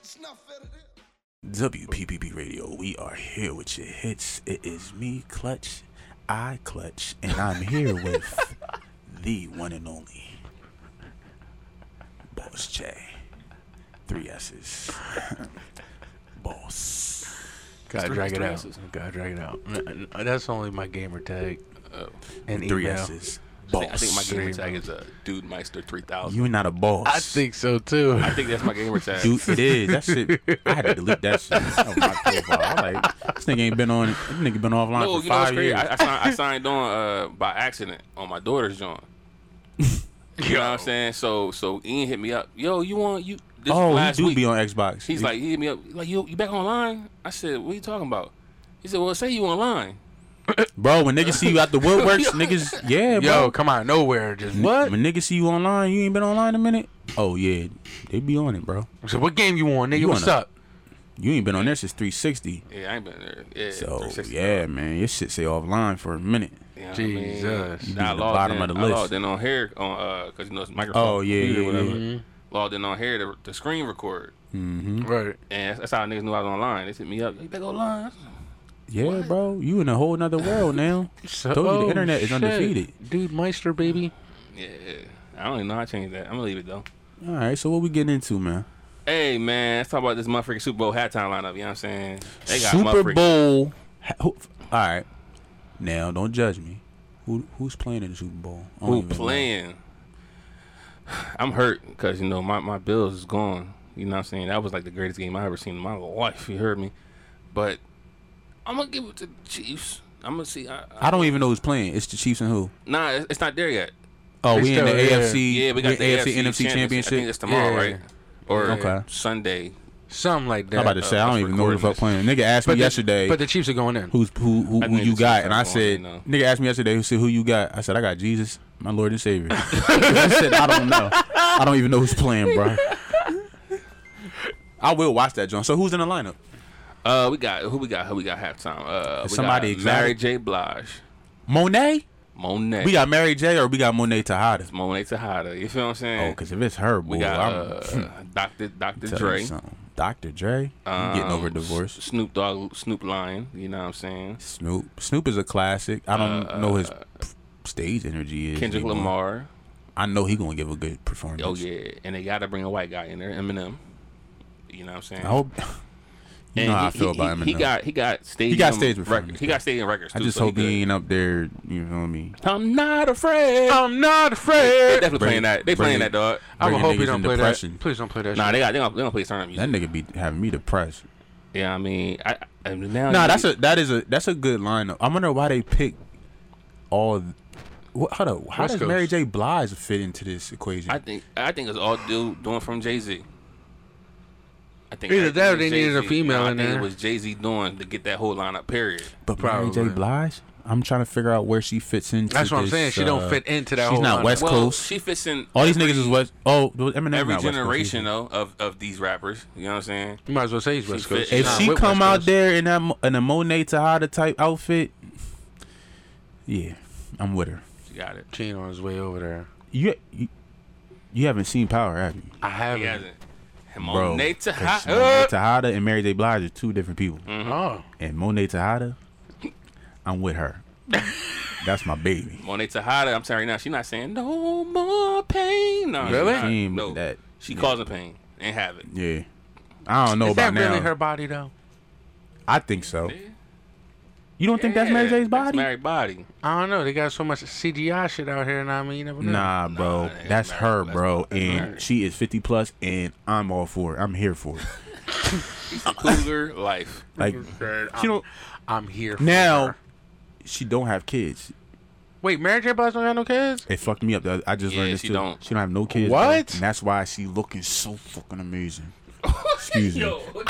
[SPEAKER 7] It's not fair to them.
[SPEAKER 1] WPPP Radio. We are here with your hits. It is me, Clutch. I clutch, and I'm here with the one and only Boss J Three S's. Boss.
[SPEAKER 4] Gotta
[SPEAKER 3] three-
[SPEAKER 4] drag it
[SPEAKER 3] three
[SPEAKER 4] out.
[SPEAKER 3] S's.
[SPEAKER 4] Gotta drag it out. N- n- That's only my gamer tag and
[SPEAKER 1] Three
[SPEAKER 4] email.
[SPEAKER 1] S's.
[SPEAKER 3] I
[SPEAKER 1] Boss.
[SPEAKER 3] think- I think my gamer
[SPEAKER 4] Three,
[SPEAKER 3] tag
[SPEAKER 4] bro.
[SPEAKER 3] is a dude Meister three thousand.
[SPEAKER 1] You're not a boss.
[SPEAKER 4] I think so too.
[SPEAKER 3] I think that's my gamer tag.
[SPEAKER 1] Dude, it is. That shit. I had to delete that shit. That was my profile. I'm like, this nigga ain't been on. This nigga been offline
[SPEAKER 3] no, Oh, you
[SPEAKER 1] for
[SPEAKER 3] know what's
[SPEAKER 1] five
[SPEAKER 3] crazy?
[SPEAKER 1] years.
[SPEAKER 3] I, I, signed, I signed on uh, by accident on my daughter's joint. you know what I'm saying? So so Ian hit me up. Yo, you want you? This
[SPEAKER 1] oh, he
[SPEAKER 3] last
[SPEAKER 1] do
[SPEAKER 3] week.
[SPEAKER 1] be on Xbox.
[SPEAKER 3] He's like, he hit me up. Like you you back online? I said, what you talking about? He said, well, say you online.
[SPEAKER 1] bro, when niggas see you at the woodworks, niggas, yeah, bro.
[SPEAKER 4] Yo, come out of nowhere. Just what?
[SPEAKER 1] When niggas see you online, you ain't been online a minute. Oh yeah, they be on it, bro.
[SPEAKER 4] So what game you on, nigga?
[SPEAKER 1] You
[SPEAKER 4] What's
[SPEAKER 1] wanna-
[SPEAKER 4] up?
[SPEAKER 1] You ain't been on there since 360.
[SPEAKER 3] Yeah, I ain't been there. Yeah,
[SPEAKER 1] So
[SPEAKER 3] 360.
[SPEAKER 1] yeah, man, your shit say offline for a minute.
[SPEAKER 3] You know what
[SPEAKER 4] Jesus.
[SPEAKER 3] I mean?
[SPEAKER 1] You
[SPEAKER 3] I
[SPEAKER 1] be the
[SPEAKER 3] logged
[SPEAKER 1] bottom
[SPEAKER 3] in,
[SPEAKER 1] of the
[SPEAKER 3] I
[SPEAKER 1] list.
[SPEAKER 3] logged in on here on uh, because you know it's microphone.
[SPEAKER 1] Oh yeah,
[SPEAKER 3] computer,
[SPEAKER 1] yeah,
[SPEAKER 3] whatever.
[SPEAKER 1] yeah.
[SPEAKER 3] Logged in on here to, to screen record,
[SPEAKER 4] Right.
[SPEAKER 3] and that's, that's how niggas knew I was online. They hit me up. You back online? I said,
[SPEAKER 1] Yeah, bro, you in a whole nother world now. Told you the internet is undefeated.
[SPEAKER 4] oh, Dude, Meister, baby.
[SPEAKER 3] Yeah, I don't even know how to change that. I'm gonna leave it though.
[SPEAKER 1] All right, so what we getting into, man?
[SPEAKER 3] Hey man, let's talk about this motherfucking Super Bowl halftime lineup. You know what I'm saying? They got
[SPEAKER 1] Super
[SPEAKER 3] motherfucking-
[SPEAKER 1] Bowl. ha- who- All right, now don't judge me. Who who's playing in the Super Bowl? I don't
[SPEAKER 3] Who
[SPEAKER 1] even know.
[SPEAKER 3] playing? I'm hurt because you know my my bills is gone. You know what I'm saying? That was like the greatest game I ever seen in my life. You heard me? But I'm gonna give it to the Chiefs. I'm gonna see. I, I,
[SPEAKER 1] I don't even know who's playing. It's the Chiefs and who?
[SPEAKER 3] nah, it's, it's not there yet.
[SPEAKER 1] Oh,
[SPEAKER 4] They
[SPEAKER 1] we in the
[SPEAKER 4] still- yeah.
[SPEAKER 1] AFC.
[SPEAKER 3] Yeah, we got the AFC,
[SPEAKER 1] NFC
[SPEAKER 3] I think
[SPEAKER 1] Championship.
[SPEAKER 3] it's tomorrow,
[SPEAKER 4] Yeah.
[SPEAKER 3] right? Or
[SPEAKER 1] Okay.
[SPEAKER 3] Sunday.
[SPEAKER 4] Something like that.
[SPEAKER 1] I'm about to say I
[SPEAKER 3] us
[SPEAKER 1] don't even know who
[SPEAKER 3] uh,
[SPEAKER 1] the
[SPEAKER 3] recording
[SPEAKER 1] fuck playing. Nigga asked me
[SPEAKER 4] the-
[SPEAKER 1] yesterday.
[SPEAKER 4] But the Chiefs are going in.
[SPEAKER 1] who's who who,
[SPEAKER 3] I
[SPEAKER 1] who
[SPEAKER 3] think
[SPEAKER 1] you
[SPEAKER 3] the
[SPEAKER 1] got?
[SPEAKER 3] Chiefs
[SPEAKER 1] And
[SPEAKER 3] are
[SPEAKER 1] I
[SPEAKER 3] going,
[SPEAKER 1] said,
[SPEAKER 3] you know.
[SPEAKER 1] nigga asked me yesterday, who said who you got? I said I got Jesus, my Lord and Savior. I said I don't know. I don't even know who's playing, bro. I will watch that, John. So who's in the lineup?
[SPEAKER 3] Uh, we got who we got? Who we got halftime? Uh, we
[SPEAKER 1] somebody
[SPEAKER 3] got Mary
[SPEAKER 1] exotic?
[SPEAKER 3] J. Blige,
[SPEAKER 1] Monet.
[SPEAKER 3] Monet.
[SPEAKER 1] We got Mary J. Or we got Monet Tejada.
[SPEAKER 3] Monet Tejada. You feel what I'm
[SPEAKER 1] Oh,
[SPEAKER 3] saying?
[SPEAKER 1] because if it's her, boy,
[SPEAKER 3] we got
[SPEAKER 1] I'm
[SPEAKER 3] uh, Doctor Doctor
[SPEAKER 1] tell
[SPEAKER 3] Dre.
[SPEAKER 1] you something. Dr. Dre. I'm getting
[SPEAKER 3] Um,
[SPEAKER 1] over divorce.
[SPEAKER 3] Snoop Dogg, Snoop Lion, you know what I'm saying?
[SPEAKER 1] Snoop. Snoop is a classic. I don't know his stage energy is.
[SPEAKER 3] Uh, Kendrick
[SPEAKER 1] anymore.
[SPEAKER 3] Lamar.
[SPEAKER 1] I know he gonna give a good performance.
[SPEAKER 3] Oh yeah, and they gotta bring a white guy in there, Eminem. You know what I'm saying?
[SPEAKER 1] I hope. You
[SPEAKER 3] And
[SPEAKER 1] know how I
[SPEAKER 3] he-
[SPEAKER 1] feel
[SPEAKER 3] he-
[SPEAKER 1] about him.
[SPEAKER 3] He got he got stadium.
[SPEAKER 1] stage
[SPEAKER 3] records.
[SPEAKER 1] performance,
[SPEAKER 3] He got stadium records.
[SPEAKER 1] I
[SPEAKER 3] too,
[SPEAKER 1] just
[SPEAKER 3] so
[SPEAKER 1] hope
[SPEAKER 3] he
[SPEAKER 1] he
[SPEAKER 3] good.
[SPEAKER 1] ain't up there. You know me.
[SPEAKER 3] I'm not afraid.
[SPEAKER 4] I'm not
[SPEAKER 3] They
[SPEAKER 4] afraid.
[SPEAKER 3] definitely playing
[SPEAKER 1] Bring-
[SPEAKER 3] that. They playing that
[SPEAKER 1] bring-
[SPEAKER 3] dog.
[SPEAKER 4] I'm
[SPEAKER 1] bringing
[SPEAKER 4] hope you
[SPEAKER 1] niggas
[SPEAKER 4] don't
[SPEAKER 1] in
[SPEAKER 4] play
[SPEAKER 1] depression.
[SPEAKER 4] that. Please don't play that.
[SPEAKER 3] Nah,
[SPEAKER 4] shit.
[SPEAKER 3] they got they gonna, they gonna play certain music.
[SPEAKER 1] That nigga be having me depressed.
[SPEAKER 3] Yeah, I mean, I, I now
[SPEAKER 1] Nah,
[SPEAKER 3] you-
[SPEAKER 1] that's a that is a that's a good lineup. I wonder why they pick all. What, how do, how
[SPEAKER 4] West
[SPEAKER 1] does Mary
[SPEAKER 4] Coast.
[SPEAKER 1] J. Blige fit into this equation?
[SPEAKER 3] I think I think it's all dude doing from Jay Z. I think
[SPEAKER 4] Either
[SPEAKER 3] I think
[SPEAKER 4] that or
[SPEAKER 3] it's
[SPEAKER 4] they needed a
[SPEAKER 3] Jay-Z.
[SPEAKER 4] female
[SPEAKER 3] Nah, I
[SPEAKER 4] in
[SPEAKER 3] think
[SPEAKER 4] there.
[SPEAKER 3] It was Jay Z doing to get that whole lineup. Period.
[SPEAKER 1] but Mary
[SPEAKER 4] probably.
[SPEAKER 1] J. Blige, I'm trying to figure out where she fits into.
[SPEAKER 4] That's what I'm
[SPEAKER 1] this,
[SPEAKER 4] saying. She
[SPEAKER 1] uh,
[SPEAKER 4] don't fit into that
[SPEAKER 1] she's
[SPEAKER 4] whole
[SPEAKER 1] not
[SPEAKER 4] lineup.
[SPEAKER 1] West
[SPEAKER 3] well,
[SPEAKER 1] Coast.
[SPEAKER 3] she fits in.
[SPEAKER 1] all these
[SPEAKER 3] every-
[SPEAKER 1] niggas is West. Oh, Eminem
[SPEAKER 3] every
[SPEAKER 1] not West Coast,
[SPEAKER 3] generation
[SPEAKER 1] either.
[SPEAKER 3] though of of these rappers. You know what I'm saying?
[SPEAKER 4] You might as well say he's West
[SPEAKER 3] She
[SPEAKER 4] Coast.
[SPEAKER 3] fit-
[SPEAKER 1] If
[SPEAKER 4] Nah,
[SPEAKER 1] she
[SPEAKER 4] with
[SPEAKER 1] come
[SPEAKER 4] West
[SPEAKER 1] out
[SPEAKER 4] Coast.
[SPEAKER 1] there in that mo- in a Monet Tejada type outfit, yeah, I'm with her.
[SPEAKER 3] She got it.
[SPEAKER 4] Chino is way over there.
[SPEAKER 1] You you, you haven't seen Power, have you,
[SPEAKER 4] I
[SPEAKER 3] He
[SPEAKER 4] haven't.
[SPEAKER 3] hasn't.
[SPEAKER 1] bro?
[SPEAKER 3] Monet
[SPEAKER 1] 'cause
[SPEAKER 3] Tejada.
[SPEAKER 1] Monet Tejada and Mary J. Blige are two different people.
[SPEAKER 4] Oh,
[SPEAKER 1] And Monet Tejada, I'm with her. That's my baby.
[SPEAKER 3] Monet Tejada. I'm sorry now. She's not saying no more pain. No,
[SPEAKER 4] Really?
[SPEAKER 3] She,
[SPEAKER 1] She ain't
[SPEAKER 3] no.
[SPEAKER 1] that-
[SPEAKER 3] she
[SPEAKER 1] yeah.
[SPEAKER 3] causing pain. Ain't have it.
[SPEAKER 1] Yeah, I don't know
[SPEAKER 4] is
[SPEAKER 1] about
[SPEAKER 4] that
[SPEAKER 1] now.
[SPEAKER 4] really her body though?
[SPEAKER 1] I think so. You don't think that's Mary
[SPEAKER 3] Yeah,
[SPEAKER 1] J.'s
[SPEAKER 3] That's
[SPEAKER 1] body?
[SPEAKER 3] Mary body.
[SPEAKER 4] I don't know. They got so much CGI shit out here, and I mean, you never know.
[SPEAKER 1] Nah, bro,
[SPEAKER 3] that's
[SPEAKER 1] that's
[SPEAKER 3] Mary-
[SPEAKER 1] her,
[SPEAKER 3] that's
[SPEAKER 1] bro,
[SPEAKER 3] Mary-
[SPEAKER 1] and
[SPEAKER 3] Mary.
[SPEAKER 1] she is 50 plus, and I'm all for it. I'm here for it.
[SPEAKER 3] Cougar life.
[SPEAKER 1] Like
[SPEAKER 4] I'm,
[SPEAKER 1] she don't
[SPEAKER 4] I'm here for
[SPEAKER 1] now.
[SPEAKER 4] her.
[SPEAKER 1] She don't have kids.
[SPEAKER 4] Wait, Mary J. Blige don't got no kids.
[SPEAKER 1] It fucked me up. the other- I just
[SPEAKER 3] Yeah,
[SPEAKER 1] learned this
[SPEAKER 3] she
[SPEAKER 1] too.
[SPEAKER 3] don't.
[SPEAKER 1] She don't have no kids. bro.
[SPEAKER 4] What?
[SPEAKER 1] And that's why she looking so fucking amazing. Excuse me.
[SPEAKER 3] Yo.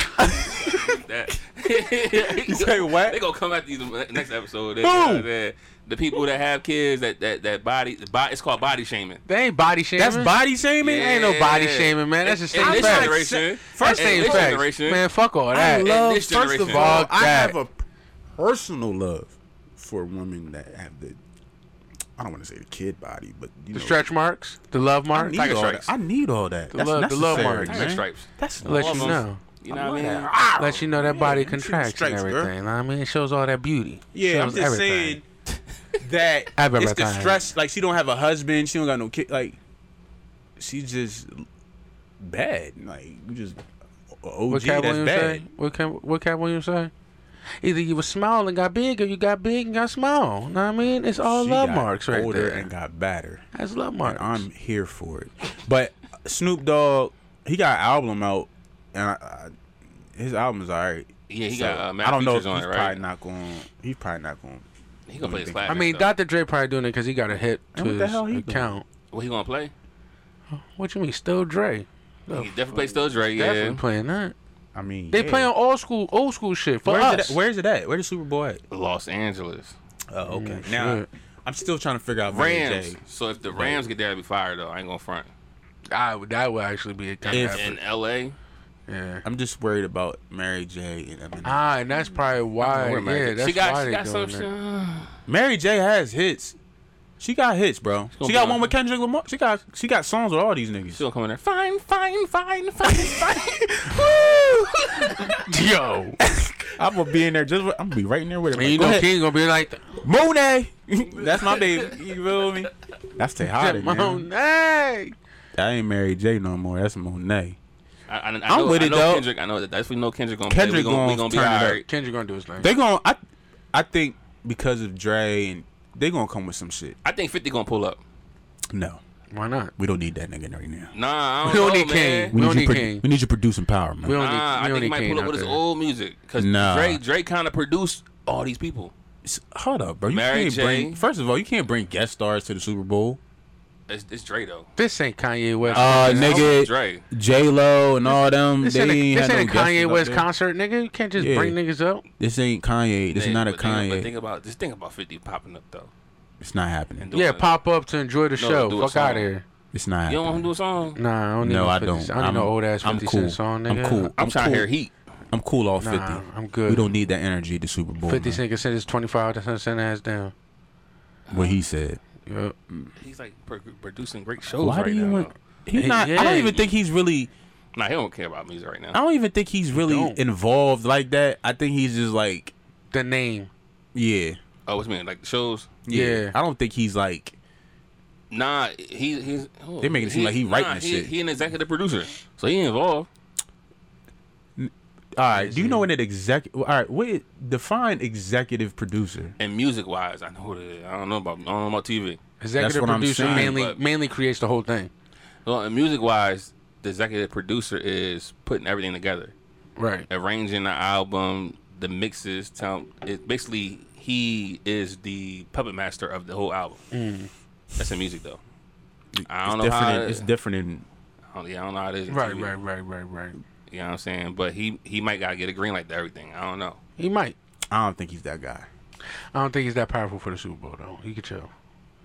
[SPEAKER 3] that. you
[SPEAKER 1] say what?
[SPEAKER 3] They gonna come after you the next episode. They- uh, The, the people that have kids that that that body, the body it's called body shaming.
[SPEAKER 4] They ain't body shaming.
[SPEAKER 1] That's body shaming.
[SPEAKER 3] Yeah.
[SPEAKER 4] Ain't no body shaming, man. That's just
[SPEAKER 3] In
[SPEAKER 4] stating
[SPEAKER 3] this
[SPEAKER 4] facts.
[SPEAKER 3] generation,
[SPEAKER 4] That's
[SPEAKER 3] in
[SPEAKER 4] stating
[SPEAKER 3] this
[SPEAKER 4] facts.
[SPEAKER 3] generation,
[SPEAKER 4] Man, fuck all that.
[SPEAKER 3] love- this
[SPEAKER 1] first of
[SPEAKER 3] generation.
[SPEAKER 1] all,
[SPEAKER 4] Fuck
[SPEAKER 1] I
[SPEAKER 4] that.
[SPEAKER 1] have a personal love for women that have the. I don't want to say the kid body, but you
[SPEAKER 4] the
[SPEAKER 1] know,
[SPEAKER 4] stretch marks, the love
[SPEAKER 1] I
[SPEAKER 4] marks.
[SPEAKER 1] need
[SPEAKER 3] Tiger
[SPEAKER 1] all
[SPEAKER 3] stripes.
[SPEAKER 1] that. I need all that. That's
[SPEAKER 4] love- the love
[SPEAKER 1] necessary,
[SPEAKER 4] marks.
[SPEAKER 3] Tiger
[SPEAKER 1] man.
[SPEAKER 3] stripes.
[SPEAKER 1] That's
[SPEAKER 4] Let
[SPEAKER 1] all
[SPEAKER 4] you
[SPEAKER 1] of them.
[SPEAKER 4] know.
[SPEAKER 3] You know
[SPEAKER 1] I
[SPEAKER 3] what I mean?
[SPEAKER 1] love
[SPEAKER 4] Let you know that body
[SPEAKER 1] Yeah, you see the
[SPEAKER 4] contracts and
[SPEAKER 1] stripes, girl.
[SPEAKER 4] everything. I mean, it shows all that beauty.
[SPEAKER 1] Yeah, I'm
[SPEAKER 4] Shows
[SPEAKER 1] just
[SPEAKER 4] everything.
[SPEAKER 1] saying that
[SPEAKER 4] I've ever
[SPEAKER 1] it's the
[SPEAKER 4] time.
[SPEAKER 1] stress. Like she don't have a husband. She don't got no kid. Like she just bad. Like you just a OG
[SPEAKER 4] What Cat
[SPEAKER 1] that's
[SPEAKER 4] Williams
[SPEAKER 1] bad.
[SPEAKER 4] say? What Cat, what Cat Williams say? Either you were small and got big, or you got big and got small. Know what I mean? It's all
[SPEAKER 1] She
[SPEAKER 4] love
[SPEAKER 1] got
[SPEAKER 4] marks right
[SPEAKER 1] older
[SPEAKER 4] there.
[SPEAKER 1] and got badder.
[SPEAKER 4] That's love
[SPEAKER 1] And
[SPEAKER 4] marks.
[SPEAKER 1] I'm here for it. But Snoop Dogg, he got an album out, and I, I, his album is alright.
[SPEAKER 3] Yeah, he
[SPEAKER 1] So,
[SPEAKER 3] got uh, mad
[SPEAKER 1] I don't know. If
[SPEAKER 3] features on
[SPEAKER 1] he's
[SPEAKER 3] it, right?
[SPEAKER 1] probably not going. He's probably not going.
[SPEAKER 3] he gonna play his
[SPEAKER 1] I
[SPEAKER 3] classics.
[SPEAKER 4] I mean,
[SPEAKER 3] though.
[SPEAKER 4] Dr. Dre probably doing it because he got a hit to
[SPEAKER 1] And what the
[SPEAKER 4] his
[SPEAKER 1] hell he doing?
[SPEAKER 4] account.
[SPEAKER 3] what he gonna play?
[SPEAKER 4] What you mean, still Dre?
[SPEAKER 3] He definitely plays Still Dre. Yeah,
[SPEAKER 4] Definitely playing that.
[SPEAKER 1] I mean,
[SPEAKER 4] They
[SPEAKER 1] yeah.
[SPEAKER 4] playing old school, old school shit for
[SPEAKER 1] Where's
[SPEAKER 4] us.
[SPEAKER 1] it? At? Where's it at? Where's the Super Bowl at?
[SPEAKER 3] Los Angeles
[SPEAKER 1] Oh, okay. now
[SPEAKER 4] shit.
[SPEAKER 1] I'm still trying to figure out Mary
[SPEAKER 3] Rams.
[SPEAKER 1] J.
[SPEAKER 3] So if the Rams get there, it'd be fire though. I ain't gonna front.
[SPEAKER 4] I would- that would actually be a kind
[SPEAKER 1] If-
[SPEAKER 4] of
[SPEAKER 3] In
[SPEAKER 4] effort.
[SPEAKER 3] L.A.,
[SPEAKER 4] Yeah.
[SPEAKER 1] I'm just worried about Mary J. And Eminem.
[SPEAKER 4] Ah, and that's probably why.
[SPEAKER 3] where Mary
[SPEAKER 4] Yeah,
[SPEAKER 3] J-
[SPEAKER 4] that's
[SPEAKER 3] she got
[SPEAKER 4] why
[SPEAKER 3] she
[SPEAKER 4] they
[SPEAKER 3] got some.
[SPEAKER 4] doing
[SPEAKER 3] shit.
[SPEAKER 4] that.
[SPEAKER 1] Mary J. has hits. She got hits, bro. She
[SPEAKER 3] be
[SPEAKER 1] got one
[SPEAKER 3] on-
[SPEAKER 1] with Kendrick Lamar. She got she got songs with all these niggas.
[SPEAKER 3] Still coming there. Fine, fine, fine, fine, fine.
[SPEAKER 4] Yo,
[SPEAKER 1] I'm gonna be in there just. with- I'm gonna be right in there with her.
[SPEAKER 4] and you
[SPEAKER 1] Go
[SPEAKER 4] know
[SPEAKER 1] ahead.
[SPEAKER 4] King gonna be like,
[SPEAKER 1] Monet. That's my baby. You feel me? That's Tay Hodder, man.
[SPEAKER 4] Monet.
[SPEAKER 1] That ain't Mary J. no more. That's Monet.
[SPEAKER 3] I, I, I know,
[SPEAKER 1] I'm with
[SPEAKER 3] I
[SPEAKER 1] it,
[SPEAKER 3] know
[SPEAKER 1] though.
[SPEAKER 3] Kendrick, I know that. That's we know Kendrick gonna
[SPEAKER 1] Kendrick
[SPEAKER 3] play. We gonna, we gonna
[SPEAKER 1] gonna
[SPEAKER 3] be
[SPEAKER 1] turn it
[SPEAKER 3] all right.
[SPEAKER 4] Kendrick gonna do his thing.
[SPEAKER 1] They gonna. I, I think because of Dre and they gonna come with some shit.
[SPEAKER 3] I think Fifty gonna pull up.
[SPEAKER 1] No,
[SPEAKER 4] Why not?
[SPEAKER 1] we don't need that nigga right now.
[SPEAKER 3] Nah, I
[SPEAKER 4] We don't
[SPEAKER 3] don't know, man.
[SPEAKER 4] need King. We
[SPEAKER 1] We, need
[SPEAKER 4] don't
[SPEAKER 1] you.
[SPEAKER 4] need
[SPEAKER 1] Pro-
[SPEAKER 4] King.
[SPEAKER 1] we need you producing power, man.
[SPEAKER 4] We don't
[SPEAKER 3] Nah, Ah, I
[SPEAKER 4] need. We
[SPEAKER 3] think he
[SPEAKER 4] don't need
[SPEAKER 3] might
[SPEAKER 4] King
[SPEAKER 3] pull up
[SPEAKER 4] out
[SPEAKER 3] with his
[SPEAKER 4] there.
[SPEAKER 3] old music because
[SPEAKER 1] Nah.
[SPEAKER 3] Dre Dre kind of produced all these people.
[SPEAKER 1] S- Hold up, bro. You
[SPEAKER 3] Mary
[SPEAKER 1] can't
[SPEAKER 3] J.
[SPEAKER 1] bring. First of all, you can't bring guest stars to the Super Bowl.
[SPEAKER 3] It's, it's Dre though.
[SPEAKER 4] This ain't Kanye West.
[SPEAKER 1] Uh,
[SPEAKER 4] concert.
[SPEAKER 3] nigga,
[SPEAKER 1] nigga,
[SPEAKER 3] Dre.
[SPEAKER 1] J Lo and all them.
[SPEAKER 4] This
[SPEAKER 1] they
[SPEAKER 4] ain't, a,
[SPEAKER 1] ain't
[SPEAKER 4] this
[SPEAKER 1] had
[SPEAKER 4] ain't a
[SPEAKER 1] no guest
[SPEAKER 4] Kanye
[SPEAKER 1] up
[SPEAKER 4] West
[SPEAKER 1] there.
[SPEAKER 4] concert, nigga. You can't just
[SPEAKER 1] Yeah.
[SPEAKER 4] bring niggas up.
[SPEAKER 1] This ain't Kanye. This
[SPEAKER 3] Hey,
[SPEAKER 1] is not a
[SPEAKER 3] but Think, but
[SPEAKER 1] Kanye.
[SPEAKER 3] think about just think about Fifty popping up though.
[SPEAKER 1] It's not happening.
[SPEAKER 3] Do
[SPEAKER 4] yeah,
[SPEAKER 3] it.
[SPEAKER 4] pop up to enjoy the
[SPEAKER 3] do a
[SPEAKER 4] show. Fuck
[SPEAKER 3] song.
[SPEAKER 4] out of here.
[SPEAKER 1] It's not.
[SPEAKER 3] You don't want him
[SPEAKER 1] Happening.
[SPEAKER 3] to do a song?
[SPEAKER 4] Nah, I don't need
[SPEAKER 1] No,
[SPEAKER 4] no
[SPEAKER 1] I
[SPEAKER 4] 50
[SPEAKER 1] don't.
[SPEAKER 4] I don't need no
[SPEAKER 1] I'm-
[SPEAKER 4] old ass
[SPEAKER 1] I'm
[SPEAKER 4] 50
[SPEAKER 1] cool.
[SPEAKER 4] Cent song,
[SPEAKER 1] I'm
[SPEAKER 4] nigga.
[SPEAKER 1] cool.
[SPEAKER 3] I'm,
[SPEAKER 1] I'm
[SPEAKER 3] trying to hear
[SPEAKER 1] cool.
[SPEAKER 3] Heat.
[SPEAKER 1] I'm cool off
[SPEAKER 4] Nah,
[SPEAKER 1] fifty.
[SPEAKER 4] I'm good.
[SPEAKER 1] We don't need that energy at the Super Bowl.
[SPEAKER 4] 50
[SPEAKER 1] 50
[SPEAKER 4] Cent can send his 25 cent ass down.
[SPEAKER 1] What he said.
[SPEAKER 4] Yup.
[SPEAKER 3] He's like pro- producing great shows
[SPEAKER 1] Why
[SPEAKER 3] right
[SPEAKER 1] do you
[SPEAKER 3] now.
[SPEAKER 1] want? He's
[SPEAKER 4] Hey,
[SPEAKER 1] not. I
[SPEAKER 4] yeah.
[SPEAKER 1] don't even think he's really.
[SPEAKER 3] Nah, he don't care about music right now.
[SPEAKER 1] I don't even think he's really
[SPEAKER 4] don't.
[SPEAKER 1] involved like that. I think he's just like,
[SPEAKER 4] The name.
[SPEAKER 1] yeah,
[SPEAKER 3] Oh, what's mean like the shows?
[SPEAKER 1] yeah.
[SPEAKER 4] Yeah.
[SPEAKER 1] I don't think he's like.
[SPEAKER 3] Nah, he he's oh,
[SPEAKER 1] They making it seem like he writing
[SPEAKER 3] nah,
[SPEAKER 1] this
[SPEAKER 3] he,
[SPEAKER 1] shit.
[SPEAKER 3] He an executive producer, so he involved.
[SPEAKER 1] All right. Do you know when an exec? All right. What define executive producer?
[SPEAKER 3] And music wise, I know what it is. I don't know about I don't know about TV.
[SPEAKER 4] Executive
[SPEAKER 1] what I'm
[SPEAKER 4] producer
[SPEAKER 1] saying,
[SPEAKER 4] mainly
[SPEAKER 3] but-
[SPEAKER 4] mainly creates the whole thing.
[SPEAKER 3] Well, and music wise, the executive producer is putting everything together,
[SPEAKER 4] Right.
[SPEAKER 3] arranging the album, the mixes. Tell it basically he is the puppet master of the whole album. That's in music though. I don't
[SPEAKER 1] Mm. it's
[SPEAKER 3] know
[SPEAKER 1] different.
[SPEAKER 3] how
[SPEAKER 1] in- it's different in.
[SPEAKER 3] I don't, yeah, I don't know how it is. in
[SPEAKER 4] Right,
[SPEAKER 3] TV.
[SPEAKER 4] right, right, right, right.
[SPEAKER 3] You know what I'm saying? But he he might gotta get a green light to everything. I don't know.
[SPEAKER 4] He might.
[SPEAKER 1] I don't think he's that guy.
[SPEAKER 4] I don't think he's that powerful for the Super Bowl though. He could chill.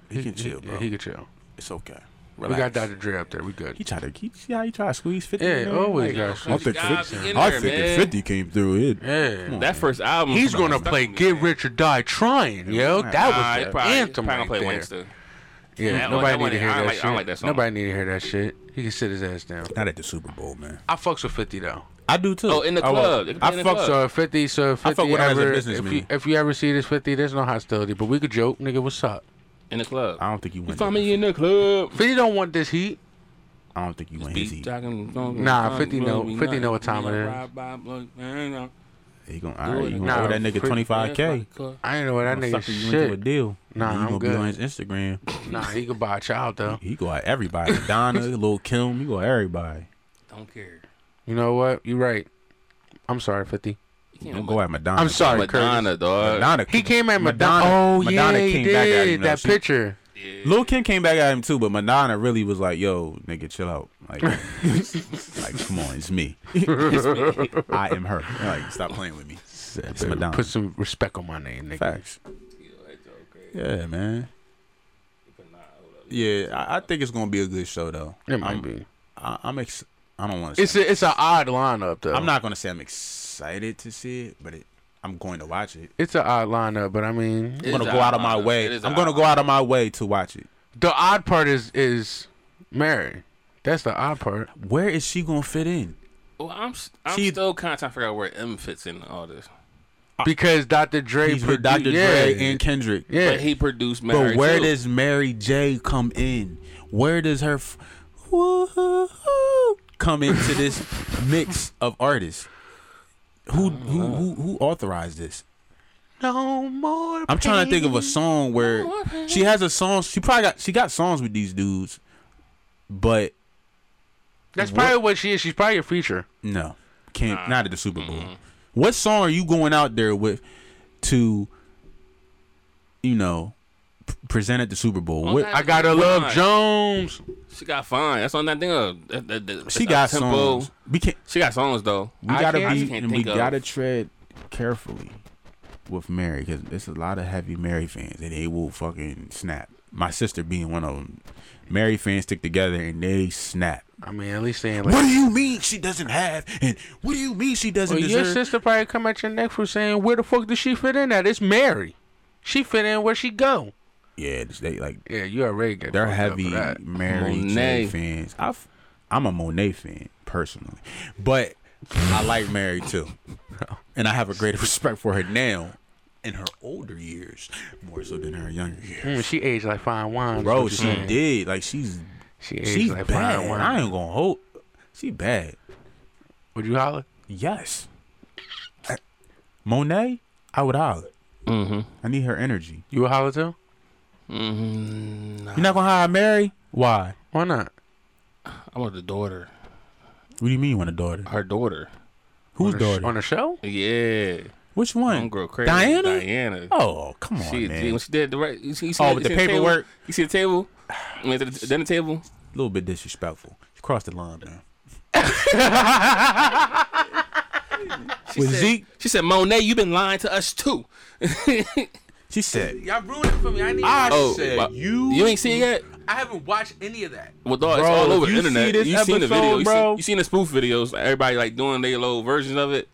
[SPEAKER 1] He can chill, bro.
[SPEAKER 4] Yeah, he could chill.
[SPEAKER 1] it's okay.
[SPEAKER 4] We got
[SPEAKER 1] Relax.
[SPEAKER 4] Dr. Dre up there. We good.
[SPEAKER 1] He tried to keep. Yeah, he tried to squeeze fifty.
[SPEAKER 4] Yeah,
[SPEAKER 1] in there.
[SPEAKER 4] always
[SPEAKER 1] Like,
[SPEAKER 4] got
[SPEAKER 1] I think,
[SPEAKER 3] You gotta
[SPEAKER 1] 50,
[SPEAKER 3] be in
[SPEAKER 1] I
[SPEAKER 3] there,
[SPEAKER 1] think if
[SPEAKER 3] man.
[SPEAKER 1] 50 came through it.
[SPEAKER 4] Yeah.
[SPEAKER 1] Mm.
[SPEAKER 3] That first album,
[SPEAKER 4] He's
[SPEAKER 3] come on,
[SPEAKER 4] gonna
[SPEAKER 3] stuck
[SPEAKER 4] play
[SPEAKER 3] with me,
[SPEAKER 4] Get
[SPEAKER 3] man.
[SPEAKER 4] Rich or Die Trying, yo.
[SPEAKER 1] Nah,
[SPEAKER 4] That
[SPEAKER 3] Nah,
[SPEAKER 4] was
[SPEAKER 3] he
[SPEAKER 4] the
[SPEAKER 3] probably,
[SPEAKER 4] anthem
[SPEAKER 3] he probably
[SPEAKER 4] right
[SPEAKER 3] gonna play
[SPEAKER 4] there.
[SPEAKER 3] Wednesday.
[SPEAKER 4] Yeah,
[SPEAKER 3] That one-
[SPEAKER 4] nobody
[SPEAKER 3] that one-
[SPEAKER 4] need to hear
[SPEAKER 3] I
[SPEAKER 4] that
[SPEAKER 3] like- I
[SPEAKER 4] shit.
[SPEAKER 3] like that song.
[SPEAKER 4] Nobody need to hear that shit. He can sit his ass down.
[SPEAKER 1] Not at the Super Bowl, man.
[SPEAKER 4] I fucks with 50 though.
[SPEAKER 1] I do too.
[SPEAKER 3] Oh, in the
[SPEAKER 1] I will.
[SPEAKER 3] club. They can play
[SPEAKER 1] I
[SPEAKER 3] in the
[SPEAKER 1] fuck
[SPEAKER 3] club.
[SPEAKER 4] So if 50, so if
[SPEAKER 1] I
[SPEAKER 4] 50
[SPEAKER 1] fuck with her as a
[SPEAKER 4] ever,
[SPEAKER 1] business
[SPEAKER 4] if you,
[SPEAKER 1] man.
[SPEAKER 4] if you ever see this 50, there's no hostility, but we could joke, nigga. What's up?
[SPEAKER 3] in the club.
[SPEAKER 1] I don't think you
[SPEAKER 3] You
[SPEAKER 1] went.
[SPEAKER 3] find me in the club.
[SPEAKER 4] 50 don't want this heat.
[SPEAKER 1] I don't think you went his
[SPEAKER 3] Beat,
[SPEAKER 1] heat.
[SPEAKER 3] jogging, going,
[SPEAKER 4] Nah,
[SPEAKER 3] going,
[SPEAKER 4] 50 know-
[SPEAKER 3] going,
[SPEAKER 4] 50 know what
[SPEAKER 3] going,
[SPEAKER 4] time it is.
[SPEAKER 3] ride by, blow, man, uh,
[SPEAKER 1] He gonna, all right, you gonna
[SPEAKER 4] Nah,
[SPEAKER 1] owe that nigga
[SPEAKER 4] free-
[SPEAKER 1] twenty five k.
[SPEAKER 3] that's like, uh,
[SPEAKER 4] I ain't know what that nigga
[SPEAKER 1] Sucker, you into a
[SPEAKER 4] shit.
[SPEAKER 1] deal.
[SPEAKER 4] Nah,
[SPEAKER 1] you
[SPEAKER 4] I'm
[SPEAKER 1] gonna
[SPEAKER 4] good.
[SPEAKER 1] be on his Instagram.
[SPEAKER 4] Nah, he could buy a child though.
[SPEAKER 1] He go at everybody. Donna, Lil Kim, he go at everybody.
[SPEAKER 3] Don't care.
[SPEAKER 4] You know what? You right. I'm sorry, 50.
[SPEAKER 3] You can't
[SPEAKER 1] Don't
[SPEAKER 3] go
[SPEAKER 1] go at Madonna.
[SPEAKER 4] I'm sorry,
[SPEAKER 3] Madonna, dog.
[SPEAKER 1] Madonna.
[SPEAKER 4] He came at Madonna.
[SPEAKER 1] Madonna-
[SPEAKER 4] Oh
[SPEAKER 1] Madonna
[SPEAKER 4] yeah, he
[SPEAKER 1] came back at
[SPEAKER 4] did.
[SPEAKER 1] him, though.
[SPEAKER 4] that
[SPEAKER 1] She-
[SPEAKER 4] picture.
[SPEAKER 1] Lil Kim came back at him too, but Madonna really was like, "Yo, nigga, chill out. Like, like come on, it's me. It's me. I am her. Like, stop playing with me. It's Madonna.
[SPEAKER 4] Put some respect on my name, nigga.
[SPEAKER 1] Facts. Yeah, man. Yeah, I, I think it's gonna be a good show though.
[SPEAKER 4] It might
[SPEAKER 1] I'm,
[SPEAKER 4] be.
[SPEAKER 1] I, I'm ex. I don't want to.
[SPEAKER 4] It's
[SPEAKER 1] say
[SPEAKER 4] a, it's an odd lineup though.
[SPEAKER 1] I'm not gonna say I'm excited to see it, but it, I'm going to watch it.
[SPEAKER 4] It's an odd lineup, but I mean,
[SPEAKER 3] It
[SPEAKER 1] I'm
[SPEAKER 3] is
[SPEAKER 1] gonna go out
[SPEAKER 3] a-
[SPEAKER 1] of my
[SPEAKER 3] it
[SPEAKER 1] way.
[SPEAKER 3] is
[SPEAKER 1] I'm
[SPEAKER 3] a-
[SPEAKER 1] gonna go out of my way to watch it.
[SPEAKER 4] the odd part is is Mary. That's the odd part.
[SPEAKER 1] Where is she gonna fit in?
[SPEAKER 3] Well, I'm, s- I'm
[SPEAKER 1] She-
[SPEAKER 3] still kind of trying to figure out where M fits in all this.
[SPEAKER 4] Because Dr. Dre,
[SPEAKER 1] Uh, He's with
[SPEAKER 4] produ-
[SPEAKER 1] Dr. Dre
[SPEAKER 4] yeah,
[SPEAKER 1] and Kendrick.
[SPEAKER 4] yeah.
[SPEAKER 3] But he produced Mary
[SPEAKER 1] But where
[SPEAKER 3] too.
[SPEAKER 1] does Mary J come in? Where does her f- woo-hoo-hoo come into this mix of artists? Who who who, who authorized this?
[SPEAKER 4] No more.
[SPEAKER 1] I'm trying to think of a song where she has a song. She probably got she got songs with these dudes, but
[SPEAKER 4] That's probably what she is. She's probably a feature.
[SPEAKER 1] no, can't not at the Super Bowl. What song are you going out there with to, you know, p- present at the Super Bowl? What,
[SPEAKER 4] I gotta love Jones.
[SPEAKER 3] She got fine. That's on that thing. Of, that, that, that,
[SPEAKER 1] she
[SPEAKER 3] that
[SPEAKER 1] got
[SPEAKER 3] tempo.
[SPEAKER 1] songs. We can't.
[SPEAKER 3] She got songs though.
[SPEAKER 1] We
[SPEAKER 3] I
[SPEAKER 1] gotta
[SPEAKER 3] can't- I just
[SPEAKER 1] be
[SPEAKER 3] can't
[SPEAKER 1] and we
[SPEAKER 3] think of-
[SPEAKER 1] gotta tread carefully with Mary because there's a lot of heavy Mary fans and they will fucking snap. My sister being one of them. Mary fans stick together and they snap.
[SPEAKER 4] I mean, at least they ain't
[SPEAKER 1] What
[SPEAKER 4] like.
[SPEAKER 1] do you mean she doesn't have? And what do you mean she doesn't
[SPEAKER 4] Well, your
[SPEAKER 1] deserve?
[SPEAKER 4] sister probably come at your neck for saying, "Where the fuck does she fit in at?" It's Mary. She fit in where she go.
[SPEAKER 1] yeah, it's- they like
[SPEAKER 4] Yeah, you already got.
[SPEAKER 1] they're
[SPEAKER 4] fucked up
[SPEAKER 1] heavy
[SPEAKER 4] for that.
[SPEAKER 1] Mary J
[SPEAKER 3] Monet.
[SPEAKER 1] fans. I, am a Monet fan personally, but I like Mary too, and I have a greater respect for her now in her older years more so than her younger years.
[SPEAKER 4] Mm, she aged like fine wine. is
[SPEAKER 1] Bro,
[SPEAKER 4] what you're
[SPEAKER 1] she
[SPEAKER 4] saying.
[SPEAKER 1] did. Like she's
[SPEAKER 4] She aged
[SPEAKER 1] she's
[SPEAKER 4] like
[SPEAKER 1] bad.
[SPEAKER 4] fine wine.
[SPEAKER 1] I ain't gonna hold. She bad.
[SPEAKER 4] Would you holler?
[SPEAKER 1] Yes. I- Monet, I would holler.
[SPEAKER 4] Mm-hmm.
[SPEAKER 1] I need her energy.
[SPEAKER 4] You would holler too?
[SPEAKER 1] You're not gonna hire Mary? Why?
[SPEAKER 4] Why not?
[SPEAKER 3] I want the daughter.
[SPEAKER 1] What do you mean you want a daughter?
[SPEAKER 3] Her daughter.
[SPEAKER 1] Whose
[SPEAKER 4] on
[SPEAKER 1] daughter?
[SPEAKER 4] The sh- on the show?
[SPEAKER 3] Yeah.
[SPEAKER 1] Which one?
[SPEAKER 3] Homegirl crazy.
[SPEAKER 1] Diana?
[SPEAKER 3] Diana.
[SPEAKER 1] Oh, come on,
[SPEAKER 3] She,
[SPEAKER 1] man.
[SPEAKER 3] when she did the right. You see, you see
[SPEAKER 1] Oh,
[SPEAKER 3] you
[SPEAKER 1] with
[SPEAKER 3] see
[SPEAKER 1] the
[SPEAKER 3] table?
[SPEAKER 1] paperwork?
[SPEAKER 3] You see the table? Went to the dinner table.
[SPEAKER 1] a little bit disrespectful. She crossed the line, man.
[SPEAKER 3] She
[SPEAKER 1] With
[SPEAKER 3] said,
[SPEAKER 1] Zeke?
[SPEAKER 3] She said, "Monet, you've been lying to us too."
[SPEAKER 1] She said,
[SPEAKER 4] Y'all ruined it for me. I need.
[SPEAKER 1] I
[SPEAKER 3] Oh,
[SPEAKER 1] said
[SPEAKER 3] wow.
[SPEAKER 1] you.
[SPEAKER 3] You ain't seen it yet.
[SPEAKER 4] I haven't watched any of that.
[SPEAKER 3] Well, dog, it's
[SPEAKER 1] Bro,
[SPEAKER 3] all over the
[SPEAKER 1] you
[SPEAKER 3] internet.
[SPEAKER 1] see this
[SPEAKER 3] you seen the
[SPEAKER 1] episode,
[SPEAKER 3] video, you
[SPEAKER 1] bro?
[SPEAKER 3] Seen, you seen the spoof videos. like, everybody like doing their little versions of it.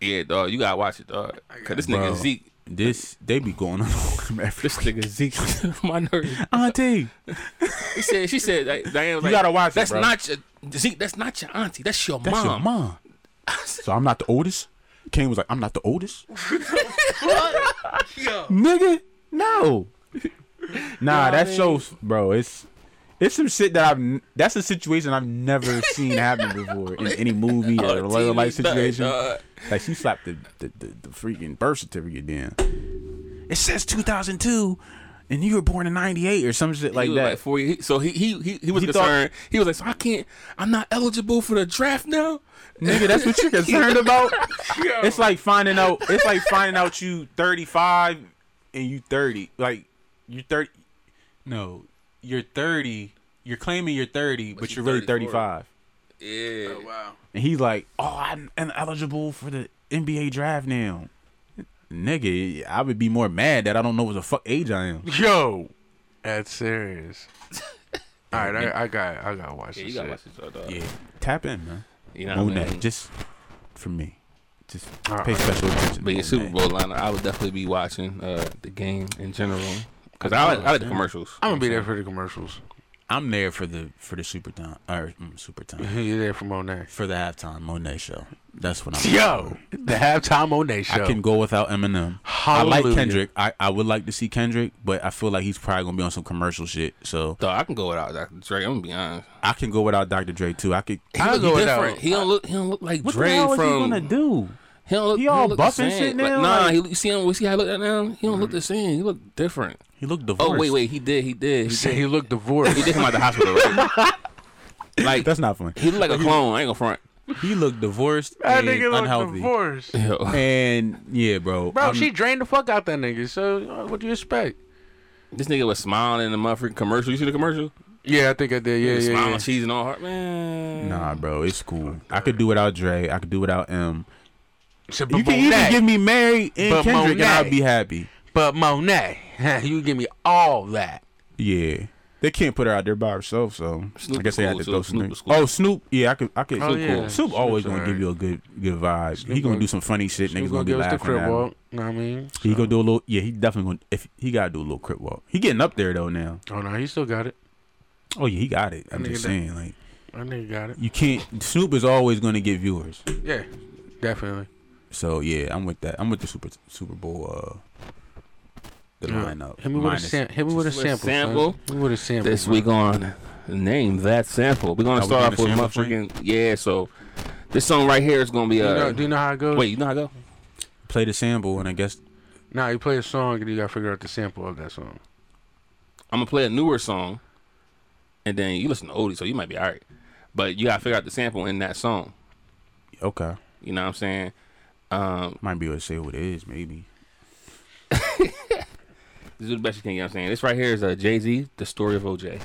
[SPEAKER 3] Yeah, dog, you gotta watch it, dog. Cause this
[SPEAKER 1] Bro.
[SPEAKER 3] nigga Zeke,
[SPEAKER 1] This, they be going on every
[SPEAKER 3] this nigga Zeke, my nerves.
[SPEAKER 1] Auntie,
[SPEAKER 3] He said, she said, like, Diane was
[SPEAKER 1] You
[SPEAKER 3] like,
[SPEAKER 1] gotta watch it,
[SPEAKER 3] That's
[SPEAKER 1] bro."
[SPEAKER 3] not your Zeke. That's not your auntie. That's your
[SPEAKER 1] that's
[SPEAKER 3] mom.
[SPEAKER 1] your mom. so I'm not the oldest. Kane was like, I'm not the oldest. Nigga, no. Nah, that shows, bro. It's it's some shit that I've. n- That's a situation I've never seen happen before in any movie
[SPEAKER 3] Oh,
[SPEAKER 1] or real
[SPEAKER 3] TV
[SPEAKER 1] life situation.
[SPEAKER 3] dog.
[SPEAKER 1] Like she slapped the the, the, the freaking birth certificate down. It says 2002, and you were born in 98 or some shit like
[SPEAKER 3] he was
[SPEAKER 1] that.
[SPEAKER 3] like four years. So he he he, he was
[SPEAKER 1] He thought-
[SPEAKER 3] concerned. he was like, so I can't. I'm not eligible for the draft now.
[SPEAKER 1] Nigga, that's what you're concerned about. It's like finding out. It's like finding out you 35 and you 30. Like you 30. No, you're 30. You're claiming you're 30, but,
[SPEAKER 3] you
[SPEAKER 1] you're really
[SPEAKER 3] 34.
[SPEAKER 1] 35.
[SPEAKER 3] Yeah.
[SPEAKER 1] And he's like, "Oh, I'm ineligible for the NBA draft now." Nigga, I would be more mad that I don't know what the fuck age I am.
[SPEAKER 4] Yo, that's serious. All right, I, I got, I gotta watch
[SPEAKER 3] Yeah,
[SPEAKER 4] this.
[SPEAKER 3] you gotta
[SPEAKER 4] shit.
[SPEAKER 3] watch this, show, dog.
[SPEAKER 1] Yeah, tap in, man.
[SPEAKER 3] You know what I
[SPEAKER 1] Monet,
[SPEAKER 3] mean?
[SPEAKER 1] just for me, just
[SPEAKER 4] All
[SPEAKER 1] pay
[SPEAKER 4] right.
[SPEAKER 1] special attention. to
[SPEAKER 3] Uh-uh. But yeah, Super
[SPEAKER 1] Monet.
[SPEAKER 3] Bowl lineup, I would definitely be watching uh, the game in general because I like, I like the commercials.
[SPEAKER 4] I'm gonna be there for the commercials.
[SPEAKER 1] I'm there for the for the super time or mm, super
[SPEAKER 3] Mm-hmm.
[SPEAKER 1] time
[SPEAKER 4] you there for Monet?
[SPEAKER 1] for the halftime Monet show. That's what I'm.
[SPEAKER 4] Yo, the halftime Monet
[SPEAKER 1] I
[SPEAKER 4] show.
[SPEAKER 1] can go without Eminem. I like
[SPEAKER 4] Hallelujah.
[SPEAKER 1] Kendrick. I, I would like to see Kendrick, but I feel like he's probably gonna be on some commercial shit. So
[SPEAKER 3] Dog, I can go without Dr. Dre. I'm gonna be honest.
[SPEAKER 1] I can go without Dr. Dre too. I could.
[SPEAKER 3] He
[SPEAKER 4] I'll
[SPEAKER 3] look
[SPEAKER 4] go without.
[SPEAKER 3] different. He don't look. He don't look like
[SPEAKER 1] What
[SPEAKER 3] Dre
[SPEAKER 1] the hell is
[SPEAKER 3] from.
[SPEAKER 1] he gonna do?
[SPEAKER 3] He don't look.
[SPEAKER 1] He
[SPEAKER 3] don't
[SPEAKER 1] all
[SPEAKER 3] look
[SPEAKER 1] buff
[SPEAKER 3] the
[SPEAKER 1] and
[SPEAKER 3] same.
[SPEAKER 1] shit
[SPEAKER 3] Like,
[SPEAKER 1] now,
[SPEAKER 3] nah,
[SPEAKER 1] like-
[SPEAKER 3] he, you see him. See how he look at now? He don't look the same. He look different.
[SPEAKER 1] He looked divorced.
[SPEAKER 3] Oh wait, wait. He did. He did. He
[SPEAKER 4] Say
[SPEAKER 3] did.
[SPEAKER 4] he looked divorced.
[SPEAKER 3] He did come out the hospital. Right? like
[SPEAKER 1] That's not funny.
[SPEAKER 3] he look like a clone. I ain't gonna front.
[SPEAKER 1] He looked divorced and unhealthy.
[SPEAKER 4] divorced.
[SPEAKER 1] And yeah, bro.
[SPEAKER 4] Bro,
[SPEAKER 1] I'm-
[SPEAKER 4] she drained the fuck out that nigga. So uh, what do you expect?
[SPEAKER 3] This nigga was smiling in the motherfucking commercial. You see the commercial?
[SPEAKER 4] Yeah, I think I did.
[SPEAKER 3] He was
[SPEAKER 4] Yeah, yeah,
[SPEAKER 3] smiling,
[SPEAKER 4] yeah.
[SPEAKER 3] cheesing all hard. Man,
[SPEAKER 1] Nah, bro, it's cool. I could do without Dre. I could do without M.
[SPEAKER 4] So, but
[SPEAKER 1] You can
[SPEAKER 4] Monet,
[SPEAKER 1] even give me Mary and
[SPEAKER 4] But
[SPEAKER 1] Kendrick, and I'll
[SPEAKER 4] Monet.
[SPEAKER 1] be happy.
[SPEAKER 4] but Monet, you give me all that.
[SPEAKER 1] Yeah. They can't put her out there by herself, so
[SPEAKER 3] Snoop
[SPEAKER 1] I guess they
[SPEAKER 3] is
[SPEAKER 1] had
[SPEAKER 3] cool,
[SPEAKER 1] to
[SPEAKER 3] too.
[SPEAKER 1] throw some.
[SPEAKER 3] Snoop
[SPEAKER 1] niggas-
[SPEAKER 3] is cool.
[SPEAKER 1] Oh, Snoop, yeah, I could, I could.
[SPEAKER 4] Oh,
[SPEAKER 1] Snoop,
[SPEAKER 4] yeah.
[SPEAKER 1] cool. Snoop always
[SPEAKER 4] Snoop's
[SPEAKER 1] gonna give
[SPEAKER 4] alright.
[SPEAKER 1] you a good, good vibe. he gonna
[SPEAKER 4] gonna-
[SPEAKER 1] do some funny shit.
[SPEAKER 4] She
[SPEAKER 1] Niggas gonna be
[SPEAKER 4] give us the
[SPEAKER 1] laughing.
[SPEAKER 4] crib
[SPEAKER 1] at him.
[SPEAKER 4] walk. Know what I mean?
[SPEAKER 1] He gonna do a little. Yeah, he definitely gonna. If he gotta do a little crip walk. He getting up there though now.
[SPEAKER 4] Oh no, he still got it.
[SPEAKER 1] Oh yeah, he got it. I'm
[SPEAKER 4] That
[SPEAKER 1] just
[SPEAKER 4] nigga
[SPEAKER 1] saying, like
[SPEAKER 4] That nigga got it.
[SPEAKER 1] you can't. Snoop is always gonna get viewers.
[SPEAKER 4] Yeah, definitely.
[SPEAKER 1] So yeah, I'm with that. I'm with the super Super Bowl. uh the lineup.
[SPEAKER 4] Hit me with a,
[SPEAKER 1] minus-
[SPEAKER 4] sam- hit me with a
[SPEAKER 3] Just with a
[SPEAKER 4] sample. son.
[SPEAKER 3] sample.
[SPEAKER 4] Hit me with a sample.
[SPEAKER 3] This
[SPEAKER 4] son.
[SPEAKER 3] week on Name That Sample. We're
[SPEAKER 1] Are
[SPEAKER 3] gonna
[SPEAKER 1] we
[SPEAKER 3] start off with
[SPEAKER 1] doing a sample
[SPEAKER 3] motherfucking yeah. So this song right here is gonna be
[SPEAKER 4] Do
[SPEAKER 3] uh.
[SPEAKER 4] you, know, do you know how it goes?
[SPEAKER 3] wait, you know how I go?
[SPEAKER 1] Play the sample, and I guess
[SPEAKER 4] Nah, you play a song and you gotta figure out the sample of that song.
[SPEAKER 3] I'm gonna play a newer song, and then you listen to oldie, so you might be alright. But you gotta figure out the sample in that song.
[SPEAKER 1] okay,
[SPEAKER 3] You know what I'm saying? Um,
[SPEAKER 1] might be able to say what it is. Maybe
[SPEAKER 3] this is the best you can. You know what I'm saying? This right here is uh, Jay Z, "The Story of OJ."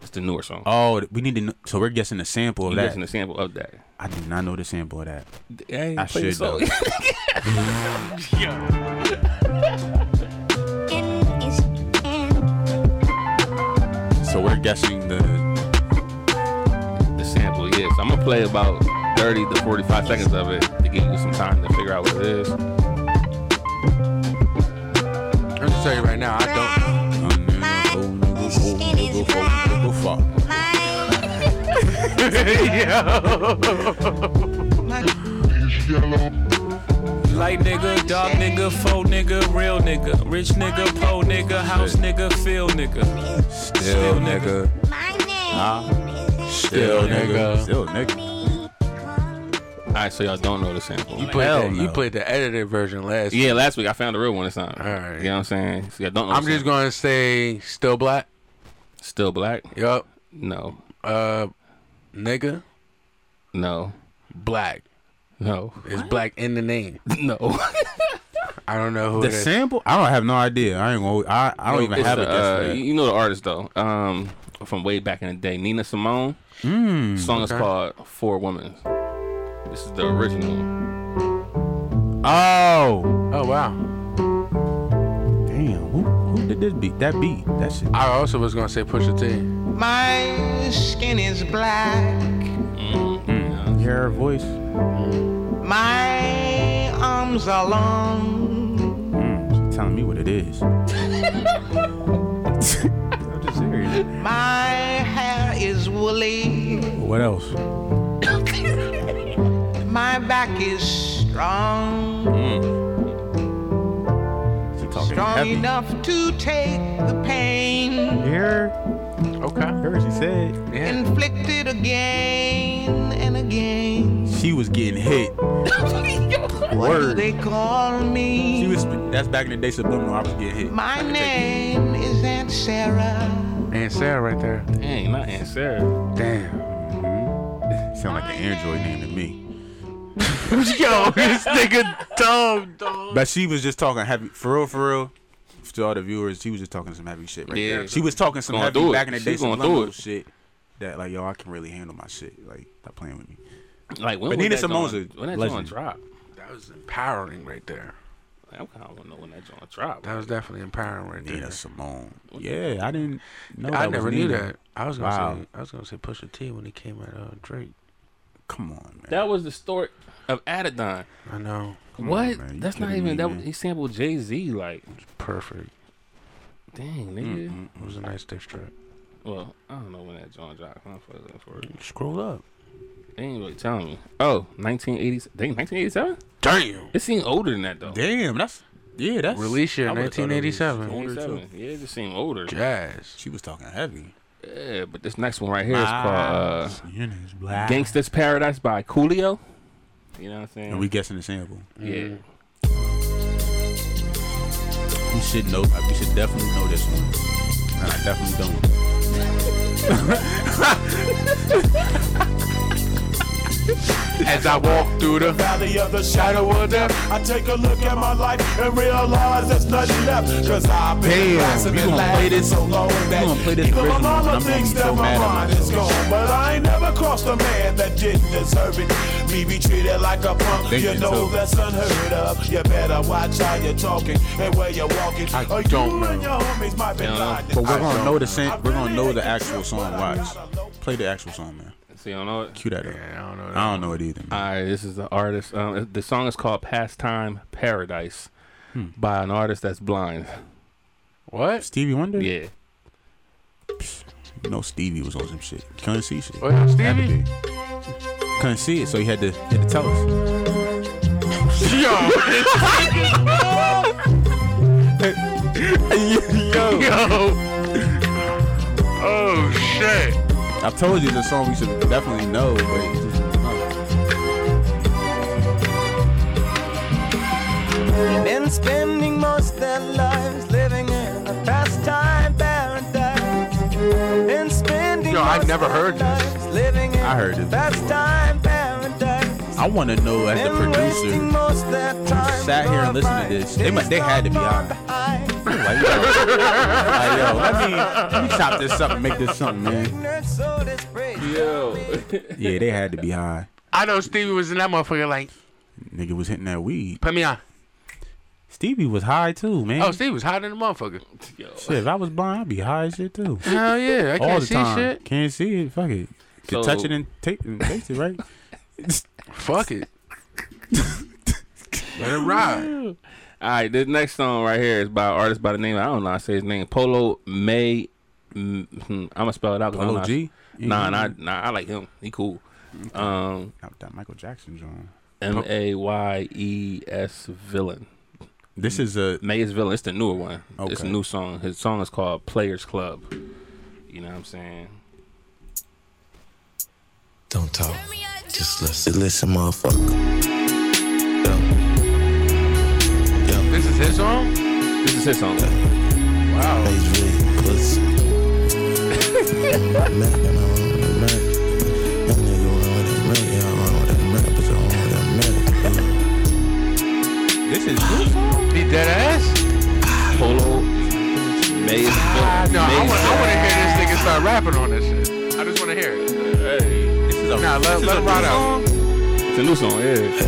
[SPEAKER 3] It's the newer song.
[SPEAKER 1] Oh, th- we need to. Know, so we're guessing the sample of
[SPEAKER 3] you
[SPEAKER 1] that.
[SPEAKER 3] listen to the sample of that.
[SPEAKER 1] I do not know the sample of that.
[SPEAKER 3] I,
[SPEAKER 1] I should though. so we're guessing the.
[SPEAKER 3] The sample, yes. I'm gonna play about 30 to 45 seconds of it to give you some time to figure out what it is.
[SPEAKER 4] I'm just tell you right now, I don't.
[SPEAKER 9] Light nigga, dark nigga, faux nigga, real nigga, rich nigga, poor nigga, house nigga, field nigga.
[SPEAKER 1] Still nigga, still nigga, still nigga.
[SPEAKER 3] All right, so y'all don't know the sample.
[SPEAKER 4] You played,
[SPEAKER 1] Hell
[SPEAKER 4] the, you
[SPEAKER 1] no.
[SPEAKER 4] played the edited version last.
[SPEAKER 3] yeah, last week I found the real one this time.
[SPEAKER 4] All right.
[SPEAKER 3] You know what I'm saying? So y'all don't know
[SPEAKER 4] I'm
[SPEAKER 3] the
[SPEAKER 4] just
[SPEAKER 3] sample.
[SPEAKER 4] gonna say still black.
[SPEAKER 3] Still black?
[SPEAKER 4] Yup.
[SPEAKER 3] No.
[SPEAKER 4] Uh, nigga,
[SPEAKER 3] No.
[SPEAKER 4] black.
[SPEAKER 3] No.
[SPEAKER 4] It's black in the name.
[SPEAKER 3] No.
[SPEAKER 4] I don't know who
[SPEAKER 1] The
[SPEAKER 4] it is.
[SPEAKER 1] sample? I don't have no idea. I ain't gonna. I, I don't even
[SPEAKER 3] It's
[SPEAKER 1] have a
[SPEAKER 3] the,
[SPEAKER 1] guess.
[SPEAKER 3] uh,
[SPEAKER 1] for that.
[SPEAKER 3] You know the artist though. Um, from way back in the day, Nina Simone.
[SPEAKER 1] Hmm,
[SPEAKER 3] Mm, song is
[SPEAKER 4] okay.
[SPEAKER 3] called Four Women. This is the original. uh,
[SPEAKER 1] oh,
[SPEAKER 4] Oh wow.
[SPEAKER 1] damn! Who, who did this beat? That beat? That shit.
[SPEAKER 4] I also was gonna say Pusha T.
[SPEAKER 10] My skin is black.
[SPEAKER 1] You hear her voice?
[SPEAKER 10] My arms are long.
[SPEAKER 1] Mm, she's telling me what it is. I'm just serious.
[SPEAKER 10] My hair is woolly.
[SPEAKER 1] What else?
[SPEAKER 10] My back is strong.
[SPEAKER 1] She talking
[SPEAKER 10] Strong
[SPEAKER 1] heavy.
[SPEAKER 10] enough to take the pain
[SPEAKER 1] You hear? her?
[SPEAKER 4] Okay.
[SPEAKER 1] Heard she said
[SPEAKER 4] Yeah.
[SPEAKER 10] inflicted again and again.
[SPEAKER 1] she was getting hit.
[SPEAKER 10] What do
[SPEAKER 1] Word.
[SPEAKER 10] they call me?
[SPEAKER 1] She was. That's back in the day. Subliminal. I was getting hit.
[SPEAKER 10] My
[SPEAKER 1] I could take it.
[SPEAKER 10] name is Aunt Sarah.
[SPEAKER 4] And Sarah right there.
[SPEAKER 3] Dang, not Aunt Sarah.
[SPEAKER 4] Damn.
[SPEAKER 1] Mm-hmm. Sound like an Android name to me.
[SPEAKER 4] Yo, this nigga dumb, dog.
[SPEAKER 1] But she was just talking heavy. For real, for real. To all the viewers, she was just talking some heavy shit right
[SPEAKER 3] Yeah.
[SPEAKER 1] there. She was talking some
[SPEAKER 3] Going
[SPEAKER 1] heavy
[SPEAKER 3] through it.
[SPEAKER 1] back in the
[SPEAKER 3] She
[SPEAKER 1] day
[SPEAKER 3] going through
[SPEAKER 1] subliminal
[SPEAKER 3] it.
[SPEAKER 1] shit. That like, yo, I can really handle my shit. Like, stop playing with me.
[SPEAKER 3] Like when was
[SPEAKER 1] But Nina
[SPEAKER 3] that
[SPEAKER 1] Simone's
[SPEAKER 3] joint-
[SPEAKER 1] a
[SPEAKER 3] when that
[SPEAKER 1] legend.
[SPEAKER 3] joint dropped.
[SPEAKER 4] That was empowering right there.
[SPEAKER 3] Like, I'm kind of want to know when that joint dropped.
[SPEAKER 4] That was definitely empowering right there.
[SPEAKER 1] Nina Simone. Yeah, I didn't know.
[SPEAKER 4] I
[SPEAKER 1] that
[SPEAKER 4] never
[SPEAKER 1] was
[SPEAKER 4] knew
[SPEAKER 1] Nina.
[SPEAKER 4] that. I was gonna
[SPEAKER 1] Wow.
[SPEAKER 4] say I was gonna say Pusha T when he came at uh, Drake.
[SPEAKER 1] Come on, man.
[SPEAKER 3] That was the story of Adidon.
[SPEAKER 4] I know.
[SPEAKER 1] Come
[SPEAKER 3] what?
[SPEAKER 1] on, man. You
[SPEAKER 3] That's not
[SPEAKER 1] kidding
[SPEAKER 3] even
[SPEAKER 1] me,
[SPEAKER 3] that.
[SPEAKER 1] man.
[SPEAKER 3] He sampled Jay Z. Like,
[SPEAKER 4] Perfect.
[SPEAKER 3] dang, nigga.
[SPEAKER 4] It was a nice diss track.
[SPEAKER 3] Well, I don't know when that joint dropped. I'm fucking up for it.
[SPEAKER 4] Scroll up.
[SPEAKER 3] They ain't really telling me. Oh, 1980s. Dang, 1987.
[SPEAKER 4] Damn.
[SPEAKER 3] It seemed older than that though.
[SPEAKER 1] Damn, that's yeah, that's
[SPEAKER 4] Release year
[SPEAKER 1] I would've thought it was
[SPEAKER 4] 1987.
[SPEAKER 1] older, too.
[SPEAKER 3] 87. Yeah, it just seemed older.
[SPEAKER 4] Jazz.
[SPEAKER 1] She was talking heavy.
[SPEAKER 3] Yeah, but this next one right here is called uh,
[SPEAKER 1] Nina's black.
[SPEAKER 3] "Gangsta's Paradise" by Coolio. You know what I'm saying?
[SPEAKER 1] And we guessing the sample.
[SPEAKER 3] yeah.
[SPEAKER 1] We should know. We should definitely know this one. And I definitely don't.
[SPEAKER 4] As I walk through the
[SPEAKER 11] valley of the shadow of death. I take a look at my life and realize there's nothing left. Cause I've
[SPEAKER 1] Damn,
[SPEAKER 11] been blasting
[SPEAKER 1] you
[SPEAKER 11] and
[SPEAKER 1] gonna play
[SPEAKER 11] laughing
[SPEAKER 1] this-
[SPEAKER 11] so long that
[SPEAKER 1] gonna play this
[SPEAKER 11] even my
[SPEAKER 1] original, and I'm
[SPEAKER 11] mama
[SPEAKER 1] gonna
[SPEAKER 11] thinks
[SPEAKER 1] be so
[SPEAKER 11] that
[SPEAKER 1] mad
[SPEAKER 11] my
[SPEAKER 1] at
[SPEAKER 11] mind is gone. But I ain't never crossed a man that didn't deserve it. Me be treated like a punk.
[SPEAKER 1] Thinking
[SPEAKER 11] You know
[SPEAKER 1] too.
[SPEAKER 11] that's unheard of. You better watch how you're talking and where you're walking.
[SPEAKER 4] I
[SPEAKER 11] Or
[SPEAKER 4] don't
[SPEAKER 11] you and
[SPEAKER 4] know.
[SPEAKER 11] your homies might be
[SPEAKER 3] Yeah.
[SPEAKER 11] blinded.
[SPEAKER 1] But we're gonna
[SPEAKER 4] don't
[SPEAKER 1] know
[SPEAKER 4] know.
[SPEAKER 1] the sam- We're gonna know the actual song. Watch. Play the actual song, man.
[SPEAKER 3] So you don't know it.
[SPEAKER 1] Cue that up.
[SPEAKER 4] Yeah, I don't know.
[SPEAKER 1] I don't know it either. Man.
[SPEAKER 3] All right, this is the artist. Um, the song is called "Pastime Paradise"
[SPEAKER 1] Hmm.
[SPEAKER 3] by an artist that's blind.
[SPEAKER 4] What?
[SPEAKER 1] Stevie Wonder?
[SPEAKER 3] Yeah.
[SPEAKER 1] You know Stevie was on some shit. Couldn't see shit.
[SPEAKER 4] What, Oh, Stevie?
[SPEAKER 1] Couldn't see it, so he had to had to tell us.
[SPEAKER 4] Yo.
[SPEAKER 1] yo.
[SPEAKER 4] Oh shit.
[SPEAKER 1] I told you the song we should definitely know, but you just
[SPEAKER 12] They've been spending most of their lives living in a pastime paradise. Been spending
[SPEAKER 4] Yo, I've
[SPEAKER 12] most
[SPEAKER 4] never
[SPEAKER 12] of their
[SPEAKER 4] heard this.
[SPEAKER 12] lives living in
[SPEAKER 1] I heard
[SPEAKER 12] a
[SPEAKER 1] it.
[SPEAKER 12] pastime paradise.
[SPEAKER 1] I want to know as the
[SPEAKER 12] Been
[SPEAKER 1] producer
[SPEAKER 12] wasting most of their time
[SPEAKER 1] sat here and listened to this. They must, they had to be on. it. Like, yo, like, yo, let me let me chop this up and make this something, man.
[SPEAKER 3] Yo.
[SPEAKER 1] Yeah, they had to be high.
[SPEAKER 4] I know Stevie was in that motherfucker like,
[SPEAKER 1] Nigga was hitting that weed.
[SPEAKER 4] put me on.
[SPEAKER 1] Stevie was high too, man.
[SPEAKER 4] Oh, Stevie was hotter than a motherfucker.
[SPEAKER 1] shit, if I was blind, I'd be high as shit too.
[SPEAKER 4] Hell yeah, I
[SPEAKER 1] All
[SPEAKER 4] can't
[SPEAKER 1] the
[SPEAKER 4] see
[SPEAKER 1] time.
[SPEAKER 4] shit.
[SPEAKER 1] Can't see it. Fuck it.
[SPEAKER 3] So-
[SPEAKER 1] Can touch it and, take and taste it, right?
[SPEAKER 4] Fuck it. Let it ride.
[SPEAKER 3] All right, this next song right here is by an artist by the name I don't know. how to say his name Polo May. Mm, hmm, I'm gonna spell it out. 'cause I don't
[SPEAKER 1] Polo
[SPEAKER 3] know how-
[SPEAKER 1] G? Mm-hmm.
[SPEAKER 3] Nah, nah, nah. I like him. He cool. Um,
[SPEAKER 1] that Michael Jackson joint.
[SPEAKER 3] M A Y E S villain.
[SPEAKER 1] This is a
[SPEAKER 3] May is villain. It's the newer one. It's a
[SPEAKER 1] Okay.
[SPEAKER 3] new song. His song is called Players Club. You know what I'm saying?
[SPEAKER 13] Don't talk. Just listen. Listen, motherfucker.
[SPEAKER 4] This is his song?
[SPEAKER 3] This is his song.
[SPEAKER 4] Wow.
[SPEAKER 13] He's really pussy. Mac, and I run with a Mac. That nigga run with a Mac. Yeah, I run with a Mac, but I run with a Mac.
[SPEAKER 1] This is
[SPEAKER 4] He dead ass?
[SPEAKER 3] Polo May is
[SPEAKER 4] Ah,
[SPEAKER 3] villain.
[SPEAKER 4] no, I
[SPEAKER 3] May is
[SPEAKER 4] want, I
[SPEAKER 3] villain.
[SPEAKER 4] want to hear this nigga start rapping on this shit. I just want to hear it.
[SPEAKER 3] Hey,
[SPEAKER 1] This is a
[SPEAKER 4] Nah, let,
[SPEAKER 1] this is
[SPEAKER 4] let
[SPEAKER 1] a
[SPEAKER 4] it ride
[SPEAKER 1] new
[SPEAKER 4] out.
[SPEAKER 1] song.
[SPEAKER 3] it's a new song. Yeah.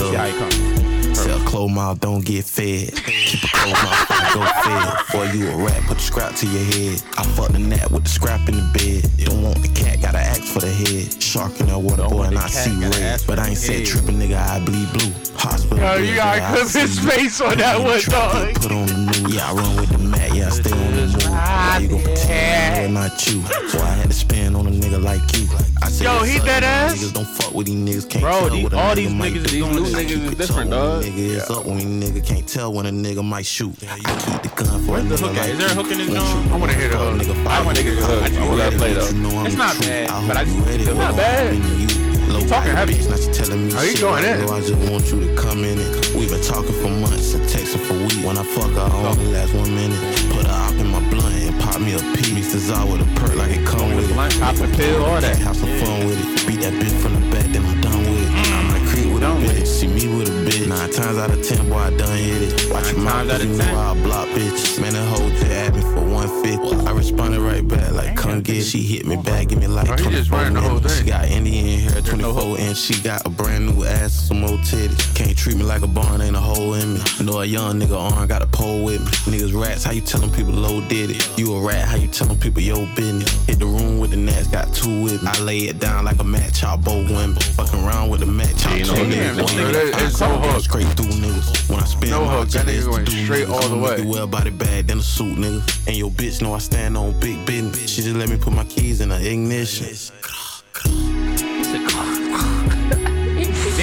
[SPEAKER 1] See how it comes.
[SPEAKER 13] Sell closed mouth, don't get fed. Keep a closed mouth, don't go fed. Boy, you a rat, put the scrap to your head. I fuck the gnat with the scrap in the bed. Don't want the cat, gotta ask for the head. Shark in that water, boy, and I see red. But I ain't said tripping, nigga, I bleed blue. Hospital.
[SPEAKER 4] Yo, you
[SPEAKER 13] bed,
[SPEAKER 4] gotta
[SPEAKER 13] nigga, I
[SPEAKER 4] clip
[SPEAKER 13] see
[SPEAKER 4] his
[SPEAKER 13] you.
[SPEAKER 4] face on that
[SPEAKER 13] You try
[SPEAKER 4] one,
[SPEAKER 13] to
[SPEAKER 4] dog.
[SPEAKER 13] get Put on the news. Yeah, I run with the mat, yeah, I stay on the move. Why you gon' pretend I'm not you? Boy, I had to spin on a nigga like you. I said,
[SPEAKER 4] Yo,
[SPEAKER 13] what's
[SPEAKER 4] he
[SPEAKER 13] up,
[SPEAKER 4] dead
[SPEAKER 13] y'all
[SPEAKER 4] ass?
[SPEAKER 13] Niggas don't fuck with these niggas, can't
[SPEAKER 3] Bro,
[SPEAKER 13] tell
[SPEAKER 3] these-
[SPEAKER 13] what a
[SPEAKER 3] all these
[SPEAKER 13] nigga might
[SPEAKER 3] niggas is
[SPEAKER 13] do.
[SPEAKER 3] doing this.
[SPEAKER 13] I
[SPEAKER 3] Niggas is
[SPEAKER 13] keep it
[SPEAKER 3] different,
[SPEAKER 13] told when
[SPEAKER 3] dog.
[SPEAKER 13] a Nigga is up when a nigga can't tell when a nigga might shoot. I keep the gun for a
[SPEAKER 1] Where's the
[SPEAKER 13] nigga
[SPEAKER 1] hook at?
[SPEAKER 13] like
[SPEAKER 1] Is there a
[SPEAKER 13] you.
[SPEAKER 1] hook in this
[SPEAKER 13] Won't
[SPEAKER 1] joint?
[SPEAKER 13] you
[SPEAKER 1] I wanna
[SPEAKER 13] fuck
[SPEAKER 1] hear
[SPEAKER 13] a
[SPEAKER 1] the hook.
[SPEAKER 13] nigga
[SPEAKER 1] I wanna
[SPEAKER 13] five
[SPEAKER 1] hear the
[SPEAKER 13] times.
[SPEAKER 1] hook. I just
[SPEAKER 13] You
[SPEAKER 1] wanna
[SPEAKER 13] ready,
[SPEAKER 1] play
[SPEAKER 13] but
[SPEAKER 1] the-
[SPEAKER 13] you know I'm
[SPEAKER 1] It's
[SPEAKER 13] the
[SPEAKER 1] not
[SPEAKER 13] truth.
[SPEAKER 1] bad,
[SPEAKER 13] I
[SPEAKER 1] but I
[SPEAKER 13] hope you
[SPEAKER 1] just-
[SPEAKER 13] ready
[SPEAKER 1] it's
[SPEAKER 13] when
[SPEAKER 1] not
[SPEAKER 13] I'm
[SPEAKER 1] bad.
[SPEAKER 13] in you. Low
[SPEAKER 1] talking
[SPEAKER 13] ride,
[SPEAKER 1] heavy.
[SPEAKER 13] bitch, Now she telling me
[SPEAKER 4] Oh, you
[SPEAKER 13] shit.
[SPEAKER 4] going in.
[SPEAKER 13] Low I just want you to come in it. We've been talking for months and texting for weeks. When I fuck her, I only last one minute. Put her op in my blunt and pop me a piece. Mixes out with a perk like it come with it.
[SPEAKER 1] pop a pill, all that.
[SPEAKER 13] Have some fun with it. Beat that bitch from the back, then I'm done with it.
[SPEAKER 1] Mm,
[SPEAKER 13] I might creep with a bitch. See me with a bitch. Nine times out of ten, boy, I done hit it. Watch your mouth,
[SPEAKER 1] times out
[SPEAKER 13] 'cause you
[SPEAKER 1] of
[SPEAKER 13] know
[SPEAKER 1] 10.
[SPEAKER 13] I block bitch. Man, that hoe just at me for 150. I responded right back like, come get. it. She hit me back, give me like
[SPEAKER 4] Bro, Oh, he just
[SPEAKER 13] 24
[SPEAKER 4] running the whole
[SPEAKER 13] minutes.
[SPEAKER 4] thing.
[SPEAKER 13] She got Indian hair, 24 inch. She got a brand new ass, some old titties. Can't treat me like a barn, ain't a hole in me. Know a young nigga arm got a pole with me. Niggas rats, how you telling people low did it? You a rat, how you telling people yo business? Hit the room with the gnats, got two with me. I lay it down like a match, y'all both win. Fucking around with a match, y'all
[SPEAKER 3] Yeah, you
[SPEAKER 13] two
[SPEAKER 3] know,
[SPEAKER 13] niggas.
[SPEAKER 4] damn,
[SPEAKER 13] One
[SPEAKER 4] dude,
[SPEAKER 13] nigga
[SPEAKER 4] that- it's
[SPEAKER 13] five,
[SPEAKER 4] no
[SPEAKER 13] go
[SPEAKER 4] hook.
[SPEAKER 13] Straight through niggas. When I spend
[SPEAKER 4] No
[SPEAKER 13] my
[SPEAKER 4] hook, that
[SPEAKER 13] time,
[SPEAKER 4] nigga
[SPEAKER 13] it's to
[SPEAKER 4] went
[SPEAKER 13] do
[SPEAKER 4] straight
[SPEAKER 13] niggas.
[SPEAKER 4] all the
[SPEAKER 13] I'ma make
[SPEAKER 4] way.
[SPEAKER 13] you well body bag than a suit, nigga. And your bitch know I stand on big business. She just let me put my keys in the ignition.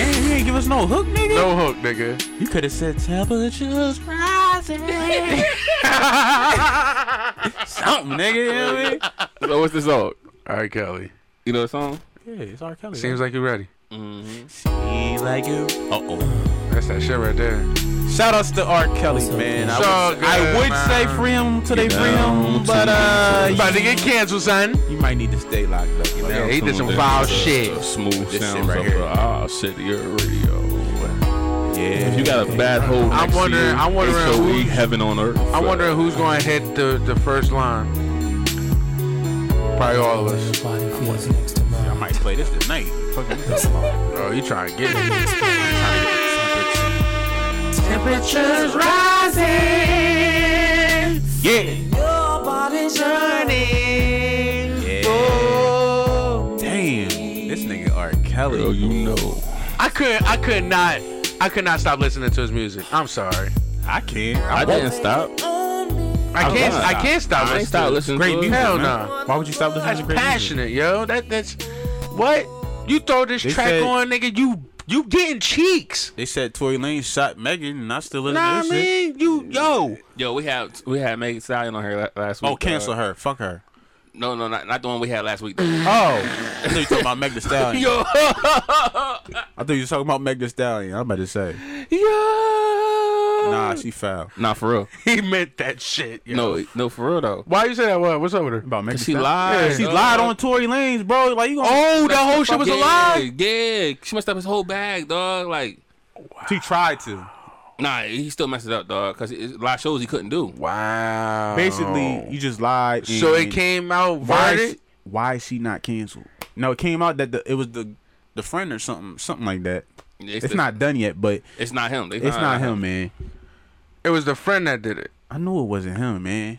[SPEAKER 1] Damn, you ain't give us no hook, nigga.
[SPEAKER 4] No hook, nigga.
[SPEAKER 1] You could have said temperatures rising. Something, nigga. You know what I mean?
[SPEAKER 3] So what's the song?
[SPEAKER 4] All right, Kelly.
[SPEAKER 3] You know the song?
[SPEAKER 1] Yeah, it's R. Kelly.
[SPEAKER 4] Seems like you're ready.
[SPEAKER 1] Seems like you. Uh oh.
[SPEAKER 4] That's that shit right there.
[SPEAKER 1] Shout outs to R. Kelly, man. I
[SPEAKER 4] It's all
[SPEAKER 1] would, I
[SPEAKER 4] good,
[SPEAKER 1] would
[SPEAKER 4] man.
[SPEAKER 1] say free him till they free him,
[SPEAKER 3] down
[SPEAKER 1] but
[SPEAKER 3] to-
[SPEAKER 1] uh,
[SPEAKER 4] About to get canceled, son.
[SPEAKER 1] you might need to stay locked up. You know?
[SPEAKER 4] Yeah, he did some
[SPEAKER 3] of the-
[SPEAKER 4] foul
[SPEAKER 3] the-
[SPEAKER 4] shit.
[SPEAKER 3] the Smooth
[SPEAKER 1] This
[SPEAKER 3] sounds
[SPEAKER 1] shit
[SPEAKER 3] of
[SPEAKER 1] right here.
[SPEAKER 3] the Ah City Radio.
[SPEAKER 1] Yeah.
[SPEAKER 3] If you got a bad hole,
[SPEAKER 4] I'm
[SPEAKER 3] next
[SPEAKER 4] wondering-
[SPEAKER 3] year,
[SPEAKER 4] I'm wondering
[SPEAKER 3] it's gonna be
[SPEAKER 4] who's-
[SPEAKER 3] heaven on earth.
[SPEAKER 4] I'm wondering who's going to hit the, the first line. Probably all of us.
[SPEAKER 1] I might play this tonight. Fuck you talking about?
[SPEAKER 4] Bro, you Oh, trying to get it.
[SPEAKER 12] Temperatures rising.
[SPEAKER 1] Yeah.
[SPEAKER 12] Your body's burning.
[SPEAKER 1] Yeah. Damn. This nigga R. Kelly.
[SPEAKER 3] Girl, you know.
[SPEAKER 4] I could I could not I could not stop listening to his music. I'm sorry.
[SPEAKER 1] I can't.
[SPEAKER 3] I
[SPEAKER 1] won't.
[SPEAKER 3] didn't stop.
[SPEAKER 4] I
[SPEAKER 3] I'm
[SPEAKER 4] can't
[SPEAKER 3] not.
[SPEAKER 4] I can't stop
[SPEAKER 3] I ain't
[SPEAKER 4] listening.
[SPEAKER 3] stop
[SPEAKER 4] to it.
[SPEAKER 3] listening.
[SPEAKER 1] Great
[SPEAKER 3] to
[SPEAKER 1] music.
[SPEAKER 3] It.
[SPEAKER 4] Hell
[SPEAKER 1] man.
[SPEAKER 4] nah.
[SPEAKER 1] Why would you stop listening
[SPEAKER 4] That's
[SPEAKER 1] to great music?
[SPEAKER 4] passionate, yo. That that's what you throw this
[SPEAKER 1] They
[SPEAKER 4] track
[SPEAKER 1] said-
[SPEAKER 4] on, nigga. You You getting cheeks.
[SPEAKER 1] They said Tory Lane shot Megan, and I still listen
[SPEAKER 4] Nah,
[SPEAKER 1] to this shit.
[SPEAKER 4] man, you yo.
[SPEAKER 3] Yo, we had we had Megan Stallion on here la- last week. uh,
[SPEAKER 1] Oh, cancel her. Fuck her.
[SPEAKER 3] No, no, not, not the one we had last week.
[SPEAKER 1] Oh, I thought you were talking about Meg Thee Stallion.
[SPEAKER 3] Yo.
[SPEAKER 1] I thought you were talking about Meg Thee Stallion. I'm about to say.
[SPEAKER 3] Yo.
[SPEAKER 1] Nah, she foul.
[SPEAKER 3] Nah, for real.
[SPEAKER 4] He meant that shit. Yo.
[SPEAKER 3] No, no, for real though.
[SPEAKER 4] Why you say that? What? What's up with her?
[SPEAKER 1] About
[SPEAKER 3] She lied.
[SPEAKER 1] she lied on Tory Lanez, bro. Like you. Gonna
[SPEAKER 4] Oh, that whole shit was a lie.
[SPEAKER 3] Yeah, she messed up his whole bag, dog. Like
[SPEAKER 1] She tried to.
[SPEAKER 3] Nah, he still messed it up, dog. Because a lot of shows he couldn't do.
[SPEAKER 4] Wow.
[SPEAKER 1] Basically,
[SPEAKER 3] Oh.
[SPEAKER 1] you just lied.
[SPEAKER 4] So it
[SPEAKER 1] and-
[SPEAKER 4] came out
[SPEAKER 1] Why? is-
[SPEAKER 4] verdict.
[SPEAKER 1] Why is she not canceled? No, it came out that the, it was the the friend or something, something like that.
[SPEAKER 3] Yeah,
[SPEAKER 1] It's,
[SPEAKER 3] it's the-
[SPEAKER 1] not done yet, but
[SPEAKER 3] It's not him. They
[SPEAKER 1] it's
[SPEAKER 3] found
[SPEAKER 1] not
[SPEAKER 3] out.
[SPEAKER 1] him, man.
[SPEAKER 4] It was the friend that did it.
[SPEAKER 1] I knew it wasn't him, man.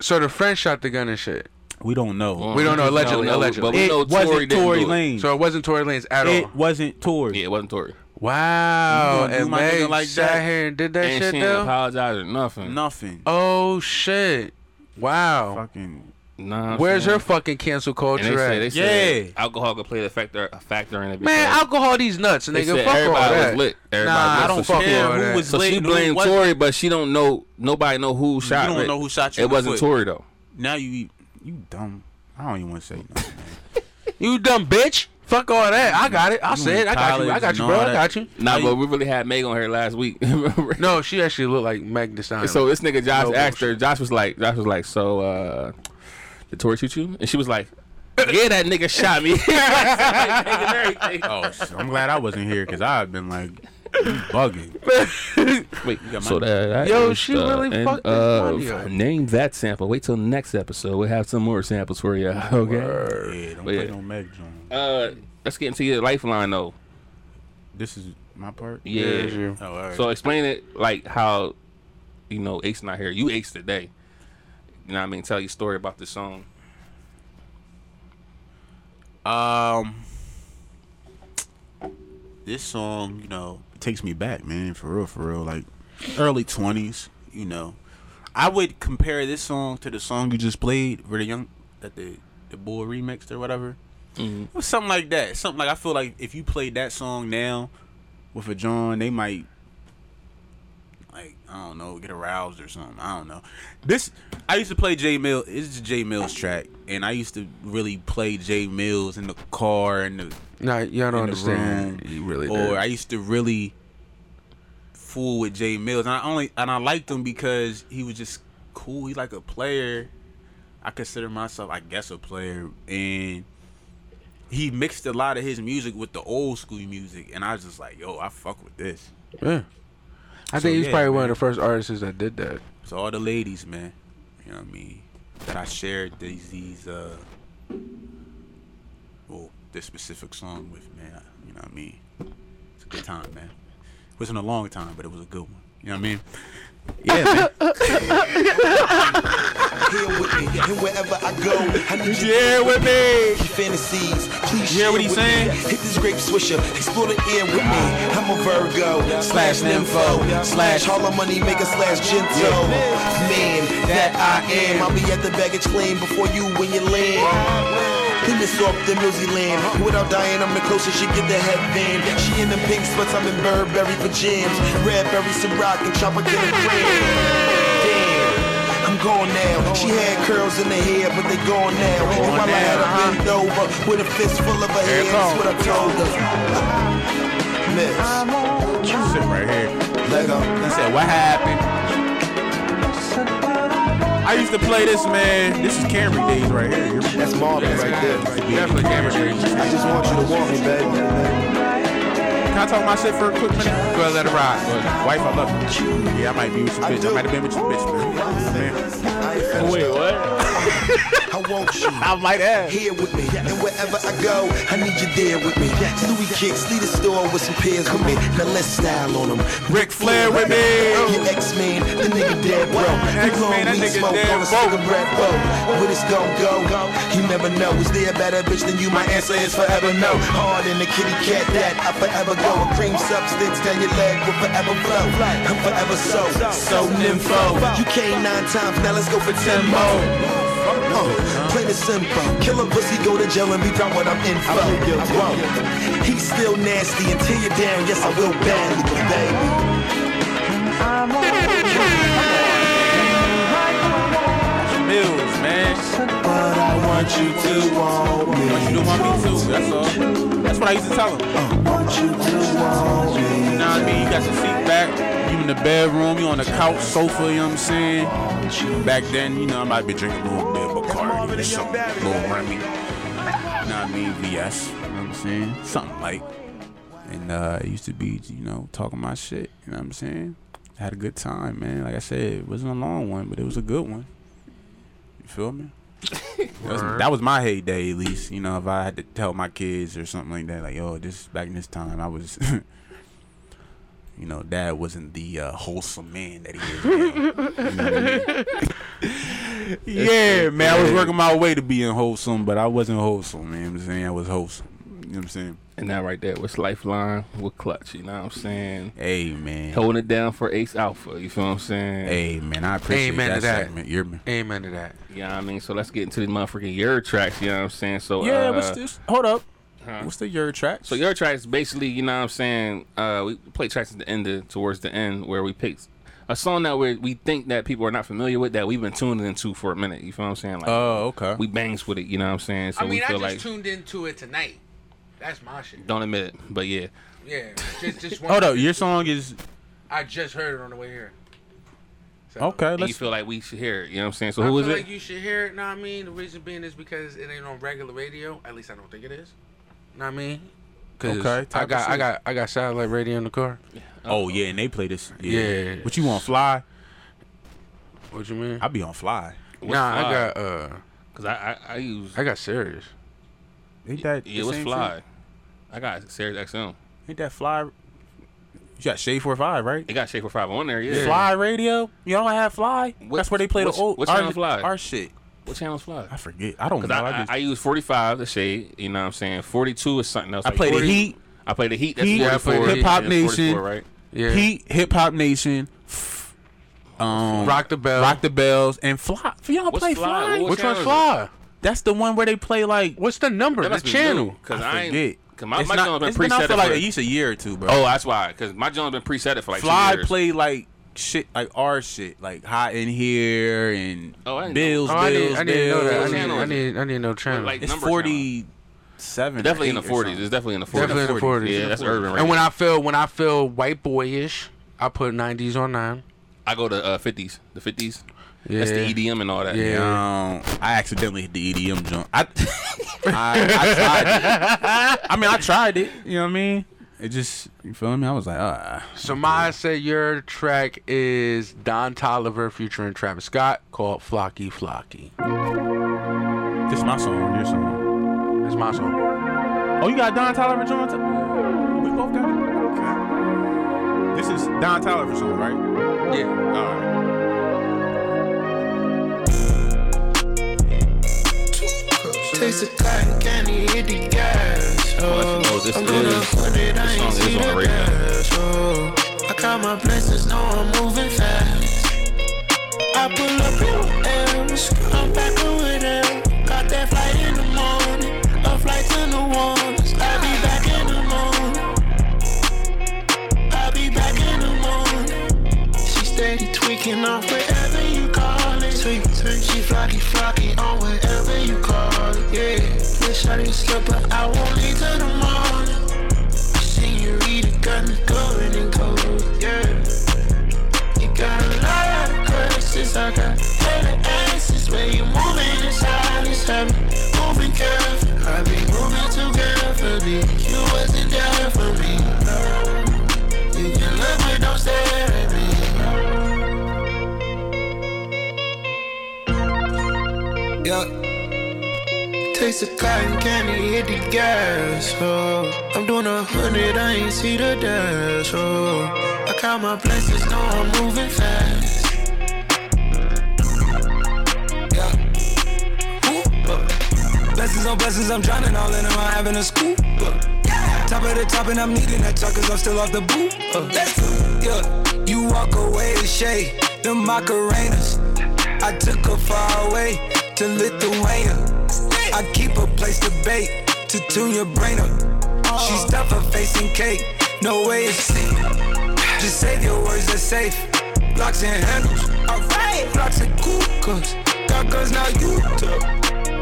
[SPEAKER 4] So the friend shot the gun and shit.
[SPEAKER 1] We don't know.
[SPEAKER 4] we don't know
[SPEAKER 3] just
[SPEAKER 4] allegedly.
[SPEAKER 3] know-
[SPEAKER 4] allegedly,
[SPEAKER 3] but we
[SPEAKER 1] it
[SPEAKER 3] know
[SPEAKER 1] wasn't
[SPEAKER 3] Tory didn't
[SPEAKER 1] Tory
[SPEAKER 3] do it.
[SPEAKER 1] Lanez.
[SPEAKER 4] So it wasn't Tory Lanez at all.
[SPEAKER 1] it wasn't Tory.
[SPEAKER 3] Yeah, it wasn't Tory.
[SPEAKER 4] Wow.
[SPEAKER 1] You gonna do
[SPEAKER 4] And
[SPEAKER 1] my nigga
[SPEAKER 4] Meg
[SPEAKER 1] like
[SPEAKER 4] sat
[SPEAKER 1] that?
[SPEAKER 4] here and did that
[SPEAKER 3] and
[SPEAKER 4] shit
[SPEAKER 3] she
[SPEAKER 4] though.
[SPEAKER 3] ain't apologized or nothing.
[SPEAKER 1] Nothing.
[SPEAKER 4] Oh shit! Wow.
[SPEAKER 1] Fucking.
[SPEAKER 3] Nah.
[SPEAKER 4] Where's
[SPEAKER 3] man.
[SPEAKER 4] her fucking cancel
[SPEAKER 3] And they
[SPEAKER 4] culture
[SPEAKER 3] said, they
[SPEAKER 4] at?
[SPEAKER 3] said
[SPEAKER 1] Yeah.
[SPEAKER 3] alcohol could play a factor, a factor in it.
[SPEAKER 4] Man,
[SPEAKER 3] because
[SPEAKER 4] alcohol these nuts,
[SPEAKER 3] they
[SPEAKER 4] nigga.
[SPEAKER 3] said
[SPEAKER 4] Fuck all
[SPEAKER 3] everybody
[SPEAKER 4] that.
[SPEAKER 3] was lit. Everybody
[SPEAKER 4] nah,
[SPEAKER 3] was lit.
[SPEAKER 4] I don't
[SPEAKER 3] so
[SPEAKER 4] fuck
[SPEAKER 3] she,
[SPEAKER 4] with all
[SPEAKER 1] who
[SPEAKER 4] that.
[SPEAKER 1] was
[SPEAKER 3] So
[SPEAKER 1] lit
[SPEAKER 3] she
[SPEAKER 1] and who
[SPEAKER 3] blamed
[SPEAKER 1] wasn't.
[SPEAKER 3] Tory, but she don't know. Nobody know who shot.
[SPEAKER 1] don't
[SPEAKER 3] Rick.
[SPEAKER 1] know who shot you in
[SPEAKER 3] It
[SPEAKER 1] the
[SPEAKER 3] wasn't
[SPEAKER 1] foot.
[SPEAKER 3] Tory though.
[SPEAKER 1] Now you you dumb. I don't even want to say nothing.
[SPEAKER 4] you dumb bitch. Fuck all that. I got it. I
[SPEAKER 1] You
[SPEAKER 4] said.
[SPEAKER 1] in
[SPEAKER 4] I got you. I
[SPEAKER 1] college
[SPEAKER 4] got
[SPEAKER 1] and
[SPEAKER 4] you, bro.
[SPEAKER 1] all
[SPEAKER 4] I
[SPEAKER 1] that.
[SPEAKER 4] got you.
[SPEAKER 3] Nah,
[SPEAKER 1] Now
[SPEAKER 3] but
[SPEAKER 1] you-
[SPEAKER 3] we really had Meg on here last week. Remember?
[SPEAKER 4] No, she actually looked like Meg Thee Stallion.
[SPEAKER 3] So this nigga Josh
[SPEAKER 4] No
[SPEAKER 3] asked her. Josh was like, Josh was like, so uh, did Tori shoot you? And she was like, Yeah, that nigga shot me.
[SPEAKER 1] oh, shit. I'm glad I wasn't here because I've been like you bugging. Wait, you got my
[SPEAKER 3] So that, that
[SPEAKER 4] Yo,
[SPEAKER 3] is,
[SPEAKER 4] she
[SPEAKER 3] uh,
[SPEAKER 4] really
[SPEAKER 3] and,
[SPEAKER 4] fucked this
[SPEAKER 3] uh,
[SPEAKER 4] money up.
[SPEAKER 3] Name that sample. Wait till next episode. We'll have some more samples for you. Okay.
[SPEAKER 1] yeah, don't
[SPEAKER 3] But
[SPEAKER 1] play
[SPEAKER 3] yeah.
[SPEAKER 1] no Meg John.
[SPEAKER 3] Uh, let's get into your lifeline though.
[SPEAKER 1] This is my part.
[SPEAKER 3] Yeah.
[SPEAKER 4] it's you.
[SPEAKER 1] Oh, all right.
[SPEAKER 3] So explain it like how, you know, Ace not here. You Ace today. You know what I mean? Tell your story about the song.
[SPEAKER 1] Um, this song, you know, takes me back, man. For real, for real. Like early twenties, you know. I would compare this song to the song you just played, where the young that the the boy remixed or whatever,
[SPEAKER 3] Mhm.
[SPEAKER 1] or something like that. Something like I feel like if you played that song now with a John, they might like I don't know, get aroused or something. I don't know. This I used to play J Mill. It's J Mills track, and I used to really play J Mills in the car and the
[SPEAKER 4] Nah, y'all don't
[SPEAKER 1] in the room,
[SPEAKER 4] understand. You really
[SPEAKER 1] or I
[SPEAKER 4] do.
[SPEAKER 1] used to really fool with Jay Mills, and I only and I liked him because he was just cool. He's like a player. I consider myself, I guess, a player, and he mixed a lot of his music with the old school music, and I was just like, yo, I fuck with this.
[SPEAKER 4] Yeah. I
[SPEAKER 1] So,
[SPEAKER 4] think he's
[SPEAKER 1] yeah,
[SPEAKER 4] probably one
[SPEAKER 1] man.
[SPEAKER 4] of the first artists that did that.
[SPEAKER 1] So all the ladies, man, you know what I mean, that I shared these these uh, well, this specific song with, man, you know what I mean. It's a good time, man. It wasn't a long time, but it was a good one. You know what I mean? Yeah, man.
[SPEAKER 14] Here with me, and wherever I go, I need you
[SPEAKER 1] Yeah, with me.
[SPEAKER 14] your fantasies. Please
[SPEAKER 1] You hear
[SPEAKER 14] share
[SPEAKER 1] what he's
[SPEAKER 14] with me.
[SPEAKER 1] saying?
[SPEAKER 14] Hit this grape swisher, explore the air with me. I'm a Virgo slash nympho slash all my money maker slash gento. Man, that I am. I'll be at the baggage claim before you when you land. Then it's off to New Zealand. Without dying, I'm the closest she get the headband. She in the pink sweats, I'm in Burberry pajamas. Red berry, some rock, and chopper get a Damn. I'm gone now. She had curls in her hair, but they gone now. And while I had her bent over with a fist full of her hair, that's what I told her. Miss.
[SPEAKER 1] Sit right here.
[SPEAKER 14] Let go.
[SPEAKER 1] I said, what happened? I used to play this, man. This is Cameron days right here.
[SPEAKER 14] That's Marvin right there.
[SPEAKER 3] Definitely camera shade.
[SPEAKER 14] I just want you to want me, baby.
[SPEAKER 1] Can I talk my shit for a quick minute?
[SPEAKER 4] Go ahead, let it ride.
[SPEAKER 1] Wife, I love you. Yeah, I might be with your bitch. I might have been with your bitch, man. man.
[SPEAKER 3] Wait, what?
[SPEAKER 14] I want you. I might have. Here with me. And wherever I go, I need you there with me. Louis kicks, lead the store with some pairs with me. Now let's style on them.
[SPEAKER 1] Ric Flair with me.
[SPEAKER 14] Your X-Men, the nigga nigga dead, bro. You gon'
[SPEAKER 9] that
[SPEAKER 14] weed
[SPEAKER 9] nigga
[SPEAKER 14] smoke
[SPEAKER 9] dead
[SPEAKER 14] on a cigarette, bro. Where this gon' go? You never know. Is there a better bitch than you? My answer is forever no. Hard in the kitty cat that I forever go. A cream substance down your leg will forever flow. I'm forever so, so nympho. You came nine times, now let's go for ten more. Oh, plain and simple. Kill a pussy, go to jail, and be proud what I'm in for. I won't. He's still nasty and tear you down. Yes, I will badly, but baby.
[SPEAKER 1] Mills, man.
[SPEAKER 14] But I want you to want me.
[SPEAKER 1] want you to want me too. That's all. That's what I used to tell him.
[SPEAKER 14] want you to want me.
[SPEAKER 1] You know what I mean? You got your seat back. You in the bedroom. You on the couch, sofa. You know what I'm saying? Back then, you know, I might be drinking a little bit of Bacardi or something, a little Remy. You know what I mean? VS. You know what I'm saying? Something like. And uh, I used to be, you know, talking my shit. You know what I'm saying? Had a good time, man. Like I said, it wasn't a long one, but it was a good one. You feel me? That was, that was my heyday, at least. You know, if I had to tell my kids or something like that, like, yo, this back in this time, I was, you know, dad wasn't the uh, wholesome man that he is. now." yeah, man, I was working my way to being wholesome, but I wasn't wholesome, man. You know what I'm saying I was wholesome. You know what I'm saying?
[SPEAKER 3] And that right there was Lifeline with Clutch. You know what I'm saying?
[SPEAKER 1] Hey, man.
[SPEAKER 3] Holding it down for Ace Alpha. You feel what I'm saying?
[SPEAKER 1] Hey, man. I appreciate
[SPEAKER 3] Amen
[SPEAKER 1] Amen
[SPEAKER 3] to
[SPEAKER 1] that,
[SPEAKER 3] that.
[SPEAKER 1] segment. You're,
[SPEAKER 4] Amen to that.
[SPEAKER 3] Yeah, I mean, so let's get into these motherfucking Euro tracks. You know what I'm saying? So
[SPEAKER 1] yeah,
[SPEAKER 3] uh,
[SPEAKER 1] what's this? Hold up. What's the Euro track?
[SPEAKER 3] So your tracks basically, you know what I'm saying, uh, we play tracks at the end of, towards the end where we pick a song that we we think that people are not familiar with that we've been tuning into for a minute. You feel what I'm saying? Like
[SPEAKER 1] Oh, okay.
[SPEAKER 3] We bangs with it, you know what I'm saying? So
[SPEAKER 15] I mean,
[SPEAKER 3] we
[SPEAKER 15] I
[SPEAKER 3] feel
[SPEAKER 15] just
[SPEAKER 3] like
[SPEAKER 15] tuned into it tonight. That's my shit.
[SPEAKER 3] don't admit it, but yeah.
[SPEAKER 15] Yeah, just just one.
[SPEAKER 1] Hold up. Your song is
[SPEAKER 15] I just heard it on the way here.
[SPEAKER 1] okay.
[SPEAKER 3] And
[SPEAKER 1] Let's
[SPEAKER 3] you feel like we should hear it, you know what I'm saying? So
[SPEAKER 15] I
[SPEAKER 3] who
[SPEAKER 15] feel
[SPEAKER 3] is it?
[SPEAKER 15] Like you should hear it. Know what I mean? The reason being is because it ain't on regular radio. At least I don't think it is. Know what I mean?
[SPEAKER 4] 'Cause
[SPEAKER 1] Okay,
[SPEAKER 4] I
[SPEAKER 1] type
[SPEAKER 4] got
[SPEAKER 1] of
[SPEAKER 4] I
[SPEAKER 1] shit.
[SPEAKER 4] got I got satellite radio in the car.
[SPEAKER 1] Oh yeah, and they play this. Yeah.
[SPEAKER 4] Yeah.
[SPEAKER 1] What you want, Fly?
[SPEAKER 4] What you mean?
[SPEAKER 1] I be on Fly.
[SPEAKER 3] What's
[SPEAKER 4] nah,
[SPEAKER 3] fly?
[SPEAKER 4] I got uh
[SPEAKER 3] Cause I I, I use
[SPEAKER 4] I got serious.
[SPEAKER 1] Ain't that
[SPEAKER 3] yeah,
[SPEAKER 1] the
[SPEAKER 3] what's
[SPEAKER 1] same
[SPEAKER 3] fly?
[SPEAKER 1] shit?
[SPEAKER 3] I got Sirius XM.
[SPEAKER 1] Ain't that Fly? You got Shade Four Five, right?
[SPEAKER 3] It got Shade Four Five on there. Yeah.
[SPEAKER 1] Fly Radio. Y'all have Fly. That's where they play the
[SPEAKER 3] what's-
[SPEAKER 1] old.
[SPEAKER 3] what
[SPEAKER 1] our,
[SPEAKER 3] channel Fly?
[SPEAKER 1] Our shit.
[SPEAKER 3] What channel's Fly?
[SPEAKER 1] I forget. I don't
[SPEAKER 3] 'Cause
[SPEAKER 1] know.
[SPEAKER 3] I,
[SPEAKER 1] I,
[SPEAKER 3] I,
[SPEAKER 1] just,
[SPEAKER 3] I use 45 to shade, you know what I'm saying? 42 is something else.
[SPEAKER 1] I
[SPEAKER 3] like
[SPEAKER 1] play the
[SPEAKER 3] 40
[SPEAKER 1] Heat.
[SPEAKER 3] I play the Heat. That's
[SPEAKER 1] Heat,
[SPEAKER 3] 44.
[SPEAKER 1] Hip Hop
[SPEAKER 3] yeah, that's
[SPEAKER 1] Nation,
[SPEAKER 3] 44, right?
[SPEAKER 1] Heat, Hip Hop Nation, um,
[SPEAKER 4] Rock the Bell.
[SPEAKER 1] Rock the Bells, and Fly. For y'all
[SPEAKER 3] What's
[SPEAKER 1] play
[SPEAKER 3] Fly?
[SPEAKER 1] Fly.
[SPEAKER 3] What
[SPEAKER 4] Which
[SPEAKER 3] channel
[SPEAKER 4] one's
[SPEAKER 3] is
[SPEAKER 4] fly?
[SPEAKER 1] That's the one where they play like.
[SPEAKER 4] What's the number? The channel.
[SPEAKER 3] Because I, ain't-
[SPEAKER 1] forget.
[SPEAKER 3] 'cause my,
[SPEAKER 1] It's
[SPEAKER 3] my
[SPEAKER 1] not-
[SPEAKER 3] joint been
[SPEAKER 1] it's been out
[SPEAKER 3] preset
[SPEAKER 1] for
[SPEAKER 3] it
[SPEAKER 1] like
[SPEAKER 3] for-
[SPEAKER 1] at least a year or two, bro.
[SPEAKER 3] Oh, that's why. Because my joint been preset it for like
[SPEAKER 1] Fly
[SPEAKER 3] two years.
[SPEAKER 1] play like shit, like our shit, like Hot in Here and
[SPEAKER 3] Oh, I didn't know.
[SPEAKER 1] Bills,
[SPEAKER 4] Oh, I
[SPEAKER 1] Bills,
[SPEAKER 4] didn't, I didn't
[SPEAKER 1] Bills.
[SPEAKER 4] know that. I
[SPEAKER 3] Bills.
[SPEAKER 4] didn't, I
[SPEAKER 3] Channels.
[SPEAKER 4] didn't, I didn't know channel.
[SPEAKER 3] Like
[SPEAKER 1] It's
[SPEAKER 3] number channel.
[SPEAKER 1] forty-seven. or
[SPEAKER 3] Definitely in the
[SPEAKER 1] eight or
[SPEAKER 3] 40s. It's
[SPEAKER 1] something.
[SPEAKER 3] definitely in the 40s.
[SPEAKER 4] Definitely in the 40s.
[SPEAKER 3] Yeah, that's urban right
[SPEAKER 4] and when I feel when I feel white boyish, I put nineties on nine.
[SPEAKER 3] I go to uh, 50s. The 50s. That's
[SPEAKER 4] Yeah.
[SPEAKER 3] the EDM and all that.
[SPEAKER 4] Yeah.
[SPEAKER 1] Um, I accidentally hit the E EDM jump. I, I, I tried it. I mean, I tried it. You know what I mean? It just, you feel me? I was like, ah.
[SPEAKER 4] So my say your track is Don Tolliver, Future and Travis Scott called Flocky Flocky.
[SPEAKER 1] This is my song or your song?
[SPEAKER 4] It's my song.
[SPEAKER 1] Oh, you got Don Tolliver joint? too? We both got it? Okay. This is Don Tolliver song, right?
[SPEAKER 4] Yeah.
[SPEAKER 1] All right.
[SPEAKER 12] Taste the cotton candy, hit the gas. Oh,
[SPEAKER 3] Oh, this
[SPEAKER 12] I'm gonna
[SPEAKER 3] is-
[SPEAKER 12] put it, I
[SPEAKER 3] this
[SPEAKER 12] ain't
[SPEAKER 3] song
[SPEAKER 12] see
[SPEAKER 3] is on
[SPEAKER 12] the
[SPEAKER 3] the radio.
[SPEAKER 12] gas. Oh, I count my blessings, know I'm moving fast. I pull up in M's, I'm back on with them. Got that flight in the morning, a flight to New Orleans. I'll be back in the morning. I'll be back in the morning. She steady tweaking off wherever you call it. Tweak, tweak. She flocky, flocky on wherever you call it. Yeah, wish I didn't slip, but I won't leave till the morning. Senorita got me going and cold. Yeah. You got a lot of questions, I got better answers. Where you moving in silence, I be moving carefully. I be moving too carefully. You wasn't there for me. You can look, but don't stare at me. Yeah. Taste the cotton candy, hit the gas. Oh, I'm doing a hundred, I ain't see the dash. Oh, I count my blessings, know I'm moving fast.
[SPEAKER 16] no uh. blessings, I'm drowning all in 'em, I'm having a scoop. uh. Top of the top, and I'm needing that tuck, cause I'm still off the boot. uh. Let's go, yeah. You walk away to shade, the Macarenas. I took her far away to Lithuania. I keep a place to bait, to tune your brain up. She stuff her face in cake, no way it's safe. Just save your words, they're safe. Blocks and handles, alright. Blocks and cookers, got guns now you took.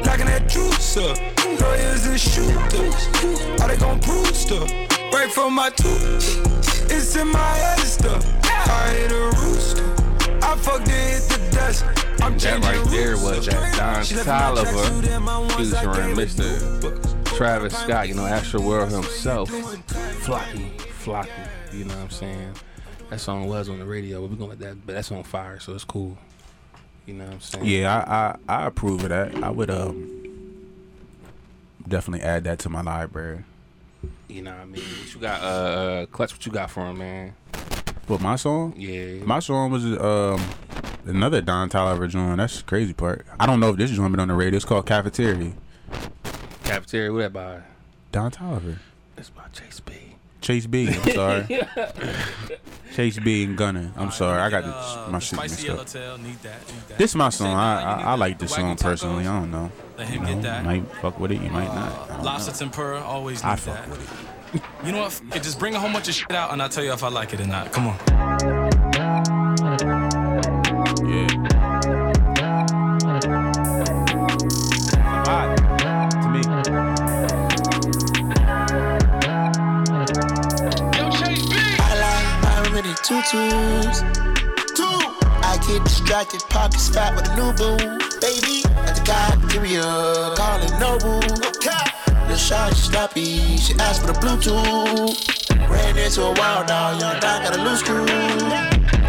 [SPEAKER 16] Locking that juice up, lawyers and shooters. How they gon' prove stuff? Right from my tooth, it's in my head stuff. I hit a rooster, I fucked it, hit the dust. I'm
[SPEAKER 3] And that
[SPEAKER 16] changing
[SPEAKER 3] right there
[SPEAKER 16] routes
[SPEAKER 3] was
[SPEAKER 16] up.
[SPEAKER 3] that Don
[SPEAKER 16] She left my tracks suit and my
[SPEAKER 3] Tolliver
[SPEAKER 16] ones I
[SPEAKER 3] featuring
[SPEAKER 16] gave her.
[SPEAKER 3] Mr. Travis Scott, you know, Astro World himself. Flocky, flocky, you know what I'm saying? That song was on the radio, but we're gonna let that, but that's on fire, so it's cool. You know what I'm saying?
[SPEAKER 1] Yeah, I, I I approve of that. I would um definitely add that to my library.
[SPEAKER 3] You know what I mean? What you got, uh, Clutch, what you got for him, man?
[SPEAKER 1] What my song?
[SPEAKER 3] Yeah.
[SPEAKER 1] My song was um another Don Tolliver joint. That's the crazy part. I don't know if this joint been on the radio. It's called Cafeteria.
[SPEAKER 3] Cafeteria, what that by?
[SPEAKER 1] Don Tolliver.
[SPEAKER 3] It's by Chase B.
[SPEAKER 1] Chase B. I'm sorry. Chase B and Gunner. I'm sorry. I got this, my shit
[SPEAKER 17] uh, Spicy
[SPEAKER 1] mixed up.
[SPEAKER 17] yellowtail, need that, need that.
[SPEAKER 1] This is my song. I, I I like this song personally. I don't know.
[SPEAKER 17] Let
[SPEAKER 1] You
[SPEAKER 17] him get
[SPEAKER 1] know,
[SPEAKER 17] that.
[SPEAKER 1] You might fuck with it. You might not. I don't
[SPEAKER 17] Lobster
[SPEAKER 1] know.
[SPEAKER 17] tempura, always need
[SPEAKER 1] I
[SPEAKER 17] that.
[SPEAKER 1] fuck
[SPEAKER 17] You know what? F- It, just bring a whole bunch of shit out, and I'll tell you if I like it or not. Come on.
[SPEAKER 1] To me.
[SPEAKER 12] I like mine with the tutus. Two. I get distracted, pop the spot with a new boo. Baby, at the God, give me a call and noble. Okay. The shot is sloppy, she asked for the Bluetooth. Ran into a wild dog, young dog got a loose screw.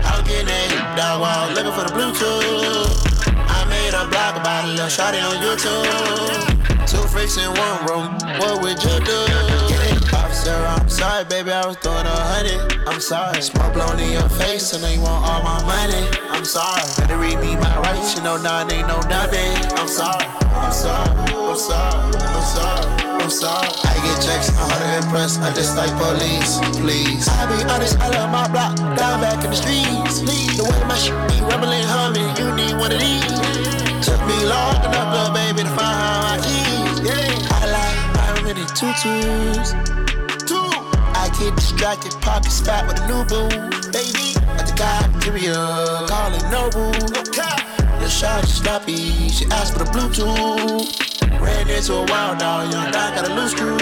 [SPEAKER 12] How can they dog while looking for the Bluetooth? I made a blog about a little shawty on YouTube. Two freaks in one room, what would you do? Get it? Officer, I'm sorry, baby, I was throwing a hundred. I'm sorry. Smoke blown in your face, and they want all my money. I'm sorry. Better read me my rights, you know, nine ain't no nothing. I'm sorry. I'm sorry. I'm sorry. I'm sorry. I'm sorry. I get checks, I'm hard to impress. I just like police, please. I be honest, I love my block. Down back in the streets, please. The way my shit be rumbling, humming, you need one of these. Took me long enough, little baby, to find out my keys. Yeah, I like I'm in the tutus. Two, I get distracted, pop the spot with a new boo, baby. At the guy, give me a call and no boo. The shot is sloppy, she asked for the Bluetooth. Ran into a wild dog, young dog got a loose screw.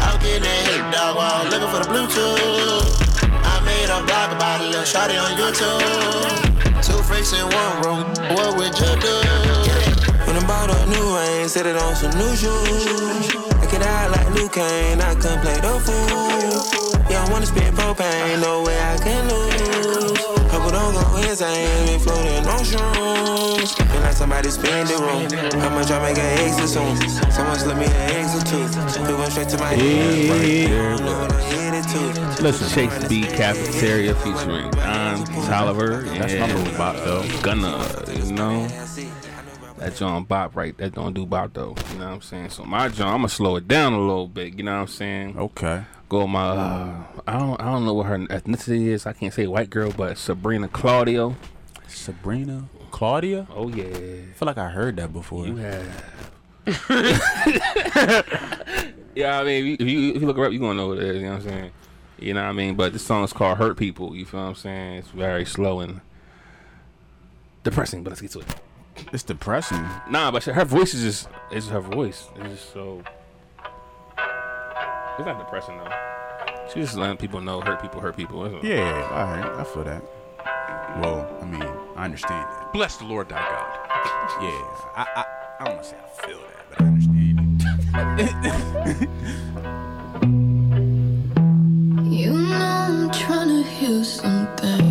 [SPEAKER 12] How can they hit dog while looking for the Bluetooth? I made a blog about a little shawty on YouTube. Two freaks in one room, what would you do?
[SPEAKER 16] When I bought a new rain, set it on some new shoes. I could act like Luke Kane, I can play the fool. Yeah, I wanna spit propane, no way I can lose. Hope I don't go insane, been floating on shrooms. Feel like somebody spin the room. How much I make an exit soon? Someone slip me an exit too. Feel going straight to my
[SPEAKER 3] Listen, Chase B Cafeteria featuring um, Don Tolliver.
[SPEAKER 1] That's my little bop, though.
[SPEAKER 3] Gunna, you know. That John Bop right, that don't do Bop though. You know what I'm saying? So my John, I'ma slow it down a little bit, you know what I'm saying?
[SPEAKER 1] Okay.
[SPEAKER 3] Go with my uh, I don't I don't know what her ethnicity is. I can't say white girl, but Sabrina Claudio.
[SPEAKER 1] Sabrina Claudia?
[SPEAKER 3] Oh yeah.
[SPEAKER 1] I feel like I heard that before.
[SPEAKER 3] You have. Yeah, I mean, if you, if you look her up, you gonna know what it is. You know what I'm saying? You know what I mean? But this song's called "Hurt People." You feel what I'm saying? It's very slow and depressing. But let's get to it.
[SPEAKER 1] It's depressing.
[SPEAKER 3] Nah, but she- her voice is just it's her voice. It's just so. It's not depressing though. She's just letting people know hurt people hurt people. That's all.
[SPEAKER 1] Yeah, all right. I feel that. Well, I mean, I understand that.
[SPEAKER 3] Bless the Lord thy God.
[SPEAKER 1] Yeah. I I, I don't want to say I feel that, but I understand
[SPEAKER 5] You know I'm trying to hear something.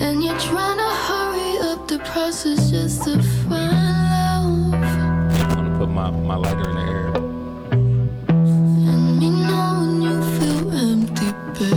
[SPEAKER 5] And you're trying to hurry up the process just to find love.
[SPEAKER 3] I'm gonna put my, my lighter in the air.
[SPEAKER 5] And me knowing you feel empty, baby.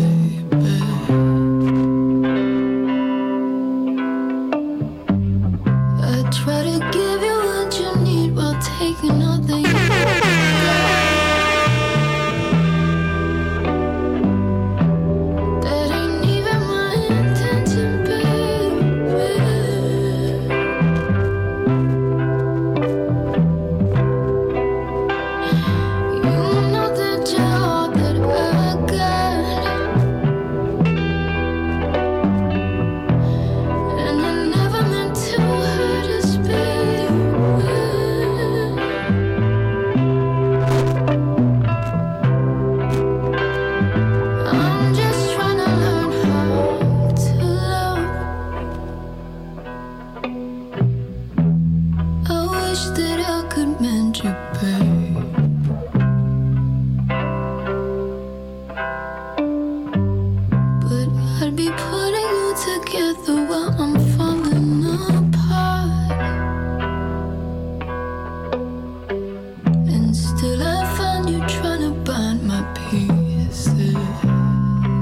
[SPEAKER 5] Oh,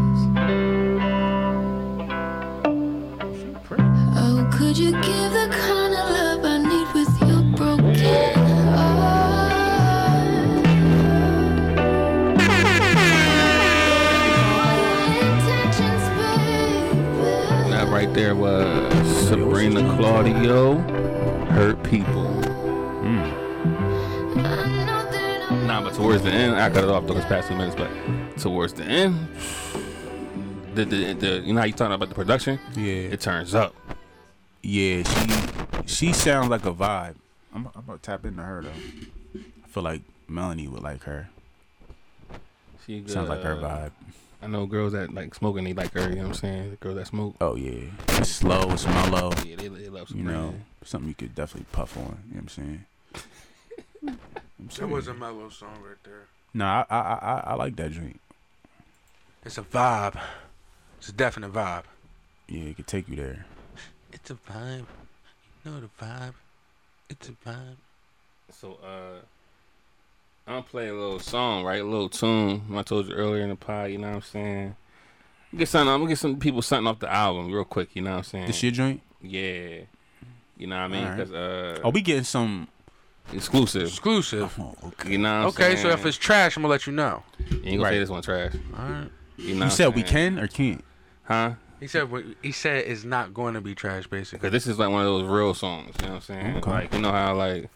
[SPEAKER 3] There was Sabrina Claudio, Hurt People. Nah, but towards the end, I cut it off those past two minutes, but towards the end, the, the, the you know how you talking about the production?
[SPEAKER 18] Yeah.
[SPEAKER 3] It turns up.
[SPEAKER 18] Yeah, she she sounds like a vibe. I'm, I'm about to tap into her though. I feel like Melanie would like her.
[SPEAKER 3] She good,
[SPEAKER 18] Sounds like her
[SPEAKER 3] uh,
[SPEAKER 18] vibe.
[SPEAKER 3] I know girls that like smoking, they like her. You know what I'm saying? The girls that smoke.
[SPEAKER 18] Oh yeah, it's slow, it's mellow.
[SPEAKER 3] Yeah, they, they love
[SPEAKER 18] You
[SPEAKER 3] Sabrina.
[SPEAKER 18] know, something you could definitely puff on. You know what I'm saying? I'm
[SPEAKER 19] That
[SPEAKER 18] saying.
[SPEAKER 19] was a mellow song right there.
[SPEAKER 18] No, I I I, I- I like that drink.
[SPEAKER 19] It's a vibe. It's a definite vibe.
[SPEAKER 18] Yeah, it could take you there.
[SPEAKER 19] It's a vibe. You know the vibe. It's a vibe.
[SPEAKER 3] So uh I'm playing a little song, right? A little tune. I told you earlier in the pod, you know what I'm saying? Get something I'm gonna get some people something off the album real quick, you know what I'm saying?
[SPEAKER 18] This your joint?
[SPEAKER 3] Yeah. You know what I mean?
[SPEAKER 18] Alright.
[SPEAKER 3] Cause uh
[SPEAKER 18] Are Oh, we getting some oh,
[SPEAKER 3] exclusive?
[SPEAKER 19] Exclusive.
[SPEAKER 18] okay.
[SPEAKER 3] You know what I'm
[SPEAKER 19] okay, so
[SPEAKER 3] saying?
[SPEAKER 19] if it's trash, I'm gonna let you know.
[SPEAKER 3] you ain't gonna
[SPEAKER 18] Right.
[SPEAKER 3] say this one trash.
[SPEAKER 19] Alright.
[SPEAKER 3] You, know
[SPEAKER 18] You
[SPEAKER 3] what
[SPEAKER 18] said
[SPEAKER 3] I'm
[SPEAKER 18] we
[SPEAKER 3] saying?
[SPEAKER 18] can or can't?
[SPEAKER 3] Huh?
[SPEAKER 19] He said what- he said it's not going to be trash, basically.
[SPEAKER 3] Cause this is like one of those real songs, you know what I'm saying?
[SPEAKER 19] Okay.
[SPEAKER 3] Like you know how like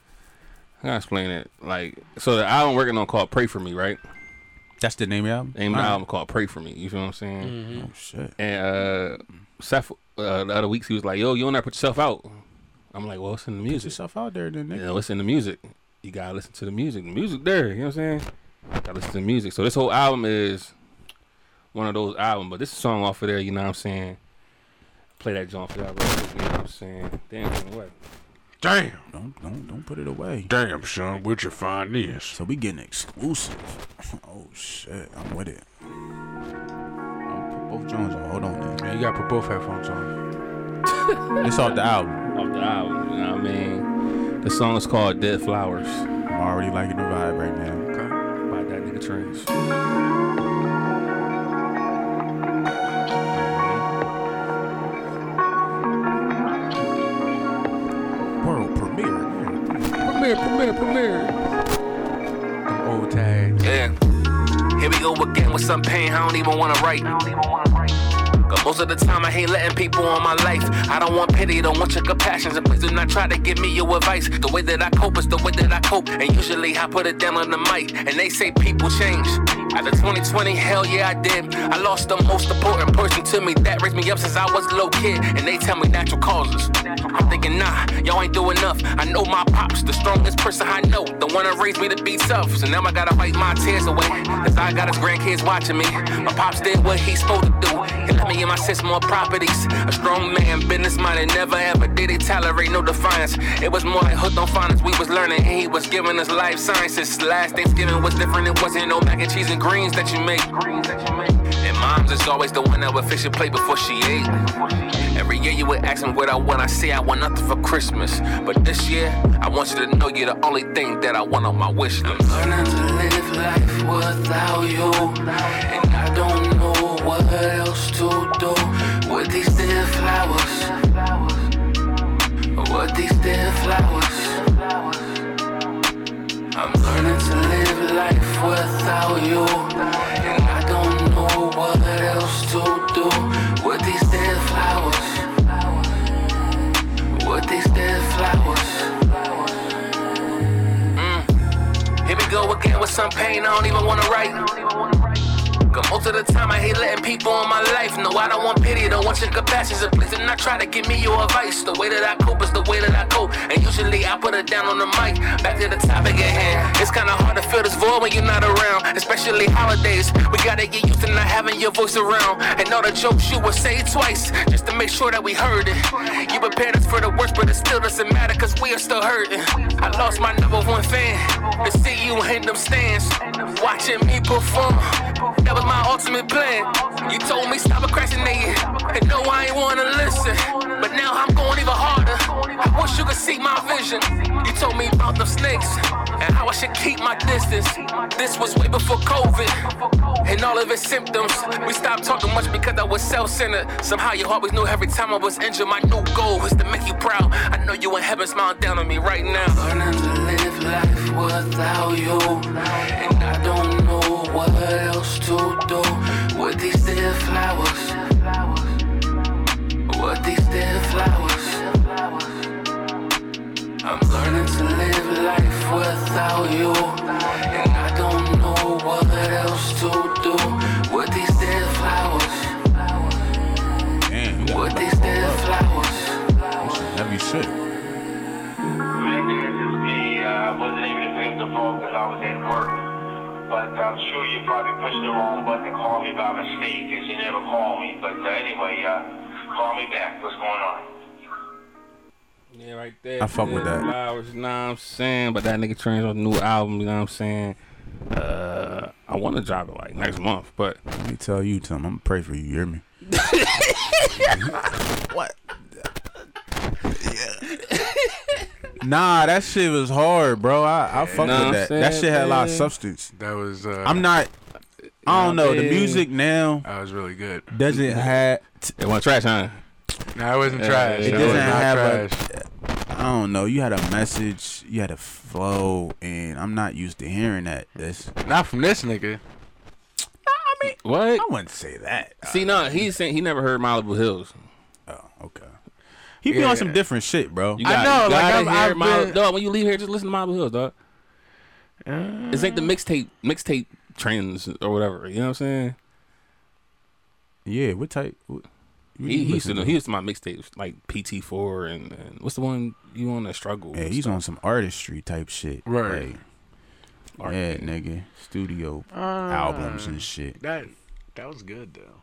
[SPEAKER 3] I gotta explain it. Like so the album working on called Pray For Me, right?
[SPEAKER 18] That's the name of the album?
[SPEAKER 3] Name of the
[SPEAKER 18] Alright.
[SPEAKER 3] album called Pray For Me. You feel what I'm saying?
[SPEAKER 19] Mm-hmm.
[SPEAKER 18] Mhm. Oh, shit.
[SPEAKER 3] And uh, Seth, uh, the other weeks he was like, "Yo, you don't have to put yourself out." I'm like, "Well, it's in the music.
[SPEAKER 18] yourself out there, then.
[SPEAKER 3] You know, it's in the music. You gotta listen to the music. The music there. You know what I'm saying? Gotta listen to the music. So this whole album is one of those albums. But this song off of there, you know what I'm saying? Play that joint for y'all. real quick, You know what I'm saying? Damn, what?
[SPEAKER 19] Damn.
[SPEAKER 18] Don't don't don't put it away.
[SPEAKER 19] Damn, son, where'd you find this? So
[SPEAKER 18] we getting exclusive. Oh shit, I'm with it. I'm gonna put both joints on. Hold on. Now.
[SPEAKER 19] Yeah, you gotta put both headphones on.
[SPEAKER 18] It's off the album.
[SPEAKER 3] Off the album. You know what I mean? The song is called Dead Flowers.
[SPEAKER 18] I'm already liking the vibe right now.
[SPEAKER 3] By that nigga Trans.
[SPEAKER 18] World premiere.
[SPEAKER 3] Premiere, premiere, premiere.
[SPEAKER 19] Old tag.
[SPEAKER 15] Yeah. Here we go again with some pain I don't even wanna write. Cause most of the time I hate letting people on my life. I don't want pity, don't want your compassions. And please do not try to give me your advice. The way that I cope is the way that I cope. And usually I put it down on the mic. And they say people change. After 2020, hell yeah I did. I lost the most important person to me that raised me up since I was a little kid. And they tell me natural causes. I'm thinking, nah, y'all ain't do enough. I know my pops, the strongest person I know, the one that raised me to be tough. So now I gotta wipe my tears away. Cause I got his grandkids watching me. My pops did what he's supposed to do. He let me and my sis more properties. A strong man, business minded, never ever did he tolerate no defiance. It was more like hooked on finance. We was learning, and he was giving us life sciences. Last Thanksgiving was different. It wasn't no mac and cheese and greens that you make. And mom's is always the one that would fix your plate before she ate. Every year you would ask me what I want. I say I want nothing for Christmas. But this year, I want you to know you're the only thing that I want on my wish list. learning to live life without you. And I don't know what else to do with these dead flowers. With these dead flowers. I'm learning to live life without you. And I don't know what else to do with these dead flowers. With these dead flowers. Mm. Here we go again with some pain I don't even wanna write. Cause most of the time I hate letting people in my life. No, I don't want pity, don't want your compassion. So please do not try to give me your advice. The way that I cope is the way that I cope. And usually I put it down on the mic. Back to the topic at hand. It's kinda hard to fill this void when you're not around. Especially holidays. We gotta get used to not having your voice around. And all the jokes you would say twice. Just to make sure that we heard it. You prepared us for the worst, but it still doesn't matter. Cause we are still hurting. I lost my number one fan. To see you in them stands. Watching me perform. That was my ultimate plan. You told me stop procrastinating, and no, I ain't wanna listen. But now I'm going even harder. I wish you could see my vision. You told me about the snakes and how I should keep my distance. This was way before COVID and all of its symptoms. We stopped talking much because I was self-centered. Somehow you always knew every time I was injured, my new goal was to make you proud. I know you in heaven smiling down on me right now. Learning to live life without you, and I don't know what else to do with these dead flowers. With these
[SPEAKER 20] But I'm sure you probably pushed the wrong button and called me by mistake, as you never called me. But uh, anyway, uh, call me back. What's going on?
[SPEAKER 3] Yeah, right there.
[SPEAKER 1] I fuck with that.
[SPEAKER 3] Flowers, you know what I'm saying? But that nigga trains on a new album, you know what I'm saying? Uh, I want to drop it like next month, but
[SPEAKER 1] Let me tell you, Tom. I'm gonna pray for you. You hear me?
[SPEAKER 3] what?
[SPEAKER 1] Nah, that shit was hard, bro. I, I fuck
[SPEAKER 4] know
[SPEAKER 1] with
[SPEAKER 4] what
[SPEAKER 1] that.
[SPEAKER 4] I'm
[SPEAKER 1] that
[SPEAKER 4] saying,
[SPEAKER 1] shit had a lot of
[SPEAKER 4] man?
[SPEAKER 1] substance.
[SPEAKER 4] That was. Uh,
[SPEAKER 1] I'm not. I don't know. The
[SPEAKER 4] yeah.
[SPEAKER 1] music now
[SPEAKER 4] That was really good.
[SPEAKER 1] doesn't have.
[SPEAKER 3] It wasn't trash, huh?
[SPEAKER 4] No, it wasn't trash.
[SPEAKER 1] It
[SPEAKER 4] It
[SPEAKER 1] doesn't
[SPEAKER 4] was not
[SPEAKER 1] have a. I don't know. You had a message. You had a flow, and I'm not used to hearing that. That's
[SPEAKER 4] not from this nigga.
[SPEAKER 3] What? I
[SPEAKER 1] wouldn't say that. Ah,
[SPEAKER 3] See, no, he's saying he never heard Malibu Hills.
[SPEAKER 1] Oh, okay. He be on some different shit, bro.
[SPEAKER 3] You got, I know, like I'm, hear Malibu, dog, when you leave here, just listen to Malibu Hills, dog. it's like the mixtape, mixtape trends or whatever. You know what I'm saying?
[SPEAKER 1] Yeah, what type? What, what
[SPEAKER 3] He,
[SPEAKER 1] you
[SPEAKER 3] he used to
[SPEAKER 1] listen
[SPEAKER 3] know, he used to my mixtapes like PT4 and, and what's the one you on the struggle?
[SPEAKER 1] Yeah, he's on some artistry type shit.
[SPEAKER 3] Right.
[SPEAKER 1] Like, yeah, nigga. Studio albums and shit.
[SPEAKER 4] That that was good though.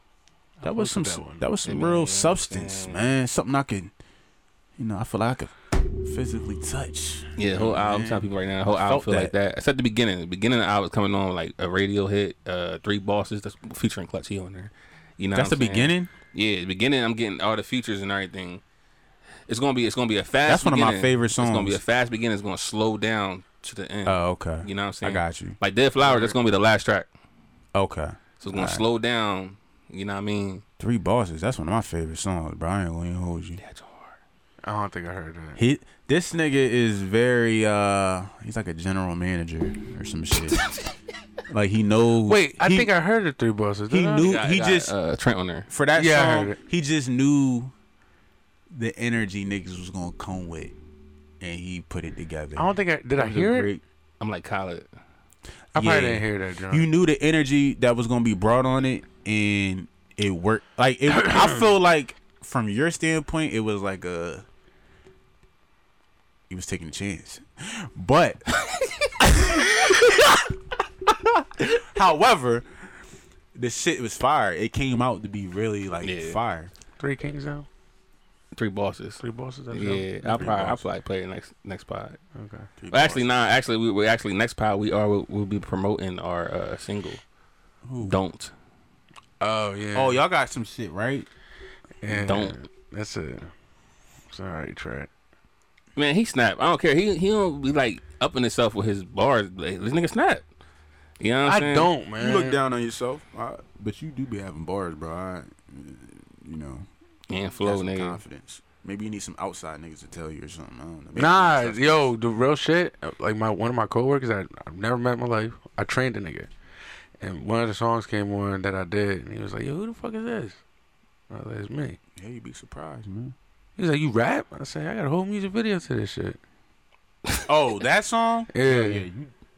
[SPEAKER 1] That was some
[SPEAKER 4] fucked with
[SPEAKER 1] that,
[SPEAKER 4] that one.
[SPEAKER 1] was some real substance, man. Something I could, you know, I feel like I could physically touch.
[SPEAKER 3] Yeah, the whole album.
[SPEAKER 1] Man.
[SPEAKER 3] I'm telling people right now, the whole
[SPEAKER 1] I
[SPEAKER 3] album
[SPEAKER 1] felt
[SPEAKER 3] feel like that. Except the beginning. The beginning of the album was coming on like a radio hit, uh, Three Bosses, that's featuring Clutch He on there. You know
[SPEAKER 1] That's
[SPEAKER 3] what I'm
[SPEAKER 1] the
[SPEAKER 3] saying?
[SPEAKER 1] beginning?
[SPEAKER 3] Yeah, the beginning I'm getting all the features and everything. It's gonna be it's gonna be a fast
[SPEAKER 1] That's one of my
[SPEAKER 3] beginning.
[SPEAKER 1] favorite
[SPEAKER 3] It's gonna be a
[SPEAKER 1] songs.
[SPEAKER 3] fast beginning, it's gonna slow down to the end.
[SPEAKER 1] Oh, okay.
[SPEAKER 3] You know what I'm saying?
[SPEAKER 1] I got you.
[SPEAKER 3] Like Dead Flower, that's gonna be the last track.
[SPEAKER 1] Okay.
[SPEAKER 3] So it's gonna
[SPEAKER 1] Alright.
[SPEAKER 3] slow down, you know what I mean?
[SPEAKER 1] Three bosses. That's one of my favorite songs, bro. I ain't gonna even hold you.
[SPEAKER 4] I don't think I heard that.
[SPEAKER 1] He, this nigga is very. uh He's like a general manager or some shit. like he knows.
[SPEAKER 4] Wait, I
[SPEAKER 1] he-
[SPEAKER 4] think I heard the three bosses.
[SPEAKER 1] He
[SPEAKER 4] did I?
[SPEAKER 1] knew. he just
[SPEAKER 3] Trent on there.
[SPEAKER 1] for that
[SPEAKER 4] Yeah, I heard
[SPEAKER 1] song.
[SPEAKER 4] it.
[SPEAKER 1] He just knew the energy niggas was gonna come with, and he put it together.
[SPEAKER 4] I don't think I did. I
[SPEAKER 1] That was a
[SPEAKER 4] hear it.
[SPEAKER 1] great-
[SPEAKER 3] I'm like Khaled.
[SPEAKER 4] I probably didn't hear that drum.
[SPEAKER 1] You knew the energy that was gonna be brought on it, and it worked. Like it, I feel like from your standpoint, it was like a he was taking a chance, but however, the shit was fire. It came out to be really like fire.
[SPEAKER 4] Three Kings though.
[SPEAKER 3] Three bosses.
[SPEAKER 4] Three bosses. That's
[SPEAKER 3] Yeah,
[SPEAKER 4] dope.
[SPEAKER 3] I'll
[SPEAKER 4] Three
[SPEAKER 3] probably I'll
[SPEAKER 4] bosses.
[SPEAKER 3] probably play it next next pod.
[SPEAKER 4] Okay.
[SPEAKER 3] Well, actually, nah. Actually, we, we actually next pod we are we'll, we'll be promoting our uh, single.
[SPEAKER 1] Ooh.
[SPEAKER 3] Don't
[SPEAKER 4] Oh yeah.
[SPEAKER 1] Oh, y'all got some shit right.
[SPEAKER 4] Yeah.
[SPEAKER 3] Don't.
[SPEAKER 4] That's it. Sorry, Trent.
[SPEAKER 3] man, he snap. I don't care. He he don't be like upping himself with his bars. Like, this nigga snap. You know what I'm
[SPEAKER 4] I
[SPEAKER 3] saying?
[SPEAKER 4] don't, man.
[SPEAKER 1] You look down on yourself, I, but you do be having bars, bro. I, you know,
[SPEAKER 3] And flow,
[SPEAKER 1] have some
[SPEAKER 3] nigga.
[SPEAKER 1] confidence. Maybe you need some outside niggas to tell you or something. I don't know. Maybe
[SPEAKER 4] Nah,
[SPEAKER 1] you need
[SPEAKER 4] yo, the real shit. Like my one of my coworkers, I I've never met in my life. I trained a nigga, and one of the songs came on that I did, and he was like, "Yo, who the fuck is this?" I was like, "It's me."
[SPEAKER 1] some- Yeah, you'd be surprised, man.
[SPEAKER 4] He was like, "You rap?" I said, "I got a whole music video to this shit."
[SPEAKER 1] Oh, that song?
[SPEAKER 4] Yeah.
[SPEAKER 1] Oh, yeah, you,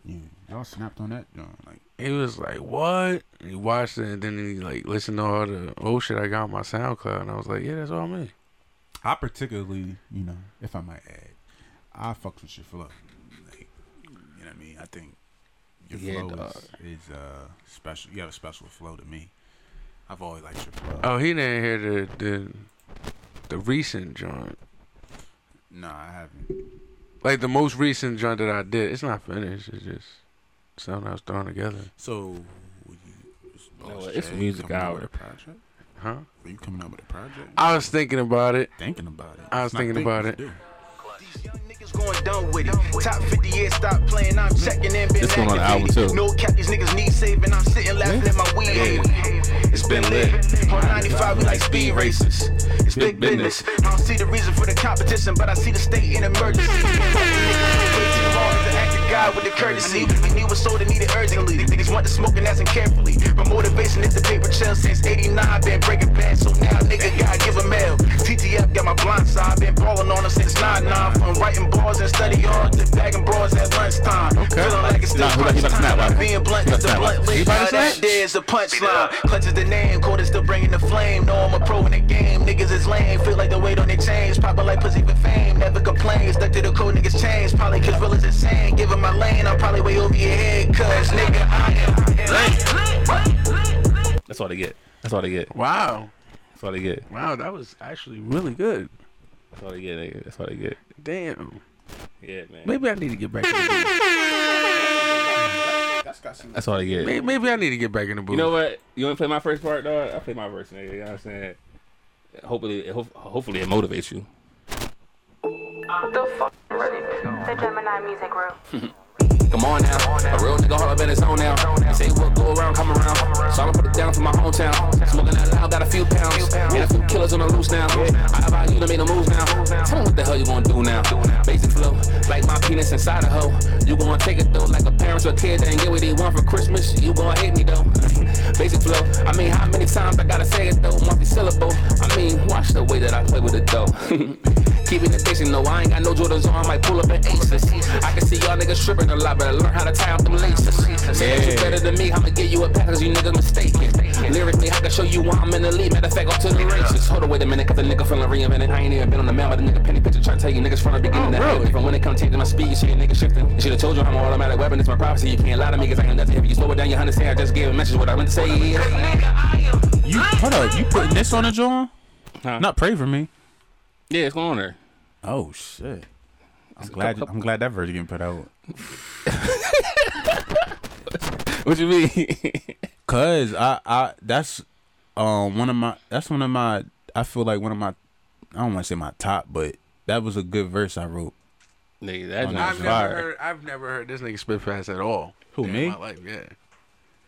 [SPEAKER 1] yeah, y'all snapped on that. joint, Like,
[SPEAKER 4] He was like, "What?" And he watched it, and then he like listened to all the old shit I got on my SoundCloud, and I was like, "Yeah, that's all me."
[SPEAKER 1] I particularly, you know, if I might add, I fucks with your flow. Like, you know what I mean? I think your
[SPEAKER 3] Yeah,
[SPEAKER 1] flow
[SPEAKER 3] dog.
[SPEAKER 1] is, is uh special. You have a special flow to me. I've always liked your flow.
[SPEAKER 4] Oh, he didn't hear the the the recent joint,
[SPEAKER 1] No, I haven't.
[SPEAKER 4] like the most recent joint that I did. It's not finished. It's just something I was throwing together.
[SPEAKER 1] So,
[SPEAKER 3] know what, it's a music
[SPEAKER 1] out
[SPEAKER 3] hour.
[SPEAKER 1] With a project?
[SPEAKER 4] Huh?
[SPEAKER 1] Are you coming out with a project?
[SPEAKER 4] I was thinking about it.
[SPEAKER 1] Thinking about it.
[SPEAKER 4] I was
[SPEAKER 1] Not
[SPEAKER 4] thinking about
[SPEAKER 1] what
[SPEAKER 4] it.
[SPEAKER 1] to do.
[SPEAKER 14] going down with it. Top 50 years, stop playing. I'm checking and been
[SPEAKER 3] This one on the album,
[SPEAKER 14] activated.
[SPEAKER 3] too.
[SPEAKER 14] No cap, these niggas need saving. I'm sitting laughing at my weed. It's been lit. On 95, we like speed races. It's big business. I don't see the reason for the competition, but I see the state in emergency. Waiting long as the act of God with the courtesy. We need what's sold and need it urgently. These niggas want the smoke and that's carefully. My motivation is the paper trail since 89. Been breaking bad, so now nigga gotta give a mail. TTF got my
[SPEAKER 13] my blind side. Been ballin' on her since 9-9. From writing bars and study hard to bagging bras at lunchtime. Feeling like it's still
[SPEAKER 3] Nah, he about- he about to
[SPEAKER 13] time.
[SPEAKER 3] snap, right?
[SPEAKER 13] Being blunt
[SPEAKER 3] He
[SPEAKER 13] is the
[SPEAKER 3] about to snap,
[SPEAKER 13] blunt
[SPEAKER 3] right?
[SPEAKER 13] late
[SPEAKER 3] He about to
[SPEAKER 13] That
[SPEAKER 3] snap?
[SPEAKER 13] shit is a punchline. Clutch is the name. Cold is still bringing the flame. No, I'm a pro in the game. Niggas is lame. Feel like the weight on their chains. Poppin' like pussy for fame. Never complain. Stuck to the code niggas change. Probably cause real is insane. Give him my lane. I'm probably way over your head. Cause nigga, I am lame.
[SPEAKER 3] That's all they get. That's all they get.
[SPEAKER 4] Wow.
[SPEAKER 3] That's all they get.
[SPEAKER 4] Wow, that was actually really good.
[SPEAKER 3] That's all they get. Nigga. That's all they get.
[SPEAKER 4] Damn.
[SPEAKER 3] Yeah, man.
[SPEAKER 4] Maybe I need to get back. In the booth.
[SPEAKER 3] That's all they get.
[SPEAKER 4] May- Maybe I need to get back in the booth.
[SPEAKER 3] You know what? You want to play my first part, dog? I play my verse, nigga. You know what I'm saying? Hopefully, it, ho- hopefully it motivates you. uh,
[SPEAKER 21] The Gemini Music Group.
[SPEAKER 15] Come on now, a real nigga all up in his own now. Say what go around, come around. So I'ma put it down for my hometown. Smoking out loud, got a few pounds. And a few killers on the loose now. I about you to make a move now. Tell me what the hell you gonna do now. Basic flow, like my penis inside a hoe. You gonna take it though, like a parent to a kid that ain't get what they want for Christmas. You gonna hate me though. Basic flow, I mean, how many times I gotta say it though? Multi-syllable. I mean, watch the way that I play with it though. Keeping attention, no, I ain't got no Jordans on, I might pull up an Aces. I can see y'all niggas stripping a lot, but learn how to tie up them laces. Say that you
[SPEAKER 3] Yeah.
[SPEAKER 15] better than me, I'ma give you a pass, cause you niggas mistaken. Lyrically, I can show you why I'm in the lead, matter of fact, off to the races. Hold on, wait a minute, cause the nigga feeling reinvented. I ain't even been on the map, but the nigga penny picture, trying to tell you niggas from the beginning.
[SPEAKER 3] Oh,
[SPEAKER 15] that I ain't different when it come to changing my speed, you see a nigga shifting. You should've told you I'm an automatic weapon, it's my prophecy. You can't lie to me, cause I ain't nothing. If you slow it down, you understand, I just gave a message, what I meant to say is.
[SPEAKER 1] You hold up. You putting this on a drawing? Not pray for me.
[SPEAKER 3] Yeah, it's going on there.
[SPEAKER 1] Oh shit! I'm glad. I'm glad that version getting put out.
[SPEAKER 3] what you mean?
[SPEAKER 1] Cause I, I that's um one of my that's one of my I feel like one of my I don't want to say my top, but that was a good verse I wrote.
[SPEAKER 3] Nigga,
[SPEAKER 1] that joint's
[SPEAKER 4] I've never
[SPEAKER 1] fire.
[SPEAKER 4] heard. I've never heard this nigga spit fast at all.
[SPEAKER 1] Who,
[SPEAKER 4] in
[SPEAKER 1] me?
[SPEAKER 4] My life, yeah.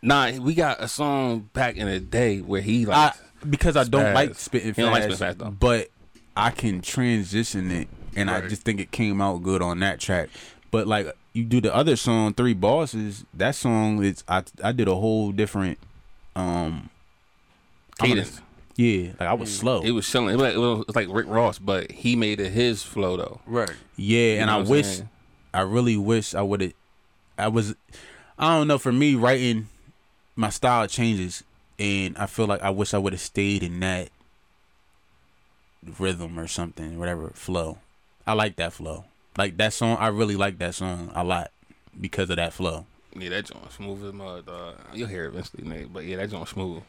[SPEAKER 3] Nah, we got a song back in the day where he
[SPEAKER 1] I
[SPEAKER 3] like
[SPEAKER 1] because I don't
[SPEAKER 3] spaz.
[SPEAKER 1] like spitting
[SPEAKER 3] He
[SPEAKER 1] fast,
[SPEAKER 3] don't like spitting fast though.
[SPEAKER 1] but I can transition it, and I
[SPEAKER 3] Right.
[SPEAKER 1] just think it came out good on that track. But like you do the other song, Three Bosses, that song is I I did a whole different um I'm gonna-
[SPEAKER 3] Cadence.
[SPEAKER 1] yeah, like I was slow.
[SPEAKER 3] Mm. It was chilling. It was, like, it was it's like Rick Ross, but he made it his flow though.
[SPEAKER 4] Right.
[SPEAKER 1] Yeah, and
[SPEAKER 3] know
[SPEAKER 1] I
[SPEAKER 3] what I'm
[SPEAKER 1] wish,
[SPEAKER 3] saying?
[SPEAKER 1] I really wish I would have. I was, I don't know. For me, writing, my style changes, and I feel like I wish I would have stayed in that rhythm or something, whatever flow. I like that flow. Like that song, I really like that song a lot because of that flow.
[SPEAKER 3] Yeah, that joint smooth as mud. dog. You'll hear it eventually, nigga. But yeah, that joint smooth.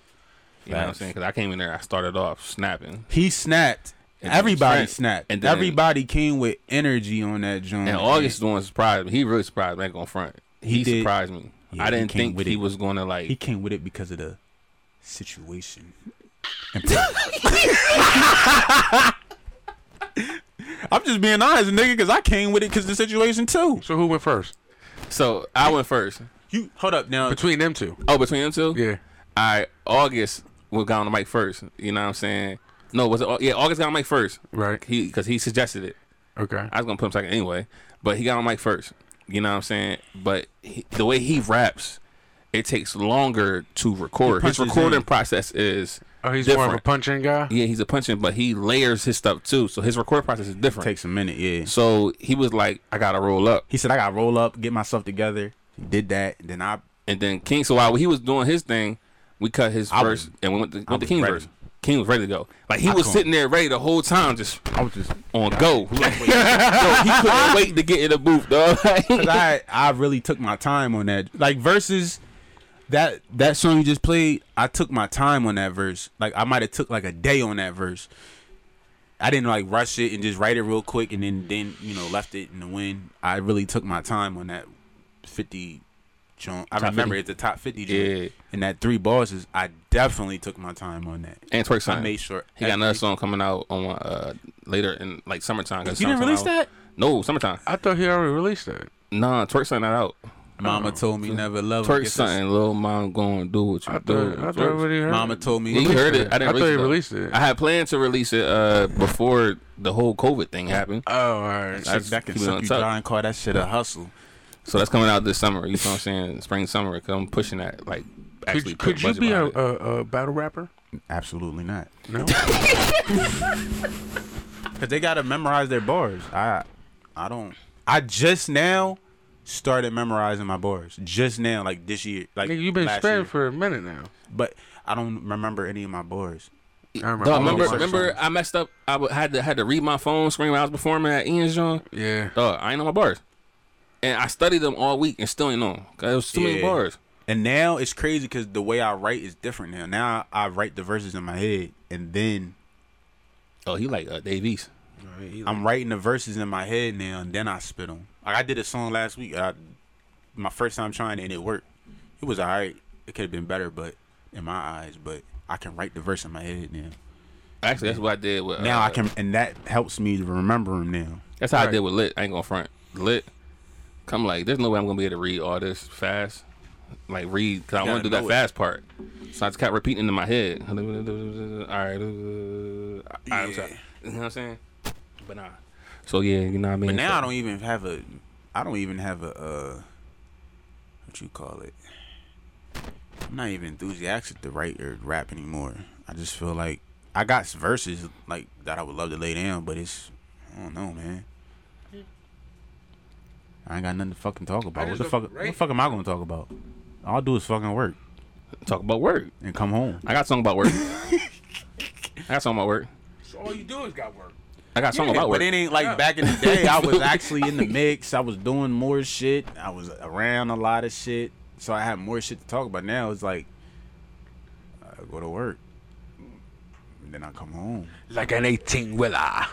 [SPEAKER 3] You know what I'm
[SPEAKER 1] Facts.
[SPEAKER 3] saying? Because I came in there, I started off snapping.
[SPEAKER 1] He snapped.
[SPEAKER 3] And then
[SPEAKER 1] Everybody
[SPEAKER 3] Trent-
[SPEAKER 1] snapped.
[SPEAKER 3] and
[SPEAKER 1] And
[SPEAKER 3] then-
[SPEAKER 1] everybody came with energy on that joint.
[SPEAKER 3] And August the one surprised me. He really surprised me. I ain't gonna front. He,
[SPEAKER 1] He did.
[SPEAKER 3] surprised me.
[SPEAKER 1] Yeah,
[SPEAKER 3] I
[SPEAKER 1] he
[SPEAKER 3] didn't
[SPEAKER 1] came
[SPEAKER 3] think
[SPEAKER 1] with
[SPEAKER 3] he
[SPEAKER 1] it.
[SPEAKER 3] was gonna like.
[SPEAKER 1] He came with it because of the situation. I'm just being honest, nigga, because I came with it because the situation too.
[SPEAKER 4] So who went first?
[SPEAKER 3] So I went first.
[SPEAKER 1] You hold up now.
[SPEAKER 4] Between them two.
[SPEAKER 3] Oh, between them two?
[SPEAKER 4] Yeah.
[SPEAKER 3] I August was got on the mic first. You know what I'm saying? No, was it? Au- Yeah, August got on the mic first.
[SPEAKER 4] Right.
[SPEAKER 3] He because he suggested it.
[SPEAKER 4] Okay.
[SPEAKER 3] I was gonna put him second anyway, but he got on mic first. You know what I'm saying? But he, the way he raps, it takes longer to record. His
[SPEAKER 4] punches
[SPEAKER 3] recording
[SPEAKER 4] in.
[SPEAKER 3] process is
[SPEAKER 4] Oh, he's more of a
[SPEAKER 3] different.
[SPEAKER 4] punching guy.
[SPEAKER 3] Yeah, he's a punching, but he layers his stuff too. So his recording process is different.
[SPEAKER 1] Takes a minute, yeah.
[SPEAKER 3] So he was like, I gotta roll up.
[SPEAKER 1] He said, I gotta roll up, get myself together. He did that, and then I
[SPEAKER 3] And then King, so while he was doing his thing, we cut his
[SPEAKER 1] I
[SPEAKER 3] verse
[SPEAKER 1] was-
[SPEAKER 3] and we went to,
[SPEAKER 1] I
[SPEAKER 3] went to
[SPEAKER 1] was
[SPEAKER 3] King's
[SPEAKER 1] ready.
[SPEAKER 3] verse. King was ready to go. Like he
[SPEAKER 1] I
[SPEAKER 3] was
[SPEAKER 1] couldn't-
[SPEAKER 3] sitting there ready the whole time, just
[SPEAKER 1] I was just
[SPEAKER 3] on go. Like, yo, he couldn't wait to get in the booth, dog.
[SPEAKER 1] 'Cause I I really took my time on that. Like versus that that song you just played, I took my time on that verse. Like I might have took like a day on that verse. I didn't like rush it and just write it real quick and then then you know left it in the wind. I really took my time on that fifty joint. I
[SPEAKER 3] Top
[SPEAKER 1] remember
[SPEAKER 3] 50.
[SPEAKER 1] it's the top fifty joint.
[SPEAKER 3] Yeah.
[SPEAKER 1] And that three bosses, I definitely took my time on that.
[SPEAKER 3] And Twerk Son.
[SPEAKER 1] I made sure
[SPEAKER 3] he got another song coming out on uh, later in like summertime. 'cause
[SPEAKER 1] You didn't
[SPEAKER 3] summertime
[SPEAKER 1] release
[SPEAKER 3] album-
[SPEAKER 1] that?
[SPEAKER 3] No, summertime.
[SPEAKER 4] I thought he already released that.
[SPEAKER 3] Nah, Twerk Son not out.
[SPEAKER 1] Mama told me never love
[SPEAKER 3] Twerk something, little mom going to do what you do.
[SPEAKER 4] I thought already heard
[SPEAKER 1] Mama told me
[SPEAKER 3] You heard it. I didn't
[SPEAKER 4] I thought he
[SPEAKER 3] release
[SPEAKER 4] released it.
[SPEAKER 3] though. I had planned to release it uh, before the whole COVID thing happened.
[SPEAKER 4] Oh, all
[SPEAKER 3] I
[SPEAKER 4] right.
[SPEAKER 1] Shit,
[SPEAKER 3] just
[SPEAKER 1] that can
[SPEAKER 3] keep it
[SPEAKER 1] suck
[SPEAKER 3] on
[SPEAKER 1] you
[SPEAKER 3] tuck.
[SPEAKER 1] dry and call that shit a hustle.
[SPEAKER 3] So that's coming out this summer. You know what I'm saying? Spring, summer. Cause I'm pushing that. Like, actually,
[SPEAKER 4] Could, could
[SPEAKER 3] put
[SPEAKER 4] you
[SPEAKER 3] budget
[SPEAKER 4] be a,
[SPEAKER 3] behind it.
[SPEAKER 4] a, a battle rapper?
[SPEAKER 1] Absolutely not.
[SPEAKER 4] No.
[SPEAKER 1] Cause they gotta memorize their bars. I, I don't. I just now started memorizing my bars. Just now, like this year, like
[SPEAKER 4] Nigga, you been
[SPEAKER 1] last
[SPEAKER 4] sparing
[SPEAKER 1] year.
[SPEAKER 4] for a minute now.
[SPEAKER 1] But I don't remember any of my bars.
[SPEAKER 4] I remember
[SPEAKER 3] Dog,
[SPEAKER 1] all
[SPEAKER 3] remember,
[SPEAKER 1] the first
[SPEAKER 3] remember, I messed up. I w- had to had to read my phone screen when I was performing at Ian's John.
[SPEAKER 4] Yeah,
[SPEAKER 3] dog, I ain't know my bars, and I studied them all week and still ain't know 'em, cause it was too many
[SPEAKER 1] Yeah.
[SPEAKER 3] bars.
[SPEAKER 1] And now it's crazy because the way I write is different now. Now I write the verses in my head, and then
[SPEAKER 3] oh, he like uh, Davies.
[SPEAKER 1] I'm writing the verses in my head now, and then I spit them. Like I did a song last week. I, my first time trying it, and it worked. It was alright. It could have been better, but in my eyes, but I can write the verse in my head now.
[SPEAKER 3] Actually, that's what I did with.
[SPEAKER 1] now
[SPEAKER 3] uh,
[SPEAKER 1] I can, and that helps me to remember them now.
[SPEAKER 3] That's how I did with lit. I ain't gonna front lit. Come like, there's no way I'm gonna be able to read all this fast. Like read, cause I
[SPEAKER 1] You
[SPEAKER 3] want
[SPEAKER 1] gotta
[SPEAKER 3] to do that
[SPEAKER 1] know it.
[SPEAKER 3] fast part. So I just kept repeating in my head. All right, uh, I'm sorry. You know what I'm saying? But nah. So yeah, you know what I mean.
[SPEAKER 1] But now
[SPEAKER 3] So-
[SPEAKER 1] I don't even have a, I don't even have a, uh, what you call it? I'm not even enthusiastic to write or rap anymore. I just feel like I got verses like that I would love to lay down, but it's, I don't know, man. I ain't got nothing to fucking talk about.
[SPEAKER 3] just
[SPEAKER 1] What the
[SPEAKER 3] go
[SPEAKER 1] fuck? What the
[SPEAKER 3] write.
[SPEAKER 1] fuck am I gonna talk about? All I do is fucking work.
[SPEAKER 3] Talk about work
[SPEAKER 1] and come home.
[SPEAKER 3] I got something about work. I got something about work.
[SPEAKER 22] So all you do is got work.
[SPEAKER 3] I got something
[SPEAKER 1] Yeah,
[SPEAKER 3] about work.
[SPEAKER 1] But it ain't like back in the day. I was actually in the mix. I was doing more shit. I was around a lot of shit, so I had more shit to talk about. Now it's like I go to work, and then I come home.
[SPEAKER 4] Like an eighteen wheeler.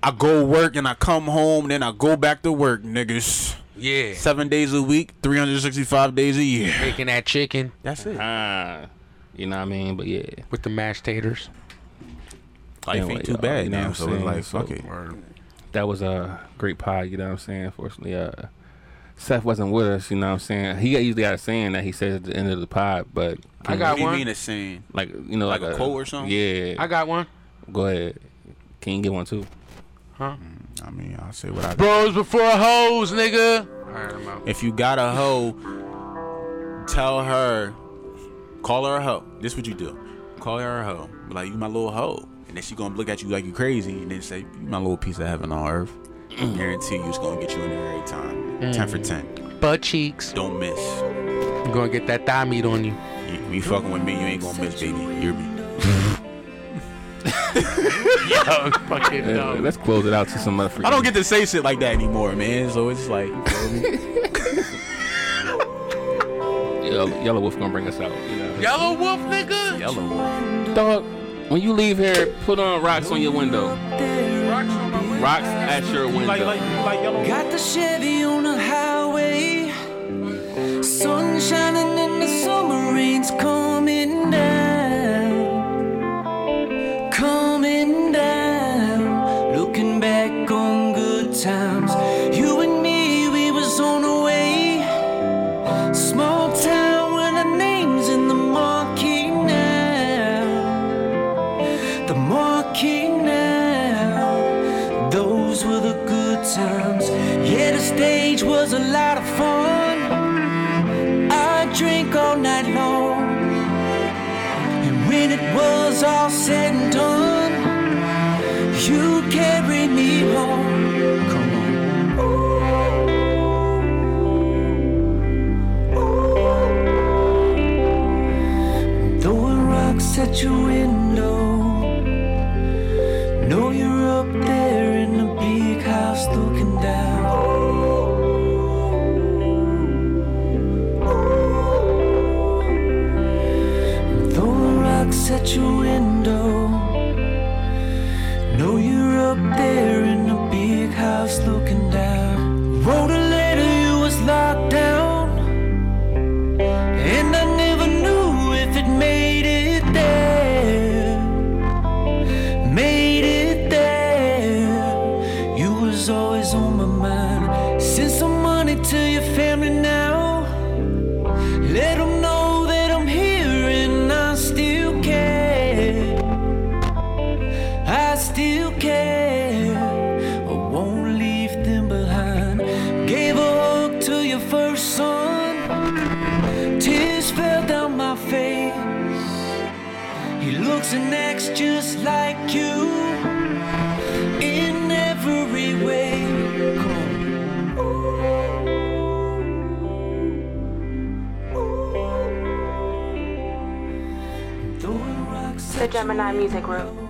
[SPEAKER 1] I go work and I come home, then I go back to work, niggas.
[SPEAKER 4] Yeah.
[SPEAKER 1] Seven days a week, 365 days a year.
[SPEAKER 4] Making that chicken.
[SPEAKER 1] That's it.
[SPEAKER 3] Ah, you know what I mean? But yeah.
[SPEAKER 4] With the mashed taters.
[SPEAKER 1] Life ain't too bad now, so it's like, fuck it.
[SPEAKER 3] That was a great pod, you know what I'm saying? Fortunately, uh, Seth wasn't with us, you know what I'm saying? He usually got a saying that he says at the end of the pod, but.
[SPEAKER 4] I got
[SPEAKER 1] What do you
[SPEAKER 4] one.
[SPEAKER 1] mean a scene?
[SPEAKER 3] Like, you know, like,
[SPEAKER 1] Like a quote or something?
[SPEAKER 3] Yeah.
[SPEAKER 4] I got one.
[SPEAKER 3] Go ahead. Can you get one too?
[SPEAKER 4] Huh?
[SPEAKER 1] I mean, I'll say what I
[SPEAKER 4] Bros before hoes, nigga. Alright, I'm out.
[SPEAKER 1] If you got a hoe, tell her, call her a hoe. This what you do. Call her a hoe. Be like, you my little hoe. And then she gonna look at you like you crazy and then say, you my little piece of heaven on earth. Guarantee you it's gonna get you in there every time. 10 for 10.
[SPEAKER 4] Butt cheeks.
[SPEAKER 1] Don't miss.
[SPEAKER 4] I'm gonna get that thigh meat on you.
[SPEAKER 1] You, you fucking with me, you ain't gonna miss, baby. You're me.
[SPEAKER 4] Yo, fucking
[SPEAKER 3] Yeah, let's close it out to some motherfucking.
[SPEAKER 1] I don't get to say shit like that anymore, man. So it's like, you feel me?
[SPEAKER 3] Yellow, Yellow Wolf gonna bring us out. You know?
[SPEAKER 22] Yellow wolf, nigga.
[SPEAKER 1] Yellow
[SPEAKER 3] Dog, when you leave here, put on rocks on your window.
[SPEAKER 22] Rocks on my window.
[SPEAKER 3] Rocks at your window.
[SPEAKER 16] Got the Chevy on the highway. Sun shining and the summer rain's coming down. Coming down. Looking back on good times. You and me, we was on our way. Small town with our names in the marquee now. The marquee now. Those were the good times. Yeah, the stage was a lot of fun. I drink all night long. And when it was all said and done, you carried me home. Come on. Throwing rocks at your window. Know you're up there in the big house looking down. Throwing rocks at your window. Know you're up there in the big house looking down. Wrote a letter, you was locked down. And I never knew if it made it there made it there. You was always on my mind. Send some money to your family now. Let them know that I'm here and I still care. I still care. I won't leave them behind. Gave a hug to your first son. Tears fell down my face. He looks and acts just like you. It
[SPEAKER 3] The Gemini Music Group.